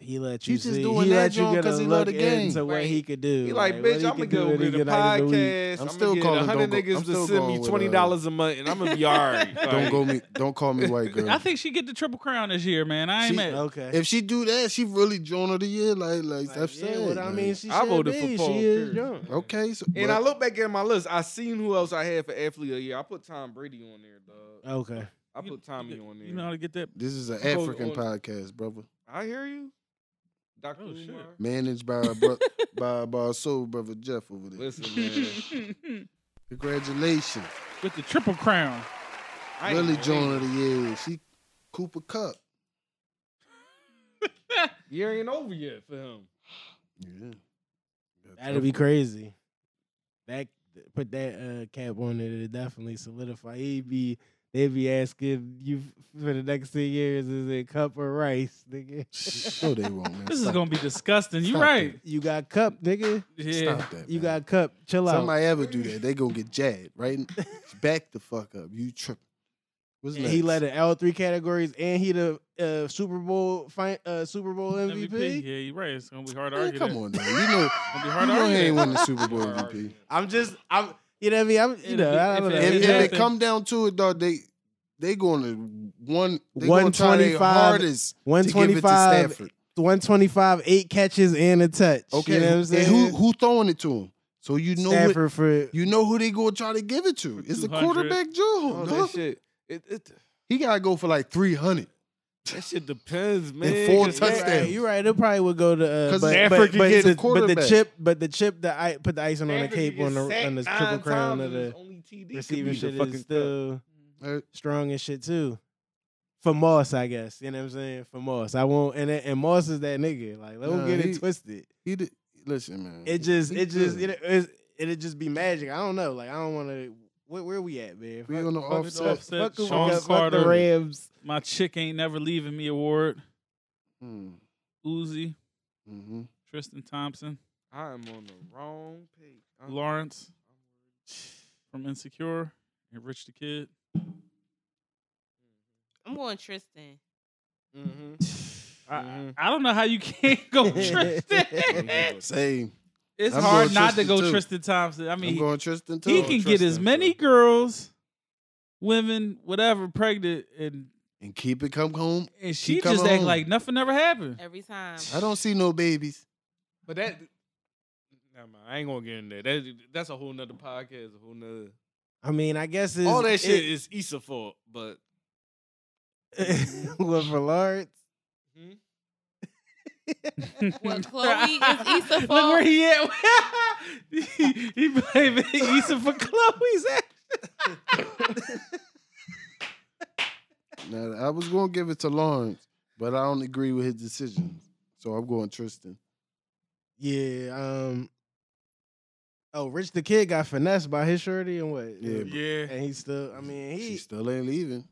[SPEAKER 7] he let
[SPEAKER 5] He
[SPEAKER 7] you
[SPEAKER 5] just
[SPEAKER 7] see.
[SPEAKER 5] doing
[SPEAKER 7] he
[SPEAKER 5] that
[SPEAKER 7] let you
[SPEAKER 5] joint
[SPEAKER 7] get a
[SPEAKER 5] 'cause he love
[SPEAKER 7] look
[SPEAKER 5] the game.
[SPEAKER 7] into what
[SPEAKER 8] Right.
[SPEAKER 7] he could do.
[SPEAKER 6] He like,
[SPEAKER 7] what
[SPEAKER 6] bitch, I'm
[SPEAKER 7] he
[SPEAKER 6] gonna
[SPEAKER 7] could do
[SPEAKER 6] go
[SPEAKER 7] at
[SPEAKER 6] get
[SPEAKER 7] any
[SPEAKER 6] a
[SPEAKER 7] night of the week.
[SPEAKER 6] podcast.
[SPEAKER 5] I'm
[SPEAKER 6] I'm,
[SPEAKER 5] still
[SPEAKER 6] gonna get
[SPEAKER 5] calling
[SPEAKER 6] a
[SPEAKER 5] Don't
[SPEAKER 6] hundred
[SPEAKER 5] Go- I'm
[SPEAKER 6] niggas to
[SPEAKER 5] still
[SPEAKER 6] send
[SPEAKER 5] going
[SPEAKER 6] me
[SPEAKER 5] with, uh,
[SPEAKER 6] twenty dollars a month, and I'm gonna be alright.
[SPEAKER 5] Don't go me. Don't call me white girl.
[SPEAKER 1] I think she get the triple crown this year, man. I ain't
[SPEAKER 5] She-
[SPEAKER 1] mad.
[SPEAKER 7] Okay.
[SPEAKER 5] if she do that, she really joined of the year. Like like,
[SPEAKER 7] Like,
[SPEAKER 5] Steph
[SPEAKER 7] yeah,
[SPEAKER 5] said.
[SPEAKER 7] what I
[SPEAKER 5] like,
[SPEAKER 7] mean, she
[SPEAKER 6] I
[SPEAKER 7] should
[SPEAKER 6] voted
[SPEAKER 7] be.
[SPEAKER 6] for Paul
[SPEAKER 7] She is
[SPEAKER 6] Pierce.
[SPEAKER 7] young.
[SPEAKER 5] okay. So,
[SPEAKER 6] And
[SPEAKER 5] but-
[SPEAKER 6] I look back at my list. I seen who else I had for athlete of the year. I put Tom Brady on there, dog.
[SPEAKER 7] Okay.
[SPEAKER 6] I
[SPEAKER 1] You-
[SPEAKER 6] put Tommy
[SPEAKER 1] you,
[SPEAKER 6] on there.
[SPEAKER 1] You know how to get that?
[SPEAKER 5] This is an
[SPEAKER 6] Go
[SPEAKER 5] African
[SPEAKER 6] on.
[SPEAKER 5] podcast, brother.
[SPEAKER 6] I hear you, Doctor
[SPEAKER 1] Oh, shit.
[SPEAKER 6] Umar.
[SPEAKER 5] Managed by our bro- by, by our soul brother Jeff over there.
[SPEAKER 6] Listen, man,
[SPEAKER 5] Congratulations.
[SPEAKER 1] With the triple crown.
[SPEAKER 6] I ain't
[SPEAKER 5] Really
[SPEAKER 6] gonna
[SPEAKER 5] joint
[SPEAKER 6] hate
[SPEAKER 5] of the year. She Cooper Cup.
[SPEAKER 6] you. Year ain't over yet for him.
[SPEAKER 5] Yeah.
[SPEAKER 7] That'd be crazy. That put that uh, cap on it. It definitely solidify. He'd be they'd be asking you for the next ten years is it cup or rice, nigga.
[SPEAKER 5] No, they won't, man.
[SPEAKER 1] This is
[SPEAKER 5] Stop
[SPEAKER 1] gonna be disgusting. You
[SPEAKER 5] Stop
[SPEAKER 1] right.
[SPEAKER 7] You got cup, nigga.
[SPEAKER 5] that.
[SPEAKER 1] Yeah.
[SPEAKER 5] Stop that.
[SPEAKER 7] You
[SPEAKER 5] man.
[SPEAKER 7] got cup. Chill out.
[SPEAKER 5] Somebody ever do that, they gonna get jabbed, right? Back the fuck up. You tripping. What's
[SPEAKER 7] And he
[SPEAKER 5] next?
[SPEAKER 7] led in all three categories, and he the uh, Super Bowl fi- uh, Super Bowl MVP.
[SPEAKER 1] Yeah, you right. It's gonna be hard to
[SPEAKER 5] Man,
[SPEAKER 1] argue.
[SPEAKER 5] come
[SPEAKER 1] that.
[SPEAKER 5] on, now. You know,
[SPEAKER 1] It's gonna be
[SPEAKER 5] you
[SPEAKER 1] hard to
[SPEAKER 5] know he
[SPEAKER 1] argue.
[SPEAKER 5] ain't
[SPEAKER 1] that.
[SPEAKER 5] winning the Super Bowl
[SPEAKER 6] Hard
[SPEAKER 5] MVP.
[SPEAKER 6] argument.
[SPEAKER 7] I'm just I'm you know what I mean. I'm you know I don't know.
[SPEAKER 1] If-
[SPEAKER 5] If,
[SPEAKER 1] it
[SPEAKER 5] if it
[SPEAKER 1] happened-
[SPEAKER 5] come down to it, dog, they they going to one they going to try their
[SPEAKER 7] 125
[SPEAKER 5] hardest to give it to
[SPEAKER 7] 125,
[SPEAKER 5] Stafford.
[SPEAKER 7] 125, eight catches and a touch.
[SPEAKER 5] Okay,
[SPEAKER 7] you know what I'm
[SPEAKER 5] and
[SPEAKER 7] saying?
[SPEAKER 5] who who throwing it to him? So you know it,
[SPEAKER 7] Stafford for
[SPEAKER 5] you know who they going to try to give it to.
[SPEAKER 1] For
[SPEAKER 5] It's the
[SPEAKER 1] 200.
[SPEAKER 5] quarterback,
[SPEAKER 6] Oh,
[SPEAKER 5] Joe.
[SPEAKER 6] that shit. It, it,
[SPEAKER 5] He got to go for like three hundred.
[SPEAKER 6] That shit depends, man.
[SPEAKER 5] And four
[SPEAKER 6] 'cause-
[SPEAKER 5] touchdowns.
[SPEAKER 7] Right, you're right. It probably would go to uh,
[SPEAKER 5] 'Cause
[SPEAKER 7] but,
[SPEAKER 5] it's
[SPEAKER 7] but-
[SPEAKER 5] Africa
[SPEAKER 7] but
[SPEAKER 5] get
[SPEAKER 7] the,
[SPEAKER 5] the
[SPEAKER 7] But the
[SPEAKER 5] quarterback.
[SPEAKER 7] chip, but the chip that I put the icing on the
[SPEAKER 6] Africa
[SPEAKER 7] cape
[SPEAKER 6] get
[SPEAKER 7] on the
[SPEAKER 6] sacked
[SPEAKER 7] on the
[SPEAKER 6] nine
[SPEAKER 7] triple crown
[SPEAKER 6] times
[SPEAKER 7] of
[SPEAKER 6] and his
[SPEAKER 7] the
[SPEAKER 6] only TD could be
[SPEAKER 7] receiving
[SPEAKER 6] the
[SPEAKER 7] shit
[SPEAKER 6] fucking
[SPEAKER 7] is still
[SPEAKER 6] Mm-hmm.
[SPEAKER 5] Hey,
[SPEAKER 7] strong and shit too. For Moss, I guess you know what I'm saying. For Moss, I won't. And and Moss is that nigga. Like, don't
[SPEAKER 5] Nah,
[SPEAKER 7] get it
[SPEAKER 5] he-
[SPEAKER 7] twisted.
[SPEAKER 5] he did. Listen, man.
[SPEAKER 7] It just,
[SPEAKER 5] he
[SPEAKER 7] it just,
[SPEAKER 5] good.
[SPEAKER 7] it it it'd just be magic. I don't know. Like, I don't want to. Where, where we at, man?
[SPEAKER 5] we
[SPEAKER 7] Fuck-
[SPEAKER 5] on the
[SPEAKER 7] fuck-
[SPEAKER 5] offset.
[SPEAKER 1] offset.
[SPEAKER 7] Fuck, who we
[SPEAKER 1] Sean
[SPEAKER 7] got, fuck the
[SPEAKER 1] Carter.
[SPEAKER 7] Rams.
[SPEAKER 1] My chick ain't never leaving me award. Uzi,
[SPEAKER 5] Mm, Mm-hmm.
[SPEAKER 1] Tristan Thompson,
[SPEAKER 6] I am on the wrong page. I'm-
[SPEAKER 1] Lawrence from Insecure, and Rich the Kid.
[SPEAKER 8] I'm going Tristan.
[SPEAKER 6] Mm-hmm.
[SPEAKER 1] I, I don't know how you can't go Tristan.
[SPEAKER 5] Same.
[SPEAKER 1] It's
[SPEAKER 5] I'm
[SPEAKER 1] hard
[SPEAKER 5] going
[SPEAKER 1] not
[SPEAKER 5] Tristan,
[SPEAKER 1] to go
[SPEAKER 5] too.
[SPEAKER 1] Tristan Thompson. I
[SPEAKER 5] I'm
[SPEAKER 1] mean,
[SPEAKER 5] going Tristan too.
[SPEAKER 1] he, he can get as many girls, women, whatever, pregnant, and
[SPEAKER 5] and keep it come home.
[SPEAKER 1] and she
[SPEAKER 5] come
[SPEAKER 1] just act
[SPEAKER 5] home.
[SPEAKER 1] like nothing ever happened.
[SPEAKER 8] Every time.
[SPEAKER 5] I don't see no babies.
[SPEAKER 6] But that, never mind. I ain't gonna get in there. That, that's a whole nother podcast. A whole nother.
[SPEAKER 7] I mean, I guess it's,
[SPEAKER 6] All that shit
[SPEAKER 7] it-
[SPEAKER 6] is Issa fault, but
[SPEAKER 7] what for Lawrence?
[SPEAKER 8] Well, Chloe is Issa
[SPEAKER 1] Look where
[SPEAKER 8] fault.
[SPEAKER 1] he at. he, he blaming Issa for Chloe's ass.
[SPEAKER 5] Now I was going to give it to Lawrence, but I don't agree with his decisions. So I'm going Tristan.
[SPEAKER 7] Yeah. Um. Oh, Rich the Kid got finessed by his shorty and what?
[SPEAKER 5] Yeah, bro.
[SPEAKER 1] Yeah.
[SPEAKER 7] And he still. I mean,
[SPEAKER 5] She
[SPEAKER 7] he.
[SPEAKER 5] still ain't leaving.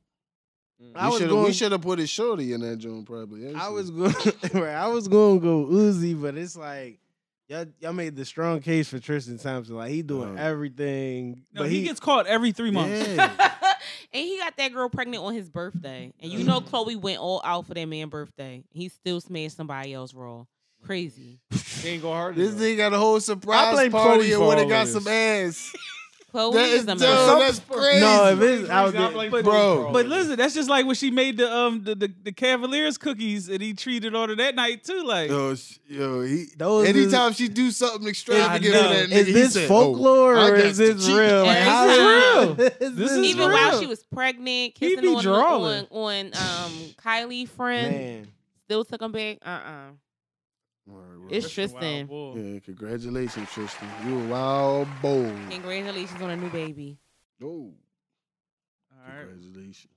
[SPEAKER 7] I
[SPEAKER 5] we
[SPEAKER 7] was
[SPEAKER 5] should
[SPEAKER 7] going.
[SPEAKER 5] have put his shorty in that joint probably.
[SPEAKER 7] I
[SPEAKER 5] actually.
[SPEAKER 7] was going. right, I was going to go Uzi, but it's like. Y'all, y'all made the strong case for Tristan Thompson. Like he doing
[SPEAKER 5] Uh-huh.
[SPEAKER 7] everything,
[SPEAKER 1] No,
[SPEAKER 7] but
[SPEAKER 1] he, gets caught every three months.
[SPEAKER 5] Yeah.
[SPEAKER 8] and he got that girl pregnant on his birthday. And you know Chloe went all out for that man birthday. He still smashed somebody else raw. Crazy.
[SPEAKER 6] she ain't go hard.
[SPEAKER 5] This
[SPEAKER 6] enough.
[SPEAKER 5] nigga got a whole surprise
[SPEAKER 7] blame
[SPEAKER 5] party
[SPEAKER 7] Cody
[SPEAKER 5] and
[SPEAKER 7] for
[SPEAKER 5] would
[SPEAKER 7] all
[SPEAKER 5] have got
[SPEAKER 7] this.
[SPEAKER 5] some ass.
[SPEAKER 8] Chloe
[SPEAKER 5] That
[SPEAKER 8] is
[SPEAKER 5] is
[SPEAKER 8] a
[SPEAKER 5] dope.
[SPEAKER 8] man.
[SPEAKER 5] That's crazy.
[SPEAKER 7] no, if it's
[SPEAKER 6] I
[SPEAKER 7] out
[SPEAKER 6] was
[SPEAKER 7] there,
[SPEAKER 6] like, but,
[SPEAKER 5] bro.
[SPEAKER 1] But listen, that's just like when she made the um the, the, the Cavaliers cookies and he treated order that night too. Like
[SPEAKER 5] Yo, Oh, sh- yo, he.
[SPEAKER 7] Those is-
[SPEAKER 5] anytime she do something extravagant
[SPEAKER 1] I
[SPEAKER 5] for
[SPEAKER 1] know.
[SPEAKER 5] that nigga,
[SPEAKER 7] is
[SPEAKER 5] he
[SPEAKER 7] this
[SPEAKER 5] said, "Oh,
[SPEAKER 7] folklore
[SPEAKER 5] I
[SPEAKER 7] or
[SPEAKER 5] got
[SPEAKER 7] is this
[SPEAKER 5] the
[SPEAKER 7] real?
[SPEAKER 5] cheat."
[SPEAKER 7] Like,
[SPEAKER 8] This
[SPEAKER 7] how
[SPEAKER 8] is
[SPEAKER 7] is
[SPEAKER 1] real.
[SPEAKER 7] This,
[SPEAKER 1] This is
[SPEAKER 7] is
[SPEAKER 8] Even
[SPEAKER 1] real.
[SPEAKER 8] while she was pregnant,
[SPEAKER 1] He
[SPEAKER 8] kissing
[SPEAKER 1] be
[SPEAKER 8] on, on
[SPEAKER 1] drawing.
[SPEAKER 8] on um Kylie friend,
[SPEAKER 7] Man,
[SPEAKER 8] still took him back. Uh uh
[SPEAKER 5] All right, well,
[SPEAKER 8] It's Tristan.
[SPEAKER 5] "Oh, Yeah, congratulations, Tristan. You a wild boy.
[SPEAKER 8] Congratulations on a new baby.
[SPEAKER 5] Oh,
[SPEAKER 1] All right,
[SPEAKER 5] congratulations.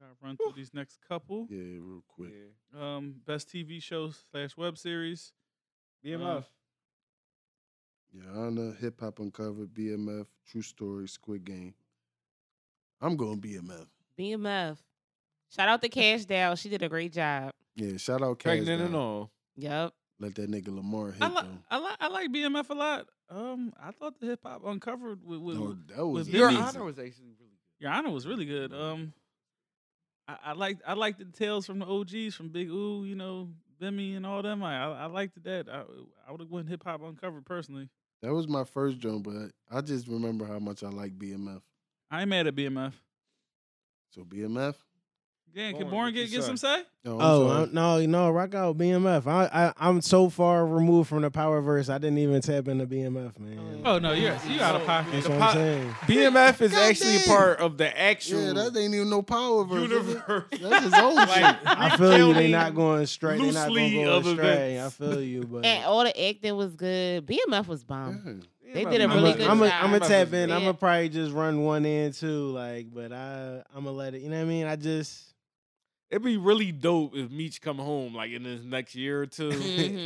[SPEAKER 1] gotta run through these next couple.
[SPEAKER 5] Yeah, real quick.
[SPEAKER 1] Um, best TV shows slash web series. Uh,
[SPEAKER 6] BMF.
[SPEAKER 5] Yana, Hip Hop Uncovered, BMF, True Story, Squid Game. I'm going BMF.
[SPEAKER 8] BMF. Shout out to Cash Dow. She did a great job.
[SPEAKER 5] Yeah, shout out Cash.
[SPEAKER 6] Pregnant and
[SPEAKER 5] Down.
[SPEAKER 6] all.
[SPEAKER 8] Yep.
[SPEAKER 5] Let that nigga Lamar hit
[SPEAKER 1] I, li-
[SPEAKER 5] though.
[SPEAKER 1] I, li- I like BMF a lot. Um, I thought the hip hop uncovered with, with,
[SPEAKER 5] No, that was
[SPEAKER 1] Your
[SPEAKER 5] amazing.
[SPEAKER 1] Honor
[SPEAKER 6] was actually really
[SPEAKER 1] Your Honor was really good. Um, I, I liked I liked the tales from the OGs from Big Ooh, you know, Bimmy and all them. I I, I liked that. I I would have went hip hop uncovered personally.
[SPEAKER 5] That was my first joint, but I just remember how much I like BMF.
[SPEAKER 1] I ain't mad at BMF.
[SPEAKER 5] So BMF.
[SPEAKER 1] Damn, can
[SPEAKER 6] Born,
[SPEAKER 1] Born
[SPEAKER 6] what
[SPEAKER 1] get
[SPEAKER 6] you
[SPEAKER 1] get some say?
[SPEAKER 5] No, I'm
[SPEAKER 7] Oh
[SPEAKER 5] sorry.
[SPEAKER 7] I'm- no, no, rock out BMF. I, I I'm so far removed from the power verse. I didn't even tap into BMF, man.
[SPEAKER 1] Oh no, you're you out of pocket.
[SPEAKER 7] That's what I'm saying.
[SPEAKER 6] BMF is
[SPEAKER 5] God
[SPEAKER 6] actually
[SPEAKER 5] damn.
[SPEAKER 6] part of the actual
[SPEAKER 5] yeah, that ain't even no power verse. is it?
[SPEAKER 6] universe.
[SPEAKER 5] That's his own shit.
[SPEAKER 7] I feel you. They're not going straight. They're not going
[SPEAKER 6] loosely
[SPEAKER 7] to go
[SPEAKER 6] of
[SPEAKER 7] astray. I
[SPEAKER 6] events.
[SPEAKER 7] feel you, but
[SPEAKER 8] And all the acting was good. BMF was bomb.
[SPEAKER 5] Yeah.
[SPEAKER 8] They did a
[SPEAKER 1] I'm
[SPEAKER 8] really
[SPEAKER 1] a-
[SPEAKER 8] good
[SPEAKER 7] I'm
[SPEAKER 8] job.
[SPEAKER 7] gonna tap in.
[SPEAKER 8] Yeah.
[SPEAKER 7] I'm gonna probably just run one in too, like. But I I'm gonna let it. You know what I mean? I just
[SPEAKER 6] It'd be really dope if Meach come home like in this next year or two.
[SPEAKER 8] Mhm.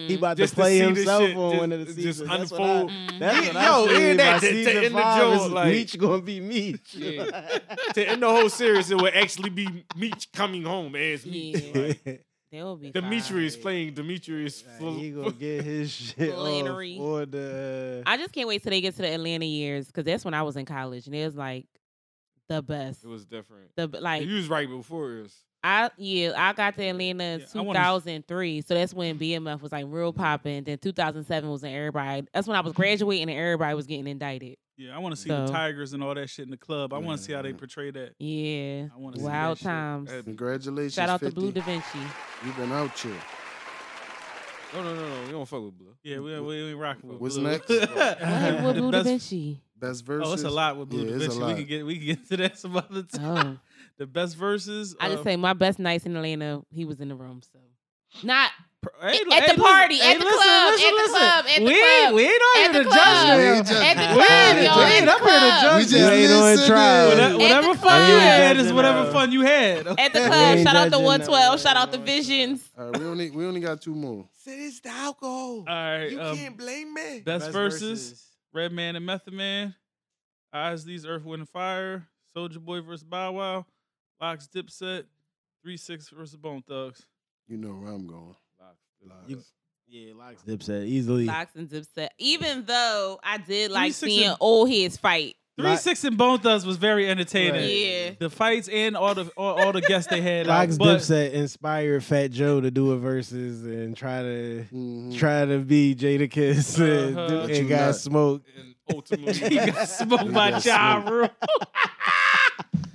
[SPEAKER 7] he about
[SPEAKER 6] Mm-hmm. Just
[SPEAKER 7] to play
[SPEAKER 6] see this
[SPEAKER 7] himself
[SPEAKER 6] shit
[SPEAKER 7] on
[SPEAKER 6] just-
[SPEAKER 7] one of the
[SPEAKER 6] just
[SPEAKER 7] seasons. That's what
[SPEAKER 6] unfold.
[SPEAKER 7] I-
[SPEAKER 8] Mhm.
[SPEAKER 7] That's
[SPEAKER 6] Yeah,
[SPEAKER 7] what I
[SPEAKER 6] yo,
[SPEAKER 7] feel
[SPEAKER 6] hear
[SPEAKER 7] you.
[SPEAKER 6] that
[SPEAKER 7] By
[SPEAKER 6] to- to
[SPEAKER 7] season
[SPEAKER 6] end the
[SPEAKER 7] five,
[SPEAKER 6] joke,
[SPEAKER 7] it's
[SPEAKER 6] like-
[SPEAKER 7] Meech gonna be Meech.
[SPEAKER 8] Yeah.
[SPEAKER 6] to end the whole series, it would actually be Meach coming home as Meach.
[SPEAKER 8] Yeah. They will be
[SPEAKER 6] Demetrius
[SPEAKER 8] fine.
[SPEAKER 6] playing Demetrius.
[SPEAKER 7] Like,
[SPEAKER 6] Flo-
[SPEAKER 7] he gonna get his shit off
[SPEAKER 8] Flannery.
[SPEAKER 7] or the.
[SPEAKER 8] I just can't wait till they get to the Atlanta years because that's when I was in college and it was like the best.
[SPEAKER 6] It was different.
[SPEAKER 8] The b- like
[SPEAKER 6] he was right before us.
[SPEAKER 8] I yeah I got to Atlanta in
[SPEAKER 1] Yeah, I wanna-
[SPEAKER 8] 2003, so that's when BMF was like real popping. Then 2007 was when everybody. That's when I was graduating and everybody was getting indicted.
[SPEAKER 1] Yeah, I want to see the
[SPEAKER 8] So-
[SPEAKER 1] tigers and all that shit in the club. I want to see how they portray that.
[SPEAKER 8] Yeah,
[SPEAKER 1] I wanna see
[SPEAKER 8] wild
[SPEAKER 1] that shit.
[SPEAKER 8] times.
[SPEAKER 6] That'd be-
[SPEAKER 5] Congratulations.
[SPEAKER 8] Shout out
[SPEAKER 5] 50.
[SPEAKER 8] to Blue Da Vinci.
[SPEAKER 5] you been out here.
[SPEAKER 6] No, no, no, no. We don't fuck with Blue.
[SPEAKER 1] Yeah, we we, we ain't rocking with
[SPEAKER 5] What's
[SPEAKER 1] Blue.
[SPEAKER 5] next?
[SPEAKER 8] What
[SPEAKER 1] The
[SPEAKER 8] with Blue Da
[SPEAKER 1] best-
[SPEAKER 8] Vinci?
[SPEAKER 5] Best verse.
[SPEAKER 1] Oh, it's a lot with Blue
[SPEAKER 5] Yeah,
[SPEAKER 1] Da
[SPEAKER 5] it's a
[SPEAKER 1] Vinci. We
[SPEAKER 5] lot.
[SPEAKER 1] can get we can get to that some other time.
[SPEAKER 8] Oh,
[SPEAKER 1] the best verses.
[SPEAKER 8] I just
[SPEAKER 1] uh,
[SPEAKER 8] say my best nights in Atlanta, he was in the room. So not
[SPEAKER 1] pr- hey,
[SPEAKER 8] at
[SPEAKER 1] li- hey,
[SPEAKER 8] the
[SPEAKER 1] listen,
[SPEAKER 8] party,
[SPEAKER 1] hey,
[SPEAKER 8] at the
[SPEAKER 1] listen,
[SPEAKER 8] club,
[SPEAKER 1] listen,
[SPEAKER 8] at the
[SPEAKER 1] listen.
[SPEAKER 8] club, at the
[SPEAKER 1] we
[SPEAKER 8] club,
[SPEAKER 1] Ain't, we ain't on
[SPEAKER 8] at
[SPEAKER 1] here
[SPEAKER 8] the
[SPEAKER 1] to
[SPEAKER 8] club,
[SPEAKER 1] judge him.
[SPEAKER 5] just-
[SPEAKER 8] at the
[SPEAKER 5] we
[SPEAKER 1] ain't
[SPEAKER 8] club, yo,
[SPEAKER 1] drunk.
[SPEAKER 8] at
[SPEAKER 1] I'm here
[SPEAKER 8] the
[SPEAKER 1] to
[SPEAKER 8] club,
[SPEAKER 5] We
[SPEAKER 7] You ain't on
[SPEAKER 5] listening.
[SPEAKER 7] trial.
[SPEAKER 1] Whatever,
[SPEAKER 8] the
[SPEAKER 1] whatever
[SPEAKER 8] club.
[SPEAKER 1] fun you had is
[SPEAKER 7] Judging
[SPEAKER 1] whatever
[SPEAKER 7] us.
[SPEAKER 1] fun you had.
[SPEAKER 8] at the
[SPEAKER 7] We
[SPEAKER 8] club.
[SPEAKER 7] ain't
[SPEAKER 8] Shout out the
[SPEAKER 7] judging
[SPEAKER 8] one twelve.
[SPEAKER 7] nobody.
[SPEAKER 8] Shout out the visions.
[SPEAKER 5] All right, we only we only got two more.
[SPEAKER 3] Said it's the alcohol.
[SPEAKER 1] All right,
[SPEAKER 3] you
[SPEAKER 1] um,
[SPEAKER 3] can't blame me.
[SPEAKER 1] best, verses, Red Man and Method Man, Isley's Earth, Wind and Fire, Soldier Boy versus Bow Wow, Locks Dipset, Three Six versus Bone Thugs.
[SPEAKER 5] You know where I'm going. Locks.
[SPEAKER 7] You- Yeah, locks Dipset easily.
[SPEAKER 8] Locks and Dipset. Even though I did like
[SPEAKER 1] six
[SPEAKER 8] seeing
[SPEAKER 1] and-
[SPEAKER 8] old heads fight.
[SPEAKER 1] Three
[SPEAKER 7] Lock-
[SPEAKER 1] Six and Bone Thugs was very entertaining.
[SPEAKER 8] Yeah.
[SPEAKER 1] The fights and all the all, all the guests they had. out,
[SPEAKER 7] Locks
[SPEAKER 1] but
[SPEAKER 7] Dipset inspired Fat Joe to do a verses and try to
[SPEAKER 5] Mhm.
[SPEAKER 7] try to be Jada Kiss and,
[SPEAKER 1] Uh-huh.
[SPEAKER 7] do-
[SPEAKER 1] But
[SPEAKER 7] and
[SPEAKER 5] you
[SPEAKER 7] got
[SPEAKER 5] not.
[SPEAKER 7] smoked.
[SPEAKER 6] And ultimately,
[SPEAKER 1] he got smoked
[SPEAKER 5] He
[SPEAKER 1] by
[SPEAKER 5] got
[SPEAKER 1] Ja
[SPEAKER 5] smoked.
[SPEAKER 1] Rule.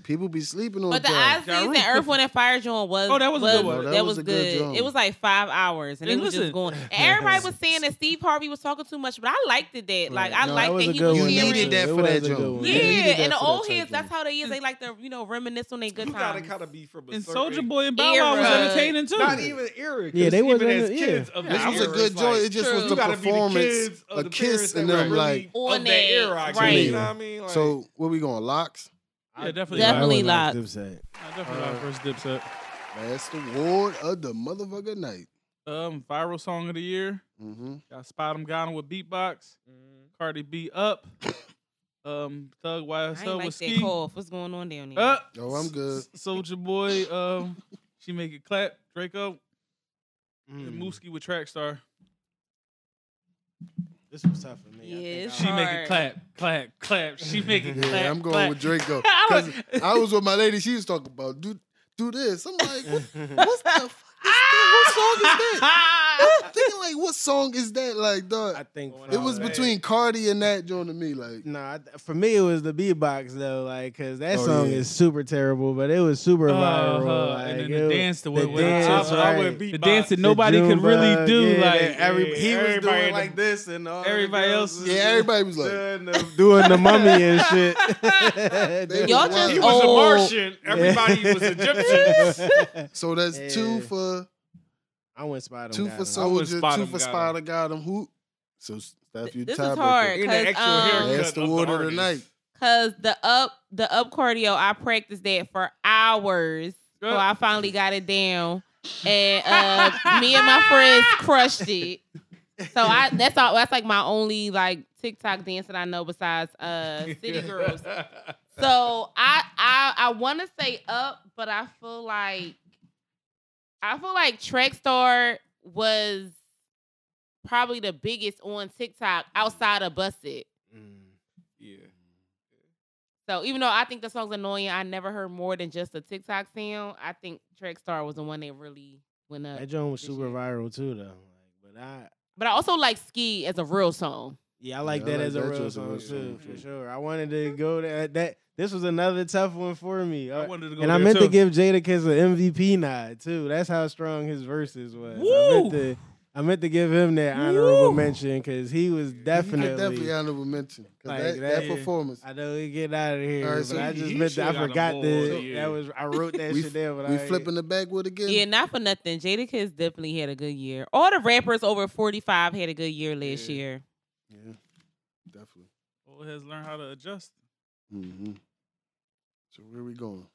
[SPEAKER 5] People be sleeping on
[SPEAKER 8] But the
[SPEAKER 5] Ja.
[SPEAKER 8] Ozzy's and
[SPEAKER 1] Ja Rule.
[SPEAKER 8] Earth, Wind, and Fire joint was
[SPEAKER 1] Oh, that was a good one.
[SPEAKER 5] No,
[SPEAKER 8] That, was, good.
[SPEAKER 5] joint.
[SPEAKER 8] it was like five hours, and
[SPEAKER 1] Hey,
[SPEAKER 8] it was
[SPEAKER 1] listen.
[SPEAKER 8] just going. and everybody was saying that Steve Harvey was talking too much, but I liked it. That like
[SPEAKER 7] No,
[SPEAKER 8] I
[SPEAKER 7] that
[SPEAKER 8] liked
[SPEAKER 7] was
[SPEAKER 8] that,
[SPEAKER 7] a
[SPEAKER 8] he
[SPEAKER 7] good
[SPEAKER 8] was
[SPEAKER 5] You
[SPEAKER 7] one.
[SPEAKER 8] sharing.
[SPEAKER 5] needed that
[SPEAKER 7] It
[SPEAKER 5] for that
[SPEAKER 7] was a good
[SPEAKER 5] joke.
[SPEAKER 7] one.
[SPEAKER 8] Yeah,
[SPEAKER 5] You needed that
[SPEAKER 8] and the
[SPEAKER 5] for that
[SPEAKER 8] old
[SPEAKER 5] type
[SPEAKER 8] heads,
[SPEAKER 5] of
[SPEAKER 8] that's
[SPEAKER 5] joke.
[SPEAKER 8] how they is. They like to, you know, reminisce on their good
[SPEAKER 6] you gotta
[SPEAKER 8] times.
[SPEAKER 6] kind of be from a
[SPEAKER 1] And
[SPEAKER 6] certain
[SPEAKER 1] Soldier Boy and Bow Wow was
[SPEAKER 8] Era.
[SPEAKER 1] entertaining too.
[SPEAKER 6] not even era. 'cause
[SPEAKER 7] Yeah, they
[SPEAKER 6] even
[SPEAKER 7] wasn't
[SPEAKER 6] as
[SPEAKER 7] in-
[SPEAKER 6] kids of
[SPEAKER 5] This
[SPEAKER 6] that
[SPEAKER 5] was a
[SPEAKER 6] era,
[SPEAKER 5] good
[SPEAKER 6] it's
[SPEAKER 5] joint.
[SPEAKER 6] like,
[SPEAKER 5] It just
[SPEAKER 8] true.
[SPEAKER 5] was
[SPEAKER 8] You
[SPEAKER 5] the
[SPEAKER 6] gotta be the
[SPEAKER 5] performance,
[SPEAKER 6] kids of
[SPEAKER 5] a
[SPEAKER 6] the
[SPEAKER 5] kiss,
[SPEAKER 6] parents
[SPEAKER 5] and
[SPEAKER 6] that
[SPEAKER 5] them
[SPEAKER 6] were
[SPEAKER 5] like.
[SPEAKER 6] really
[SPEAKER 8] On
[SPEAKER 6] of
[SPEAKER 8] that,
[SPEAKER 6] that era. I guess,
[SPEAKER 8] right.
[SPEAKER 6] You know what I mean? Like,
[SPEAKER 5] So where we going? Locks.
[SPEAKER 1] yeah, definitely.
[SPEAKER 7] Yeah,
[SPEAKER 1] Locks.
[SPEAKER 7] I
[SPEAKER 8] Definitely
[SPEAKER 7] would like Dipset.
[SPEAKER 1] I definitely like first Dipset.
[SPEAKER 5] That's award of the motherfucker night.
[SPEAKER 1] Um, viral song of the year.
[SPEAKER 5] Mm-hmm.
[SPEAKER 1] Got Spot 'em Ghana with beatbox.
[SPEAKER 8] Mm-hmm.
[SPEAKER 1] Cardi B up. Um, Thug
[SPEAKER 8] I ain't
[SPEAKER 1] YSL
[SPEAKER 8] like
[SPEAKER 1] with
[SPEAKER 8] that
[SPEAKER 1] ski.
[SPEAKER 8] cough. What's going on down there?
[SPEAKER 6] Uh,
[SPEAKER 1] Up.
[SPEAKER 5] Oh, I'm good.
[SPEAKER 1] Soldier Boy. Um, she make it clap. Draco
[SPEAKER 5] Mm.
[SPEAKER 7] Hmm.
[SPEAKER 1] and Mooski with Track Star.
[SPEAKER 7] This was tough for me. I
[SPEAKER 8] Yeah,
[SPEAKER 7] think
[SPEAKER 8] it's
[SPEAKER 7] I-
[SPEAKER 1] She make it
[SPEAKER 8] Hard.
[SPEAKER 1] clap, clap, clap. She make it clap.
[SPEAKER 5] Yeah, I'm going
[SPEAKER 1] clap.
[SPEAKER 5] with Draco.
[SPEAKER 1] I
[SPEAKER 5] 'Cause
[SPEAKER 1] was-
[SPEAKER 5] I was with my lady. She was talking about do do this. I'm like, what, what's the fuck? Is that? What song is that? I'm thinking like, what song is that? Like,
[SPEAKER 7] I
[SPEAKER 5] dog,
[SPEAKER 7] think
[SPEAKER 5] it
[SPEAKER 7] for-
[SPEAKER 5] was between Cardi and that joint to me. Like,
[SPEAKER 7] Nah, I th- for me it was the beatbox though, like because that
[SPEAKER 5] Oh,
[SPEAKER 7] song
[SPEAKER 5] yeah.
[SPEAKER 7] is super terrible, but it was super viral.
[SPEAKER 1] Uh-huh,
[SPEAKER 7] Like,
[SPEAKER 1] and then
[SPEAKER 7] it
[SPEAKER 1] the
[SPEAKER 7] was-
[SPEAKER 1] dance to
[SPEAKER 7] the
[SPEAKER 1] it was-
[SPEAKER 7] dance,
[SPEAKER 1] I, I, I
[SPEAKER 7] right.
[SPEAKER 1] would
[SPEAKER 6] The
[SPEAKER 1] the dance that
[SPEAKER 7] the
[SPEAKER 1] nobody could
[SPEAKER 7] Zumba,
[SPEAKER 1] really do.
[SPEAKER 7] yeah,
[SPEAKER 1] like
[SPEAKER 7] that every- he was
[SPEAKER 1] everybody
[SPEAKER 7] doing
[SPEAKER 1] in
[SPEAKER 7] like this, and all the
[SPEAKER 1] everybody
[SPEAKER 7] girls
[SPEAKER 1] else
[SPEAKER 7] was
[SPEAKER 1] is-
[SPEAKER 5] yeah, everybody was like,
[SPEAKER 7] doing the, doing the mummy and shit.
[SPEAKER 5] They
[SPEAKER 8] Y'all
[SPEAKER 5] was
[SPEAKER 8] just
[SPEAKER 6] He
[SPEAKER 5] wild.
[SPEAKER 6] was
[SPEAKER 7] Oh.
[SPEAKER 8] old.
[SPEAKER 6] a Martian. Everybody was Egyptian.
[SPEAKER 5] so that's two
[SPEAKER 7] Yeah.
[SPEAKER 5] for
[SPEAKER 7] I went spot
[SPEAKER 5] two for
[SPEAKER 6] I would've
[SPEAKER 5] soldier,
[SPEAKER 6] spot
[SPEAKER 5] two
[SPEAKER 6] him,
[SPEAKER 5] for
[SPEAKER 6] got him.
[SPEAKER 5] spider, got him. Who? So Steph, you
[SPEAKER 8] this is
[SPEAKER 5] tiebreaker.
[SPEAKER 8] hard
[SPEAKER 6] In the actual
[SPEAKER 8] because
[SPEAKER 5] That's the
[SPEAKER 6] of the
[SPEAKER 5] word of the
[SPEAKER 6] artist.
[SPEAKER 5] night.
[SPEAKER 8] the up the up cardio I practiced that for hours, so I finally got it down, and uh, me and my friends crushed it. So I that's all that's like my only like TikTok dance that I know besides uh City Girls. So I I I want to say up, but I feel like I feel like Trek Star was probably the biggest on TikTok outside of Busted.
[SPEAKER 7] Mm.
[SPEAKER 6] Yeah.
[SPEAKER 8] So even though I think the song's annoying, I never heard more than just a TikTok sound. I think Trek Star was the one that really went up.
[SPEAKER 7] That joint was
[SPEAKER 8] This
[SPEAKER 7] super
[SPEAKER 8] shit.
[SPEAKER 7] viral too, though. Like, but I,
[SPEAKER 8] But I also like Ski as a real song.
[SPEAKER 7] yeah, I like
[SPEAKER 5] I
[SPEAKER 7] that
[SPEAKER 5] like
[SPEAKER 7] as a
[SPEAKER 5] that
[SPEAKER 7] real
[SPEAKER 5] joint's a
[SPEAKER 7] song
[SPEAKER 5] real
[SPEAKER 7] too,
[SPEAKER 5] song,
[SPEAKER 7] for
[SPEAKER 5] too.
[SPEAKER 7] sure. I wanted to go there. That this was another tough one for me.
[SPEAKER 1] I
[SPEAKER 7] Uh,
[SPEAKER 1] wanted to go
[SPEAKER 7] and I
[SPEAKER 1] there,
[SPEAKER 7] meant
[SPEAKER 1] too.
[SPEAKER 7] to give Jada Kiss an MVP nod too. That's how strong his verses was. I meant
[SPEAKER 1] Woo!
[SPEAKER 7] to, I meant to give him that honorable
[SPEAKER 1] Woo!
[SPEAKER 7] mention because he was
[SPEAKER 5] Definitely,
[SPEAKER 7] definitely.
[SPEAKER 5] definitely honorable mention. 'cause
[SPEAKER 7] Like
[SPEAKER 5] that,
[SPEAKER 7] that-
[SPEAKER 5] that performance.
[SPEAKER 7] I know we get out of here,
[SPEAKER 5] All right,
[SPEAKER 7] but
[SPEAKER 5] so
[SPEAKER 7] I
[SPEAKER 5] he-
[SPEAKER 7] just
[SPEAKER 6] he
[SPEAKER 7] meant that
[SPEAKER 6] should've
[SPEAKER 7] I
[SPEAKER 6] got a
[SPEAKER 7] forgot
[SPEAKER 6] ball,
[SPEAKER 7] that
[SPEAKER 6] yeah.
[SPEAKER 7] that was I wrote that
[SPEAKER 5] We
[SPEAKER 7] shit down. But
[SPEAKER 5] we
[SPEAKER 7] I,
[SPEAKER 5] flipping the backwood again.
[SPEAKER 8] Yeah, not for nothing. Jada Kiss definitely had a good year. All the rappers over 45 had a good year last
[SPEAKER 6] Yeah.
[SPEAKER 8] year.
[SPEAKER 5] Yeah, definitely.
[SPEAKER 1] Old heads learn how to adjust.
[SPEAKER 5] Mm-hmm. So where we going?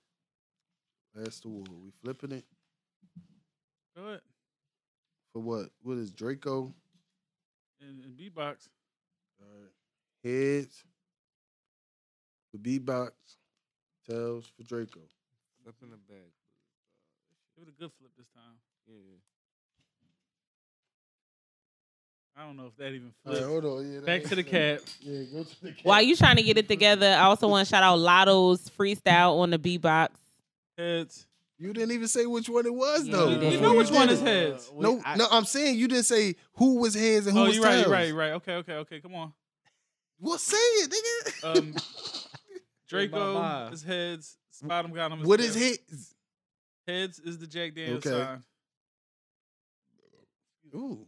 [SPEAKER 5] Last award. We flipping it
[SPEAKER 1] Go ahead.
[SPEAKER 5] for what? What is Draco?
[SPEAKER 1] And, and beatbox.
[SPEAKER 5] Heads for beatbox. Tails for Draco.
[SPEAKER 6] Up in the back.
[SPEAKER 1] Give it a good flip this time.
[SPEAKER 6] Yeah.
[SPEAKER 1] I don't know if that even
[SPEAKER 5] All right,
[SPEAKER 1] flipped.
[SPEAKER 5] hold on. Yeah, that
[SPEAKER 1] Back
[SPEAKER 5] Uh, was
[SPEAKER 1] to the
[SPEAKER 5] it.
[SPEAKER 1] cat.
[SPEAKER 5] Yeah, go to the cat.
[SPEAKER 8] While you trying to get it together, I also want to shout out Lotto's freestyle on the beatbox.
[SPEAKER 1] Heads.
[SPEAKER 5] You didn't even say which one it was
[SPEAKER 8] Yeah,
[SPEAKER 5] though.
[SPEAKER 8] you
[SPEAKER 1] You,
[SPEAKER 8] did.
[SPEAKER 1] know
[SPEAKER 8] we
[SPEAKER 1] which one
[SPEAKER 5] did
[SPEAKER 1] is
[SPEAKER 5] it.
[SPEAKER 1] heads.
[SPEAKER 7] Uh, we-
[SPEAKER 5] No,
[SPEAKER 7] I-
[SPEAKER 5] no, I'm saying you didn't say who was heads and who
[SPEAKER 1] oh,
[SPEAKER 5] was
[SPEAKER 1] you're right,
[SPEAKER 5] tails.
[SPEAKER 1] you're right, you're right. Okay, okay, okay. Come on.
[SPEAKER 5] Well, say it, nigga.
[SPEAKER 1] Um,
[SPEAKER 7] my
[SPEAKER 1] Draco
[SPEAKER 7] mind.
[SPEAKER 1] is heads. Spot 'em, got 'em
[SPEAKER 5] what is
[SPEAKER 1] tails.
[SPEAKER 5] heads?
[SPEAKER 1] Heads is the Jack Daniels
[SPEAKER 5] Okay.
[SPEAKER 1] sign.
[SPEAKER 5] Ooh.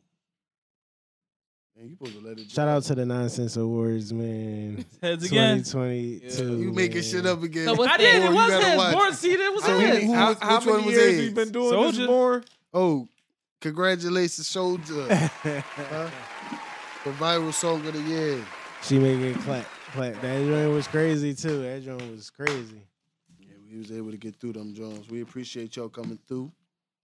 [SPEAKER 5] And you supposed to let it.
[SPEAKER 7] Shout
[SPEAKER 5] dry.
[SPEAKER 7] out to the Nonsense Awards, man.
[SPEAKER 1] Heads again.
[SPEAKER 7] 2022.
[SPEAKER 5] You making shit up again?
[SPEAKER 8] So what's
[SPEAKER 1] I did.
[SPEAKER 5] Boy,
[SPEAKER 1] It
[SPEAKER 5] you
[SPEAKER 1] was
[SPEAKER 5] gotta
[SPEAKER 1] his.
[SPEAKER 5] watch.
[SPEAKER 1] Born seed. It was
[SPEAKER 5] So we
[SPEAKER 1] his.
[SPEAKER 5] need-
[SPEAKER 6] How,
[SPEAKER 5] Which-
[SPEAKER 6] how
[SPEAKER 5] which
[SPEAKER 6] many
[SPEAKER 5] one was
[SPEAKER 6] years
[SPEAKER 5] his?
[SPEAKER 6] we been doing
[SPEAKER 1] Soldier.
[SPEAKER 6] this more?
[SPEAKER 5] Oh, congratulations, soldier! huh? The viral song of the year.
[SPEAKER 7] she making it clap. clap. That joint was crazy, too. That joint was crazy.
[SPEAKER 5] Yeah, we was able to get through them Jones. We appreciate y'all coming through.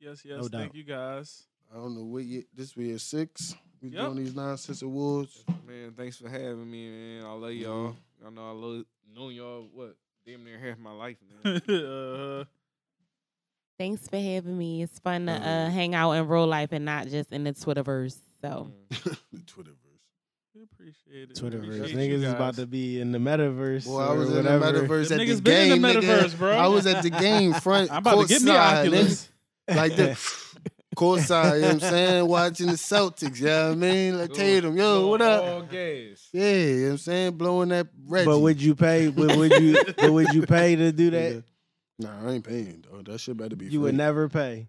[SPEAKER 1] Yes, yes.
[SPEAKER 7] No
[SPEAKER 1] thank
[SPEAKER 7] doubt.
[SPEAKER 1] you guys.
[SPEAKER 5] I don't know what year. This year six. We
[SPEAKER 1] Yep.
[SPEAKER 5] doing these nonsense awards.
[SPEAKER 6] Man, thanks for having me, man. I love y'all.
[SPEAKER 5] Mm-hmm.
[SPEAKER 6] I know I love known y'all what damn near half my life, man.
[SPEAKER 1] uh,
[SPEAKER 8] Thanks for having me. It's fun to uh, hang out in real life and not just in the Twitterverse.
[SPEAKER 6] Mm,
[SPEAKER 8] So
[SPEAKER 5] the Twitterverse.
[SPEAKER 1] we appreciate it.
[SPEAKER 7] Twitterverse.
[SPEAKER 1] Appreciate you
[SPEAKER 7] Niggas is about
[SPEAKER 1] guys.
[SPEAKER 7] to be in the metaverse.
[SPEAKER 5] Boy, I
[SPEAKER 7] or
[SPEAKER 5] was
[SPEAKER 7] whatever.
[SPEAKER 5] in the metaverse
[SPEAKER 1] Them
[SPEAKER 5] at
[SPEAKER 1] niggas
[SPEAKER 5] the
[SPEAKER 1] been in
[SPEAKER 5] game,
[SPEAKER 1] the metaverse,
[SPEAKER 5] nigga.
[SPEAKER 1] bro.
[SPEAKER 5] I was at the game front.
[SPEAKER 1] I'm about to get me an
[SPEAKER 5] courtside, nigga.
[SPEAKER 1] Oculus.
[SPEAKER 5] like this. Course I, you know what I'm saying? Watching the Celtics, you know what I mean? Like Tatum, yo, what
[SPEAKER 6] All
[SPEAKER 5] up?
[SPEAKER 6] gas.
[SPEAKER 5] Yeah, you know what I'm saying? Blowing that Reggie.
[SPEAKER 7] But would you pay? But would you? but would you pay to
[SPEAKER 5] Nigga.
[SPEAKER 7] do that?
[SPEAKER 5] Nah, I ain't paying, though. That shit better be
[SPEAKER 7] You
[SPEAKER 5] free.
[SPEAKER 7] would never pay.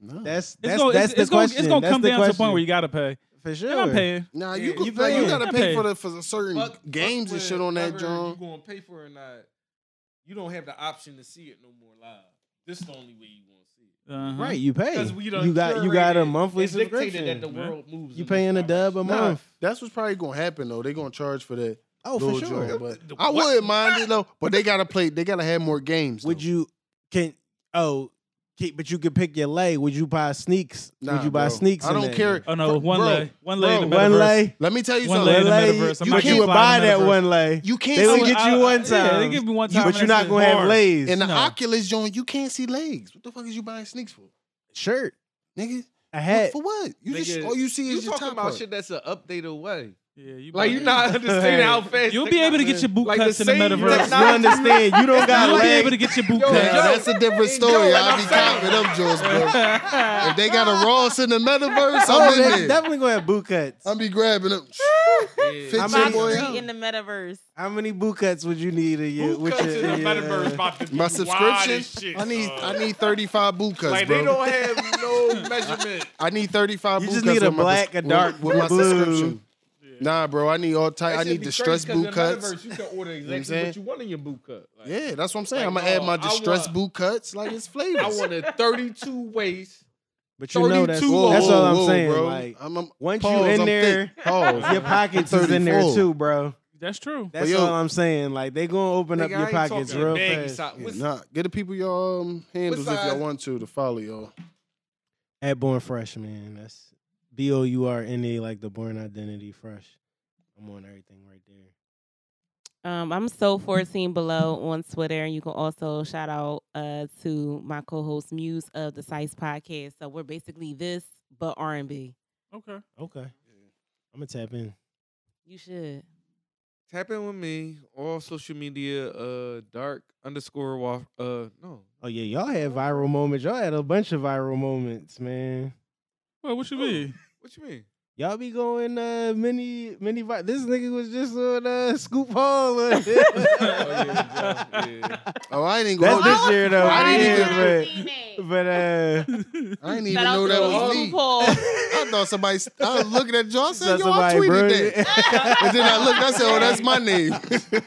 [SPEAKER 5] Nah.
[SPEAKER 7] That's
[SPEAKER 1] It's
[SPEAKER 7] that's
[SPEAKER 1] gonna,
[SPEAKER 7] that's
[SPEAKER 1] it's,
[SPEAKER 7] the
[SPEAKER 1] it's gonna,
[SPEAKER 7] question.
[SPEAKER 1] it's gonna
[SPEAKER 7] That's
[SPEAKER 1] come
[SPEAKER 7] the
[SPEAKER 1] down to the
[SPEAKER 7] question.
[SPEAKER 1] point where you gotta pay.
[SPEAKER 7] for sure.
[SPEAKER 1] And I'm paying.
[SPEAKER 5] Nah,
[SPEAKER 6] Yeah,
[SPEAKER 5] you, could
[SPEAKER 6] you
[SPEAKER 5] pay, you
[SPEAKER 1] paying.
[SPEAKER 5] gotta
[SPEAKER 1] I'm
[SPEAKER 5] pay
[SPEAKER 1] paying.
[SPEAKER 5] for the for certain
[SPEAKER 6] Fuck-
[SPEAKER 5] games
[SPEAKER 6] fuck
[SPEAKER 5] and shit on that,
[SPEAKER 6] whether You
[SPEAKER 5] John.
[SPEAKER 6] gonna pay for it or not? You don't have the option to see it no more live. This is the only way you gonna see it.
[SPEAKER 1] Uh-huh.
[SPEAKER 7] Right, you pay.
[SPEAKER 6] Because we done
[SPEAKER 7] You got you got a
[SPEAKER 6] curated
[SPEAKER 7] monthly
[SPEAKER 6] and dictated that the
[SPEAKER 7] subscription.
[SPEAKER 1] man.
[SPEAKER 6] world moves.
[SPEAKER 7] You
[SPEAKER 6] in this
[SPEAKER 7] paying a
[SPEAKER 6] direction.
[SPEAKER 7] dub a
[SPEAKER 5] Nah,
[SPEAKER 7] month.
[SPEAKER 5] that's what's probably gonna happen though. They gonna charge for that.
[SPEAKER 7] Oh, for
[SPEAKER 5] little
[SPEAKER 7] sure.
[SPEAKER 5] John, but I wouldn't mind it though. But they gotta play. They gotta have more games.
[SPEAKER 7] Would
[SPEAKER 5] though.
[SPEAKER 7] you can oh can, but you could pick your lay. Would you buy sneaks?
[SPEAKER 5] Nah,
[SPEAKER 7] Would you buy
[SPEAKER 5] bro.
[SPEAKER 7] sneaks?
[SPEAKER 5] I
[SPEAKER 7] in
[SPEAKER 5] don't
[SPEAKER 7] that?
[SPEAKER 5] care.
[SPEAKER 1] Oh no, one
[SPEAKER 5] Bro,
[SPEAKER 1] lay, one lay, in the
[SPEAKER 5] bro,
[SPEAKER 1] metaverse.
[SPEAKER 7] One lay.
[SPEAKER 5] Let me tell you
[SPEAKER 1] One
[SPEAKER 5] something.
[SPEAKER 1] lay in the
[SPEAKER 7] Lay,
[SPEAKER 1] metaverse. I'm
[SPEAKER 7] you
[SPEAKER 1] not
[SPEAKER 7] can't
[SPEAKER 1] getting
[SPEAKER 7] buy
[SPEAKER 1] fly in the
[SPEAKER 7] that
[SPEAKER 1] metaverse.
[SPEAKER 7] one lay.
[SPEAKER 5] You can't
[SPEAKER 7] They
[SPEAKER 5] see
[SPEAKER 7] would get you
[SPEAKER 1] I-
[SPEAKER 7] one
[SPEAKER 1] Yeah, they
[SPEAKER 7] time.
[SPEAKER 1] give me one time.
[SPEAKER 7] But
[SPEAKER 1] and
[SPEAKER 7] you're
[SPEAKER 1] that's
[SPEAKER 7] not
[SPEAKER 1] it.
[SPEAKER 7] gonna have
[SPEAKER 1] Hard.
[SPEAKER 7] lays.
[SPEAKER 5] In the
[SPEAKER 1] No.
[SPEAKER 5] Oculus joint, you can't see legs. What the fuck is you buying sneaks for,
[SPEAKER 7] shirt,
[SPEAKER 5] nigga?
[SPEAKER 7] a
[SPEAKER 5] What-
[SPEAKER 7] hat.
[SPEAKER 5] For what? You just
[SPEAKER 6] Nigga,
[SPEAKER 5] all you see
[SPEAKER 6] You
[SPEAKER 5] is your
[SPEAKER 6] talking
[SPEAKER 5] top
[SPEAKER 6] about
[SPEAKER 5] part.
[SPEAKER 6] shit that's an update away.
[SPEAKER 1] Yeah, you
[SPEAKER 6] Like you
[SPEAKER 1] better-
[SPEAKER 6] not understanding how fast.
[SPEAKER 1] You'll be able to get your boot
[SPEAKER 6] Like the
[SPEAKER 1] cuts in the
[SPEAKER 6] same
[SPEAKER 1] metaverse.
[SPEAKER 7] You
[SPEAKER 6] technology-
[SPEAKER 7] understand? You don't got
[SPEAKER 1] You'll be able
[SPEAKER 7] legs.
[SPEAKER 1] to get your boot
[SPEAKER 6] Yo,
[SPEAKER 5] Now,
[SPEAKER 1] cut.
[SPEAKER 5] that's a different
[SPEAKER 6] yo,
[SPEAKER 5] story.
[SPEAKER 6] and
[SPEAKER 5] I'll
[SPEAKER 6] I'm
[SPEAKER 5] be
[SPEAKER 6] saying-
[SPEAKER 5] copping up, Jules, bro. if they got a Ross in the metaverse,
[SPEAKER 7] Oh,
[SPEAKER 5] I'm
[SPEAKER 7] they
[SPEAKER 5] in there.
[SPEAKER 7] definitely gonna have boot cuts.
[SPEAKER 5] I'll be grabbing them.
[SPEAKER 6] technology.
[SPEAKER 5] Fit
[SPEAKER 7] I'm
[SPEAKER 5] your
[SPEAKER 7] out
[SPEAKER 5] boy
[SPEAKER 7] here.
[SPEAKER 5] out.
[SPEAKER 8] in the metaverse.
[SPEAKER 7] How many boot cuts would you need a year?
[SPEAKER 6] Boot
[SPEAKER 7] with
[SPEAKER 6] cuts
[SPEAKER 7] your-
[SPEAKER 6] in the
[SPEAKER 7] in your,
[SPEAKER 6] metaverse
[SPEAKER 7] uh,
[SPEAKER 6] about to be
[SPEAKER 5] My
[SPEAKER 6] wild
[SPEAKER 5] subscription.
[SPEAKER 6] as shit,
[SPEAKER 5] I need
[SPEAKER 6] dog.
[SPEAKER 5] I need 35 boot cuts,
[SPEAKER 6] Like
[SPEAKER 5] bro.
[SPEAKER 6] they don't have no measurement.
[SPEAKER 5] I need 35
[SPEAKER 7] You
[SPEAKER 5] boot
[SPEAKER 7] just
[SPEAKER 5] cuts
[SPEAKER 7] need a
[SPEAKER 5] with my
[SPEAKER 7] black,
[SPEAKER 5] pres-
[SPEAKER 7] a dark,
[SPEAKER 5] with, with my
[SPEAKER 7] blue.
[SPEAKER 5] subscription. Nah, bro, I need all type. I need the stress boot cuts.
[SPEAKER 6] You can order
[SPEAKER 5] I'm
[SPEAKER 6] exactly
[SPEAKER 5] saying?
[SPEAKER 6] what you want in your boot cut. Like,
[SPEAKER 5] Yeah, that's what I'm saying. I'm
[SPEAKER 6] Like,
[SPEAKER 5] gonna add
[SPEAKER 6] dawg,
[SPEAKER 5] my
[SPEAKER 6] I
[SPEAKER 5] distress
[SPEAKER 6] want-
[SPEAKER 5] boot cuts. Like it's flavors.
[SPEAKER 6] I wanted 32 waist.
[SPEAKER 7] But you know that's
[SPEAKER 6] 32 Whoa,
[SPEAKER 7] that's all I'm
[SPEAKER 5] whoa,
[SPEAKER 7] saying.
[SPEAKER 5] bro.
[SPEAKER 7] Like
[SPEAKER 5] I'm, I'm,
[SPEAKER 7] once you
[SPEAKER 5] pause,
[SPEAKER 7] in
[SPEAKER 5] I'm
[SPEAKER 7] there,
[SPEAKER 5] thick. Pause.
[SPEAKER 7] your pockets
[SPEAKER 5] I'm
[SPEAKER 7] is in there
[SPEAKER 5] 34.
[SPEAKER 7] too, bro.
[SPEAKER 1] That's true.
[SPEAKER 7] That's
[SPEAKER 5] yo-
[SPEAKER 7] all I'm saying. Like they gonna open up
[SPEAKER 6] Nigga,
[SPEAKER 7] your
[SPEAKER 6] I ain't
[SPEAKER 7] pockets
[SPEAKER 6] talking
[SPEAKER 7] real
[SPEAKER 6] baggy
[SPEAKER 7] fast.
[SPEAKER 6] sock.
[SPEAKER 5] Yeah,
[SPEAKER 6] What's-
[SPEAKER 5] nah, get the people y'all um, handles if
[SPEAKER 6] size?
[SPEAKER 5] y'all want to to follow y'all.
[SPEAKER 7] At Born Fresh, man. That's B O U R N A, like the Born Identity Fresh. I'm on everything right there.
[SPEAKER 8] Um, I'm so 14 below on Twitter, and you can also shout out uh, to my co-host Muse of the Sice Podcast. So we're basically this but R&B.
[SPEAKER 1] Okay.
[SPEAKER 7] Okay, I'm gonna tap in.
[SPEAKER 8] You should.
[SPEAKER 6] Tap in with me. All social media, uh, dark underscore wa- uh no.
[SPEAKER 7] Oh yeah, y'all had viral moments. Y'all had a bunch of viral moments, man.
[SPEAKER 1] Well, what you mean?
[SPEAKER 6] What you mean?
[SPEAKER 7] Y'all be going uh many many. Vi- this nigga was just on uh, Scoop Hall. oh,
[SPEAKER 6] yeah, yeah.
[SPEAKER 5] Oh, I ain't
[SPEAKER 7] That's
[SPEAKER 5] gonna.
[SPEAKER 7] this year though.
[SPEAKER 5] I didn't
[SPEAKER 7] yeah,
[SPEAKER 5] even-
[SPEAKER 7] but- But uh,
[SPEAKER 5] I didn't even
[SPEAKER 8] Shout out
[SPEAKER 5] know
[SPEAKER 8] to
[SPEAKER 5] that
[SPEAKER 8] the
[SPEAKER 5] was
[SPEAKER 8] Uncle
[SPEAKER 5] me.
[SPEAKER 8] Paul.
[SPEAKER 5] I thought somebody. I was looking at John. I
[SPEAKER 7] so
[SPEAKER 5] said, "Yo, I tweeted
[SPEAKER 7] brewed
[SPEAKER 5] that."
[SPEAKER 7] it.
[SPEAKER 5] And then I looked. I said, "Oh, that's my name."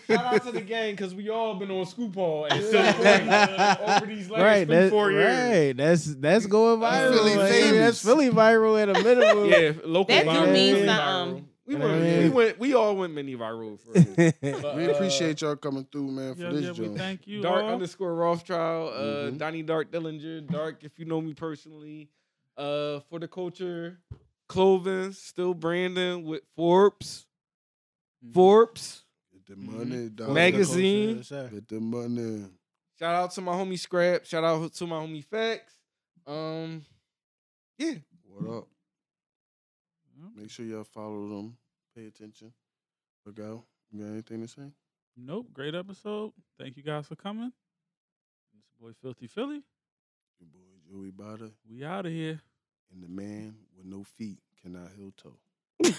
[SPEAKER 6] Shout out to the gang because we all been on scoop hall and celebrating uh, over these last
[SPEAKER 7] right,
[SPEAKER 6] three,
[SPEAKER 7] that,
[SPEAKER 6] four years.
[SPEAKER 7] right. That's that's going viral.
[SPEAKER 5] That's
[SPEAKER 7] Philly
[SPEAKER 5] Philly
[SPEAKER 7] like,
[SPEAKER 5] famous.
[SPEAKER 7] That's Philly viral at a minimum.
[SPEAKER 6] Yeah, local
[SPEAKER 8] That do
[SPEAKER 6] viral.
[SPEAKER 7] mean
[SPEAKER 6] really
[SPEAKER 8] something.
[SPEAKER 6] viral. We,
[SPEAKER 7] You know what
[SPEAKER 6] went,
[SPEAKER 7] I
[SPEAKER 6] we
[SPEAKER 7] mean?
[SPEAKER 6] went. We all went mini viral for a bit. But,
[SPEAKER 5] We
[SPEAKER 6] uh,
[SPEAKER 5] appreciate y'all coming through, man, for
[SPEAKER 1] yeah,
[SPEAKER 5] this
[SPEAKER 1] yeah, we
[SPEAKER 5] joint.
[SPEAKER 1] thank you.
[SPEAKER 6] Dark
[SPEAKER 1] all.
[SPEAKER 6] underscore Rothschild, uh,
[SPEAKER 5] Mhm.
[SPEAKER 6] Donnie Dark Dillinger, Dark, if you know me personally, uh, for the culture, Cloven, still Brandon with Forbes,
[SPEAKER 1] Mhm.
[SPEAKER 6] Forbes.
[SPEAKER 5] Get the money,
[SPEAKER 1] Mm-hmm.
[SPEAKER 5] dog.
[SPEAKER 6] Magazine.
[SPEAKER 5] Get the money.
[SPEAKER 6] Shout out to my homie Scrap. Shout out to my homie Facts. Um, yeah,
[SPEAKER 5] What up?
[SPEAKER 1] Yeah.
[SPEAKER 5] Make sure y'all follow them. Pay attention. Look out. You got anything to say?
[SPEAKER 1] Nope. Great episode. Thank you guys for coming. It's your boy Filthy Philly.
[SPEAKER 5] Your boy Joey Bada
[SPEAKER 1] We out of here.
[SPEAKER 5] and the man with no feet cannot heel toe.